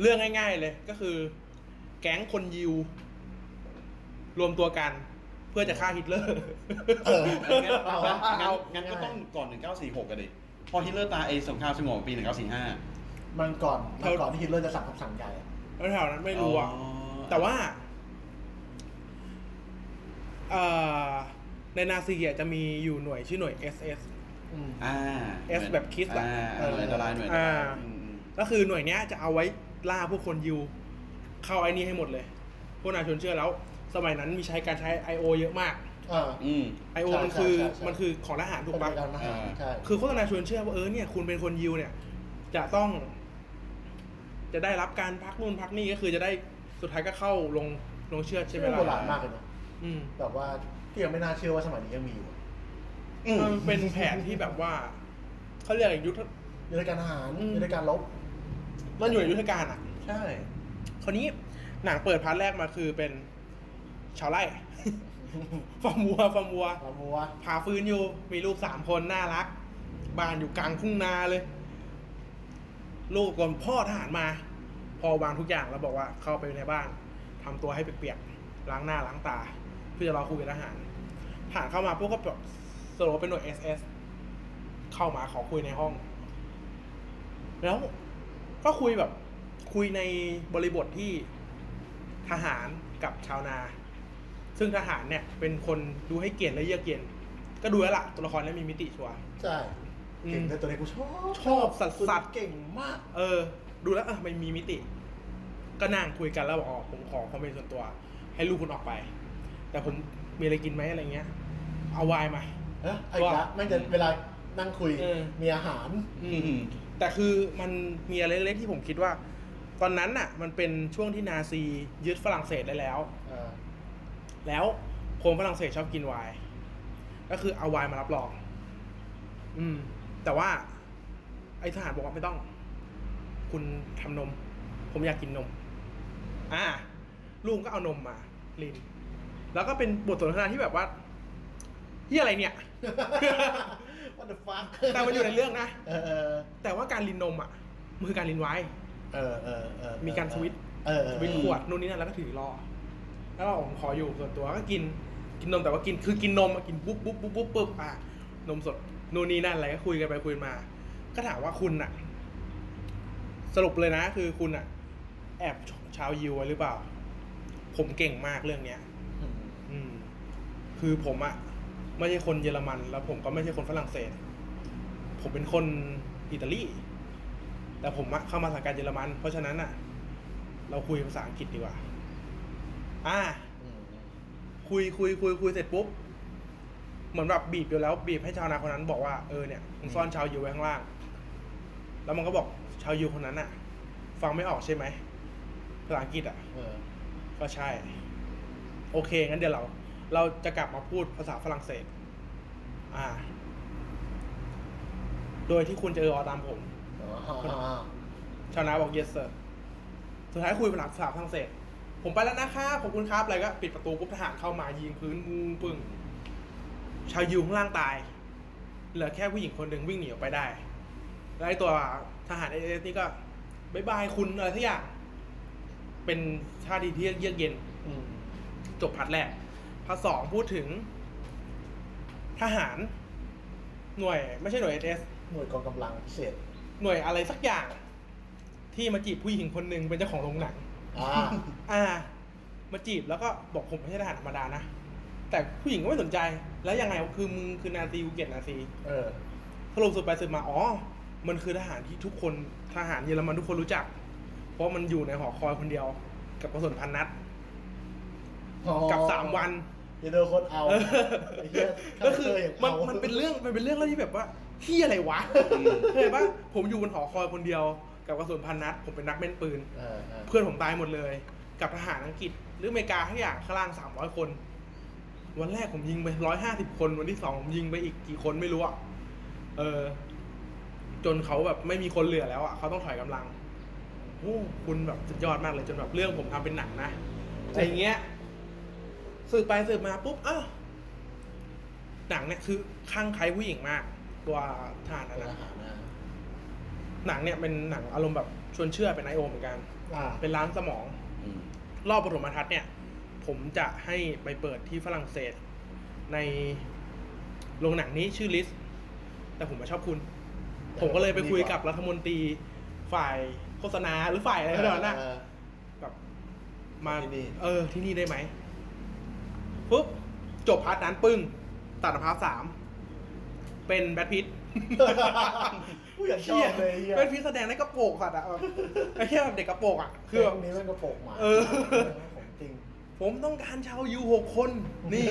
Speaker 2: เรื่องง่ายๆเลยก็คือ แก๊งคนยิว รวมตัวกัน เพื่อจะฆ่าฮิตเลอร์
Speaker 4: เออ
Speaker 3: งั้น
Speaker 4: เอาวะ
Speaker 3: งั้น
Speaker 4: เอา
Speaker 3: งั้นก็ต้องก่อน 1946กันดิพอฮิตเลอร์ตายไอ้สงครามสงบปี 1945
Speaker 4: มันก่อนมันก่อนที่ฮิตเลอร์จะสั่งคำสั่งใหญ่อะ
Speaker 2: [laughs] แถวๆนั้นไม่รู้อ่ะ
Speaker 3: อ๋อ
Speaker 2: แต่ว่าเอ่อในนาซีอ่ะจะมีอยู่หน่วยชื่อหน่วย SS
Speaker 4: อืม
Speaker 3: อ่า
Speaker 2: S แบบ Kiss อะ
Speaker 3: อ่าหน่วยอันตรายหน่วยอันตรายอืม
Speaker 2: ก็คือหน่วยเนี้ยจะเอาไว้ล่าพวกคนยิว เข้าไอ้นี่ให้หมดเลย พวกนายชวนเชื่อแล้ว สมัยนั้นมีใช้การใช้ I.O. เยอะมาก
Speaker 4: อ่า
Speaker 3: อืม
Speaker 2: I.O.
Speaker 4: ใช่
Speaker 2: มันคือ
Speaker 4: ใช่ใช่
Speaker 2: มันคือของทหารถูกปะ
Speaker 4: เป็นการทหารใช่
Speaker 2: คือโฆษณาชวนเชื่อว่าเออเนี่ยคุณเป็นคนยิวเนี่ย จะต้อง จะได้รับการพักนู่นพักนี่ก็คือจะได้สุดท้ายก็เข้าลงลงเชื่อดใช่ไหม
Speaker 4: โบรา
Speaker 2: ล่ะ
Speaker 4: ณมากเลยเนาะ
Speaker 2: อืม
Speaker 4: แบบว่าที่ยังไม่น่าเชื่อว่าสมัยนี้ยังมีอยู่อะ
Speaker 3: อืม
Speaker 2: มันเป็นแผนที่แบบว่าเขาเรียกอะไรยุทธ
Speaker 4: ยุทธการทหาร
Speaker 2: อืม
Speaker 4: ยุทธการลบ
Speaker 2: มันอยู่ในยุทธการอ่ะ
Speaker 4: ใช่
Speaker 2: คราวนี้หนังเปิดพาร์ทแรกมาคือเป็นชาวไร่ [laughs] ฟาร์มวัวฟาร์มวัว
Speaker 4: ปามัว
Speaker 2: พาฟื้นอยู่ มีลูกสามคนน่ารัก บ้านอยู่กลางทุ่งนาเลย ลูกก่อนพ่อทหารมา พอวางทุกอย่างแล้วบอกว่าเข้าไปในบ้านทำตัวให้เปียกๆล้างหน้าล้างตา เพื่อจะรอคุยกับทหารทหารเข้ามาพวกก็แบบสรุปว่าเป็นหน่วย SS เข้ามาขอคุยในห้อง แล้วก็คุยแบบ คุยในบริบทที่ทหารกับชาวนา ซึ่งทหารเนี่ย เป็นคนดูให้เกียรติและเยือกเย็น ก็ดูแล้วล่ะ ตัวละครนี้มีมิติชัวร์
Speaker 4: ใช่
Speaker 2: อืม
Speaker 4: เก่งแต่ตัวนี้กูชอบ
Speaker 2: ชอบสัสๆ
Speaker 4: เก่งมาก
Speaker 2: เออ ดูแล้วเออมันมีมิติ ก็นั่งคุยกันแล้วบอกอ๋อผมขอความเป็นส่วนตัว ให้ลูกคุณออกไป แต่ผมมีอะไรกินไหมอะไรเงี้ย เอาไวน์มา
Speaker 4: เอ้ยไอ้กะแม่งจะเวลานั่งคุย
Speaker 2: เออ
Speaker 4: มีอาหาร
Speaker 3: อืม
Speaker 2: แต่คือมันมีอะไรเล็กๆที่ผมคิดว่า ตอนนั้นน่ะ มันเป็นช่วงที่นาซียึดฝรั่งเศสได้แล้ว
Speaker 4: เอ
Speaker 2: [laughs]
Speaker 4: อ
Speaker 2: แล้วคนฝรั่งเศสชอบกินไวน์ก็คือเอาไวน์มารับรอง อืม แต่ว่า ไอทหารบอกว่าไม่ต้อง คุณทำนม ผมอยากกินนม อ่าลุงก็เอานมมา ลิน แล้วก็เป็นบทสนทนาที่แบบว่าเฮียอะไรเนี่ย
Speaker 4: ว่าเดอะฟัค
Speaker 2: แต่มันอยู่ในเรื่องนะ
Speaker 4: เออเออ
Speaker 2: แต่ว่าการลินนมอ่ะมันคือการลินไวน์
Speaker 4: เออเออเออ
Speaker 2: มีการทวิต
Speaker 4: เออเออ
Speaker 2: วิทขวดนู่นนี่นั่นแล้วก็ถือรอ แล้วก็ผมขออยู่ส่วนตัวก็กินกินนมแต่ว่ากินคือกินนมอะกินปุ๊บปุ๊บปุ๊บปุ๊บปุ๊บอ่ะนมสดนู่นนี่นั่นอะไรก็คุยกันไปคุยมา ก็ถามว่าคุณอะสรุปเลยนะ คือคุณอะแอบชาวยิวไว้หรือเปล่า ผมเก่งมากเรื่องเนี้ย
Speaker 4: อืม
Speaker 2: อืม คือผมอะไม่ใช่คนเยอรมัน แล้วผมก็ไม่ใช่คนฝรั่งเศส ผมเป็นคนอิตาลี แต่ผมอะเข้ามาสังกัดเยอรมัน เพราะฉะนั้นอะเราคุยภาษาอังกฤษดีกว่า อ่า
Speaker 4: อืม
Speaker 2: คุยคุยคุยคุยเสร็จปุ๊บ เหมือนแบบบีบอยู่แล้ว บีบให้ชาวนาคนนั้นบอกว่าเออเนี่ยมึงซ่อนชาวยูไว้ข้างล่าง แล้วมันก็บอกชาวยูคนนั้นอะฟังไม่ออกใช่ไหมภาษาอังกฤษอะ
Speaker 4: เออ
Speaker 2: ก็ใช่ โอเค งั้นเดี๋ยวเรา เราจะกลับมาพูดภาษาฝรั่งเศส อ่า โดยที่คุณจะเอออตามผม
Speaker 4: อ๋อ
Speaker 2: ชาวนาบอก yes sir สุดท้ายคุยภาษาฝรั่งเศส ผมไปแล้วนะคะขอบคุณครับ อะไรก็ปิดประตูปุ๊บทหารเข้ามายิงพื้นมูงปึ้ง ชาวยูข้างล่างตาย เหลือแค่ผู้หญิงคนหนึ่งวิ่งหนีออกไปได้ แล้วไอ้ตัวทหารเอเอสนี่ก็บายบายคุณอะไรทุกอย่าง เป็นท่าทีที่เยือกเย็น
Speaker 4: อืม
Speaker 2: จบพาร์ทแรกพาร์ทสองพูดถึง ทหาร หน่วย ไม่ใช่หน่วยเอส
Speaker 4: หน่วยกองกำลังพิเศษ
Speaker 2: หน่วยอะไรสักอย่าง ที่มาจีบผู้หญิงคนหนึ่งเป็นเจ้าของโรงหนัง [laughs]
Speaker 4: อ่า
Speaker 2: อ่า มาจีบแล้วก็บอกผมไม่ใช่ทหารธรรมดานะ แต่ผู้หญิงก็ไม่สนใจ แล้วยังไงคือมึงคือนาซีกูเกลียดนาซี
Speaker 4: เออ
Speaker 2: สรุปสุดไปสืบมา อ๋อ มันคือทหารที่ทุกคนทหารเยอรมันทุกคนรู้จัก เพราะมันอยู่ในหอคอยคนเดียว กับกระสุนพันนัด กับสามวัน
Speaker 4: เดี๋ยวโดนคนเอา
Speaker 2: เออ
Speaker 4: ไอ้เหี้ย
Speaker 2: ก็คือมัน
Speaker 4: เอา
Speaker 2: มันเป็นเรื่องมันเป็นเรื่องแล้วที่แบบว่าเฮียอะไรวะ [laughs] เคยปะผมอยู่บนหอคอยคนเดียว กับกระสุนพันนัด ผมเป็นนักแม่นปืน
Speaker 4: เออเออ
Speaker 2: เพื่อนผมตายหมดเลย กับทหารอังกฤษ หรืออเมริกาทั้งอย่างข้างล่างสามร้อยคน วันแรกผมยิงไปร้อยห้าสิบคน วันที่สองผมยิงไปอีกกี่คนไม่รู้อะเออ จนเขาแบบไม่มีคนเหลือแล้วอะเขาต้องถอยกำลังโอ้คุณแบบสุดยอดมากเลยจนแบบเรื่องผมทำเป็นหนังนะอะไรอย่างเงี้ย สืบไปสืบมาปุ๊บอ้าวหนังเนี่ยคือข้างใครผู้หญิงมาก ตัวทหารนะ
Speaker 4: ท
Speaker 2: นะ
Speaker 4: หารนะ
Speaker 2: หนังเนี่ยเป็นหนังอารมณ์แบบชวนเชื่อเป็นไอโอเหมือนกัน
Speaker 4: อ่า
Speaker 2: เป็นร้านสมอง
Speaker 3: อืม
Speaker 2: รอบปฐมทัศน์เนี่ย ผมจะให้ไปเปิดที่ฝรั่งเศส ในโรงหนังนี้ชื่อลิส แต่ผมไม่ชอบคุณ ผมก็เลยไปคุยกับรัฐมนตรี ฝ่ายโฆษณาหรือฝ่ายอะไรก็ได้นะ
Speaker 4: เออ
Speaker 2: แบบมา
Speaker 4: ที่นี่
Speaker 2: เออ ที่นี่ได้ไหมปุ๊บ จบพาร์ทนั้นปึ้ง ตัดมาพาร์ทสามเป็นแบทพิท
Speaker 4: ผู้อยาก [laughs] ชอบเลยไอ้เหี้ย
Speaker 2: เป็นพิทแสดงได้กระโปรงสัตว์อะแบบไอ้แค่แบบเด็กกระโปรงอะคือแบบ
Speaker 4: แก๊งนี้มันกระโปรงหมา
Speaker 2: เออ
Speaker 4: ของจริง
Speaker 2: ผมต้องการชาวยูหก [laughs] คน นี่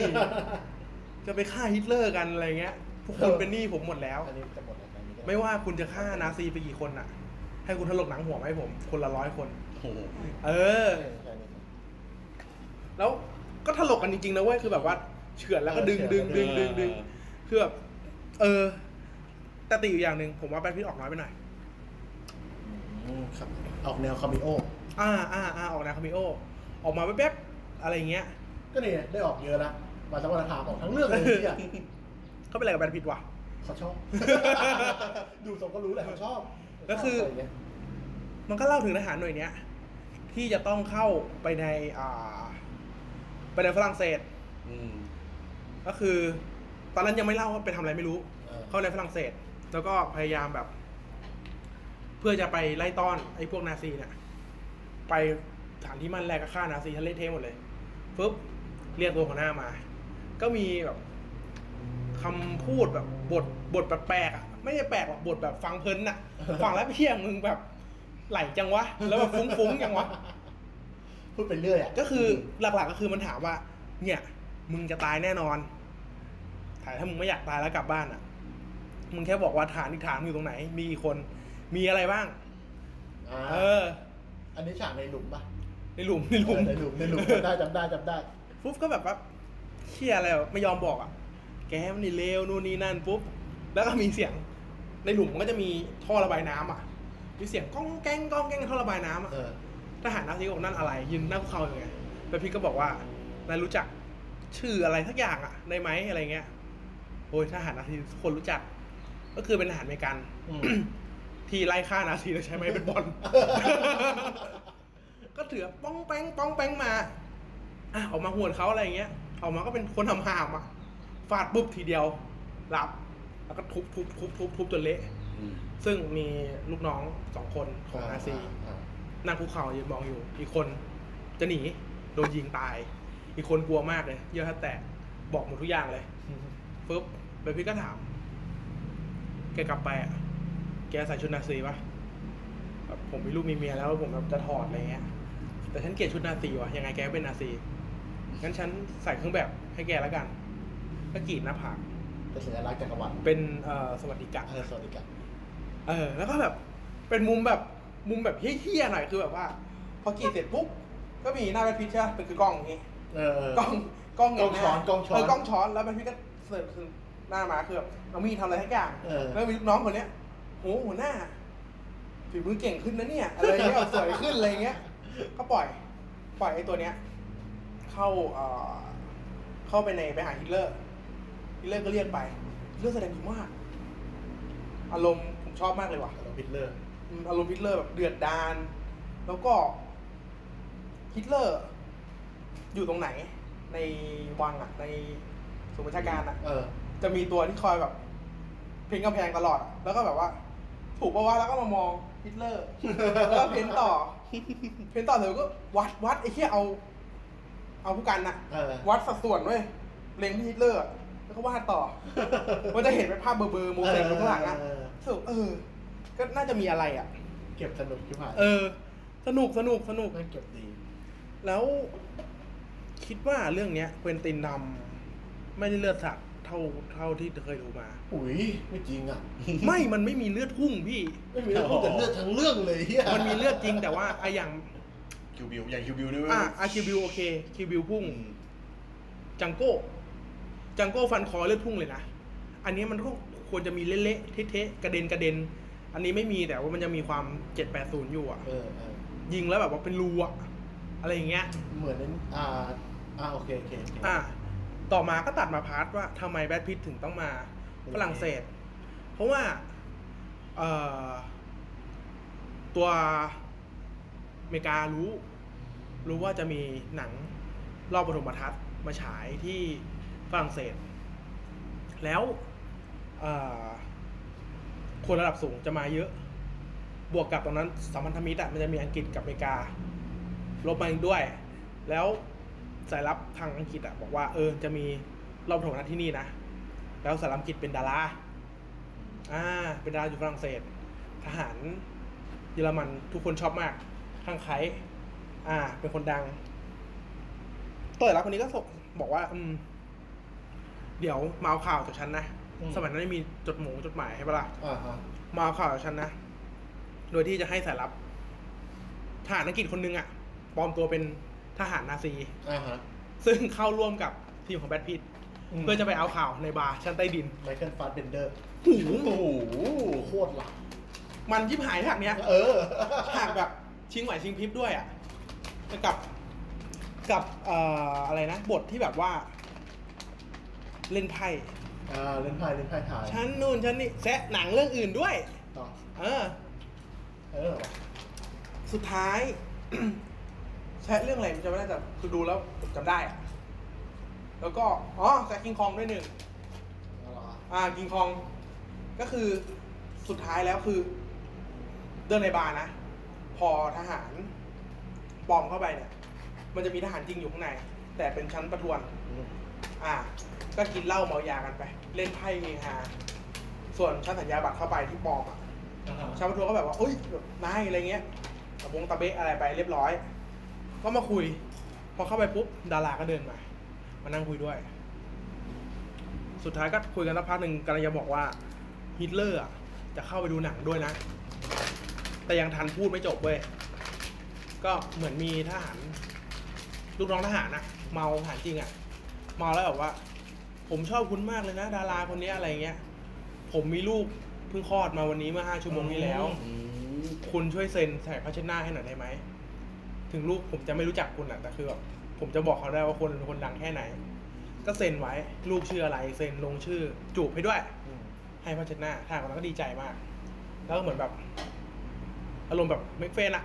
Speaker 2: จะไปฆ่าฮิตเลอร์กันอะไรเงี้ยพวกคุณเป็นหนี้ผมหมดแล้ว [laughs]
Speaker 4: อันนี้จะหมดแล้วอันนี้ก็ด้
Speaker 2: ไม่ว่าคุณจะฆ่านาซีไปกี่คนน่ะ ให้คุณถลกหนังหัวมาให้ผม คนละร้อยคน
Speaker 3: โอ้โห
Speaker 2: เออ [laughs]
Speaker 4: เออแค่นี้
Speaker 2: แล้วก็ถลกกันจริงๆนะเว้ยคือแบบว่าเฉือนแล้วก็ดึงดึงดึงดึงดึงคือแบบเออ แต่ติอยู่อย่างหนึ่งผมว่าแบทพิทออกน้อยไปหน่อย
Speaker 4: อืมครับออกแนวคาเมิโอ
Speaker 2: อ่าอ่าอ่าออกแนวคาเมโอ ออกมาแป๊บๆอะไรเงี้ย
Speaker 4: ก็นี่ได้ออกเยอะละมาจากวันทามออกทั้งเรื่องเลยเนี่ย
Speaker 2: เขาเป็นอะไรกับแบทพิทวะ
Speaker 4: เขา
Speaker 2: [laughs]
Speaker 4: ชอบ ดูทรงก็รู้แหละเขาชอบ
Speaker 2: แล้วคือ มันก็เล่าถึงทหารหน่วยเนี้ย ที่จะต้องเข้าไปในอ่า ไปในฝรั่งเศส
Speaker 3: อืม
Speaker 2: ก็คือ ตอนนั้นยังไม่เล่าว่าไปทำอะไรไม่รู้
Speaker 4: เออ
Speaker 2: เข้าในฝรั่งเศส แล้วก็พยายามแบบ เพื่อจะไปไล่ต้อนไอ้พวกนาซีเนี่ยไปสถานที่มันแรกก็ฆ่านาซีทันเละเทะหมดเลยปุ๊บเรียกตัวหัวหน้ามา ก็มีแบบคำพูดแบบบทบทแปลกๆอ่ะไม่ใช่แปลกหรอกบทแบบฟังเพลินอ่ะ ฟังแล้วเพี้ยมึงแบบไหลจังวะ แล้วแบบฟุ้งๆจังวะ
Speaker 4: พูดไปเรื่อยอ่ะ
Speaker 2: ก็คือหลักๆก็คือมันถามว่า เนี่ย มึงจะตายแน่นอนถ่ายถ้ามึงไม่อยากตายแล้วกลับบ้านอ่ะ มึงแค่บอกว่าฐานอีกฐานมึงอยู่ตรงไหน มีกี่คน มีอะไรบ้าง
Speaker 4: า
Speaker 2: เออ
Speaker 4: อันนี้ฉากในหลุมป่ะ
Speaker 2: ในหลุมในหลุม
Speaker 4: เออในหลุมใน [laughs] หลุมจำได้จำได้จำได้
Speaker 2: ปุ๊บก็แบบว่าเชี่ยอะไรวะไม่ยอมบอกอ่ะ แกมันนี่เลวนู่นนี่นั่นปุ๊บ แล้วก็มีเสียง ในหลุมมันก็จะมีท่อระบายน้ำอ่ะ มีเสียงก้องแก้งก้องแก้งในท่อระบายน้ำอ่ะ
Speaker 4: เออ
Speaker 2: ทหารนาซีก็บอกนั่นอะไร ยืนนั่งคุกเข่าอยู่ไงแล้วพี่ก็บอกว่านายรู้จักชื่ออะไรสักอย่างอ่ะได้ไหมอะไรเงี้ยโอ้ยทหารนาซีทุกคนรู้จัก ก็คือเป็นทหารอเมริกัน
Speaker 4: อืม
Speaker 2: ที่ไล่ฆ่านาซีแล้วใช้ไม้เป็นบอล [laughs] ก็ถือป้องแป้งป้องแป้งมา อ่ะออกมาหวนเขาอะไรอย่างเงี้ยออกมาก็เป็นคนทำห่ามอ่ะฟาดปุ๊บทีเดียวหลับ แล้วก็ทุบทุบทุบทุบทุบจนเละ
Speaker 3: อืม
Speaker 2: ซึ่งมีลูกน้องสองคนของนาซี
Speaker 4: อ่า
Speaker 2: นั่งคุกเข่ายืนมองอยู่ อีกคนจะหนีโดนยิงตาย อีกคนกลัวมากเลย เยอะแทบแตกบอกหมดทุกอย่างเลย
Speaker 4: อืม
Speaker 2: ปุ๊บเบบี้ก็ถาม แกกลับไปอ่ะ แกใส่ชุดนาซีปะแบบผมมีลูกมีเมียแล้วผมแบบจะถอดอะไรเงี้ย แต่ฉันเกลียดชุดนาซีว่ะ ยังไงแกก็เป็นนาซี งั้นฉันใส่เครื่องแบบให้แกแล้วกัน ก็กรีดหน้าผาก
Speaker 4: เป็นสัญลักษณ์จักรวรรดิ
Speaker 2: เป็นเอ่อสวัสดิกะ
Speaker 4: เออสวัสดีครับ
Speaker 2: เออ แล้วก็แบบ เป็นมุมแบบ มุมแบบเฮี้ยๆหน่อย คือแบบว่า พอกรีดเสร็จปุ๊บ ก็มีหน้าแบทพิชใช่ปะเป็นคือกล้องอย่างงี้
Speaker 4: เออ
Speaker 2: กล้องกล้องเงาหาก
Speaker 4: ล้องช้อนกล้องช้อน
Speaker 2: เกล้องช้อนแล้วมันพี่ก็เสิร์ฟหน้ามาคือแบบเอามีดทำอะไรทักอย่าง
Speaker 4: เออ
Speaker 2: แล้วมีลูกน้องคนเนี้ยโหหัวหน้าฝีมือเก่งขึ้นนะเนี่ยอะไรเงี้ย
Speaker 4: [laughs]
Speaker 2: สวยขึ้นอะไรเงี้ย ก็ปล่อย ปล่อยไอ้ตัวเนี้ย เข้าเอ่อเข้าไปในไปหาฮิตเลอร์ฮิตเลอร์ก็เรียกไปฮิตเลอร์แสดงดีมากอารมณ์ผมชอบมากเลยว่ะ
Speaker 4: เราพิดเลอร์
Speaker 2: อืมอารมณ์ฮิตเลอร์แบบเดือดดาลแล้วก็ฮิตเลอร์ อยู่ตรงไหน ในวังอ่ะ ในสมบัญชาการอ่ะ
Speaker 4: เออ
Speaker 2: จะมีตัวที่คอยแบบเพ้นกำแพงตลอดอะแล้วก็แบบว่า ถูกปะวะแล้วก็มามองฮิตเลอร์ แล้วก็เพ้นต่อ เพ้นต่อเสร็จก็วัดวัดไอ้เหี้ยเอา เอาผู้กันน่ะ
Speaker 4: เออ
Speaker 2: วัดสัดส่วนเว้ยเล็งที่ฮิตเลอร์อะแล้วก็วาดต่อ มันจะเห็นเป็นภาพเบอร์ๆโมเสกอยู่ข้างหลังอ่ะ
Speaker 4: เออ
Speaker 2: สรุปเออ ก็น่าจะมีอะไรอ่ะ
Speaker 4: เก็บสนุกที่ผ่าน
Speaker 2: เออ สนุกสนุกสนุก
Speaker 4: มันเก็บดี
Speaker 2: แล้วคิดว่าเรื่องเนี้ยเควินตินทำไม่ได้เลือดสัตว์เท่าเท่าที่เคยดูมา [laughs]
Speaker 4: อุ้ยไม่จริงอ่ะ
Speaker 2: ไม่มันไม่มีเลือดพุ่งพี่
Speaker 4: ไม่มีเรื่องพูดแต่เลือดทั้งเรื่องเลยเฮีย
Speaker 2: มันมีเลือดจริงแต่ว่าไอะอย่าง
Speaker 3: คิวบิวอย่างคิวบิวนี่เว้ย
Speaker 2: อ่ะอาคิวบิวโอเค คิวบิวพุ่ง
Speaker 3: อืม
Speaker 2: จังโก้ จังโก้ฟันคอเลือดพุ่งเลยนะ อันนี้มันก็ควรจะมีเละๆเทะๆกระเด็นกระเด็น อันนี้ไม่มีแต่ว่ามันจะมีความเจ็ดแปดศูนย์อยู่อ่ะ
Speaker 4: เออเออ
Speaker 2: ยิงแล้วแบบว่าเป็นรูอ่ะ อะไรอย่างเงี้ย
Speaker 4: เหมือนนั้นอ่า อ่าโอเคโอเคโเค
Speaker 2: อ่ะต่อมาก็ตัดมาพาร์ทว่าทำไมแบทพิทถึงต้องมาฝรั่งเศส เพราะว่าเอ่อตัวอเมริการู้ รู้ว่าจะมีหนังรอบปฐมทัศน์มาฉายที่ฝรั่งเศส แล้วเอ่อคนระดับสูงจะมาเยอะ บวกกับตอนนั้นสัมพันธมิตรอะมันจะมีอังกฤษกับอเมริการบมาอีกด้วย แล้วสายลับทางอังกฤษอะบอกว่าเออจะมีรอบถงนัดที่นี่นะ แล้วสายลับอังกฤษเป็นดาราอ่าเป็นดาราอยู่ฝรั่งเศส ทหารเยอรมันทุกคนชอบมากข้างไคล้อ่า เป็นคนดังตัวสายลับคนนี้ก็ส่งบอกว่า อืม เดี๋ยวมาเอาข่าวจากฉันนะ
Speaker 4: อืม
Speaker 2: สมัยนั้นไม่มีจดหมงจดหมายใช่ปะล่ะ
Speaker 4: อ่าฮะ
Speaker 2: มาเอาข่าวกับฉันนะ โดยที่จะให้สายลับทหารอังกฤษคนหนึงอะปลอมตัวเป็นทหารนาซี
Speaker 4: อ่าฮะ
Speaker 2: ซึ่งเข้าร่วมกับทีมของแบทพิทเพื่อจะไปเอาข่าวในบาร์ชั้นใต้ดิน
Speaker 4: ไมเคิลฟาสเบนเดอร์
Speaker 3: โอ้โห
Speaker 4: โคตรหลัก
Speaker 2: มันยิบหายฉากเนี้ย
Speaker 4: เออ
Speaker 2: ฉากแบบชิงไหวชิงพริบด้วยอะกับกับเอ่ออะไรนะ บทที่แบบว่า เล่นไพ่
Speaker 4: อ่าเล่นไพ่เล่นไพ่ถ่าย
Speaker 2: ชั้นนู่นชั้นนี่แซะหนังเรื่องอื่นด้วย
Speaker 4: ต่อ
Speaker 2: เออ
Speaker 4: เออว่ะ
Speaker 2: สุดท้าย [coughs] แชทเรื่องอะไรผมจำไม่ได้แต่คือดูแล้วผมจำได้อะแล้วก็ อ๋อแซคกิงคองด้วยหนึ่ง
Speaker 4: เอาล่ะ
Speaker 2: อ่ากิงคองก็คือสุดท้ายแล้วคือเดินในบาร์นะ พอทหารปลอมเข้าไปเนี่ย มันจะมีทหารจริงอยู่ข้างใน แต่เป็นชั้นประทวน
Speaker 4: อืม
Speaker 2: อ่า ก็กินเหล้าเมายากันไป เล่นไพ่เฮฮาส่วนชั้นสัญญาบัตรเข้าไปที่ปลอมอ่ะ
Speaker 4: อ่าฮะ
Speaker 2: ชาวประท้วงก็แบบว่าเอ้ยแบบนายอะไรเงี้ยตะบงตะเบะอะไรไปเรียบร้อย ก็มาคุย พอเข้าไปปุ๊บ ดาราก็เดินมา มานั่งคุยด้วย สุดท้ายก็คุยกันสักพักหนึ่งกำลังจะบอกว่าฮิตเลอร์อะจะเข้าไปดูหนังด้วยนะ แต่ยังทันพูดไม่จบเว้ย ก็เหมือนมีทหารลูกน้องทหารอะเมาทหารจริงอะเมาแล้วแบบว่า ผมชอบคุณมากเลยนะ ดาราคนเนี้ยอะไรเงี้ย ผมมีลูกเพิ่งคลอดมาวันนี้เมื่อห้าชั่วโมงที่แล้ว
Speaker 3: อืม
Speaker 2: คุณช่วยเซ็นใส่ผ้าเช็ดหน้าให้หน่อยได้ไหม ถึงลูกผมจะไม่รู้จักคุณอะแต่คือแบบผมจะบอกเขาได้ว่าคนเป็นคนดังแค่ไหน ก็เซ็นไว้ ลูกชื่ออะไร เซ็นลงชื่อ จูบให้ด้วย ให้ผ้าเช็ดหน้าทางคนนั้นก็ดีใจมาก แล้วก็เหมือนแบบ อารมณ์แบบเมกเฟนอะ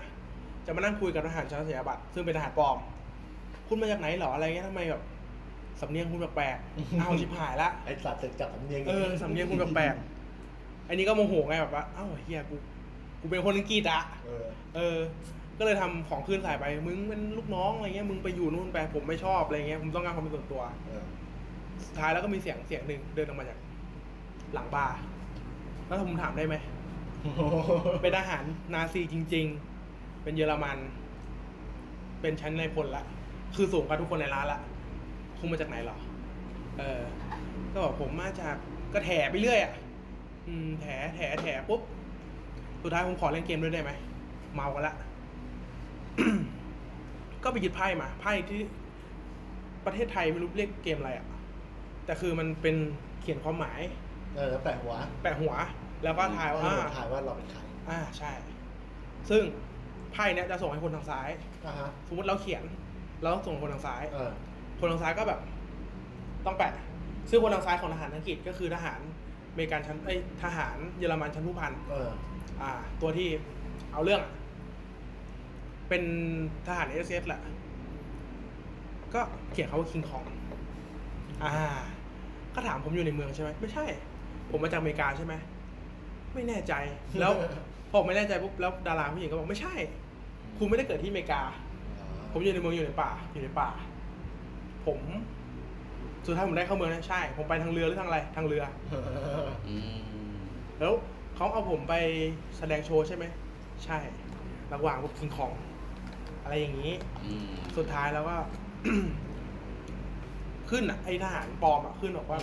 Speaker 2: จะมานั่งคุยกับทหารชาวสยาบัตรซึ่งเป็นทหารปลอม คุณมาจากไหนหรออะไรเงี้ยทำไมแบบสำเนียงคุณแปลกๆเอาวชิบหายละ
Speaker 5: ไอ้สัตว์เสร็จจับสำเนียง
Speaker 2: เออสำเนียงคุณแปลกๆอันนี้ก็โมโหไงแบบว่า เอ้าเฮียกู กูเป็นคนอังกฤษอะ
Speaker 5: เออ
Speaker 2: เออ ก็เลยทำของขึ้นใส่ไป มึงเป็นลูกน้องอะไรเงี้ย มึงไปอยู่นู่นไป ผมไม่ชอบอะไรเงี้ย ผมต้องการความเป็นส่วนตัว
Speaker 5: เออ
Speaker 2: สุดท้ายแล้วก็มีเสียงเสียงหนึ่งเดินออกมาจาก หลังบาร์ แล้วผมถามได้ไหม เป็นอาหารนาซีจริง ๆ เป็นเยอรมัน เป็นชั้นในพลละ คือสูงกว่าทุกคนในร้านละ คุณมาจากไหนเหรอ เออ ก็บอกผมมาจากก็แถไปเรื่อยอ่ะ อืม แถแถแถปุ๊บ สุดท้ายผมขอเล่นเกมด้วยได้ไหม เมากันละ [coughs] ก็ไปหยิบไพ่มา ไพ่ที่ประเทศไทยไม่รู้เรียกเกมอะไรอ่ะ แต่คือมันเป็นเขียนความหมาย
Speaker 5: เออแล้วแปลกหัว
Speaker 2: แปะหัว แล้วก็ทายว่า
Speaker 5: ถ่ายว่าเราเป็นใคร
Speaker 2: อ่าใช่ ซึ่งไพ่เนี้ยจะส่งให้คนทางซ้าย
Speaker 5: อ่ะฮะ
Speaker 2: สมมติเราเขียน เราต้องส่งคนทางซ้าย
Speaker 5: เออ
Speaker 2: คนทางซ้ายก็แบบ ต้องแปะ ซึ่งคนทางซ้ายของทหารอังกฤษก็คือทหารอเมริกันชั้นเอ้ยทหารเยอรมันชั้นผู้พัน
Speaker 5: เออ
Speaker 2: อ่า ตัวที่เอาเรื่องอะเป็นทหารเอสเอสแหละ ก็เขียนเขาว่าคิงคองอ่า ก็ถามผมอยู่ในเมืองใช่ไหมไม่ใช่ ผมมาจากอเมริกาใช่ไหม ไม่แน่ใจ แล้ว พอผมไม่แน่ใจปุ๊บแล้วดาราผู้หญิงก็บอกไม่ใช่ คุณไม่ได้เกิดที่อเมริกา ผมอยู่ในเมืองอยู่ในป่า อยู่ในป่า ผม สุดท้ายผมได้เข้าเมืองนะใช่ ผมไปทางเรือหรือทางอะไร ทางเรือ
Speaker 5: เออ
Speaker 3: อืม
Speaker 2: แล้วเขาเอาผมไปแสดงโชว์ใช่ไหม ใช่ ระหว่างพวกคิงของ อะไรอย่างนี้
Speaker 3: อืม
Speaker 2: สุดท้ายแล้วก็ [coughs] ขึ้นอ่ะไอทหารปลอมอ่ะขึ้นบอกว่า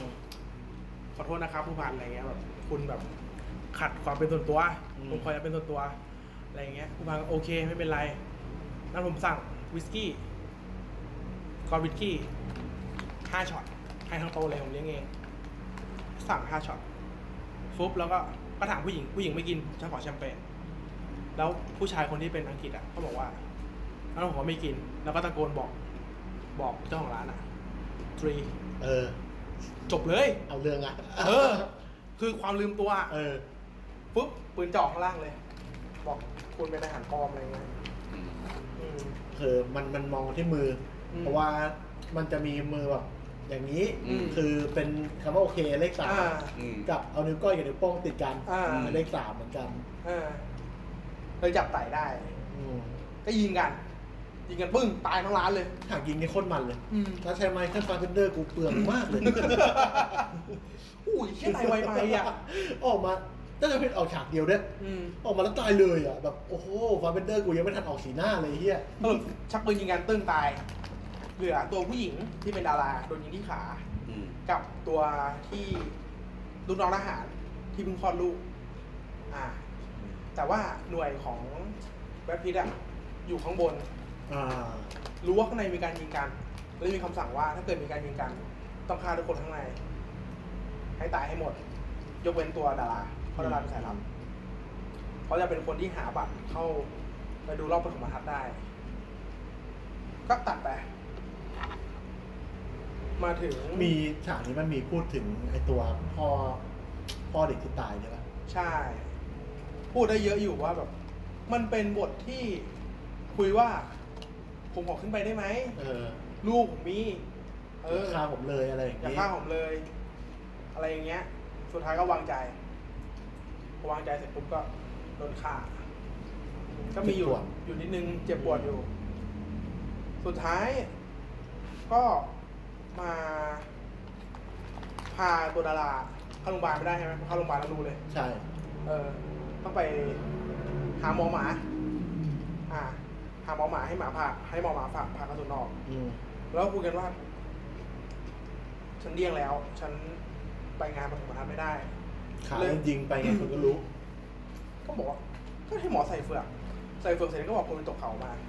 Speaker 2: ขอโทษนะครับผู้พันอะไรเงี้ยแบบคุณแบบขัดความเป็นส่วนตัว ผมขอจะเป็นส่วนตัว อะไรเงี้ยผู้พันก็โอเคไม่เป็นไรนั้นผมสั่งวิสกี้กอนวิสกี้ห้าช็อตให้ทั้งโต๊ะเลยผมเลี้ยงเอง สั่งห้าช็อตฟุบแล้วก็ก็ถามผู้หญิงผู้หญิงไม่กินฉันขอแชมเปญแล้วผู้ชายคนที่เป็นอังกฤษอ่ะเขาบอกว่า แล้วผมก็ไม่กิน แล้วก็ตะโกนบอก บอกเจ้าของร้านอ่ะฟรี
Speaker 5: เออ
Speaker 2: จบเลย
Speaker 5: เอาเรื่องอ่ะ
Speaker 2: เออ คือความลืมตัวอะ
Speaker 5: เออ
Speaker 2: ปุ๊บปืนเจ่อข้างล่างเลย บอกคุณเป็นทหารปลอมอะไรเงี้ย
Speaker 3: อืม
Speaker 2: อืม
Speaker 5: คือมันมันมองที่มืออ
Speaker 2: ม
Speaker 5: เพราะว่ามันจะมีมือแบบอย่างนี้
Speaker 2: อืม
Speaker 5: คือเป็นคำว่าโอเคเลขสาม
Speaker 2: อ่า
Speaker 3: อืม
Speaker 5: กับเอานิ้วก้อยกับนิ้วโป้งติดกัน
Speaker 2: อ่า
Speaker 5: เป็นเลขสามเหมือนกัน
Speaker 2: อ่าเลยจับไต่ได้
Speaker 5: อืม
Speaker 2: ก็ยิงกัน ยิงกันปึ้งตายทั้งร้านเลย
Speaker 5: หากินนี่โคตรมันเลย
Speaker 2: อืม
Speaker 5: ถ้าใช้ไมค์ขึ้นฟาร์เทนเดอร์กูเปลืองมากเลย
Speaker 2: อุ้ยแค่ไหนไวไปอ่ะ
Speaker 5: ออกมาน่าจะเป็นออกฉากเดียวด้วย
Speaker 2: อืม
Speaker 5: ออกมาแล้วตายเลยอ่ะ แบบโอ้โหฟาร์เบนเดอร์กูยังไม่ทันออกสีหน้าเลยเฮีย
Speaker 2: สรุปชักปืนยิงกันตึ้งตาย เหลือตัวผู้หญิงที่เป็นดาราโดนยิงที่ขา
Speaker 3: อืม
Speaker 2: กับตัวที่ลูกน้องทหารที่เพิ่งคลอดลูก อ่า แต่ว่าหน่วยของแบทพิทอะอยู่ข้างบน
Speaker 5: อ่า
Speaker 2: รู้ว่าข้างในมีการยิงกัน แล้วมีคำสั่งว่าถ้าเกิดมีการยิงกัน ต้องฆ่าทุกคนข้างใน ให้ตายให้หมด ยกเว้นตัวดาราเพราะดาราเป็นสายลับเขาจะเป็นคนที่หาบัตรเข้าไปดูรอบปฐมทัศน์ได้ ก็ตัดไป มาถึง
Speaker 5: มีฉากนี้มันมีพูดถึงไอตัวพ่อพ่อเด็กที่ตายใช่ปะ
Speaker 2: ใช่ พูดได้เยอะอยู่ว่าแบบ มันเป็นบทที่คุยว่า ผมขอขึ้นไปได้ไหม
Speaker 5: เออ
Speaker 2: ลูกผมมี เออ
Speaker 5: ฆ่าผมเลยอะไรอย่าง
Speaker 2: อย่า
Speaker 5: นี้
Speaker 2: ฆ่าผมเลย อะไรอย่างเงี้ย สุดท้ายก็วางใจพอวางใจเสร็จปุ๊บก็โดนฆ่า ก็มีอยู่อยู่นิดนึงเจ็บปวดอยู่ สุดท้าย ก็มา พาตัวดาราเข้าโรงพยาบาลไม่ได้ใช่ไหมเข้าโรงพยาบาลแล้วรู้เลย
Speaker 5: ใช่
Speaker 2: เออต้องไปหาหมอหมา อ่า หาหมอหมาให้หมาผ่าให้หมอหมาผ่าผ่ากระสุนออก
Speaker 5: อืม
Speaker 2: แล้วก็คุยกันว่า ฉันเลี่ยงแล้ว ฉันไปงานปฐมทัศน์ไม่ได้
Speaker 5: ขา
Speaker 2: เลย
Speaker 5: ยิงไปไงคุณก็รู้
Speaker 2: ก็บอกว่าก็ให้หมอใส่เฟือก ใส่เฟือกเสร็จแล้วก็บอกคุณไปตกเขามา
Speaker 5: อ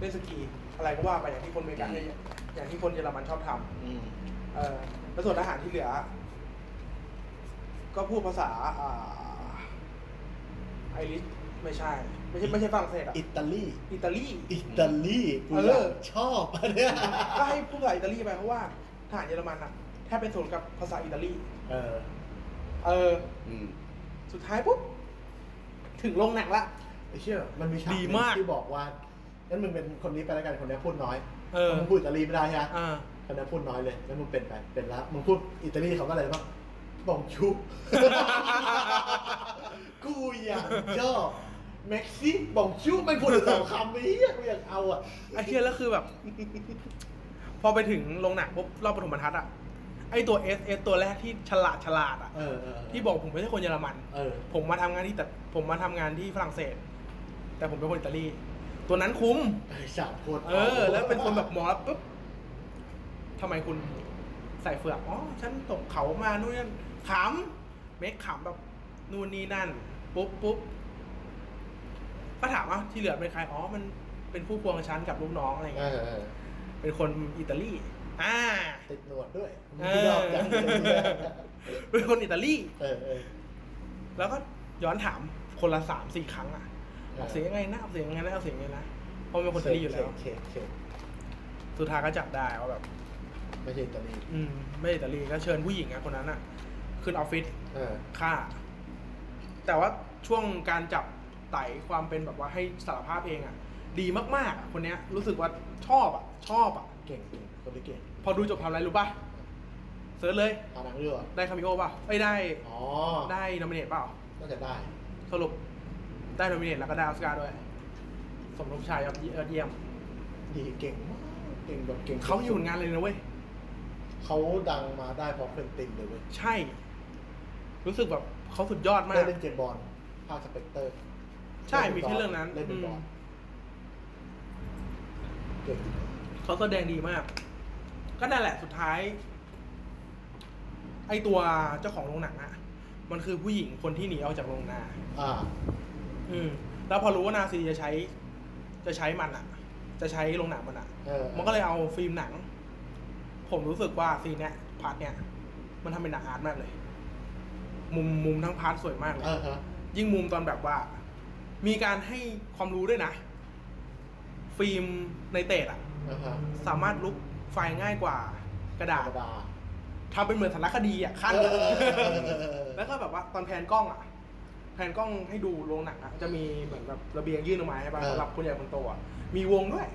Speaker 2: เล่นสกี อะไรก็ว่าไปอย่างที่คนอเมริกัน
Speaker 3: อืม
Speaker 2: อย่างที่คนเยอรมันชอบทำ
Speaker 3: อืม
Speaker 2: เออแล้วส่วนอาหารที่เหลือ ก็พูดภาษาอ่าไอริชไม่ใช่ ไม่ใช่ ไม่ใช่ฝรั่งเศสอ่ะ
Speaker 4: อิตาลี
Speaker 2: อิตาลี
Speaker 4: อิตาลีกู
Speaker 2: เออ
Speaker 4: อยากชอบอันเนี้ย
Speaker 2: ก็ให้พูดภาษาอิตาลีไปเพราะว่าทหารเยอรมันอ่ะแทบเป็นศูนย์กับภาษาอิตาลี
Speaker 4: เออ
Speaker 2: เออ
Speaker 3: อืม
Speaker 2: สุดท้ายปุ๊บ ถึงโรงหนังละ
Speaker 4: ไอ้เชี่ยมันมีฉากหนึ่ง
Speaker 2: ดีมาก
Speaker 4: ที่บอกว่างั้นมึงเป็นคนนี้ไปแล้วกันคนนี้พูดน้อย
Speaker 2: เออ
Speaker 4: มึงพูดอิตาลีไม่ได้ใช่ไหม
Speaker 2: อ่า
Speaker 4: คนนี้นพูดน้อยเลยงั้นมึงเป็นไปเป็นละมึงพูดอิตาลีเขาก็เลยว่าบอง
Speaker 2: [laughs]
Speaker 4: ชูกูอยากชอบเม็กซี่บองชูไม่พูดถึงสองคำไอ้เหี้ยกูอยากเอาอ่ะ
Speaker 2: ไอ้เชี่ยแล้วคือแบบ [laughs] พอไปถึงโรงหนังปุ๊บรอบปฐมบรรทัดอ่ะ ไอ้ตัวเอสเอสตัวแรกที่ฉลาดฉลาดอ่ะ
Speaker 4: เออเออเ
Speaker 2: ที่บอกผมไม่ใช่คนเยอรมัน
Speaker 4: เออ
Speaker 2: ผมมาทำงานที่แต่ผมมาทำงานที่ฝรั่งเศส แต่ผมเป็นคนอิตาลี ตัวนั้นคุ้ม
Speaker 4: ไอ้ฉากโคตร
Speaker 2: เออ แล้วเป็นคนแบบมองแล้วปุ๊บทำไมคุณใส่เฟือกอ๋อ ฉันตกเขามานู่นนั่นขำเมคขำแบบนู่นนี่นั่น ปุ๊บปุ๊บก็ถามว่าที่เหลือเป็นใคร อ๋อ มันเป็นผู้พวงชั้นกับลูกน้องอะไร
Speaker 4: เอ
Speaker 2: เงี้ย
Speaker 4: อเออ
Speaker 2: เป็นคนอิตาลี อ่า
Speaker 4: ติดหนวดด้วย
Speaker 2: เอ
Speaker 4: มึง
Speaker 2: อ
Speaker 4: ยอมจัง
Speaker 2: เป็นคนอิตาลี
Speaker 4: เออเออ
Speaker 2: แล้วก็ย้อนถามคนละสามสี่ครั้งอ่ะ
Speaker 4: เออ
Speaker 2: ออกเสียงยังไงนะออกเสียงยังไงนะออกเสียงยังไงนะเพราะมันเป็นคนอิตาลีอยู่แล้ว
Speaker 4: เขตเขต
Speaker 2: สุดท้ายก็จับได้ว่าแบบ
Speaker 4: ไม่ใช่อิตาลี
Speaker 2: อืม ไม่อิตาลีก็เชิญผู้หญิงอะคนนั้นอะขึ้นออฟฟิศ
Speaker 4: เออ
Speaker 2: ฆ่า แต่ว่าช่วงการจับไต่ความเป็นแบบว่าให้สารภาพเองอะดีมากๆอะคนเนี้ย รู้สึกว่าชอบอะชอบอะ
Speaker 4: เก่งเก่งคนที่เก่ง
Speaker 2: พอดูจบทำอะไรรู้ป่ะเสิร์ชเลย
Speaker 4: เอาหนังเรือ
Speaker 2: ได้คามิโอป่ะเอ้ยได้
Speaker 4: อ๋อ
Speaker 2: ได้นอมิเนตเปล่า
Speaker 4: น่าจะได้
Speaker 2: สรุปได้นอมิเนตแล้วก็ได้ออสการ์ด้วย สมรบชายยอดเยี่ยม
Speaker 4: ดีเก่งมากเก่งแบบเก่ง
Speaker 2: เขาอยู่งานเลยนะเว้ย
Speaker 4: เขาดังมาได้เพราะเควินตินเลยเว้ย
Speaker 2: ใช่ รู้สึกแบบเขาสุดยอดมา
Speaker 4: ได้
Speaker 2: ก
Speaker 4: เล่นเจมส์บอลภาคสเปกเตอร์
Speaker 2: ใช่มีแค่เรื่องนั้น
Speaker 4: เล่นเป็นบอล
Speaker 2: อืม
Speaker 4: เก่ง
Speaker 2: เขาแสดงดีมาก ก็นั่นแหละสุดท้าย ไอตัวเจ้าของโรงหนังอะมันคือผู้หญิงคนที่หนีออกจากโรงนา
Speaker 4: อ่า
Speaker 2: อืม แล้วพอรู้ว่านาซีจะใช้ จะใช้มันอะจะใช้โรงหนังมันอะ
Speaker 4: เออ
Speaker 2: มันก็เลยเอาฟิล์มหนัง ผมรู้สึกว่าซีนเนี้ยพาร์ทเนี้ยมันทำเป็นหนังอาร์ตมากเลย มุมมุมทั้งพาร์ทสวยมากเลย
Speaker 4: เออเออ
Speaker 2: ยิ่งมุมตอนแบบว่า มีการให้ความรู้ด้วยนะ ฟิล์มในเตดอะ
Speaker 4: เออฮะ
Speaker 2: สามารถลุกไฟล์ง่ายกว่ากระดาษ
Speaker 4: ธรรมดา
Speaker 2: ทำเป็นเหมือนสารคดีอะขั้น
Speaker 4: เออเออเออเออเออ
Speaker 2: แล้วก็แบบว่าตอนแพนกล้องอะแพนกล้องให้ดูโรงหนังอะจะมีเหมือนแบบระเบียงยื่นออกมาใช่ป่ะสำหรับคนใหญ่คนโตอะมีวงด้วย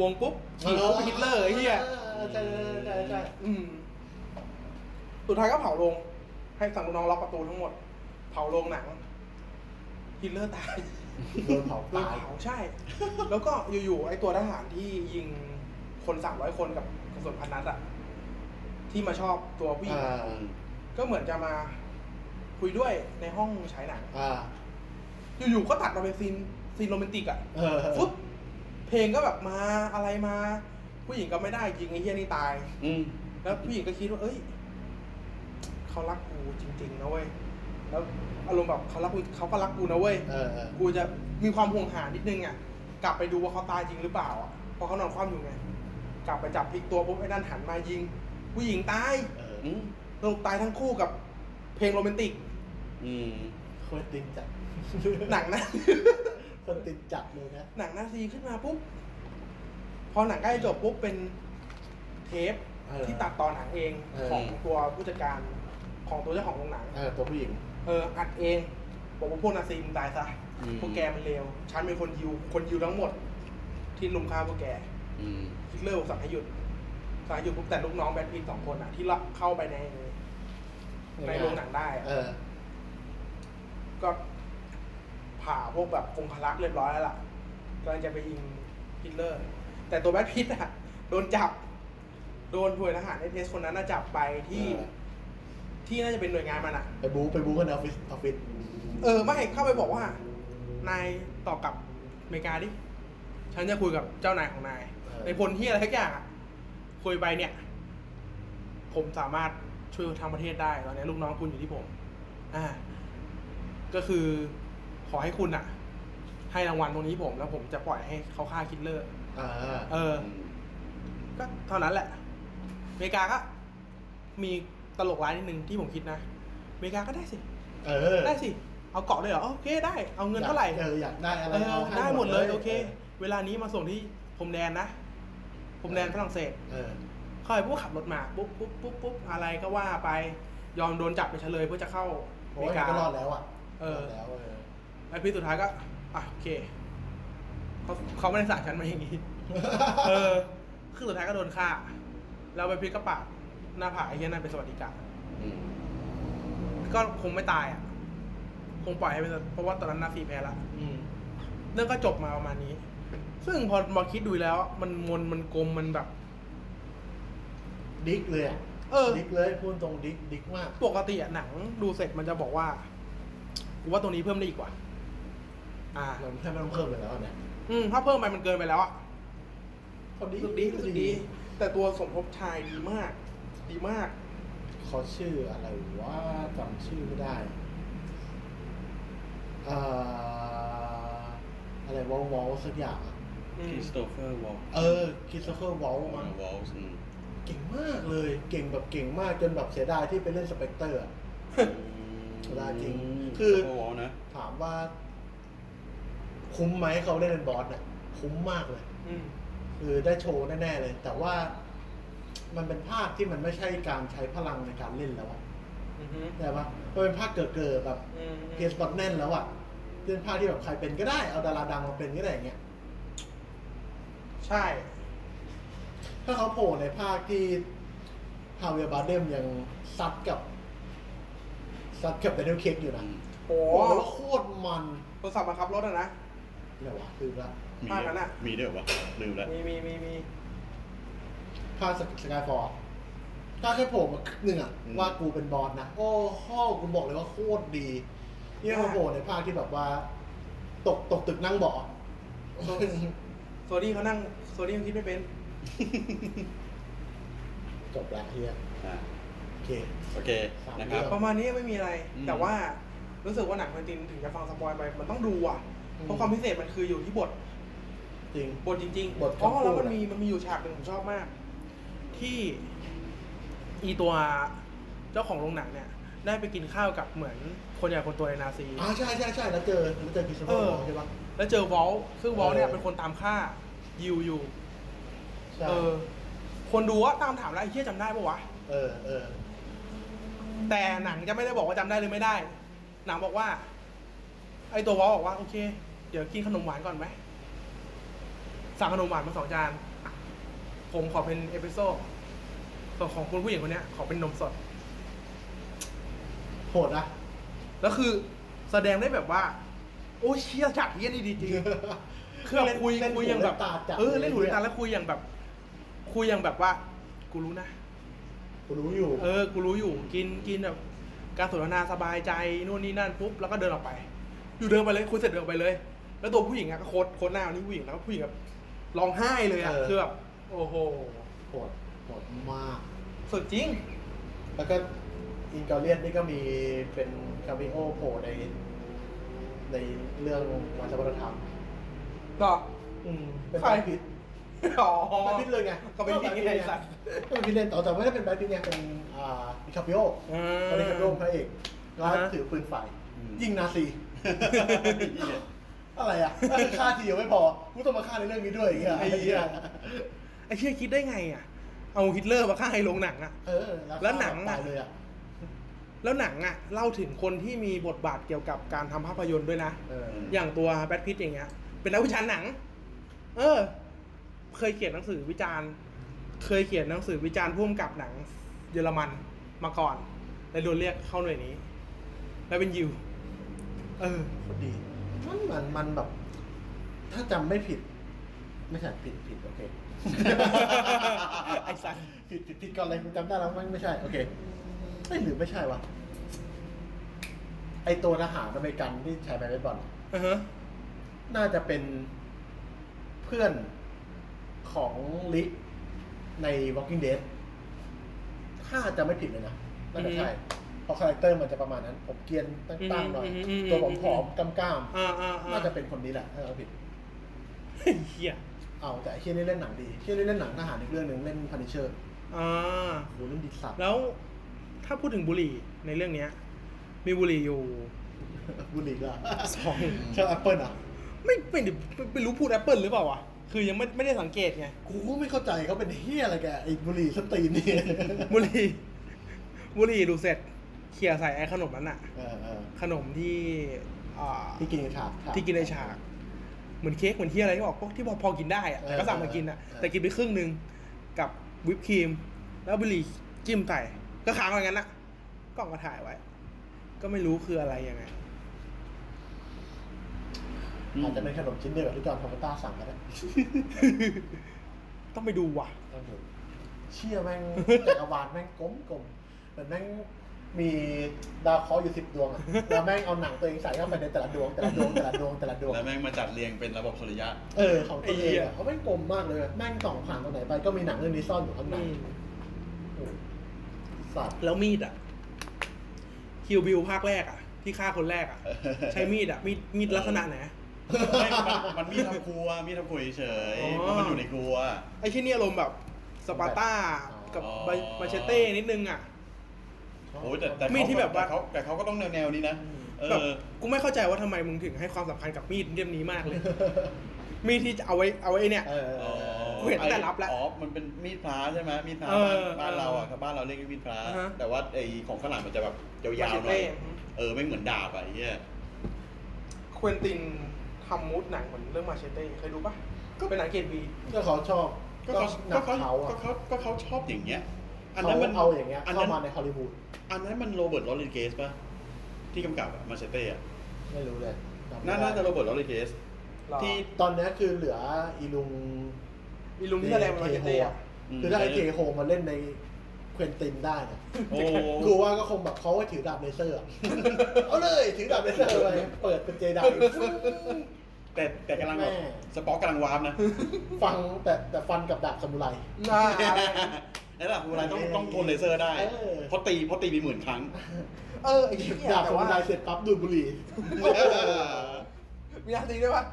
Speaker 2: วงปุ๊บขี่รถไปฮิตเลอร์ไอ้เฮีย
Speaker 4: ออใช่ใช่ใช่ใช่
Speaker 2: อืม สุดท้ายก็เผาโรง ให้สั่งลูกน้องล็อกประตูทั้งหมด เผาโรงหนังฮิตเลอร์ตาย
Speaker 4: โดนเผา
Speaker 2: โดน
Speaker 4: ตาย
Speaker 2: เผาใช่ [laughs] แล้วก็อยู่ๆไอ้ตัวทหารที่ยิงคนสามร้อยคนกับกระสุนพันนัดอะที่มาชอบตัวผู้หญิง
Speaker 4: อ่า
Speaker 3: อืม
Speaker 2: ก็เหมือนจะมาคุยด้วยในห้องฉายหนัง
Speaker 4: อ่า
Speaker 2: อยู่ๆก็ตัดมาเป็นซีนซีนโรแมนติกอะ
Speaker 4: เออ
Speaker 2: ฟุ๊บเพลงก็แบบมาอะไรมา ผู้หญิงก็ไม่ได้ยิงไอ้เฮียนี่ตาย
Speaker 3: อืม
Speaker 2: แล้วผู้หญิงก็คิดว่า เอ้ย เขารักกูจริง ๆ นะเว้ย แล้วอารมณ์แบบเขารักกูเขาก็รักกูนะเว้ย
Speaker 4: เออเออ
Speaker 2: กูจะมีความห่วงหานิดนึงอ่ะ กลับไปดูว่าเขาตายจริงหรือเปล่าอ่ะเพราะเขานอนคว่ำอยู่ไง กลับไปจับพลิกตัวปุ๊บไอ้นั่นหันมายิง ผู้หญิงตาย
Speaker 4: เออ
Speaker 3: อืม
Speaker 2: สรุปตายทั้งคู่กับเพลงโรแมนติก
Speaker 3: อืม
Speaker 4: โคนตินจัด
Speaker 2: หนังนะ
Speaker 4: โคนตินจัดเลยนะ
Speaker 2: [laughs] หนังนาซีขึ้นมาปุ๊บ พอหนังใกล้จบปุ๊บเป็นเทปที่ตัดต่อหนังเองของตัวผู้จัดการของตัวเจ้าของโรงหนัง
Speaker 4: เออตัวผู้หญิง
Speaker 2: เอออัดเองบอกว่าพวกนาซีมึงตายซะ
Speaker 3: อืม
Speaker 2: พวกแกมันเลวฉันเป็นคนยิวคนยิวทั้งหมด ที่ลุมฆ่าพวกแก
Speaker 3: อืม
Speaker 2: ฮิตเลอร์บอกสั่งให้หยุดสั่งให้หยุดปุ๊บแต่ลูกน้องแบทพีทสองคนอ่ะ ที่รับเข้าไปในในโรงหนังได้อะ
Speaker 4: เออ
Speaker 2: ก็ผ่าพวกแบบองคลักษ์เรียบร้อยแล้วล่ะกำลังจะไปยิงฮิตเลอร์ แต่ตัวแบทพีทอ่ะ โดนจับ โดนหน่วยทหารในเทสคนนั้นน่ะจับไปที่
Speaker 4: เออ
Speaker 2: ที่น่าจะเป็นหน่วยงานมันอ่ะ
Speaker 4: ไปบู๊ไปบู๊กันในออฟฟิศออฟฟิศ
Speaker 2: เออไม่เข้าไปบอกว่า นายตอบกลับอเมริกาดิ ฉันจะคุยกับเจ้านายของนายในพลที่อะไรทักอย่างอะคุยไปเนี่ย ผมสามารถช่วยทางประเทศได้ตอนนี้ลูกน้องคุณอยู่ที่ผม อ่า ก็คือขอให้คุณอะให้รางวัลตรงนี้ผมแล้วผมจะปล่อยให้เขาฆ่าคิดเลอร์
Speaker 4: อ่า
Speaker 2: เออ ก็เท่านั้นแหละ อเมริกาก็มีตลกร้ายนิดนึงที่ผมคิดนะ อเมริกาก็ได้สิ
Speaker 4: เออ
Speaker 2: ได้สิ เอาเกาะเลยเหรอโอเคได้ เอาเงินเท่าไหร่
Speaker 4: เอออยากได้อะไร
Speaker 2: เออ
Speaker 4: เอาให้
Speaker 2: ได้หมดเลยโอเค เวลานี้มาส่งที่พรมแดนนะพรมแดนฝรั่งเศส
Speaker 4: เออ
Speaker 2: เขาไอ้พวกขับรถมาปุ๊บปุ๊บปุ๊บปุ๊บอะไรก็ว่าไปยอมโดนจับไปเฉลยเพื่อจะเข้า
Speaker 4: เพ
Speaker 2: อ
Speaker 4: ราะ
Speaker 2: เมริกา
Speaker 4: ว่ามันก็รอดแล้วอ่ะ
Speaker 2: เออ
Speaker 4: รดแล้วเออ
Speaker 2: แล้วพี่สุดท้ายก็อ่ะโอเคเขาเขาไม่ได้สั่งฉันมา
Speaker 4: [laughs]
Speaker 2: อย่างนี้ เออคือสุดท้ายก็โดนฆ่า เราไปพลิกกระปาดหน้าผากไอ้เหี้ยนั่นเป็นสวัสดิการ
Speaker 3: อืม
Speaker 2: ก็คงไม่ตายอ่ะ คงปล่อยให้เป็นเพราะว่าตอนนั้นนาซีแพ้ละ
Speaker 4: อืม
Speaker 2: เรื่องก็จบมาประมาณนี้ ซึ่งพอมาคิดดูแล้ว มันมนมันกลมมันแบบ
Speaker 4: ดิกเลยอ่ะ
Speaker 2: เออ
Speaker 4: ดิกเลยพูดตรงดิกดิกมาก
Speaker 2: ปกติอะหนังดูเสร็จมันจะบอกว่ากูว่าตรงนี้เพิ่มได้อีกว่า อ่า
Speaker 4: เราแทบไม่ต้องเพิ่มเลยแล้วเนี่ย
Speaker 2: อืมถ้าเพิ่มไปมันเกินไปแล้วอ่ะ
Speaker 4: เขาดิก
Speaker 2: รู้สึกดีรู้สึกดี แต่ตัวสมภพชายดีมาก ดีมาก
Speaker 4: เขาชื่ออะไรวะจำชื่อไม่ได้อ่าอะไรวอลวอลสักอย่างอะ
Speaker 2: อืม
Speaker 3: Christopher Walken
Speaker 4: เออคริสโตเฟอร์วอลมา
Speaker 3: Waltz อืม
Speaker 4: เก่งมากเลย เก่งแบบเก่งมากจนแบบเสียดายที่ไปเล่นสเปกเตอร์อะ เวลาจริงคือ
Speaker 3: โวลนะ
Speaker 4: ถามว่า คุ้มไหมเขาได้เล่นบอสเนี่ยคุ้มมากเลย
Speaker 2: อืม
Speaker 4: คือได้โชว์แน่ ๆ เลย แต่ว่ามันเป็นภาคที่มันไม่ใช่การใช้พลังในการเล่นแล้วอะ
Speaker 2: อือหือ
Speaker 4: แต่ว่ามันเป็นภาคเกิดๆแบบ
Speaker 2: อืมอืม
Speaker 4: เพียสบอตแน่นแล้วอะเป็นภาคที่แบบใครเป็นก็ได้เอาดาราดังมาเป็นก็ได้อย่างเงี้ย
Speaker 2: ใช่
Speaker 4: ถ้าเขาโผล่ในภาคที่ฮาเวียบาเดมยังซัดกับซัดกับเดนเดลเคกอยู่นะ
Speaker 2: โอ้
Speaker 4: โอ้
Speaker 2: โห
Speaker 4: โหแล้วโคตรมัน
Speaker 2: โทรศัพท์มาขับรถอะนะ
Speaker 4: เนี่ยวะคือละ
Speaker 3: มี
Speaker 2: ภาคนั้นอะ
Speaker 3: มีด้วยเหรอวะลืมแล้ว
Speaker 2: มีมีมีมี
Speaker 4: ภาคสกายฟอร์ถ้าแค่โผล่มาครึ่งหนึ่งอะ
Speaker 3: อืม
Speaker 4: ว่ากูเป็นบอสนะ โอ้โหกูบอกเลยว่าโคตรดีนี่เขาโผล่ในภาคที่แบบว่า ตกตกตึกนั่งเบาะ
Speaker 2: โซนี่เขานั่งโซนี่เขาคิดไม่เป็น
Speaker 4: [laughs] จบแล้วเฮีย
Speaker 3: อ่า
Speaker 4: โอเค
Speaker 3: โอเคนะครับ
Speaker 2: ประมาณนี้ไม่มีอะไร
Speaker 3: อืม
Speaker 2: แต่ว่ารู้สึกว่าหนังมันตินถึงจะฟังสปอยไปมันต้องดูอ่ะ
Speaker 4: อืม
Speaker 2: เพราะความพิเศษมันคืออยู่ที่บท
Speaker 4: จริง
Speaker 2: บทจริงๆ
Speaker 4: บท
Speaker 2: เพราะว่าแล้วมัน
Speaker 4: คำพูดอะ
Speaker 2: มีมันมีอยู่ฉากหนึ่งผมชอบมาก ที่อีตัวเจ้าของโรงหนังเนี่ย ได้ไปกินข้าวกับเหมือนคนใหญ่คนโตัวในนาซี
Speaker 4: อ่าใช่ใช่ใช่แล้วเจอแล้วเจอกิส
Speaker 2: เอ
Speaker 4: โม่
Speaker 2: อ
Speaker 4: ใช่ปะ
Speaker 2: แล้วเจอวอลซึ่งวอลเนี่ย
Speaker 4: เออ
Speaker 2: เป็นคนตามฆ่ายิวอยู่
Speaker 4: ใช่
Speaker 2: เออ คนดูว่าตามถามแล้วไอ้เชี่ยจำได้ปะวะ
Speaker 4: เออเออ
Speaker 2: แต่หนังจะไม่ได้บอกว่าจำได้หรือไม่ได้ หนังบอกว่า ไอ้ตัววอลบอกว่าโอเค เดี๋ยวกินขนมหวานก่อนไหมสั่งขนมหวานมาสองจาน ผมขอเป็นเอสเปรสโซ่ส่วนของคุณผู้หญิงคนเนี้ย ขอเป็นนมสด
Speaker 4: โห
Speaker 2: [laughs]
Speaker 4: ดนะ
Speaker 2: แล้วคือแสดงได้แบบว่า โอ้เชี่ยจัดเยี่ยนี่ดีจริง คือแบบคุย
Speaker 4: เล่น
Speaker 2: คุยอย่างแบบ
Speaker 4: หูเล่นตาจัด
Speaker 2: เออเล่นหูเล่นตาแล้วคุยอย่างแบบ คุยอย่างแบบว่า กูรู้นะ
Speaker 4: กูรู้อยู่
Speaker 2: เออ กูรู้อยู่ กิน กินแบบ การสนทนาสบายใจ นู่นนี่นั่นปุ๊บ แล้วก็เดินออกไป อยู่เดินไปเลย คุยเสร็จเดินออกไปเลย แล้วตัวผู้หญิงอะก็โคตรโคตรหน้าวันนี้ผู้หญิงแล้วก็ผู้หญิงแบบร้องไห้เลยอะคือแบบ โอ้โห
Speaker 4: โหดโหดมาก
Speaker 2: สุดจริง
Speaker 4: แล้วก็อินกาเลียนนี่ก็มีเป็นคาเมโอโผล่ในในเรื่องวันสวัฒนธรรม
Speaker 2: ต่อ
Speaker 4: อืมเป็น
Speaker 2: ใคร
Speaker 4: แบทพิท
Speaker 2: อ๋อ
Speaker 4: แบทพิทเลยไง
Speaker 2: ก็เป็นพิษไงไอ้สัตว์
Speaker 4: ก็เป็นพิทเลยแต่แต่ไม่ได้เป็นแบทพิทไงเป็นอ่าดิคาปิโอ
Speaker 2: อืม
Speaker 4: ตอนนี้คาปิโอเป็นพระเอกแล้ว
Speaker 2: อ่าฮะ
Speaker 4: ถือปืนไฟ
Speaker 3: อืม
Speaker 4: ยิงนาซี [laughs] อะไร
Speaker 2: [laughs]
Speaker 4: อ่ะเออฆ่าทีเดียวไม่พอกูต้องมาฆ่าในเรื่องนี้ด้วยอย่างเงี้ย
Speaker 2: ไอ้เหี้ยไอ้เชี่ยคิดได้ไงอะเอาฮิตเลอร์มาฆ่าให้โรงหนังอะ
Speaker 4: เออ
Speaker 2: แล้วหนัง
Speaker 4: ตา
Speaker 2: อ่ะ
Speaker 4: ยเลยอ่ะ
Speaker 2: แล้วหนังอะเล่าถึงคนที่มีบทบาทเกี่ยวกับการทำภาพยนตร์ด้วยนะ
Speaker 4: เออ
Speaker 2: อย่างตัวแบทพิทอย่างเงี้ย เป็นนักวิจารณ์หนัง เออ เคยเขียนหนังสือวิจารณ์ เคยเขียนหนังสือวิจารณ์พ่วงกับหนัง เยอรมันมาก่อนแล้วโดนเรียกเข้าหน่วยนี้ แล้วเป็นยิว เออ
Speaker 4: พอดีมันมันมันแบบ ถ้าจำไม่ผิด ไม่ใช่ผิดผิดโอเค
Speaker 2: ไอ้สัส
Speaker 4: ผิดผิดผิดก่อนเลยกูจำได้แล้วมันไม่ใช่ โอเคไม่หรือไม่ใช่วะไอตัวทหารอเมริกันที่ใช้ไปเบสบอล
Speaker 2: อือฮะ
Speaker 4: น่าจะเป็นเพื่อนของลิกใน Walking Dead ถ้าจะไม่ผิดเลยนะน่าจะใช่เพราะคาแรคเตอร์มันจะประมาณนั้น ผมเกรียนตั้งๆหน่อย ตัวผมผอมๆกำกาม
Speaker 2: อ่าอ่าอ่า
Speaker 4: น่าจะเป็นคนนี้แหละถ้าเราผิด
Speaker 2: เฮ้ยเฮีย
Speaker 4: เอาแต่ไอ้เฮียนี่เล่นหนังดีเฮียนี่เล่นหนังทหารอีกเรื่องหนึ่งเล่นพันเชอร์
Speaker 2: อ่า
Speaker 4: โอ้โหเล่นดิสัตว์
Speaker 2: แล้วถ้าพูดถึงบุหรี่ในเรื่องเนี้ย มีบุหรี่อยู่
Speaker 4: บุหรี่ละ
Speaker 2: สอง
Speaker 4: เชอร์แอ [laughs] ปเปิลอ่ะ
Speaker 2: ไม่ไม่ได้ไม่รู้พูดแอปเปิลหรือเปล่าวะคือยังไม่ไม่ได้สังเกตไง
Speaker 4: กูก็ไม่เข้าใจเขาเป็นเฮียอะไรแกไอ้บุหรี่สตรีนนี่ [laughs]
Speaker 2: บุหรี่ บุหรี่ดูดเสร็จเขี่ยใส่ไอ้ขนมนั้นอะ
Speaker 4: เออเออ
Speaker 2: ขนมที่อ่า
Speaker 4: ที่กินในฉากฉา
Speaker 2: ที่กินในฉาก เหมือนเค้กเหมือนที่อะไรที่บอกพวกที่พอพอกินได้อะ
Speaker 4: เออ
Speaker 2: แต่ก็สั่งมากินอะ
Speaker 4: เออ
Speaker 2: แต่กินไปครึ่งหนึ่งกับวิปครีม แล้วบุหรี่จิ้มใส่ก็ค้างไว้งั้นอะกล้องก็ถ่ายไว้ ก็ไม่รู้คืออะไรยังไง [laughs]
Speaker 4: อาจจะเป็นขนมชิ้นเดียวกับที่จอห์นคอมพิวต้าสั่งก็ได้
Speaker 2: ต้องไปดูว่ะ
Speaker 4: ต้องดูเชี่ยแม่
Speaker 3: [laughs]
Speaker 4: ง จักรวาลแม่งกลมกลมๆเหมือนแม่งมีดาวเคราะห์อยู่สิบดวงอะแล้วแม่งเอาหนังตัวเองใส่เข้าไปในแต่ละดวงแต่ละดวงแต่ละดวงแต่ละดวง
Speaker 3: แล้วแม่งมาจัดเรียงเป็นระบบสุริยะ
Speaker 4: เออของตัวเอง
Speaker 2: ไอ้เหี้ย
Speaker 4: อะเขาแม่งกลมมากเลยอะแม่งส่องผ่านตรงไหนไปก็มีหนังเรื่องนี้ซ่อนอยู่ข้างในโอ้โหสัตว์
Speaker 2: แล้วมีดอ่ะคิวบิวภาคแรกอ่ะ ที่ฆ่าคนแรกอ่ะ ใช้มีดอ่ะ มีดมีดลักษณะไหน
Speaker 3: ไม่มันมันมีดทำครัว มีดทำครัวเฉย
Speaker 2: อ๋อ
Speaker 3: เพราะมันอยู่ในครัว
Speaker 2: ไอ้ที่นี่อารมณ์แบบสปาร์ต้ากับ
Speaker 3: อ๋อ
Speaker 2: บาบาเชเต้นิดนึงอ่ะ
Speaker 3: โอ้ยแต่แต่
Speaker 2: มีดที่แบบว่า
Speaker 3: เขาแต่เขาก็ต้องแนวแนวๆนี้นะ เอ
Speaker 2: แบบ
Speaker 3: อ
Speaker 2: กูไม่เข้าใจว่าทำไมมึงถึงให้ความสำคัญกับมีดเล่มนี้มากเลย มีดที่จะเอาไว้เอาไว้ไอ้เนี่ย
Speaker 4: เออเอ
Speaker 3: อ๋อ
Speaker 4: อเออ
Speaker 2: กูเห็นตั้งแต่รับแล้ว
Speaker 3: อ๋อ มันเป็นมีดพลาใช่ไหมมีดพลา
Speaker 2: เอ
Speaker 3: บ้า
Speaker 2: อ
Speaker 3: นบ้านเราอ่ะครับบ้านเราเรียกมีดพลา
Speaker 2: อ่าฮะ
Speaker 3: แต่ว่าไอของฝรั่งมันจะแบบยาวๆหน่อ
Speaker 2: ม
Speaker 3: ย
Speaker 2: achete
Speaker 3: เออไม่เหมือนดาบอ่ะไอ้เหี้ย
Speaker 2: ควินตินทำมูดหนังเหมือนเรื่องมาเชเต้เคยดูปะก็เป็นหนังเกรดบี
Speaker 4: ก็เขาชอบ
Speaker 3: ก็เขา
Speaker 4: ก็หนั
Speaker 3: ก็
Speaker 4: ก
Speaker 3: เขา
Speaker 4: เขาอ่ะ
Speaker 3: ก็เขาก็เขาชอบอย่างเงี้ย อัน
Speaker 4: เขา
Speaker 3: นั้นมัน
Speaker 4: เอาอย่างเงี้ย
Speaker 3: อัน
Speaker 4: เข้า
Speaker 3: นั้น
Speaker 4: มาในฮอลลีวูด
Speaker 3: อันนั้นมันโรเบิร์ตโรดริเกสป่ะ ที่กำกับอะมาเชเต้อะ
Speaker 4: ไม่รู้เลยจำไม่
Speaker 3: น่า
Speaker 4: ได้
Speaker 3: น่าจะโรเบิร์ตโรดริเกส
Speaker 2: หรอ
Speaker 3: ที่
Speaker 4: ตอนเนี้ยคือเหลืออีลุง
Speaker 2: มีลุงที่แสดงเป็นมาเชเต้อะ
Speaker 3: อืม
Speaker 4: คือถ้าไอเจโฮมาเล่นในเควินตินได้นะ
Speaker 3: โอ้
Speaker 4: กูว่าก็คงแบบเขาไว้ถือดาบเลเซอร์อะ เอาเลยถือดาบเลเซอร์ไปเปิดเป็นเจไดา
Speaker 3: แต่แต่กำลังแบบ
Speaker 4: แม่
Speaker 3: สปอร์กกำลังวาร์ปนะ
Speaker 4: ฟังแต่แต่ฟันกับดาบซามูไร
Speaker 2: หน้าอะไร
Speaker 3: นั่นแหละคุณอะไรต้องต้องทนเลเซอร์ได้
Speaker 4: เออ
Speaker 3: เพราะตีเพราะตีไปหมื่นครั้ง
Speaker 2: เออไอ้เหี้ย
Speaker 4: ดาบ
Speaker 2: แต่
Speaker 4: ซามู
Speaker 2: ว่า
Speaker 4: ไรเสร็จปั๊บดูด [laughs] บุหรี่
Speaker 2: มีนาทีด้วยปะ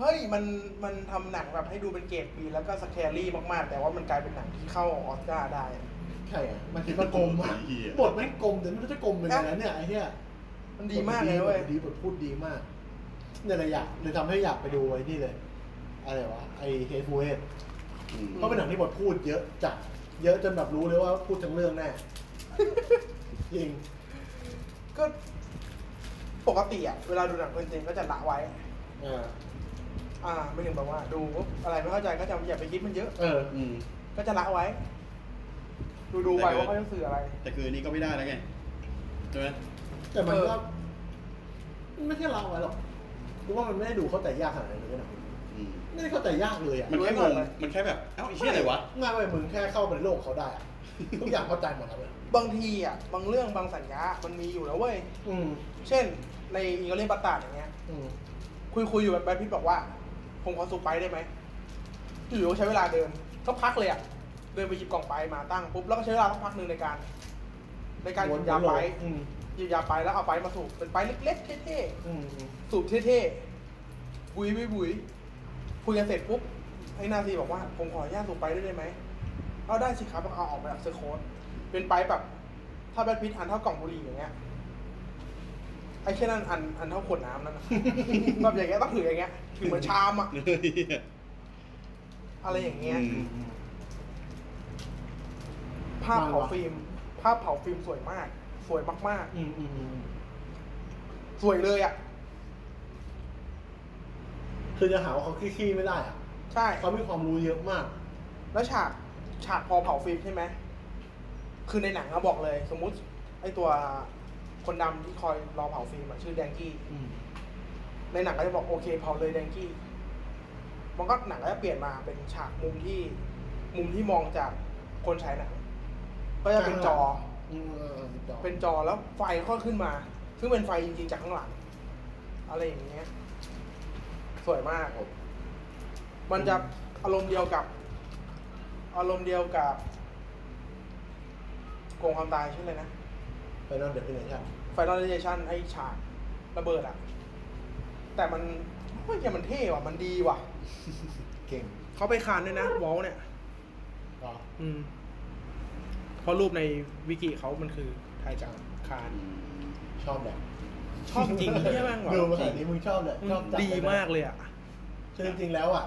Speaker 2: เฮ้ยมันมันทำหนังแบบให้ดูเป็นเกรดบีแล้วก็สแครี่มากๆ แต่ว่ามันกลายเป็นหนังที่เข้าออสการ์ได้
Speaker 4: ใช่อะมันคิดว่ากลมอะ
Speaker 3: ไอ้เหี้ย
Speaker 4: บทแม่งกลมแต่ไม่รู้จะกลมเป็นยังไงนะเนี่ยไอ้เหี้ย
Speaker 2: มันดีมากเลยเว้ย
Speaker 4: บทดีบทพูดดีมากเนี่ยแหละอยากเลยทำให้อยากไปดูไอ้นี่เลย อะไรวะ ไอเฮฟูเฮด
Speaker 3: อืม
Speaker 4: เพราะเป็นหนังที่บทพูดเยอะจัด เยอะจนแบบรู้เลยว่าพูดทั้งเรื่องแน่ [laughs] จริง
Speaker 2: ก็ปกติอะเวลาดูหนังควินตินก็จะละไว้
Speaker 4: อ่า
Speaker 2: อ่าไม่ถึงแบบว่าดูปุ๊บอะไรไม่เข้าใจก็จะอย่าไปคิดมันเยอะ
Speaker 4: เออ
Speaker 3: อืม
Speaker 2: ก็จะละไว้ ดูดูๆไป
Speaker 3: แต่ก็
Speaker 2: ว่าเขาจะสื่ออะไร
Speaker 3: แต่คืออันนี้ก็ไม่ได้แล้วไง ใช่ไหม
Speaker 4: แต่มันก็
Speaker 2: เออ
Speaker 4: มันไม่ใช่เราไว้หรอกกูว่ามันไม่ได้ดูเข้าใจยากขนาดนั้นเลยนะ
Speaker 3: อืม
Speaker 4: ไม่ได้เข้าใจยากเลยอ่ะ
Speaker 3: มันแค่งง
Speaker 2: เลย
Speaker 3: มันแค่แบบ เอ้าไอ้เหี้ยอะไรวะ
Speaker 4: ง่ายไปมึงแค่เข้าไปในโลกของเขาได้อะ [laughs] ทุกอย่างเข้าใจหมดแล้วเลย
Speaker 2: บางทีอะบางเรื่องบางสัญญา มันมีอยู่แล้วเว้ย
Speaker 4: อืม
Speaker 2: เช่น ในอิงเกลเลนปาตาดอย่างเงี้ย
Speaker 4: อืม
Speaker 2: คุยคุยอยู่แบบแบทพิทบอกว่า ผมขอสูบไปได้ไหมอยู่ๆใช้เวลาเดินสักพักเลยอะเดินไปหยิบกล่องไปมาตั้งปุ๊บแล้วก็ใช้เวลาสักพักหนึ่งในการ ในการหยิบยาไป
Speaker 4: อืม
Speaker 2: หยิบยาไปแล้วเอาไปมาสูบเป็นไปเล็กๆเท่
Speaker 4: อืมอืม
Speaker 2: ๆสูบเท่ๆบุยบุยบุยคุยกันเสร็จปุ๊บไอ้นาซีบอกว่า ผมขออนุญาตสูบไปด้วยได้ไหมเอาได้สิครับเอาออกมาจากเซอร์โคสเป็นไปแบบ ถ้าแบทพิทอันเท่ากล่องบุหรี่อย่างเงี้ยไอ้แค่นั้นอันอันเท่าขวดน้ำนั่นนะ [laughs] แบบอย่างเงี้ยต้องถืออย่างเงี้ยถือเหมือนชามอะอะไรอย่างเงี้ย
Speaker 3: อืม
Speaker 4: อืม
Speaker 2: ภาพเผาฟิล์ม ภาพเผาฟิล์มสวยมาก สวยมาก
Speaker 4: อืมอืมอืม
Speaker 2: ๆ สวยเลยอ่ะ
Speaker 4: คือจะหาว่าเขาขี้ๆไม่ได้อะ
Speaker 2: ใช่
Speaker 4: เขามีความรู้เยอะมาก
Speaker 2: แล้วฉากฉากพอเผาฟิล์มใช่ไหมคือในหนังเขาบอกเลย สมมุติ ไอ้ตัวคนดำที่คอยรอเผาฟิล์มอะชื่อแดงกี้ ในหนังก็จะบอกโอเคเผาเลยแดงกี้มันก็หนังก็จะเปลี่ยนมาเป็นฉากมุมที่ มุมที่มองจากคนใช้หนังก็จะเป็นจอ
Speaker 4: อืมเออออจอ
Speaker 2: เป็นจอแล้วไฟก็ขึ้นมา ซึ่งเป็นไฟจริงๆจากข้างหลัง อะไรอย่างเงี้ย สวยมาก มันจะอารมณ์เดียวกับ อารมณ์เดียวกับโกงความตายใช่เลยนะ
Speaker 4: ไปนอน
Speaker 2: [laughs]
Speaker 4: เด็กที่ไหนใช่
Speaker 2: ไฟนอลเดเ t ชันไอฉากระเบิดอะแต่มัน เฮ้ยแกมันเท่ว่ะ มันดีว่ะ
Speaker 4: เก่ง
Speaker 2: เขาไปคานด้วยนะวอลเนี่ย
Speaker 4: ก็
Speaker 2: อืมเพราะรูปในวิกิเขามันคือไทยจากคาน
Speaker 4: ชอบแหละ
Speaker 2: ชอบจริงเยี่ยมากว่ะ
Speaker 4: [laughs] ดูมาขนาดนี้มึงชอบแหละ
Speaker 2: อื
Speaker 4: ชอบ
Speaker 2: ม
Speaker 4: จัด
Speaker 2: ดีมากเลยอ่ะ
Speaker 4: คือจริงๆแล้วอ่ะ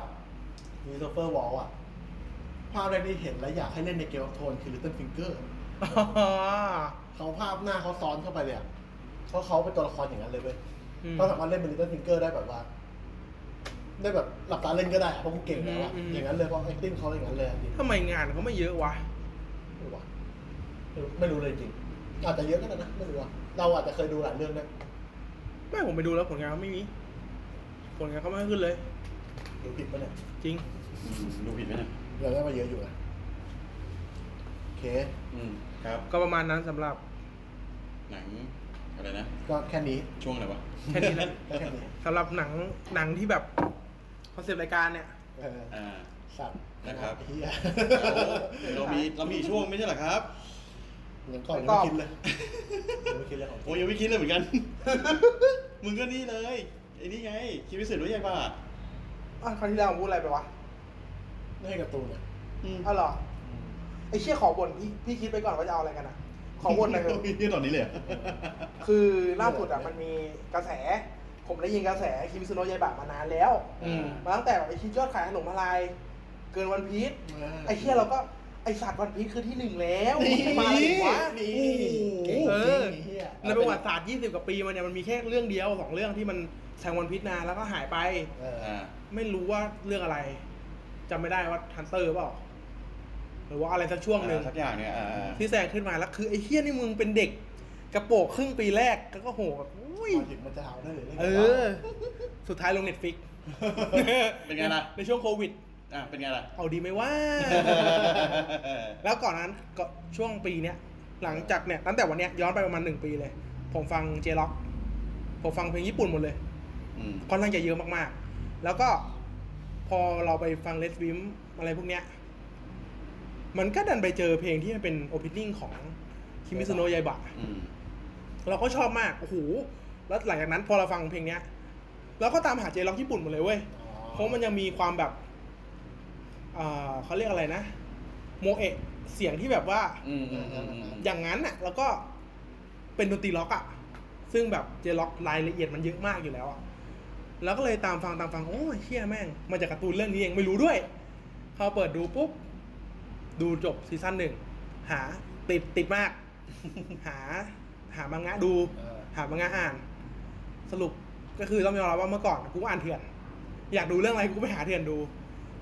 Speaker 4: มีโซเฟอร์วอลอ่ะภาพแรกที่เห็นและอยากให้เล่นในเกมออฟโทนคือ Little Finger เขาภาพหน้าเขาซ้อนเข้าไปเลยอ่ะเพราะเขาเป็นตัวละครอย่างนั้นเลยเว้ย
Speaker 2: อืม
Speaker 4: เขาสามารถเล่นเป็น Little Finger ได้แบบว่า ได้แบบหลับตาเล่นก็ได้อะเพราะมึงเก่งแล้วอ่ะ
Speaker 2: อืมอืม
Speaker 4: อย่างนั้นเลยเพราะ acting เขาอย่างนั้นเลยอะ
Speaker 2: [laughs] ทำไมงานเขาไม่เยอะวะ
Speaker 4: ไม่รู้ว่ะไม่รู้เลยจริง อาจจะเยอะก็ได้นะ ไม่รู้ว่า เราอาจจะเคยดูหลายเรื่องนะ
Speaker 2: ไม่ผมไปดูแล้วผลงานเขาไม่มี ผลงานเขาไม่ขึ้นเลย
Speaker 4: ดูผิดปะเนี่ย
Speaker 2: จริง
Speaker 3: อืมดูผิดไหมเนี่ย
Speaker 4: เราได้มาเยอะอยู่นะโอเค
Speaker 3: อืมครับ
Speaker 2: ก็ประมาณนั้นสำหรับ
Speaker 3: หนังอะไรนะ
Speaker 4: ก็แค่นี้
Speaker 3: ช่วงอะไรวะ
Speaker 2: แค่นี้
Speaker 3: [laughs]
Speaker 2: นะ
Speaker 4: ก็แค่นี้
Speaker 2: สำหรับหนังหนังที่แบบคอนเซปต์รายการเนี่ย
Speaker 4: เออ
Speaker 2: [laughs]
Speaker 3: อ่า
Speaker 4: สัตว์
Speaker 3: นะครับ
Speaker 4: เฮีย
Speaker 3: เรามีเรามีช่วงไม่ใช่เหรอครับ
Speaker 4: [laughs] ยังก่อน
Speaker 2: แล้วก็
Speaker 4: ยังไม่คิดเลยยังไม่คิดเลยของ
Speaker 3: โอ้ยยังไม่คิดเลยเหมือนกัน [laughs] มึงก็นี่เลยไอ้นี่ไง คิดวิสุทธิ์รู้ยังป่ะ
Speaker 2: อ่ะคราวที่แล้วผมพูดอะไรไปวะ
Speaker 4: ไม่ให้การ์ตูนอ่ะ
Speaker 3: อืม
Speaker 2: อ้าวเหรอไอ้เชี่ยขอบ่นพี่พี่คิดไปก่อนว่าจะเอาอะไรกันอ่ะ ขอบ่นหน่อยเถอะ
Speaker 3: [laughs] นี่ตอนนี้เลยเหรอ
Speaker 2: คือล่าสุดอ่ะมันมีกระแส ผมได้ยินกระแสคิมซุโนะยายบะมานานแล้ว
Speaker 3: อืม
Speaker 2: มาตั้งแต่แบบไอ้คิดยอดขายขนมละลายเกินวันพีชไอ้เชี่ยเราก็ไอสัตว์วันพีชคือที่หนึ่งแล้วมาอะไรวะ
Speaker 4: นี่
Speaker 2: โอ้โห
Speaker 4: เก่ง
Speaker 2: เอ
Speaker 4: จ
Speaker 2: อ
Speaker 4: ริงไอ้เฮีย
Speaker 2: ในประวัติศาสตร์ 20 กว่าปีมันเนี่ยมันมีแค่เรื่องเดียวสองเรื่องที่มันแซงวันพีชนานแล้วก็หายไป
Speaker 4: เออ
Speaker 3: อ่า
Speaker 2: ไม่รู้ว่าเรื่องอะไรจำไม่ได้ว่าฮันเตอร์เปล่าหรือว่าอะไรสักช่วงหนึ่ง
Speaker 3: อ่าสักอย่างเนี่ยอ่าอ่า
Speaker 2: ที่แซงขึ้นมาแล้วคือไอ้เฮี้ยนี่มึงเป็นเด็กกระโปงครึ่งปีแรกแล้วก็โหแบบอุ้ย
Speaker 4: มาถึงมันจะหาได้หรือล่น
Speaker 2: เอ
Speaker 4: กัน
Speaker 2: อ
Speaker 4: วะ
Speaker 2: สุดท้ายลงเน็ตฟิก
Speaker 3: เป็นไงล่ะ
Speaker 2: ในช่วงโควิด
Speaker 3: อ่า เป็นไง
Speaker 2: [laughs]
Speaker 3: ล่ะ
Speaker 2: เอาดีไหมว่า แล้วก่อนนั้นก็ช่วงปีเนี้ยหลังจากเนี่ยตั้งแต่วันเนี้ยย้อนไปประมาณหนึ่งปีเลย ผมฟังเจล็อกผมฟังเพลงญี่ปุ่นหมดเลย
Speaker 3: อืม
Speaker 2: ค่อนข้างจะเยอะมากๆ แล้วก็พอเราไปฟังเลสวิมอะไรพวกเนี้ย มันก็ดันไปเจอเพลงที่มันเป็นโอเพนนิ่งของคิมิซุโนะยายบะ
Speaker 3: อืม
Speaker 2: เราก็ชอบมาก โอ้โห แล้วหลังจากนั้นพอเราฟังเพลงเนี้ย เราก็ตามหาเจล็อกญี่ปุ่นหมดเลยเว้ย เพราะมันยังมีความแบบอ่าเขาเรียกอะไรนะ โมเอะเสียงที่แบบว่า
Speaker 3: อืมอืมอืมอืม
Speaker 2: อย่างนั้นน่ะ แล้วก็เป็นดนตรีล็อกอะ่ะ ซึ่งแบบเจล็อกรายละเอียดมันเยอะมากอยู่แล้วอะ่ะ แล้วก็เลยตามฟังตามฟัง โอ้ยเชี่ยแม่ง มาจากการ์ตูนเรื่องนี้เองไม่รู้ด้วย พอเปิดดูปุ๊บ ดูจบซีซั่นหนึ่ง หาติดติดมาก [laughs] หา หามังงะดู
Speaker 4: เออ
Speaker 2: หามังงะอ่าน สรุปก็คือต้องยอมรับว่าเมื่อก่อนกูก็อ่านเถื่อน อยากดูเรื่องอะไรกูก็ไปหาเถื่อนดู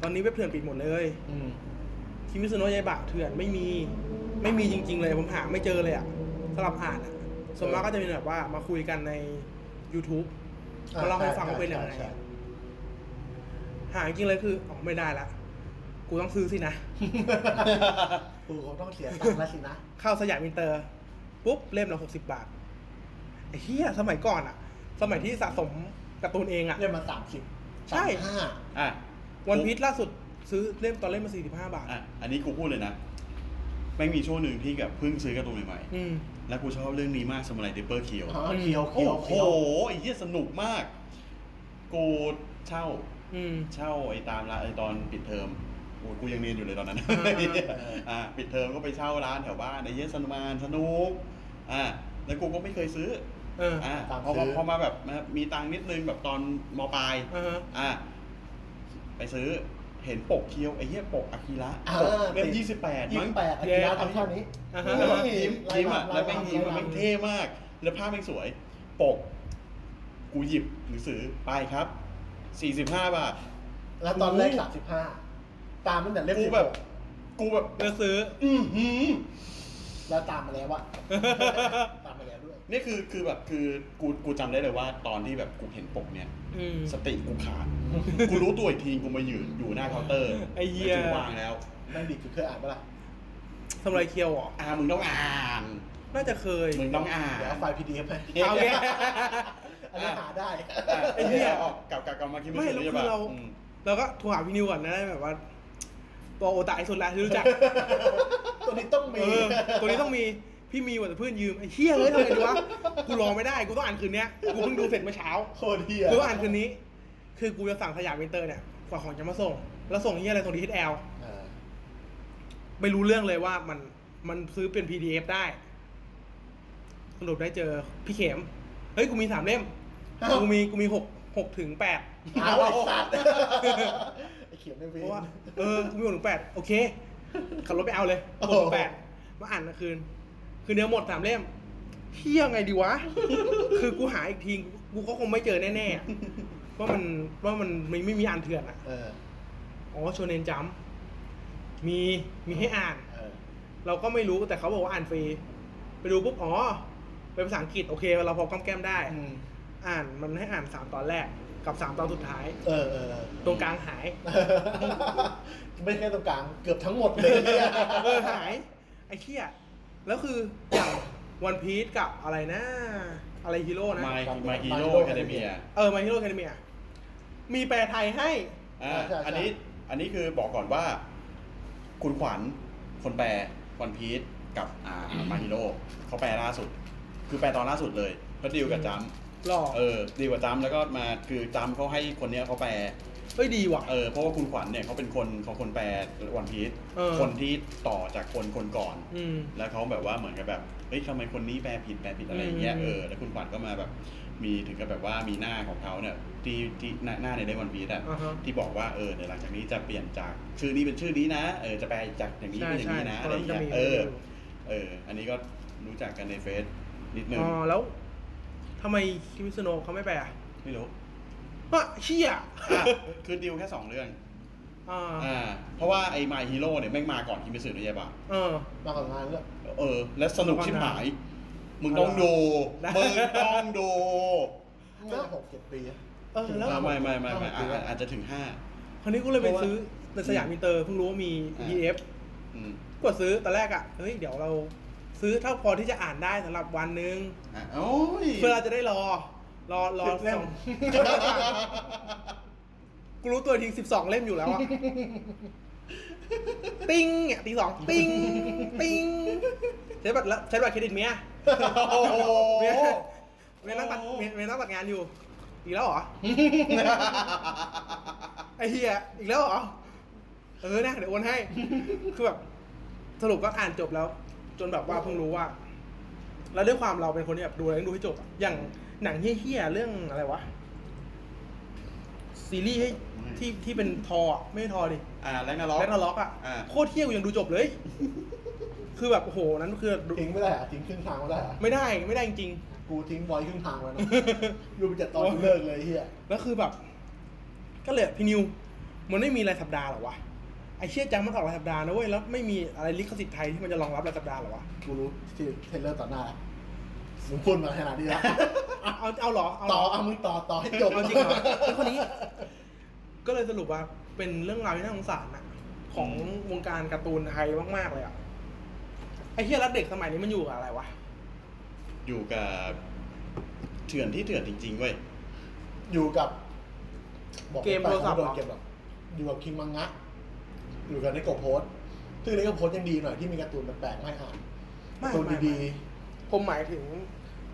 Speaker 2: ตอนนี้เว็บเถื่อนปิดหมดเลย
Speaker 4: อืม
Speaker 2: คิมิซุโนะยายบะเถื่อนไม่มี ไม่มีจริง ๆ เลยผมหาไม่เจอเลยอะสำหรับอ่านอะส่วนมากก็จะเป็นแบบว่ามาคุยกันใน YouTube
Speaker 4: อ่ะ
Speaker 2: มาเล่าให้
Speaker 4: ใช่
Speaker 2: ฟังว่าเป็นอย่างไร
Speaker 4: ใช่ใช่
Speaker 2: หาจริงๆเลยคืออ๋อไม่ได้ละ กูต้องซื้อสินะ
Speaker 4: กูเขาต้องเสียตังค์แล้วสินะ
Speaker 2: เข้าสยามอินเตอร์ ปุ๊บ เล่มละหกสิบบาทไอ้เหี้ยสมัยก่อนอะสมัยที่สะสมการ์ตูนเองอะ
Speaker 4: เล่มมาสามสิบ
Speaker 2: ใช่
Speaker 4: ห้า
Speaker 3: อ่ะ
Speaker 2: วันพีชล่าสุดซื้อเล่มตอนเล่มมาสี่สิบห้าบาท
Speaker 3: อ่ะ อันนี้กูพูดเลยนะ แม่งมีช่วงหนึ่งที่แบบเพิ่งซื้อการ์ตูนใหม่
Speaker 2: อืม
Speaker 3: ๆ แล้วกูชอบเรื่องนี้มากสมัยเดปเปอร์เคียว
Speaker 4: อ๋อเขียวเขี
Speaker 3: โอ้
Speaker 4: ยว
Speaker 3: โห
Speaker 4: เขียว
Speaker 3: ไอ้เหี้ยสนุกมาก กูเช่า
Speaker 2: อืม
Speaker 3: เช่าไอ้ตามร้านไอ้ตอนปิดเทอมโอ้ยกูยังเรียนอยู่เลยตอนนั้น
Speaker 2: อ่า
Speaker 3: [laughs] อ่าปิดเทอมก็ไปเช่าร้านแถวบ้านไอ้เหี้ยสนุกมานสนุก อ่า แล้วกูก็ไม่เคยซื้อ
Speaker 2: เออ
Speaker 3: อ่าพอมาพอมาแบบมามีตังค์นิดนึงแบบตอนมปลาย
Speaker 2: อ่าฮะ
Speaker 3: อ่ะไปซื้อเห็นปกเคียวไอ้เหี้ยปกอากิระ
Speaker 4: อ่า
Speaker 3: ปกเล่ม
Speaker 4: ติด
Speaker 3: ยี่สิบแปด
Speaker 4: ยี่
Speaker 3: มั้ง
Speaker 4: สิบแปด
Speaker 2: เย้
Speaker 4: เขียวทำเท่านี้
Speaker 2: อ่าฮะ
Speaker 3: แล้วแบบยิ้มยิ้มอ่ะ
Speaker 4: ลายลาย
Speaker 3: แล้วแม่งยิ้ม
Speaker 4: ลายลาย
Speaker 3: แม่งเท่มาก แล้วภาพแม่งสวย ปก กูหยิบหนังสือไปครับสี่สิบห้าบาท
Speaker 4: แล้วตอนแรกสามสิบห้าตามตั้งแต่เล่ม
Speaker 3: กู
Speaker 4: สิบ
Speaker 3: แบบ กูแบบ
Speaker 2: เลือกซื้อ
Speaker 3: อือหือ
Speaker 4: แล้วตามมาแล้วอะตามมาแล้วด้วย
Speaker 3: นี่คือคือแบบคือกูกูจำได้เลยว่า ตอนที่แบบกูเห็นปกเนี่ย
Speaker 2: อืม
Speaker 3: สติกูขาด กูรู้ตัวอีกทีกูมายืนอยู่หน้าเคาน์เตอร์
Speaker 2: ไอ้เหี้ย
Speaker 3: ม่ถึงวางแล้ว
Speaker 4: ไม่ดีคือเคยอ่านปะล่ะ
Speaker 2: สำไรเคียวเหรอ
Speaker 3: อ่ามึงต้องอ่าน
Speaker 2: น่าจะเคย
Speaker 3: มึงต้องอ่าน
Speaker 4: เดี๋ยวเอาไฟล์ PDF ให้
Speaker 2: เอาเนี่ย
Speaker 4: อันนี้หาได้
Speaker 3: ไอ้เหี้ยออกกลับกลับกลับมาคิด
Speaker 2: ไม่แล้วคือเรา เราก็โทรหาพี่นิวก่อนนะได้แบบว่า ตัวโอตาไอสุดละที่รู้จัก
Speaker 4: ตัวนี้ต้องมี
Speaker 2: เออ ตัวนี้ต้องมี พี่มีว่าแต่เพื่อนยืม ไอ้เฮี้ยเลยทำไงดีวะ กูรอไม่ได้ กูต้องอ่านคืนเนี้ย กูเพิ่งดูเสร็จเมื่อเช้า
Speaker 4: โคตรเฮีย
Speaker 2: กูต้องอ่านคืนนี้ คือกูจะสั่งสยามวินเตอร์เนี่ยกว่าของจะมาส่ง แล้วส่งที่อะไรส่งดีทีแอล
Speaker 4: เออ
Speaker 2: ไม่รู้เรื่องเลยว่ามันมันซื้อเป็น PDF ได้สรุปได้เจอพี่เข็มเฮ้ยกูมีสามเล่มกูมีกูมีหกหกถึงแปด
Speaker 4: เอาไอ้สัตว์ไอ้เขียนไม่
Speaker 2: [laughs] เพ
Speaker 4: เป็น
Speaker 2: ราะว่าเออกูมีหกถึงแปดโอเค ขับรถไปเอาเลยห
Speaker 4: โอ้
Speaker 2: ก
Speaker 4: โห
Speaker 2: ถึงแปดมาอ่านกลางคืน คือเนื้อหมดสามเล่มเฮี้ยไงดีวะ คือกูหาอีกทีกูก็คงไม่เจอแน่ๆ ว่ามันว่ามันไม่ไม่มีอ่านเถื่อนอ่ะ
Speaker 4: เออ
Speaker 2: อ๋อโชเนนจัมป์มีมีให้อ่าน
Speaker 4: เออ
Speaker 2: เราก็ไม่รู้แต่เขาบอกว่าอ่านฟรี ไปดูปุ๊บอ๋อเป็นภาษาอังกฤษโอเค เราพอก้อมแก้มได้
Speaker 4: อืม
Speaker 2: อ่านมันให้อ่านสามตอนแรกกับสามตอนสุดท้าย
Speaker 4: เออเออ
Speaker 2: ตรงกลาง
Speaker 3: [laughs]
Speaker 2: หาย
Speaker 4: ไม่แค่ตรงกลางเกือบทั้งหมดเลยเนี่ย
Speaker 2: เออหายไอ้เชี่ยแล้วคืออย่างวันพี e กับอะไรนะ อะไรฮีโร่นะ
Speaker 3: มามาฮีโร่แคเดเมีย
Speaker 2: เออ มาฮีโร่แค d เมียมีแปลไทยให้
Speaker 3: อ่า
Speaker 4: ใช่ใช่
Speaker 3: อันนี้อันนี้คือบอกก่อนว่า คุณขวัญคนแปลวันพีชกับอ่ามาฮิโร่เขาแปลล่าสุด คือแปลตอนล่าสุดเลยก็ดีลกับจัม
Speaker 2: หลอก
Speaker 3: เออดีลกับจัมแล้วก็มาคือจัมเขาให้คนเนี้ยเขาแปล
Speaker 2: เอ้ยดีว่ะ
Speaker 3: เออเพราะว่าคุณขวัญเนี่ยเขาเป็นคนเขาคนแปลวันพีช
Speaker 2: เออ
Speaker 3: คนที่ต่อจากคนคนก่อน
Speaker 2: อืม
Speaker 3: แล้วเขาแบบว่าเหมือนกับแบบเฮ้ยทำไมคนนี้แปลผิดแปลผิดอะไรอย่างเงี้ย
Speaker 2: อืม
Speaker 3: เออแล้วคุณขวัญก็มาแบบ มีถึงกับแบบว่ามีหน้าของเขาเนี่ยที่ที่หน้าหน้าในเล่มวันพีชอ่ะ
Speaker 2: อ่าฮะ
Speaker 3: ที่บอกว่าเออเดี๋ยวหลังจากนี้จะเปลี่ยนจากชื่อนี้เป็นชื่อนี้นะเออจะแปลจากอย่างนี้
Speaker 2: ใช่
Speaker 3: เป็นอย่างนี้นะ
Speaker 2: ใช่
Speaker 3: อะไรอย่าง
Speaker 2: ตอ
Speaker 3: เงี้ย
Speaker 2: นนั้นจะมี
Speaker 3: เออเออ อันนี้ก็รู้จักกันในเฟซนิดนึง
Speaker 2: อ๋อ แล้วทำไมคิมิสโนะเขาไม่แปลอ่ะ
Speaker 3: ไม่รู้
Speaker 2: ว่าเชี่ย
Speaker 3: อ่ะ [laughs] คือดิวแค่สองเรื่อง
Speaker 2: อ่า
Speaker 3: อ่าเพราะว่าไอ้มาฮีโร่เนี่ยแม่งมาก่อนคิมิสึด้วยใช่ปะ
Speaker 2: เออ
Speaker 4: มาก่อนงานเลย
Speaker 3: เออ และสนุกชิบหาย มึงต้องดูมึงต้องดู
Speaker 4: เมื่อหกเจ็ดปีอะ
Speaker 2: เออ แล้ว
Speaker 3: ไม่ไม่ไม่ไม่อาจอาจจะถึงห้า
Speaker 2: คราวนี้กูเลยไป
Speaker 3: เพราะว่า
Speaker 2: ซื้อในสยามมินเตอร์เพิ่งรู้ว่ามี
Speaker 3: อ่า
Speaker 2: PDF
Speaker 3: อืม
Speaker 2: กดซื้อตอนแรกอ่ะ เฮ้ย เดี๋ยวเราซื้อเท่าพอที่จะอ่านได้สำหรับวันหนึง
Speaker 3: อ่ะโอ้ย
Speaker 2: เพื่อเราจะได้รอ รอรอ
Speaker 4: สิบเล่ม
Speaker 2: สองกูรู้ตัวทีสิบสองเล่มอยู่แล้วอะติ้งเนี่ยตีสองติ้งติ้งใช้บัตรละใช้บัตรเครดิตเมีย
Speaker 3: โอ้โห
Speaker 2: เมียเมียนั่งตัดเมียเมียนั่งตัดงานอยู่ อีกแล้วเหรอ ไอ้เหี้ยอีกแล้วเหรอ เออนะเดี๋ยวโอน
Speaker 3: [laughs]
Speaker 2: ให้ คือแบบสรุปก็อ่านจบแล้ว จนแบบว่าเพิ่งรู้ว่า แล้วด้วยความเราเป็นคนที่แบบดูอะไรต้องดูให้จบอะอย่างหนังเฮี้ยๆเรื่องอะไรวะ ซีรีส์ให้ที่ที่เป็นทออะไม่ใช่ทอดิ
Speaker 3: อ่าแลกนาล็อก
Speaker 2: แรกนาล็อกอ่ะ
Speaker 3: อ่า
Speaker 2: โคตรเที่ยงยังดูจบเลย คือแบบโอ้โหนั้นคือดู
Speaker 4: ทิ้งไม่ได้อะทิ้งครึ่งทางไม่ได้อะ
Speaker 2: ไม่ได้ไม่ได้จริง
Speaker 4: กูทิ้งบอยครึ่งทางไว้นะดูไปจัดตอนกูเลิกเลยไอ้เฮีย
Speaker 2: ๆ แล้วคือแบบ ก็เลยพี่นิว มันไม่มีรายสัปดาห์หรอวะไอเชี่ยจังมันออกรายสัปดาห์นะเว้ยแล้วไม่มีอะไรลิขสิทธิ์ไทยที่มันจะรองรับรายสัปดาห์หรอวะ
Speaker 4: กูรู้ที่เทรลเลอร์ต่อหน้าแล้วมึงพูดมาขนาดนี้แล้ว
Speaker 2: เอาเอาเอาเหรอเอาเหร
Speaker 4: ต่อเอามึงต่อต่อให้จบ
Speaker 2: เอาจริงเหรอแล้วคนนี้ ก็เลยสรุปว่าเป็นเรื่องราวที่น่าสงสารอะของวงการการ์ตูนไทยมากๆเลยอะไอเชี่ยรักเด็กสมัยนี้มันอยู่กับอะไรวะ
Speaker 3: อยู่กับเถื่อนที่เถื่อนจริงๆเว้ย
Speaker 4: อยู่กับ
Speaker 2: เกมโทรศัพท์
Speaker 4: โดน
Speaker 2: เหรอ
Speaker 4: เกมหรอกอยู่กับคิงมังงะ อยู่กับเนโกโพสซึ่งเนโกโพสยังดีหน่อยที่มีการ์ตูนแปลกๆมาให้อ่าน
Speaker 2: ไม่
Speaker 4: การ์ตูน
Speaker 2: ไม่ไม่
Speaker 4: ดี
Speaker 2: ผมหมายถึง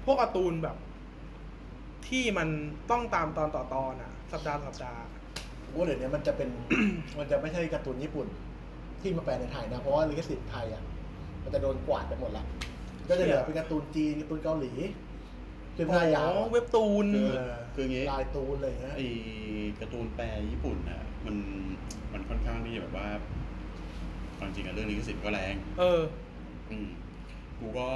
Speaker 2: พวกการ์ตูนแบบ ที่มันต้องตามตอนต่อตอนอะสัปดาห์ต่อสัปดาห์
Speaker 4: ๆว่าเดี๋ยวนี้มันจะเป็น [coughs] มันจะไม่ใช่การ์ตูนญี่ปุ่น ที่มาแปลในไทยนะ เพราะว่าลิขสิทธิ์ไทยอ่ะ มันจะโดนกวาดไปหมดละก็จะเหลือเป็นการ์ตูนจีนการ์ตูนเกาหลีเป็นหน้ายาว
Speaker 2: อ๋อเว็บตูน
Speaker 3: คือ
Speaker 4: เ
Speaker 3: คืออย่างงี้
Speaker 4: ลายตูนเลยนะ
Speaker 3: ไอ้การ์ตูนแปลญี่ปุ่นน่ะมันมันค่อนข้างที่จะแบบว่าความจริงอะเรื่องลิขสิทธิ์ก็แรง
Speaker 2: เออ
Speaker 3: อืมกูก็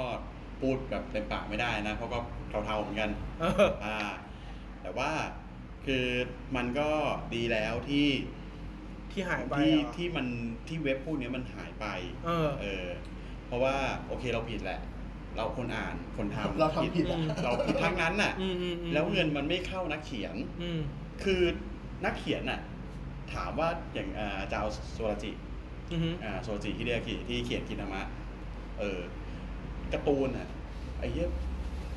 Speaker 3: พูดแบบเต็มปากไม่ได้นะ เพราะก็เทาๆเหมือนกัน
Speaker 2: เออ
Speaker 3: อ่า แต่ว่าคือมันก็ดีแล้วที่
Speaker 2: ที่หายไป
Speaker 3: ที่
Speaker 2: เหรอ
Speaker 3: ที่มันที่เว็บพวกเนี้ยมันหายไป
Speaker 2: เออ
Speaker 3: เออ เพราะว่าโอเคเราผิดแหละ เราคนอ่านคนทำ
Speaker 4: เราทำผิดอะ
Speaker 3: เราผิดทั้งนั้นน่ะ
Speaker 2: อืมอืมอืม
Speaker 3: แล้วเงินมันไม่เข้านักเขียน
Speaker 2: อืม
Speaker 3: คือนักเขียนน่ะ ถามว่าอย่างอ่าจะเอาโซราจิ
Speaker 2: อือฮึ
Speaker 3: อ่าโซราจิฮิเดอากิที่เขียนกินามะ เออการ์ตูนอ่ะไอ้เหี้ย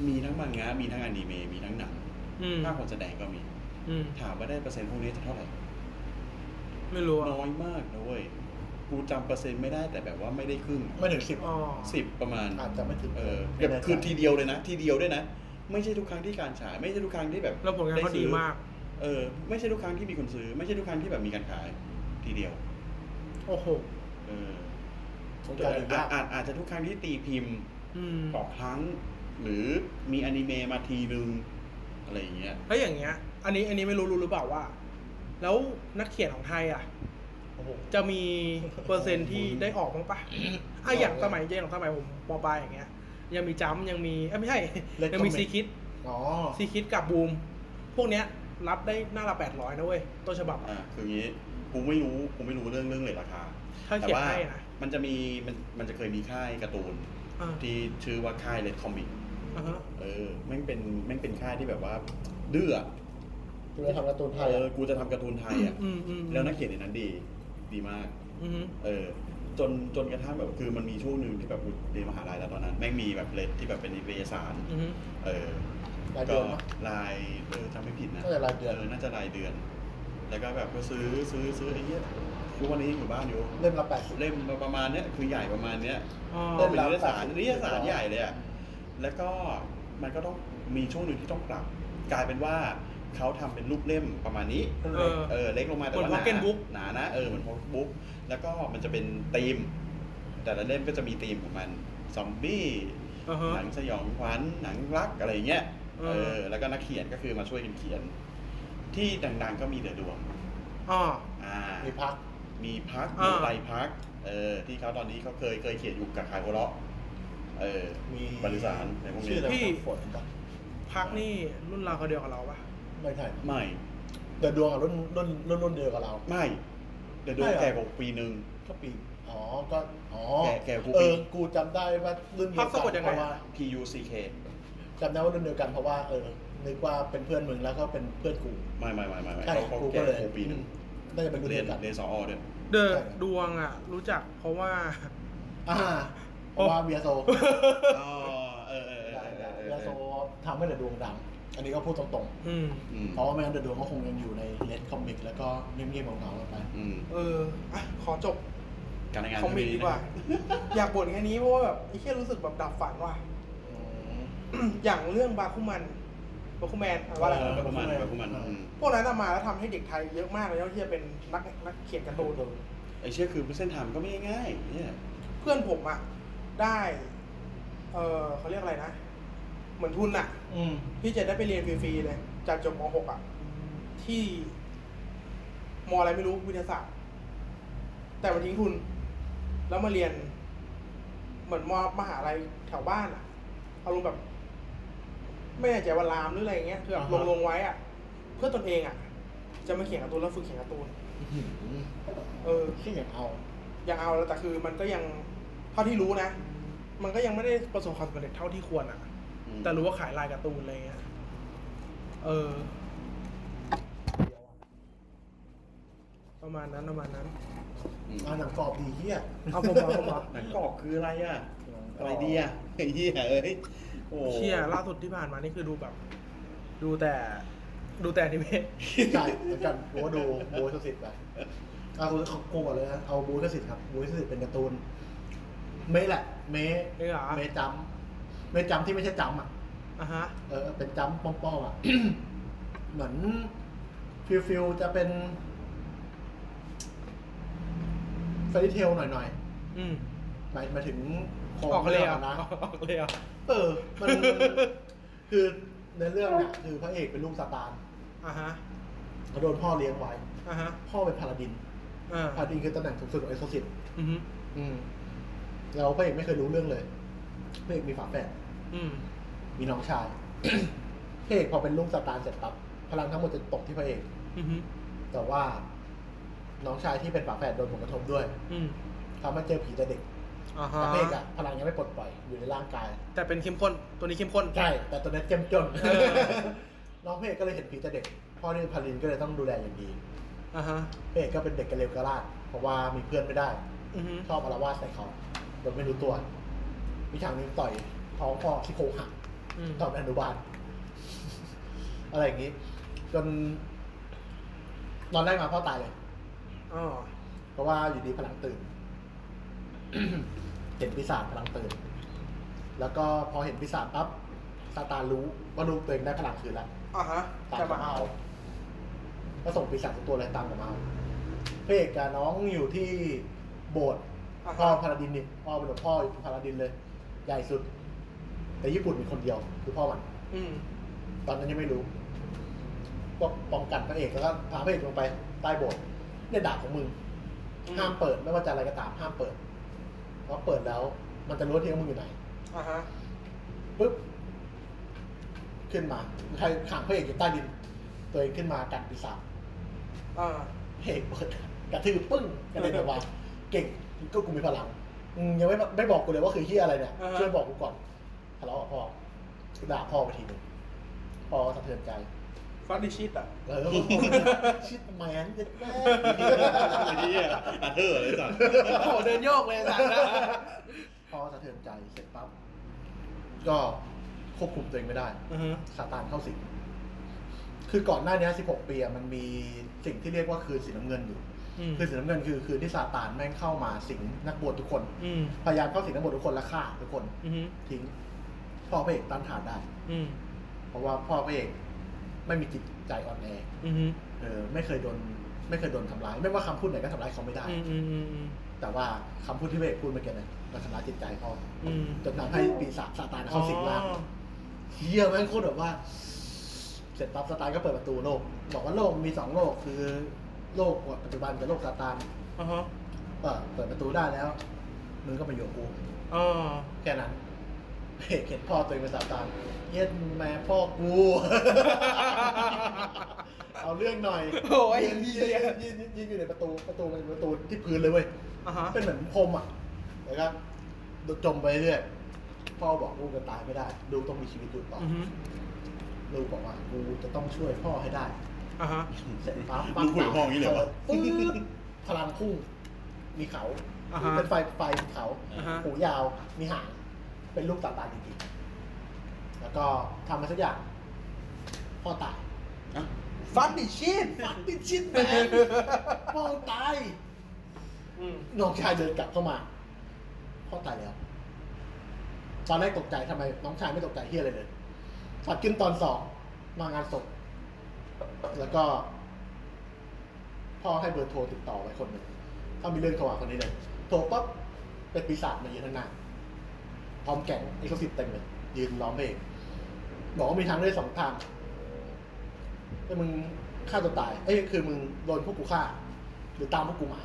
Speaker 3: มีทั้งมังงะมีทั้งอนิเมะมีทั้งหนัง
Speaker 2: อืม
Speaker 3: ภาคคนแสดงก็มี
Speaker 2: อืม
Speaker 3: ถามว่าได้เปอร์เซ็นต์พวกนี้จะเท่าไหร่
Speaker 2: ไม่รู้อะ
Speaker 3: น้อยมากนะเว้ยกูจำเปอร์เซ็นต์ไม่ได้แต่แบบว่าไม่ได้ครึ่ง
Speaker 4: ไม่ถึงสิบ
Speaker 2: อ๋อ
Speaker 3: สิบประมาณ
Speaker 4: อาจจะไม่ถึง
Speaker 3: เออ
Speaker 4: ไม่
Speaker 3: แบบ
Speaker 4: แน่ใจ
Speaker 3: คือทีเดียวเลยนะ ทีเดียวด้วยนะ ไม่ใช่ทุกครั้งที่การฉาย ไม่ใช่ทุกครั้งที่แบบ
Speaker 2: แล้วผลงานเขาดี
Speaker 3: ซื้อ
Speaker 2: มาก
Speaker 4: เ
Speaker 3: เออไม่ใช่ทุกครั้งที่มีคนซื้อ ไม่ใช่ทุกครั้งที่แบบมีการขายทีเดียว
Speaker 2: โอ้โห
Speaker 3: เออ
Speaker 4: ผม
Speaker 3: แต่
Speaker 4: จะดูยาก
Speaker 3: อาจอาจอาจจะทุกครั้งที่ตีพิมพ์
Speaker 2: อืม
Speaker 3: ต่อครั้ง หรือมีอนิเมะมาทีนึงอะไรอย่างเงี้ย
Speaker 2: แล้วอย่างเงี้ย อันนี้อันนี้ไม่รู้รู้หรือเปล่าว่า แล้วนักเขียนของไทยอ่ะ
Speaker 4: โอ้โห
Speaker 2: จะมีเปอร์เซ็นต์ที่ได้ออกบ้างปะอ
Speaker 3: [coughs]
Speaker 2: ่ะอย่างสมัยเย็นของสมัยผมปอปลายอย่างเงี้ย ยังมีจัมป์ยังมีเอ้ยไม่ใช่
Speaker 4: Red
Speaker 2: ยังมี
Speaker 4: Comic
Speaker 2: ซีคิด
Speaker 4: อ๋อ
Speaker 2: ซีคิดกับบูม พวกเนี้ยรับได้หน้าละแปดร้อยนะเว้ยต้นฉบับอะ
Speaker 3: อ่าคืองี้กูไม่รู้กูไม่รู้เรื่องเรื่องเลยราคา
Speaker 2: ถ้า
Speaker 3: แต่
Speaker 2: เขียน
Speaker 3: ว่า
Speaker 2: ให้นะ
Speaker 3: มันจะมีมันมันจะเคยมีค่ายการ์ตูน
Speaker 2: อ่า
Speaker 3: ที่ชื่อว่าค่ายเลดคอมิก
Speaker 2: อ่าฮะ
Speaker 3: เออแม่งเป็นแม่งเป็นค่ายที่แบบว่า ดื้ออะ
Speaker 4: คุณจะทำการ์ตูนไทย
Speaker 3: เอ
Speaker 4: อะ
Speaker 3: อกูจะทำการ์ตูนไทยอ่ะ
Speaker 2: อืมอืม
Speaker 3: แล้วนักเขียนในนั้นดีดีมาก
Speaker 2: อืม
Speaker 3: เออจนจนกระทั่งแบบคือมันมีช่วงหนึ่งที่แบบกูเรียนมหาลัยแล้วตอนนั้นแม่งมีแบบเลดที่แบบเป็นนิตยสาร
Speaker 2: อือฮึ
Speaker 3: เออ
Speaker 4: รายเดื
Speaker 3: ก็
Speaker 4: อนปะ
Speaker 3: รายเออจำไม่ผิดนะ
Speaker 4: น่าจะรายเดือน
Speaker 3: น่าจะรายเดือน แล้วก็แบบก็ซื้อซื้อซื้อไอ้เหี้ยทุกวันนี้ยังอยู่บ้านอยู่
Speaker 4: เล่มละแปดสิบ
Speaker 3: เล่มประมาณเนี้ยคือใหญ่ประมาณเนี้ย
Speaker 2: อ๋อ
Speaker 3: ต้องเป็นนิตยสารนิ
Speaker 4: เล่มละ
Speaker 3: ตยสารใหญ่เลยอ่ะแล้วก็มันก็ต้องมีช่วงหนึ่งที่ต้องปรับ กลายเป็นว่าเขาทำเป็นรูปเล่มประมาณนี้
Speaker 2: เออ
Speaker 3: เออเล็กลงมาแต่ว่า
Speaker 2: เหมื
Speaker 3: ห
Speaker 2: อน pocket
Speaker 3: นา
Speaker 2: book
Speaker 3: หนานะเออเหมือนพ็อกบุ๊กแล้วก็มันจะเป็นธีม แต่ละเล่มก็จะมีธีมของมันซอมบี้
Speaker 2: อ่าฮะ
Speaker 3: หนังสยองขวัญหนังรักอะไรเงี้ย
Speaker 2: เอ
Speaker 3: เอ
Speaker 2: อ
Speaker 3: อแล้วก็นักเขียนก็คือมาช่วยกันเขียน ที่ดังๆก็มีเดือดวง
Speaker 2: อ๋อ
Speaker 3: อ่า
Speaker 4: มีพัก
Speaker 3: มีพัก
Speaker 2: อ่ามี
Speaker 3: มีไรพักเออที่เขาตอนนี้เขาเคยเคยเขียนอยู่กับขายโคเราะเออ
Speaker 4: มี
Speaker 3: บริสารในพวก
Speaker 4: ชื่อ
Speaker 3: นี้
Speaker 4: อะไร
Speaker 2: พี่
Speaker 4: ฝนปะ
Speaker 2: พักนี่รุ่นราวเขาวเดียวกับเราปะ
Speaker 4: ไม่ใช่
Speaker 3: ไม่
Speaker 4: เดือดดวงอะรุ่นรุ่นรุ่นรุ่นเดียวกับเรา
Speaker 3: ไม่เดี๋ยวดู
Speaker 4: ไม่เหรอ
Speaker 3: แก่กว่าปีหนึ่ง
Speaker 4: ก็ปี อ๋อ ก็ อ๋อ
Speaker 3: แกแกกูปี
Speaker 4: เออ กูจำได้ว่ารุ่นเดียว
Speaker 2: พักสะกดยังไง
Speaker 4: เพราะว่า
Speaker 2: อะ
Speaker 3: P U C K
Speaker 4: จำได้ว่ารุ่นเดียวกันเพราะว่าเออ นึกว่าเป็นเพื่อนมึงแล้วก็เป็นเพื่อนกู
Speaker 3: ไม่ไม่ไม่ไม่ไม่
Speaker 4: ใช่
Speaker 3: เขาเขา
Speaker 4: กูก็
Speaker 3: แก่
Speaker 4: เลย
Speaker 3: กว่าปีหนึ่ง
Speaker 4: น่าจะเป็นรุ่น
Speaker 3: เรี
Speaker 4: เดี
Speaker 3: ยน
Speaker 4: ยวกัน
Speaker 3: เรียนสออด้วย
Speaker 2: เดอะดวงอ่ะ รู้จักเพราะว่า [laughs]
Speaker 4: อ่าเพราะว่าเบียร์โซ
Speaker 3: อ๋อเออเออเออเออเออ
Speaker 4: เบียร์โซทำให้เดือดดวงดัง อันนี้ก็พูดตรง
Speaker 2: อืม
Speaker 3: อืม
Speaker 4: ๆ เพราะว่าไม่งั้นเดือดดวงก็คงยังอยู่ในเลดคอมิกแล้วก็เงียบๆเหงาๆกันไป
Speaker 3: อืม
Speaker 2: เอออ่ะขอจบ
Speaker 3: การงาน
Speaker 2: คอมมิกดีกว่า อยากบ่นแค่นี้เพราะว่าแบบไอ้แค่รู้สึกแบบดับฝันว่ะ [coughs] อย่างเรื่องบาคุมันบาคุแมนอะ
Speaker 3: ว่า
Speaker 2: ว่าอะไร
Speaker 3: เออ
Speaker 2: นะ
Speaker 3: ประมาณนั้นประมาณนั้น
Speaker 4: เออ
Speaker 3: อืม
Speaker 2: พวกนั้นเอามาแล้วทำให้เด็กไทยเยอะมากเลยที่จะเป็นนักนักเขียนการ์ตูน
Speaker 3: ไอ้เชี่ยคือเส้นทางก็ไม่ง่ายๆเนี่ย
Speaker 2: เพื่อนผมอ่ะ ได้ เออเขาเรียกอะไรนะ เหมือนทุนอ่ะ
Speaker 4: อืม
Speaker 2: พี่จะได้ไปเรียนฟรีๆเลยจากจบม .6 อ่ะ ที่มอะไรไม่รู้วิทยาศาสตร์ แต่มันทิ้งทุน แล้วมาเรียน เหมือนมมหาลัยแถวบ้านอ่ะเอาลงแบบ ไม่แน่ใจว่ารามหรืออะไรอย่างเงี้ยคือแบบ
Speaker 4: อ่า
Speaker 2: ล
Speaker 4: ฮะ
Speaker 2: งลงไว้อ่ะ เพื่อตนเองอ่ะ จะมาเขียนการ์ตูนแล้วฝึกเขียนการ์ตูน เออ
Speaker 4: ขี้อย่างเอา
Speaker 2: ยังเอาแล้วแต่คือมันก็ยังเท่าที่รู้นะ มันก็ยังไม่ได้ประสบความสำเร็จเท่าที่ควรอ่ะ
Speaker 3: อืม
Speaker 2: แต่รู้ว่าขายลายการ์ตูนอะไรเงี้ย เออ ประมาณนั้นประมาณนั้น
Speaker 3: อืม
Speaker 4: อ่าหนังกรอบดีเฮีย
Speaker 2: เอาผมมาผมมา
Speaker 3: หนังกรอบคืออะไรอ่ะ อะไรดีอ่ะไอ้เหี้ยเอ้ยโอ้
Speaker 2: เชี่ยล่าสุดที่ผ่านมานี่คือดูแบบ ดูแต่ ดูแต่อนิเมะ
Speaker 4: ใช่เหมือนกันกูก็ดูบูสสิทธิ์ไปเอากูกูก่อนเลยนะเอาบูสสิทธิ์ครับบูสสิทธิ์เป็นการ์ตูน เมะแหละ เมะ
Speaker 2: นี่เหรอ
Speaker 4: เมะจำเมะจำที่ไม่ใช่จำอ่ะ
Speaker 2: อ่ะฮะ
Speaker 4: เออเป็นจำป้อมๆอ่ะ เหมือนฟิลฟิลจะเป็นฟรีเทลหน่อย
Speaker 2: อืม
Speaker 4: ๆหมายหมายถึงโครง
Speaker 2: ออกเลยเหรอ่ะ
Speaker 4: นะ
Speaker 2: ออกเลยเหรอ่ะ
Speaker 4: เออ มัน คือในเรื่องเนี่ย
Speaker 2: [laughs]
Speaker 4: คือพระเอกเป็นลูกซาตาน
Speaker 2: อ่ะฮะ
Speaker 4: เขาโดนพ่อเลี้ยงไว้
Speaker 2: อ่ะฮะ
Speaker 4: พ่อเป็นพาลาดิน
Speaker 2: อ่า
Speaker 4: พาลาดินคือตำแหน่งสูงสุดของเอโซซิต
Speaker 2: อืมฮึ
Speaker 4: อืมแล้วพระเอกไม่เคยรู้เรื่องเลย พระเอกมีฝาแฝด
Speaker 2: อืม
Speaker 4: มีน้องชาย [coughs] พระเอกพอเป็นลูกซาตานเสร็จปั๊บ พลังทั้งหมดจะตกที่พระเอก
Speaker 2: อืมฮึ
Speaker 4: แต่ว่า น้องชายที่เป็นฝาแฝดโดนผลกระทบด้วย
Speaker 2: อืม
Speaker 4: ทำให้เจอผีแต่เด็ก
Speaker 2: อ่าฮะ
Speaker 4: แต่พระเอกอะพลังยังไม่ปลดปล่อยอยู่ในร่างกาย
Speaker 2: แต่เป็นเข้มข้น ตัวนี้เข้มข้น
Speaker 4: ใช่ แต่ตอนนั้นเจ้มจน
Speaker 2: เออ
Speaker 4: [laughs] น้องเพกก็เลยเห็นผีแต่เด็ก พ่อที่เป็นพาลินก็เลยต้องดูแลอย่างดี
Speaker 2: อ่ะฮะ
Speaker 4: เพกก็เป็นเด็กกระเลวกระลาดเพราะว่ามีเพื่อนไม่ได้
Speaker 2: อืมฮึ
Speaker 4: ชอบอาละวาดใส่เขาโดยไม่รู้ตัวมีฉากหนึงต่อยท้องพ่อที่โคหัก
Speaker 2: อืม
Speaker 4: ต่อยเป็นอนุบาล [laughs] อะไรอย่างนี้ จนนอนแรกมาพ่อตายเลย
Speaker 2: อ๋อ
Speaker 4: เพราะว่าอยู่ดีพลังตื่น [coughs] เห็นปีศาจพลังตื่น แล้วก็พอเห็นปีศาจปั๊บซาตานรู้ว่าลูกตัวเองได้พลังคืนแล้ว
Speaker 2: อ่ะฮะ
Speaker 4: ตาม
Speaker 2: จะมา
Speaker 4: มา
Speaker 2: เอา
Speaker 4: เอา ก็ส่งปีศาจทุกตัวอะไรตามกลับมาพระเอกกับน้องอยู่ที่โบสถ์
Speaker 2: อ่าฮะ
Speaker 4: พ่อพาราดินนี่พ่อเป็นหลวงพ่อพาราดินเลย ใหญ่สุด แต่ญี่ปุ่นมีคนเดียวคือพ่อมัน
Speaker 2: อืม
Speaker 4: ตอนนั้นยังไม่รู้พวกป้องกันพระเอกแล้วก็พาพระเอกลงไปใต้โบสถ์เนี่ยดาบของมึง
Speaker 2: อืม
Speaker 4: ห้ามเปิดไม่ว่าจะอะไรก็ตามห้ามเปิดเพราะเปิดแล้ว มันจะรู้ทีว่ามึงอยู่ไหน
Speaker 2: อ่ะฮะ
Speaker 4: ปุ๊บขึ้นมาใครขังพระเอกอยู่ใต้ดิน ตัวเองขึ้นมากันปีศาจ
Speaker 2: อ่า
Speaker 4: พระเอกเปิดกระทืบปึ้งกระเด็นออกมาเก่งก็กูมีพลังอืมยังไม่ไม่บอกกูเลยว่าคือที่อะไรเนี่ย
Speaker 2: อ่าฮะ
Speaker 4: ช่วยบอกกูก่อนทะเลาะกับพ่อด่าพ่อไปทีหนึงพ่อสะเทือนใจ
Speaker 2: ฟัดดิชิตอ่ะ
Speaker 4: เออ [laughs] ชิดแมนเด็ดแม่
Speaker 3: ไอ้ที่อัดเธอเลยสัตว์
Speaker 2: โอ้โหเดินโยกเลยสัตว์นะ
Speaker 4: [laughs] พอสะเทือนใจเสร็จปั๊บ ก็ควบคุมตัวเองไม่ได้
Speaker 2: อือฮึ
Speaker 4: ซาตานเข้าสิงคือก่อนหน้านี้ 16 ปีอะมันมีสิ่งที่เรียกว่าคืนสีน้ำเงินอยู่
Speaker 2: อืม
Speaker 4: คืนสีน้ำเงินคือคืนที่ซาตานแม่งเข้ามาสิงนักบวชทุกคน
Speaker 2: อืม
Speaker 4: พยายามเข้าสิงนักบวชทุกคนและฆ่าทุกคน
Speaker 2: อืม
Speaker 4: ทิ้งพ่อพระเอกต้านทานได้
Speaker 2: อืม
Speaker 4: เพราะว่าพ่อพระเอกไม่มีจิตใจอ่อนแอ
Speaker 2: อืม
Speaker 4: เออไม่เคยโดนไม่เคยโดนทำร้าย ไม่ว่าคำพูดไหนก็ทำร้ายเขาไม่ได้
Speaker 2: อืมอืมอืม
Speaker 4: แต่ว่าคำพูดที่พระเอกพูดเมื่อกี้นะมันทำร้ายจิตใจพ่อ
Speaker 2: อืม
Speaker 4: จนทำให้ปีศาจซาตานเข้าสิงร่างเฮียแม่งโคตรแบบว่า เสร็จปั๊บซาตานก็เปิดประตูโลก บอกว่าโลกมีสองโลกคือโลกปัจจุบันกับโลกซาตาน
Speaker 2: อ่าฮะ
Speaker 4: เออเปิดประตูได้แล้วมึงก็มาอยู่กับกู
Speaker 2: อ่า
Speaker 4: แค่นั้น [laughs] พระเอกเห็นพ่อตัวเองเป็นซาตานเหี้ย็ดแม่พ่อกู [laughs] เอาเรื่องหน่อย
Speaker 2: โอ้ย
Speaker 4: ยืนยืนยืนยืนอยู่ในประตูประตูมันเป็นประตูที่พื้นเลยเว้ย
Speaker 2: อ่าฮะ
Speaker 4: เป็นเหมือนพรมอ่ะ แล้วก็จมไปเรื่อยพ่อบอกลูกจะตายไม่ได้ ลูกต้องมีชีวิตอยู่ต่ออ
Speaker 2: อือฮึ
Speaker 4: ลูกบอกว่ากูจะต้องช่วยพ่อให้ได้
Speaker 2: อ่าฮะ
Speaker 4: เสร็จปั๊บ
Speaker 3: มึงคุยกับพ่ออย่างนี้เลยวะ
Speaker 4: ปึ๊บพลังพุ่ง มีเขา
Speaker 2: อ่าฮะ
Speaker 4: เป็นไฟไฟเขา
Speaker 2: อ่าฮะ
Speaker 4: หูยาว มีหาง เป็นลูกตาตาจริงๆ แล้วก็ทำอะไรสักอย่าง พ่อตาย
Speaker 3: อ่ะ
Speaker 4: ฟันดิชิตฟันดิชิตแมนพ่อตาย
Speaker 2: อืม
Speaker 4: น้องชายเดินกลับเข้ามา พ่อตายแล้ว ตอนแรกตกใจทำไม น้องชายไม่ตกใจเฮียอะไรเลยฝัดขึ้นตอนสองมางานศพแล้วก็ พ่อให้เบอร์โทรติดต่อไว้คนหนึ่งถ้ามีเรื่องโทรหาคนนี้เลยโทรปั๊บเป็นปีศาจมายืนข้างหน้าพร้อมแก๊งเอ็กซ์ซิสเต็มเลยยืนล้อมเองบอกว่ามีทางเลือกสองทางถ้ามึงฆ่าตัวตาย เอ้ยคือมึงโดนพวกกูฆ่า หรือตามพวกกูมา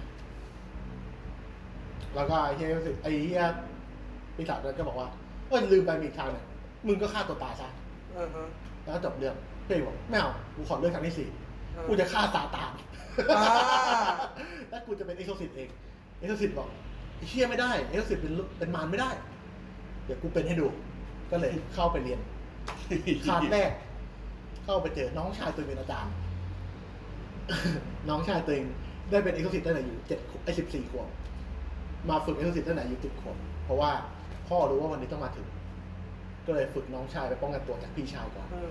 Speaker 4: แล้วก็ไอ้เฮียรู้สึกไอ้เฮียปีศาจนั้นก็บอกว่าเอ้ยลืมไปมีอีกทางหนึ่งมึงก็ฆ่าตัวตายซะ
Speaker 2: อ่าฮะ
Speaker 4: แล้วก็จบเรื่องเป้บอกไม่เอากูขอเลือกทางที่สี่
Speaker 2: เออ
Speaker 4: กูจะฆ่าซาตาน
Speaker 2: อ่า
Speaker 4: แล้วกูจะเป็นเอ็กโซซิสเองเอ็กโซซิสบอกไอ้เฮียไม่ได้เอ็กโซซิสเป็นลูกเป็นมารไม่ได้ เดี๋ยวกูเป็นให้ดู ก็เลยเข้าไปเรียน คาดแรก เข้าไปเจอน้องชายตัวเองเป็นอาจารย์ น้องชายตัวเองได้เป็นเอ็กซ์ซิสตั้งแต่อยู่เจ็ดไอ้สิบสี่ขวบมาฝึกเอ็กซ์ซิสตั้งแต่อายู่สิบขวบเพราะว่าพ่อรู้ว่าวันนี้ต้องมาถึง ก็เลยฝึกน้องชายไปป้องกันตัวจากพี่ชายก่อน
Speaker 2: เออ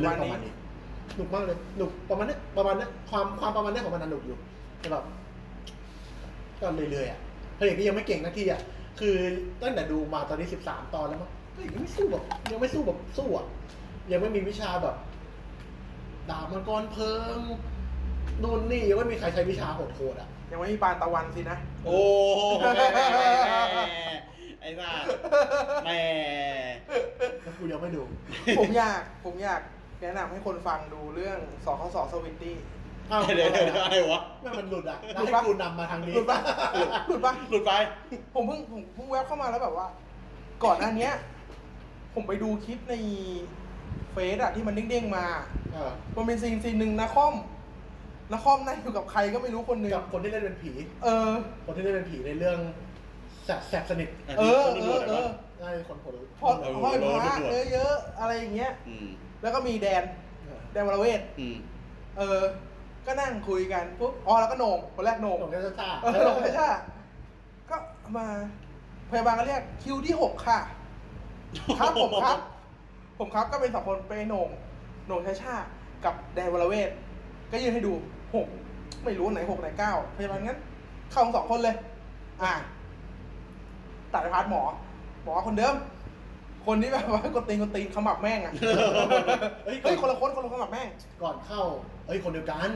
Speaker 4: เรื่องประ
Speaker 2: ประ
Speaker 4: มา
Speaker 2: มา
Speaker 4: ณ
Speaker 2: ณนี้
Speaker 4: นี้หนุกมากเลยหนุกประมาณเนี้ยประมาณเนี้ยความความประมาณเนี้ยของมันนะหนุกอยู่แต่แบบก็เรื่อยๆอ่ะพระเอกก็ยังไม่เก่งนะที่อ่ะคือตั้งแต่ดูมาตอนนี้สิบสามตอนแล้วมั้งก็ยังไม่สู้แบบยังไม่สู้แบบสู้อ่ะยังไม่มีวิชาแบบ ดาบมังกรเพลิงนู่นนี่ยังไม่มีใครใช้วิชาโหดๆอ่ะ
Speaker 2: ยังไม่มีปานตะวันสิ
Speaker 4: [laughs]
Speaker 2: นะ
Speaker 3: โอ้แหม่ไอ้สัตว์แหม่
Speaker 4: แล้วกูยังไม่ดู
Speaker 2: ผมอยาก ผมอยากแนะนำให้คนฟังดูเรื่องสองข้อสองสวิตตี้
Speaker 4: อ้าว
Speaker 3: เดี๋ยวเดี๋ยวเดี๋ยวอะไรวะ
Speaker 4: ไม่มันหลุดอ่ะ
Speaker 2: หลุด
Speaker 4: แล้วให้
Speaker 2: ปะ
Speaker 4: กูนำมาทางนี้
Speaker 2: หลุดปะหลุดปะ
Speaker 3: หลุดไป
Speaker 2: ผมเพิ่งผมเพิ่งแวบเข้ามาแล้วแบบว่า ก่อนหน้าเนี้ย ผมไปดูคลิปในเฟซอะที่มันเด้งๆมา
Speaker 4: เออ
Speaker 2: มันเป็นซีนซีนหนึ่งนะคอมนะคอมนั่งอยู่กับใครก็ไม่รู้คนหนึ่ง
Speaker 4: กับคนที่เล่นเป็นผี
Speaker 2: เออ
Speaker 4: คนที่เล่นเป็นผีในเรื่องแสบแสบสนิท
Speaker 2: เออเออเออ
Speaker 4: ได้คนหัว
Speaker 2: พอ
Speaker 4: เราะ
Speaker 3: เออ
Speaker 2: ห้อยพระ
Speaker 3: โดนตรวจ
Speaker 2: เยอะๆอะไรอย่างเงี้ย
Speaker 3: อืม
Speaker 2: แล้วก็มีแดน
Speaker 4: เออ
Speaker 2: แดนวรเวท
Speaker 3: อืม
Speaker 2: เออ ก็นั่งคุยกันปุ๊บ อ๋อ แล้วก็โหน่งคนแรกโหน่ง
Speaker 4: ผมก็จะซ่า
Speaker 2: เออไม่ใช่ก็มาพยาบาลก็เรียกคิวที่หกค่ะ ครับผมครับ ผมครับก็เป็นสองคนเป็นโหน่งโหน่งชาชากับแดนวรเวท ก็ยืนให้ดูหกไม่รู้ไหนหกไหนเก้าพยาบาลงั้น เข้าทั้งสองคนเลย อ่ะตัดไปพาร์ทหมอหมอคนเดิม คนที่แบบว่ากดตีนกดตีนขมับแม่งอ่ะ เฮ้ยคนละคนคนละขมับแม่ง
Speaker 4: ก่อนเข้า เอ้ยคนเดียวกัน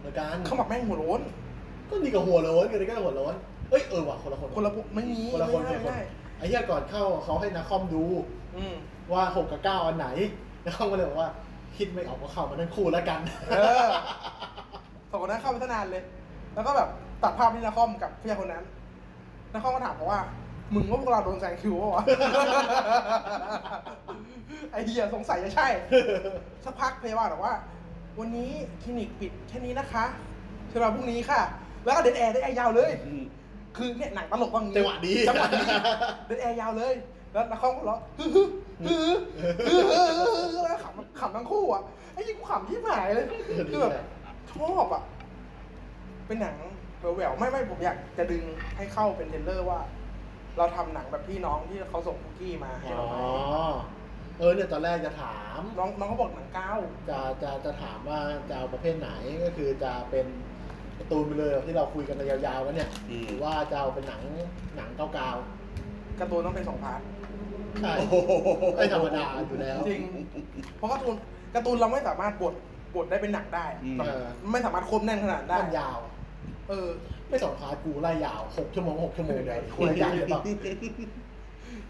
Speaker 4: เดียวกัน
Speaker 2: ขมับแม่งหัวโล้น
Speaker 4: ก็นี่กับหัวโล้นกันนี่ก็หัวโล้นเอ้ยเออว่ะคนละคน
Speaker 2: คนละพวกไม่มี
Speaker 4: คนละคนคน
Speaker 2: ไม่
Speaker 4: ละคน
Speaker 2: ได้
Speaker 4: ไอ้เหี้ยก่อนเข้าเขาให้นาคอมดู
Speaker 2: อืม
Speaker 4: ว่าหกกับเก้าอันไหนนาคอมก็เลยบอกว่าคิดไม่ออกก็เข้ามาทั้งคู่แล้วกัน
Speaker 2: เออสองคนนั้นเข้าไปตั้งนานเลย แล้วก็แบบตัดภาพที่นาคอมกับผู้ชายคนนั้นนาคอมก็ถามบอกว่า มึงว่าพวกเราโดนแซงคิวปะวะ [laughs] ไอเดียสงสัยจะใช่ สักพักพยาบาลบอกว่า วันนี้คลินิกปิดแค่นี้นะคะเจอกันพรุ่งนี้ค่ะ แล้วก็เดนแอร์เดนแอร์ยาวเลย
Speaker 3: อืม
Speaker 2: คือเนี่ยหนังตลกว่างี้
Speaker 4: จังหวะดี
Speaker 2: จังหวะดีเดินแอร์ยาวเลย แล้วนักข่าวก็ร้องฮือฮือฮือฮือฮือฮือแล้วขำขำทั้งคู่อ่ะไอ้ยิ่งกูขำที่หายเลยคือแบบชอบอ่ะ เป็นหนังแหววๆไม่ไม่ผมอยากจะดึงให้เข้าเป็นเทรลเลอร์ว่า เราทำหนังแบบพี่น้องที่เขาส่งคุกกี้มาให้
Speaker 4: [laughs] อ๋อ
Speaker 2: เราไหม
Speaker 4: เออเนี่ยตอนแรกจะถาม
Speaker 2: น้องน้องเขาบอกหนังก้าว
Speaker 4: จะจะจะถามว่าจะเอาประเภทไหนก็คือจะเป็นการ์ตูนไปเลยแบบที่เราคุยกันในยาวๆแล้วเนี่ย
Speaker 3: อืม
Speaker 4: หรือว่าจะเอาเป็นหนังหนังเก่า
Speaker 2: การ์ตูนต้องเป็นสองพาร์ท
Speaker 4: ๆใช่
Speaker 3: โอ้โห
Speaker 4: ไม่ธรรมดาอยู่แล้ว
Speaker 2: จริง [laughs] เพราะการ์ตูนการ์ตูนเราไม่สามารถบดบดได้เป็นหนังได้
Speaker 3: อืม
Speaker 2: แบบไม่สามารถควบแน่นขนาดได้
Speaker 4: มันยาว
Speaker 2: เออ
Speaker 4: ไม่สองพาร์ทกูไล่ยาวหกชั่วโมงหกชั่วโมงเลยวคุยยาวเลยป่ะ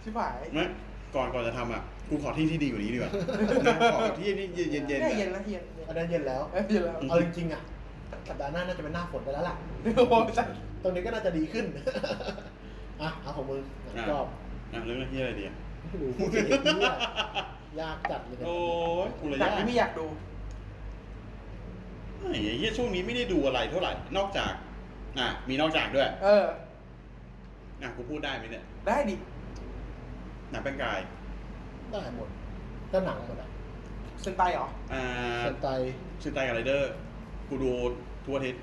Speaker 2: ชิบหาย
Speaker 3: ไม่ก่อนก่อนจะทำอ่ะกูขอที่ที่ดีกว่านี้ดีกว่า ขอที่ที่เย็นๆเย็น
Speaker 2: เนี่ยเย็น
Speaker 3: ๆอะ
Speaker 2: นะเย็นเย็น
Speaker 4: อันนั้นเย็นแล้ว
Speaker 2: เอ้ยเย็นแล้ว
Speaker 4: เอาจริงๆอ่ะสัปดาห์หน้าน่าจะเป็นหน้าฝนไปแล้วล่ะ
Speaker 2: โอ้โหสัตว์
Speaker 4: ตรงนี้ก็น่าจะดี
Speaker 3: [laughs]
Speaker 4: ขึ้น อ่ะเอาของมึงหนัง
Speaker 3: อ่ะ
Speaker 4: กรอบ
Speaker 3: อ่ะเรื่องที่อะไรดีอ่ะ
Speaker 4: โอ้โหพูดถึงไอ้เหี้ยยากจัดเลยนะ
Speaker 3: โอ้ยกูเลย
Speaker 2: หนั
Speaker 3: ยาง ก
Speaker 2: ที่ไม่อยากดู
Speaker 3: ไอ้เหี้ยช่วงนี้ไม่ได้ดูอะไรเท่าไหร่ นอกจาก อ่ะ มีนอกจากด้วย
Speaker 2: เออ
Speaker 3: อ่ะ กูพูดได้ไหมเนี่ย
Speaker 2: ได้ดิ
Speaker 3: หนังแป้งกาย
Speaker 4: ได้หมดก็หนังหมดอ่ะ
Speaker 2: เซนไตเหรอ
Speaker 3: อ่า
Speaker 4: สนใจ
Speaker 3: ชื่อไตกับไรเดอร์ กูดูทั่วอาทิศ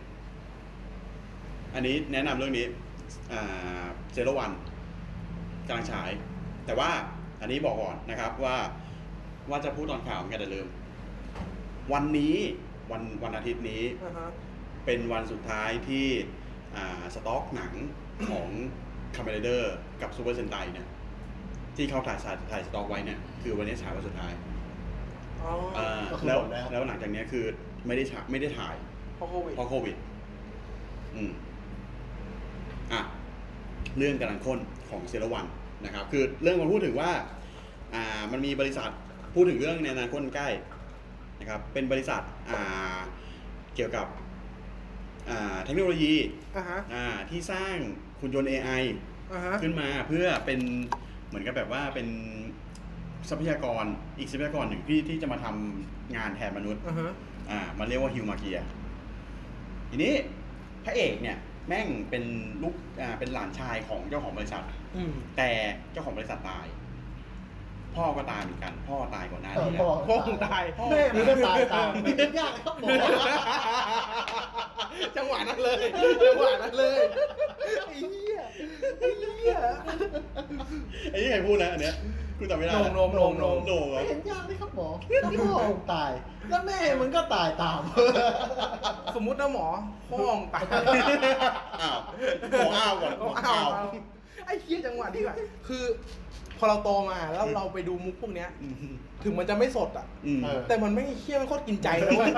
Speaker 3: อันนี้แนะนำเรื่องนี้ อ่า เซโรวันกำลังฉาย แต่ว่าอันนี้บอกก่อนนะครับว่าว่าจะพูดตอนข่าวเหมือนกันแต่ลืม วันนี้วันวันอาทิตย์นี้
Speaker 2: อ่าฮะ
Speaker 3: เป็นวันสุดท้ายที่อ่าสต็อกหนังของคา m เ n เดอร์กับซูเปอร์เซนไตเนี่ยที่เขาถ่ายถ่ายถ่ายสต็อกไว้เนี่ย คือวันนี้ฉายวันสุดท้าย
Speaker 2: อ๋อ
Speaker 3: อ่า
Speaker 4: ก็คือ
Speaker 3: แล้
Speaker 4: ห
Speaker 3: ว
Speaker 4: มดแล้ว
Speaker 3: แล้วหลังจากเนี้ยคือไม่ได้ฉายไม่ได้ถ่าย
Speaker 2: เพราะโควิด
Speaker 3: เพราะโควิด อืมอ่ะ เรื่องกำลังค้นของเซรวันนะครับ คือเรื่องมันพูดถึงว่า อ่ามันมีบริษัทพูดถึงเรื่องในอนาคตใกล้นะครับ เป็นบริษัทอ่าเกี่ยวกับอ่าเทคโนโลยี
Speaker 2: อ่าฮะ
Speaker 3: อ่าที่สร้างหุ่นยนต์ AI
Speaker 2: อ่าฮะ
Speaker 3: ขึ้นมาเพื่อเป็นเหมือนกับแบบว่าเป็นทรัพยากรอีกทรัพยากรหนึ่งที่ที่จะมาทำงานแทนมนุษย์
Speaker 2: อ่าฮะ
Speaker 3: อ่ามันเรียกว่าฮิวมาเกียทีนี้พระเอกเนี่ยแม่งเป็นลูกอ่าเป็นหลานชายของเจ้าของบริษัท
Speaker 2: อืม
Speaker 3: แต่เจ้าของบริษัทตาย พ่อก็ตายเหมือนกัน พ่อตายก่อนหน้า
Speaker 4: เออ
Speaker 3: นี้แล้
Speaker 4: พ่อ
Speaker 3: ว
Speaker 2: พ่อคงตาย
Speaker 4: แม่มันก็ตายตามไม่เป็นยากครับหมอ
Speaker 3: จังหวะนั้นเลยจังหวะนั้นเลย
Speaker 2: ไอ้เหี้ย ไอ้เหี้ย
Speaker 3: ไอ้ที่ใครพูดนะอันเนี้ยกูจำไม่ได้
Speaker 2: โหน่งโหน่งโหน่ง
Speaker 3: โหน่งเหร
Speaker 4: ไม่
Speaker 3: อ
Speaker 4: เห็นยากเลยครับหมอแล้วพ่อตาย แล้วแม่มันก็ตายตาม
Speaker 2: สมมุตินะหมอพ่อมึงตาย
Speaker 3: อ้าวขออ้าวก่อนขออ้าว
Speaker 2: ไอ้เหี้ยจังหวะดีกว่าคือ พอเราโตมาแล้วเราไปดูมุกพวกเนี้ย ถึงมันจะไม่สดอ่ะ
Speaker 3: อืม
Speaker 4: เออ
Speaker 2: แต่มันไม่เคี้ยมันโคตรกินใจเลยเว้ย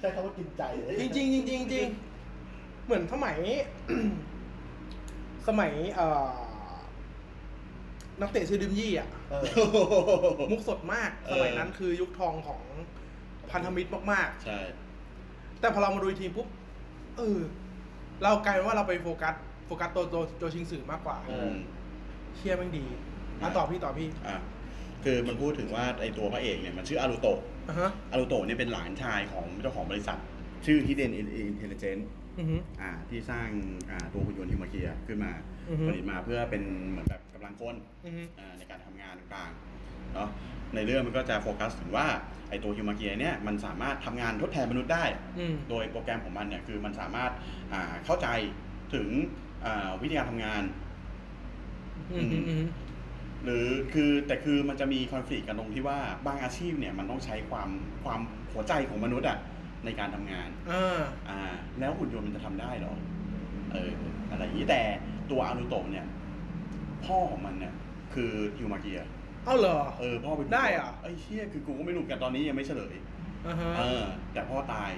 Speaker 4: ใช้คำว่ากินใจเลย
Speaker 2: [laughs] จริงจริงจริงจริงเหมือนสมัย สมัยเอ่อนักเตะชื่อดิมยี่อ่ะ
Speaker 4: เออ
Speaker 2: มุกสดมาก สมัยนั้นคือยุคทองของพันธมิตรมาก
Speaker 3: ใช่
Speaker 2: ๆ แต่พอเรามาดูอีกทีปุ๊บเออ เรากลายเป็นว่าเราไปโฟกัส โฟกัสตัวตัวตัวชิงสื่อมากกว่า
Speaker 3: อืม
Speaker 2: เชี่ยแม่งดีอ่ะต่อพี่ต่อพี่
Speaker 3: อ่ะ คือมันพูดถึงว่าไอตัวพระเอกเนี่ยมันชื่ออารุโตะ
Speaker 2: อ่ะฮะ
Speaker 3: อารุโตะเนี่ยเป็นหลานชายของเจ้าของบริษัท ชื่อ Hidden Intelligence
Speaker 2: อือฮึ
Speaker 3: อ่าที่สร้างอ่าตัวหุ่นยนต์ฮิวมาเกียขึ้นมา
Speaker 2: อือฮึ
Speaker 3: ผลิตมาเพื่อเป็นเหมือนแบบกำลังคน
Speaker 2: อือฮึ
Speaker 3: อ่าในการทำงานต่างๆเนาะในเรื่องมันก็จะโฟกัสถึงว่าไอตัวฮิวมาเกียเนี่ยมันสามารถทำงานทดแทนมนุษย์ได้
Speaker 2: อืม
Speaker 3: โดยโปรแกรมของมันเนี่ยคือมันสามารถอ่าเข้าใจถึงอ่าวิธีการทำงาน
Speaker 2: อือฮึอือฮึ
Speaker 3: หรือคือแต่คือมันจะมีคอนฟ lict กันตรงที่ว่าบางอาชีพเนี่ยมันต้องใช้ความความหัวใจของมนุษย์อะในการทำงาน
Speaker 2: อ่า
Speaker 3: อ่าแล้วหุ่นยนต์มันจะทำได้เหรอ เออ อะไรอย่างนี้แต่ตัวอารุโตะเนี่ย พ่อของมันเนี่ย คือยูมาเกีย
Speaker 2: เอ้าเหรอ
Speaker 3: เออพ่อไป
Speaker 2: ได้เหรอ
Speaker 3: ไอ้เชี่ยคือกูก็ไม่รู้เหมือนกันตอนนี้ยังไม่เฉลย
Speaker 2: อ่าฮะ
Speaker 3: เออ แต่พ่อตาย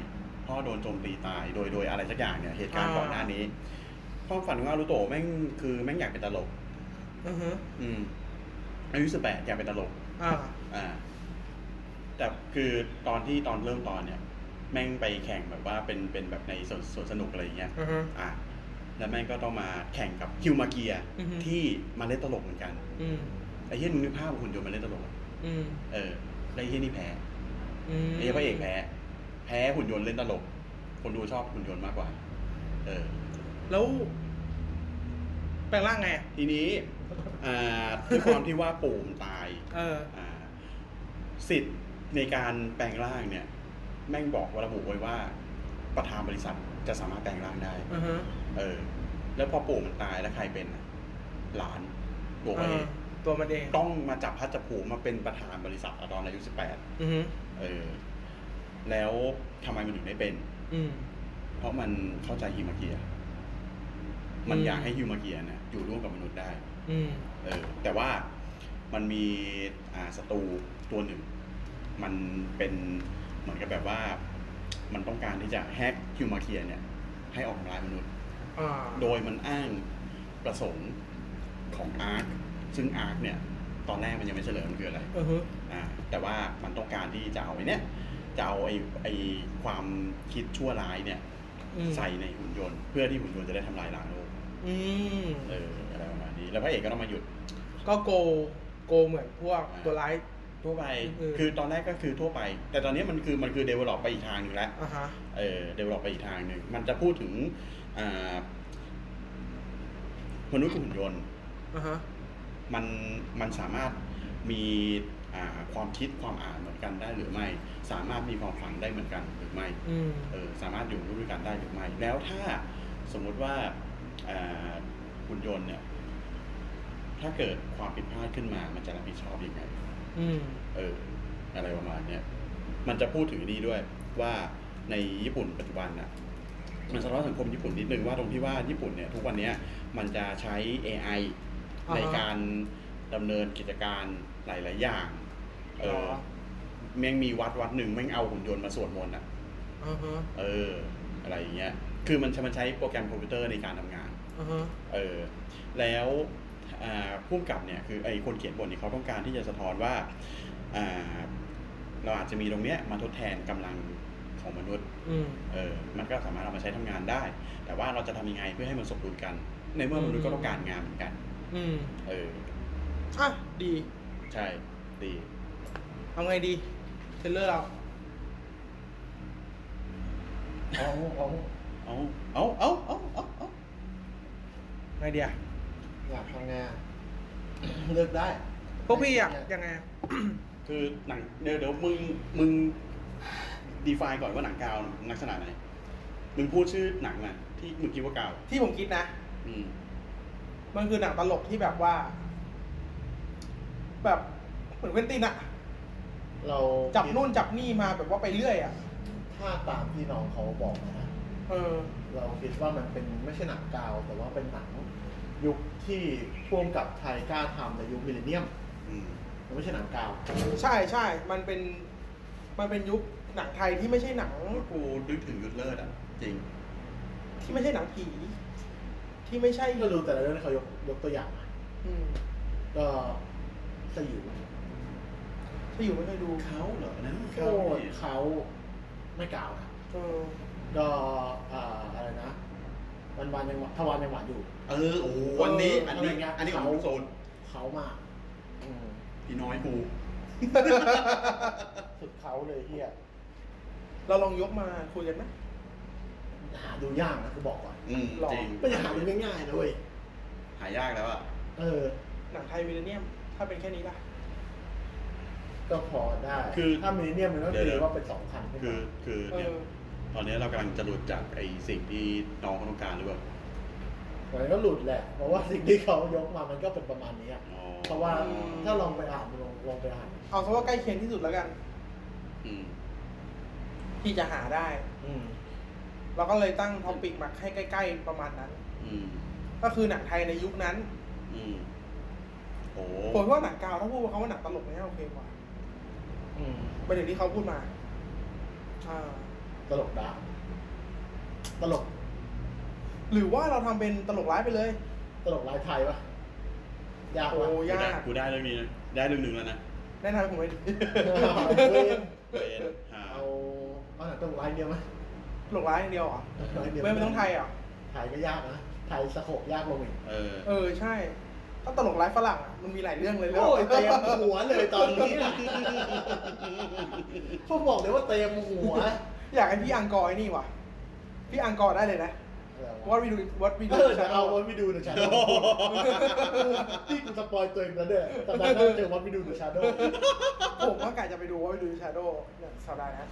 Speaker 3: พ่อโดนโจมตีตาย โดยโดยอะไรสักอย่างเนี่ยเหตุการณ์
Speaker 2: อ่า
Speaker 3: ก่อนหน้านี้ความฝันของอารุโตะแม่งคือแม่งอยากเป็นตลก
Speaker 2: อ่าฮะ
Speaker 3: อืมอายุสิบแปดอยากเป็นตลก
Speaker 2: อ่า
Speaker 3: อ่า แต่คือตอนที่ตอนเริ่มตอนเนี่ย แม่งไปแข่งแบบว่าเป็นเป็นแบบในสวนสวนสนุกอะไรอย่างเงี้ย
Speaker 2: อือฮึ
Speaker 3: อ่ะแล้วแม่งก็ต้องมาแข่งกับคิวมาเกีย
Speaker 2: อือฮึ
Speaker 3: ที่มาเล่นตลกเหมือนกัน
Speaker 2: อืม
Speaker 3: ไอ้เหี้ยมึงนึกภาพหุ่นยนต์มาเล่นตลกอะ
Speaker 2: อืม
Speaker 3: เออแล้วไอ้เหี้ยนี่แพ้
Speaker 2: อืม
Speaker 3: ไอ้เหี้ยพระเอกแพ้ แพ้หุ่นยนต์เล่นตลก คนดูชอบหุ่นยนต์มากกว่า เออ
Speaker 2: แล้วแปลงร่างไงอะ
Speaker 3: ทีนี้ อ่าด้วยความที่ว่าปู่มันตาย
Speaker 2: เออ
Speaker 3: อ่าสิทธิ์ในการแปลงร่างเนี่ย แม่งบอกว่าระบุไว้ว่า ประธานบริษัทจะสามารถแปลงร่างได้
Speaker 2: อือฮะ
Speaker 3: เออ แล้วพอปู่มันตายแล้วใครเป็นน่ะหลานตัวพระเอง
Speaker 2: ตัวมันเอง
Speaker 3: ต้องมาจับพัดจับผูมาเป็นประธานบริษัทอะตอนอายุสิบแปด
Speaker 2: อือฮึ
Speaker 3: เออ แล้วทำไมมันถึงได้เป็น
Speaker 2: อืม
Speaker 3: เพราะมันเข้าใจฮิวมาเกีย มัน
Speaker 2: อืม
Speaker 3: อยากให้ฮิวมาเกียเนี่ยอยู่ร่วมกับมนุษย์ได้
Speaker 2: อืม
Speaker 3: เออแต่ว่ามันมีอ่าศัตรูตัวหนึ่ง มันเป็นเหมือนกับแบบว่า มันต้องการที่จะแฮกคิวมาเคียเนี่ย ให้ออกทำลายมนุษย์
Speaker 2: อ่า
Speaker 3: โดยมันอ้างประสงค์ของอาร์คซึ่งอาร์คเนี่ย ตอนแรกมันยังไม่เฉลยมันคืออะไร
Speaker 2: อือฮึ
Speaker 3: อ่าแต่ว่ามันต้องการที่จะเอาไอ้เนี่ยจะเอาไอ้ไอ้ความคิดชั่วร้ายเนี่ย
Speaker 2: อืม
Speaker 3: ใส่ในหุ่นยนต์ เพื่อที่หุ่นยนต์จะได้ทำลายล้างโลก
Speaker 2: อืม
Speaker 3: เอออะไรประมาณนี้แล้วพระเอกก็ต้องมาหยุด
Speaker 2: ก็โก โกเหมือนพวกตัวร้าย
Speaker 3: ทั่วไป
Speaker 2: เออ
Speaker 3: คือตอนแรกก็คือทั่วไป แต่ตอนนี้มันคือมันคือ develop ไปอีกทางหนึ่งแล้ว
Speaker 2: อ่าฮะ
Speaker 3: เออ develop ไปอีกทางหนึ่ง มันจะพูดถึงอ่ามนุษย์กับหุ่นยนต์
Speaker 2: อ่าฮะ
Speaker 3: มัน มันสามารถมีอ่าความคิดความอ่านเหมือนกันได้หรือไม่ สามารถมีความฝันได้เหมือนกันหรือไม่
Speaker 2: อืม
Speaker 3: เออ สามารถอยู่ร่วมด้วยกันได้หรือไม่ แล้วถ้าสมมุติว่าอ่าหุ่นยนต์เนี่ย ถ้าเกิดความผิดพลาดขึ้นมา มันจะรับผิดชอบยังไง
Speaker 2: อืม
Speaker 3: เอออะไรประมาณเนี้ยมันจะพูดถึงนี่ด้วยว่าในญี่ปุ่นปัจจุบันน่ะมันสะท้อนสังคมญี่ปุ่นนิดนึงว่าตรงที่ว่าญี่ปุ่นเนี่ยทุกวันเนี้ยมันจะใช้ AI
Speaker 2: อ่าฮะ
Speaker 3: ในการดำเนินกิจการหลาย ๆ อย่างเออ
Speaker 2: หรอ
Speaker 3: แม่งมีวัดวัดหนึ่งแม่งเอาหุ่นยนต์มาสวดมนต์อ่ะ
Speaker 2: อ่าฮะ
Speaker 3: เอออะไรอย่างเงี้ยคือมันมันใช้โปรแกรมคอมพิวเตอร์ในการทำงาน
Speaker 2: อ่าฮะ
Speaker 3: เออแล้วอ่าผู้กำกับเนี่ยคือไอ้คนเขียนบทเนี่ยเขาต้องการที่จะสะท้อนว่าอ่าเราอาจจะมีตรงเนี้ยมาทดแทนกำลังของมนุษย์
Speaker 2: อืม
Speaker 3: เออมันก็สามารถเอามาใช้ทำงานได้ แต่ว่าเราจะทำยังไงเพื่อให้มันสมดุลกัน ในเมื่อมนุษย์ก็ต้องการงานเหมือนกัน
Speaker 2: อืม
Speaker 3: เออ
Speaker 2: อ่ะ ดี
Speaker 3: ใช่ดี
Speaker 2: เอาไงดีเทรลเลอร์เรา
Speaker 5: เอาเอา
Speaker 3: เอาเอาเอาเอาเอาเอา
Speaker 2: ไงเดีย
Speaker 4: อยากทำงาน เลือกได้
Speaker 2: พวกพี่อยากยังไง
Speaker 3: คือหนังเดี๋ยวเดี๋ยวมึงมึงดีไฟก่อนว่าหนังกาวลักษณะไหนมึงพูดชื่อหนังมาที่มึงคิดว่ากาว
Speaker 2: ที่ผมคิดนะ
Speaker 3: อืม
Speaker 2: มันคือหนังตลกที่แบบว่า แบบเหมือนเวนตินอะ
Speaker 4: เรา
Speaker 2: จับนู่นจับนี่มาแบบว่าไปเรื่อยอะ
Speaker 4: ถ้าตามที่น้องเขาบอกนะ
Speaker 2: เออ
Speaker 4: เราคิดว่ามันเป็นไม่ใช่หนังกาว แต่ว่าเป็นหนังยุคที่พ่วงกับไทยกล้าทำในยุคมิลเลนเนียม
Speaker 3: อืม
Speaker 4: มันไม่ใช่หนังกาว
Speaker 2: ใช่ใช่ มันเป็น มันเป็นยุคหนังไทยที่ไม่ใช่หนัง
Speaker 3: กูนึกถึงยุทธเลิศอ่ะ จริง
Speaker 2: ที่ไม่ใช่หนังผี ที่ไม่ใช่
Speaker 4: ก็รู้แต่ละเรื่องที่เขายกยกตัวอย่างมา
Speaker 2: อืม
Speaker 4: ก็สยิว
Speaker 2: ที่อยู่ไม่เคยดู
Speaker 3: เขาเหรอนะ
Speaker 4: โคตรเขาไม่กาวนะ
Speaker 2: เออ
Speaker 4: ก็อ่าอะไรนะวันวันยังหวานทวันยังหวานอยู่
Speaker 3: เออ โอ้โหวันนี้ อันนี้
Speaker 4: เอออะไรเงี้ย
Speaker 3: อันนี้ของโซน
Speaker 4: เขามากอืม
Speaker 3: พี่น้อยกู
Speaker 4: สุดเขาเลยเฮีย
Speaker 2: เราลองยกมาคุยกันไหม
Speaker 4: หาดูยากนะคือบอกก่อน
Speaker 3: อืมจริง
Speaker 4: ไม่ได้หาดูง่ายๆนะเว้ย
Speaker 3: หายากแล้วอ่ะ
Speaker 4: เออ
Speaker 2: หนังไทยมิลเลนเนียม ถ้าเป็นแค่นี้ล่ะ
Speaker 4: ก็พอได้
Speaker 3: คือ
Speaker 4: ถ้ามิลเลนเนียมมันก็
Speaker 3: เดี๋ย
Speaker 4: คือ
Speaker 3: วๆ
Speaker 4: ว่าเป็นสองพันขึ้น
Speaker 3: คือ
Speaker 4: มา
Speaker 3: คือ
Speaker 2: เอ
Speaker 3: เนี่
Speaker 2: อ
Speaker 3: ยตอนนี้เรากำลังจะหลุดจากไอ้สิ่งที่น้องเขาต้องการหรือเปล่า
Speaker 4: แต่มันก็หลุดแหละ เพราะว่าสิ่งที่เขายกมามันก็เป็นประมาณนี้อะ
Speaker 3: อ๋อ
Speaker 4: เพราะว่าถ้าลองไปอ่านลองลองไปอ่าน
Speaker 2: เอาซะว่าใกล้เคียงที่สุดแล้วกัน
Speaker 3: อืม
Speaker 2: ที่จะหาได้
Speaker 4: อืม
Speaker 2: เราก็เลยตั้งท็อปิกมาให้ใกล้ ๆ ประมาณนั้น
Speaker 3: อืม
Speaker 2: ก็คือหนังไทยในยุคนั้น
Speaker 3: อืม โอ้
Speaker 2: ผมว่าหนังกาวถ้าพูดว่าเขาว่าหนังตลกเนี่ยโอเคกว่า
Speaker 4: อืม
Speaker 2: ประเด็นที่เขาพูดมาอ่า
Speaker 4: ตลกดาร์กตลก
Speaker 2: หรือว่าเราทำเป็นตลกร้ายไปเลย
Speaker 4: ตลกลายไทยปะยาก
Speaker 2: โอ้
Speaker 4: ปะ
Speaker 2: ยาก
Speaker 3: กูได้เรื่องนี้นะได้เรื่องหนึ่งแล้วนะ
Speaker 2: แนะนำให้ผมไป
Speaker 4: [laughs]
Speaker 2: ดิ
Speaker 3: เบนหา
Speaker 4: เอาเอาหนังตลกลายเดียวไหม
Speaker 2: ตลกร้ายอย่างเดียวเหรอ
Speaker 4: ลายเดียว
Speaker 2: ไม่ไม่ต้องไทยเหรอ่ะ
Speaker 4: ไทยก็ยากนะไทยสะโขบยากลงอีก
Speaker 3: เออ
Speaker 2: เออใช่ถ้าตลกร้ายฝรั่งอะมันมีหลายเรื่องเลยเรื่
Speaker 4: โอ้ยเต็ม
Speaker 2: อง
Speaker 4: หัวเลยตอนนี้นะ [laughs] พวกบอกเลยว่าเต็มหัว
Speaker 2: อยากให้พี่อังกอร์ไอ้นี่ว่ะ พี่อังกอร์ได้เลยนะ
Speaker 4: ว่า
Speaker 2: What we do What we do
Speaker 4: เออจะเอาวันวิดูเดอะชาโดที่กูสปอยตัวเองแล้วเนี่ยแต่ดันเจอวันวิดูเดอะชาโด
Speaker 2: ผมว่ากะจะไปดู What we do Shadow เนี่ยสัปดาห์หนะ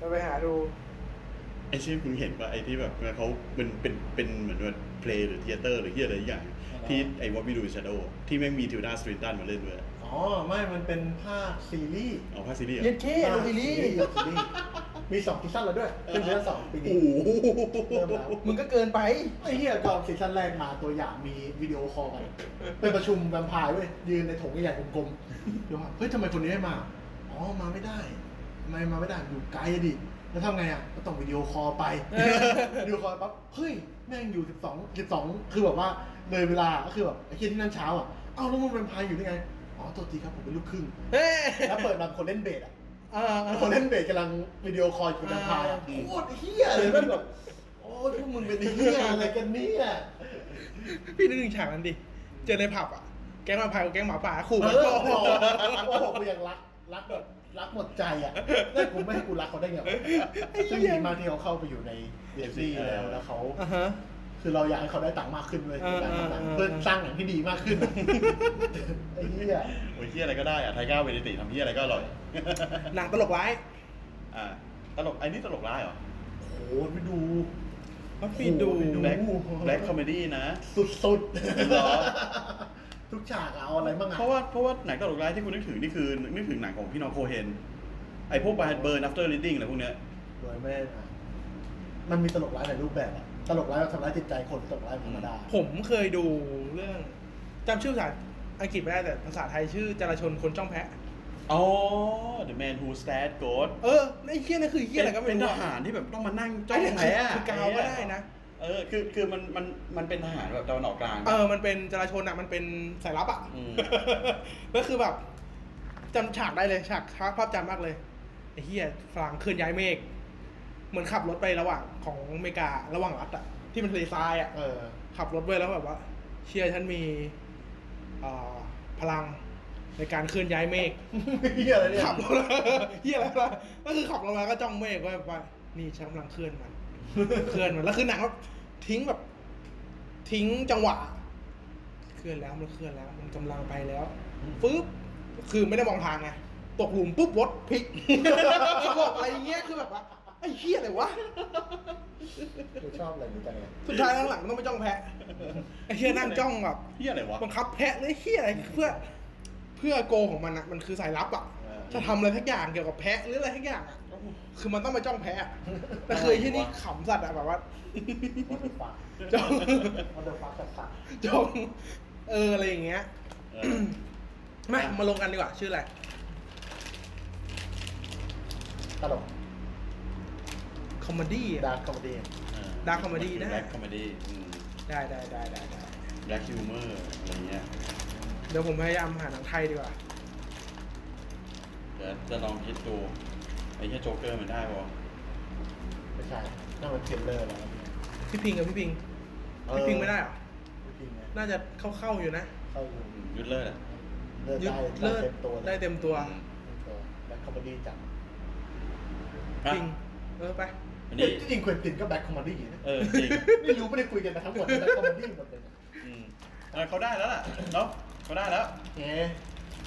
Speaker 2: จะไปหาดู
Speaker 3: ไอ้ชื่อคุณเห็นป่ะไอ้ที่แบบเขาเป็นเป็นเป็นเหมือนว่าเพลงหรือเทเตอร์หรือที่อะไรอย่าง ที่ไอ้วอ w บี้ดูชาโดที่แม่งมีทิวดาสตรีตันมาเล่นด้วย
Speaker 4: อ๋อ ไม่มันเป็นภาคซีรีส์
Speaker 3: เอาภาคซีรีส์เหร
Speaker 2: เย็
Speaker 3: อ
Speaker 2: ดเค้ดูซีรีส์
Speaker 4: ซีรีส์มีสองซีซั่นแล้วด้วยเป็นซีซั่นสองปี
Speaker 3: โอ้
Speaker 4: นี้
Speaker 3: โห
Speaker 4: เริ่มแล้ว
Speaker 2: มึงก็เกินไป
Speaker 4: ไอ้เหี้ยตอนซีซั่นแรกมาตัวอย่างมีวิดีโอคอลกันไปประชุมแวมไพร์เว้ยยืนในโถงใหญ่ๆกลมๆเดี๋ยวว่าเฮ้ยทำไมคนนี้ไม่มา อ๋อมาไม่ได้ทำไมมาไม่ได้อยู่ไกลอะดิแล้วทำไงอ่ะก็ต้องวิดีโอคอล
Speaker 3: [laughs]
Speaker 4: ไป ดูคอยปั๊บเฮ้ยแม่งอยู่ 12 12 คือแบบว่าเลยเวลาก็คือแบบไอ้เคียที่นั่นเช้าอ่ะเอ้าแล้วมันเป็นพายอยู่ได้ไง อ๋อตัวทีครับผมเป็นลูกครึ่ง
Speaker 2: เฮ้ย
Speaker 4: แล้วเปิดมาคนเล่นเบสอ่ะ
Speaker 2: เออเออ
Speaker 4: คนเล่นเบสกำลังวิดีโอคอลอยู่กับพายอ่ะ
Speaker 2: อ่า
Speaker 4: โคตรเฮี้ยเลยแล้วแบบโอ้ยพวกมึงเป็นเฮี้ยอะไรกันเนี่ย
Speaker 2: พี่นึกถึงฉากนั้นดิ เจอในผับอ่ะ แก๊งมาพายกับแก๊งหมาป่าขู่
Speaker 4: เอ
Speaker 2: กัน
Speaker 4: อโอ้โหโอ้โหกูยังรักรักแบบรักหมดใจอ่ะแล้วกูไม่ให้กูรักเขาได้ไงวะซึ่งดีมากที่เขาเข้าไปอยู่ในเดซี่แล้วแล้วเขา
Speaker 2: อ่ะฮะ
Speaker 4: คือเราอยากให้เขาได้ตังค์มากขึ้นเลย
Speaker 2: เออ
Speaker 4: การทำหนัง
Speaker 2: เออ
Speaker 4: เพื่อสร้างหนังที่ดีมากขึ้น ไอ้เหี้ย
Speaker 3: โอ้ยเฮียอะไรก็ได้อะไทก้าเวเนติทำเฮียอะไรก็อร่อย
Speaker 2: หนังตลกร้าย
Speaker 3: อ่าตลกไอ้นี่ตลกร้ายเหรอ
Speaker 4: โอ้ยไปดู
Speaker 2: มาฟีนดู
Speaker 4: โอ้โหไปดู
Speaker 3: แบล็คแบล็คคอมเมดี้นะ
Speaker 4: สุด
Speaker 3: เหรอ
Speaker 4: ๆ ทุกฉากอะเอาอะไรบ้างอะ
Speaker 3: เพราะว่าเพราะว่าหนังตลกร้ายที่คุณนึกถึงนี่คือนึกถึงหนังของพี่น้องโคเฮนไอ้พวกบาร์เบิร์นอัฟเตอร์ลิดดิ้งอะไรพวกเนี้ย
Speaker 4: โดยแม่งอะมันมีตลกร้ายหลายรูปแบบอะตลกร้ายแบบทำร้ายจิตใจคนตลกร้ายธรรมดา
Speaker 2: ผมเคยดูเรื่องจำชื่อภาษาอังกฤษไม่ได้แต่ภาษาไทยชื่อจราชนคนจ้องแพะ
Speaker 3: อ๋อ The Man Who Stared God
Speaker 2: เออไอ้เคี้ยนั่นคือเคี้ยอะไรก็ไม่
Speaker 3: เป็น
Speaker 2: รู้
Speaker 3: ท
Speaker 2: อะ
Speaker 3: หารที่แบบต้องมานั่งจ้อง
Speaker 2: ไอ้เนี่ย
Speaker 3: แพ้ะ
Speaker 2: คือกาวก็ได้นะ
Speaker 3: เออ คือ คือมัน มัน มันเป็นทหารแบบตะวันออกกลาง
Speaker 2: เออ มันเป็นจราชนอ่ะ มันเป็นสายลับอ่ะ
Speaker 3: อืม
Speaker 2: แล้วคือแบบจำฉากได้เลย ฉากภาพจำมากเลย ไอ้เหี้ยฝรั่งเคลื่อนย้ายเมฆ เหมือนขับรถไประหว่างของอเมริการะหว่างรัฐอ่ะ ที่มันทะเลทรายอ่ะ
Speaker 4: เอ [laughs] อ
Speaker 2: ขับรถไปแล้วแบบว่า เชียร์ฉันมีเอ่อพลังในการเคลื่อนย้ายเมฆ
Speaker 4: เหี้ยอะไรเนี่ย
Speaker 2: ขับรถ [laughs] เฮียอะไรวะก็คือขับลงมาก็จ้องเมฆไว้ว่านี่ฉันกำลังเคลื่อนมัน เคลื่อนมันแล้วคือหนังแบบทิ้งแบบ ทิ้งจังหวะ เคลื่อนแล้วมันเคลื่อนแล้ว มันกำลังไปแล้วปึ๊บคือไม่ได้มองทางไงตกหลุมปุ๊บรถพลิก [laughs] สงบอะไรอย่างเงี้ยคือแบบว่าไอ้เฮียอะไรวะ
Speaker 4: กูชอบอะไรนี้จังเลย
Speaker 2: สุดท้ายหลังๆต้องไปจ้องแพะไอ้เฮียนั่งจ้องแบบ
Speaker 3: เฮียอะไรวะ
Speaker 2: บังคับแพะเลยเฮียอะไรเพื่อ เพื่อโกของมันอะมันคือสายลับอะ
Speaker 4: เออ
Speaker 2: จะทำอะไรทักอย่างเกี่ยวกับแพะหรืออะไรทักอย่างอ่ะ คือมันต้องไปจ้องแพ [laughs] ะอะแต่เคยที่นี่ขำสัตว์อ่ะ [laughs] แบบว่า
Speaker 4: มันเป็นปาก
Speaker 2: จ้อง
Speaker 4: มันเป็นปากสัตว์
Speaker 2: จ้องเอออะไรอย่างเงี้ย
Speaker 3: เออ
Speaker 2: ไม่มาลงกันดีกว่าชื่ออะไร
Speaker 4: ตลก
Speaker 2: คอมเมดี้อะ
Speaker 4: ดาร์คคอมเมดี้
Speaker 2: Dark comedy ได้
Speaker 3: แบล็คคอมเมดี้
Speaker 2: ได้ได้ได้ได้ได้
Speaker 3: แบล็คฮิวเมอร์อะไรเงี้ย
Speaker 2: เดี๋ยวผมพยายามหาหนังไทยดีกว่า
Speaker 3: เดี๋ยวจะลองคิดดู ไอ้เฮียโจ๊กเกอร์มันได้ปะ
Speaker 4: ไม่ใช่นั่นมันเทรลเลอร์แล้ว
Speaker 2: พี่พิงกับพี่พิง พี่พิงไม่ได้เหรอ
Speaker 4: พี่พิงนะ
Speaker 2: น่าจะเข้าๆอยู่นะ
Speaker 4: เข้าอยู่
Speaker 3: ยุดเลิศอ่ะ
Speaker 4: เลือด
Speaker 2: ยึด
Speaker 4: ได้
Speaker 2: เลิศ
Speaker 4: เต็มตัว
Speaker 2: ได้เต็มตัว
Speaker 4: แบ็คคอมเมดี้จัง
Speaker 3: อ่ะ
Speaker 2: พิง เออไป
Speaker 3: อันนี้
Speaker 4: จริงๆเควินตินก็แบ็คคอมเมดี้
Speaker 2: [laughs]
Speaker 4: นะ
Speaker 3: เออ จริง
Speaker 4: ไม่รู้ไม่ได้คุยกันนะทั้งหมดแบ็คคอมเมดี้หมดเลยนะ
Speaker 3: อืมเออเขาได้แล้วล่ะ เนาะเขาได้แล้ว
Speaker 4: เอ๊ะ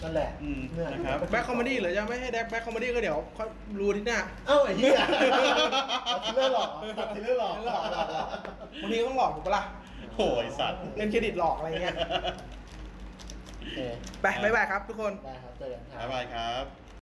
Speaker 4: นั่นแหละ
Speaker 3: อืม
Speaker 4: เนี่ย
Speaker 3: นะครับ
Speaker 2: แบ็คคอมเมดี้เหรือจะไม่ให้แดกแบ็คคอมเมดี้ก็เดี๋ยวค่อยรู้ทีหน้า
Speaker 4: เอ้าไอ้เหี้ยตัดทีเลอร์หลอกตัดทีเลอร์หลอก
Speaker 2: หลอกหลอกหลอกบางทีก็ต้องหลอกถูกปะล่ะ
Speaker 3: โอ้ยสัตว์ [laughs]
Speaker 2: เล่นเครดิตหลอกอะไรเงี้ย
Speaker 4: โอเค
Speaker 2: ไปบ๊ายบายครับทุกคน
Speaker 4: ได้ครับเจอกันครับ
Speaker 3: บ๊ายบายครับ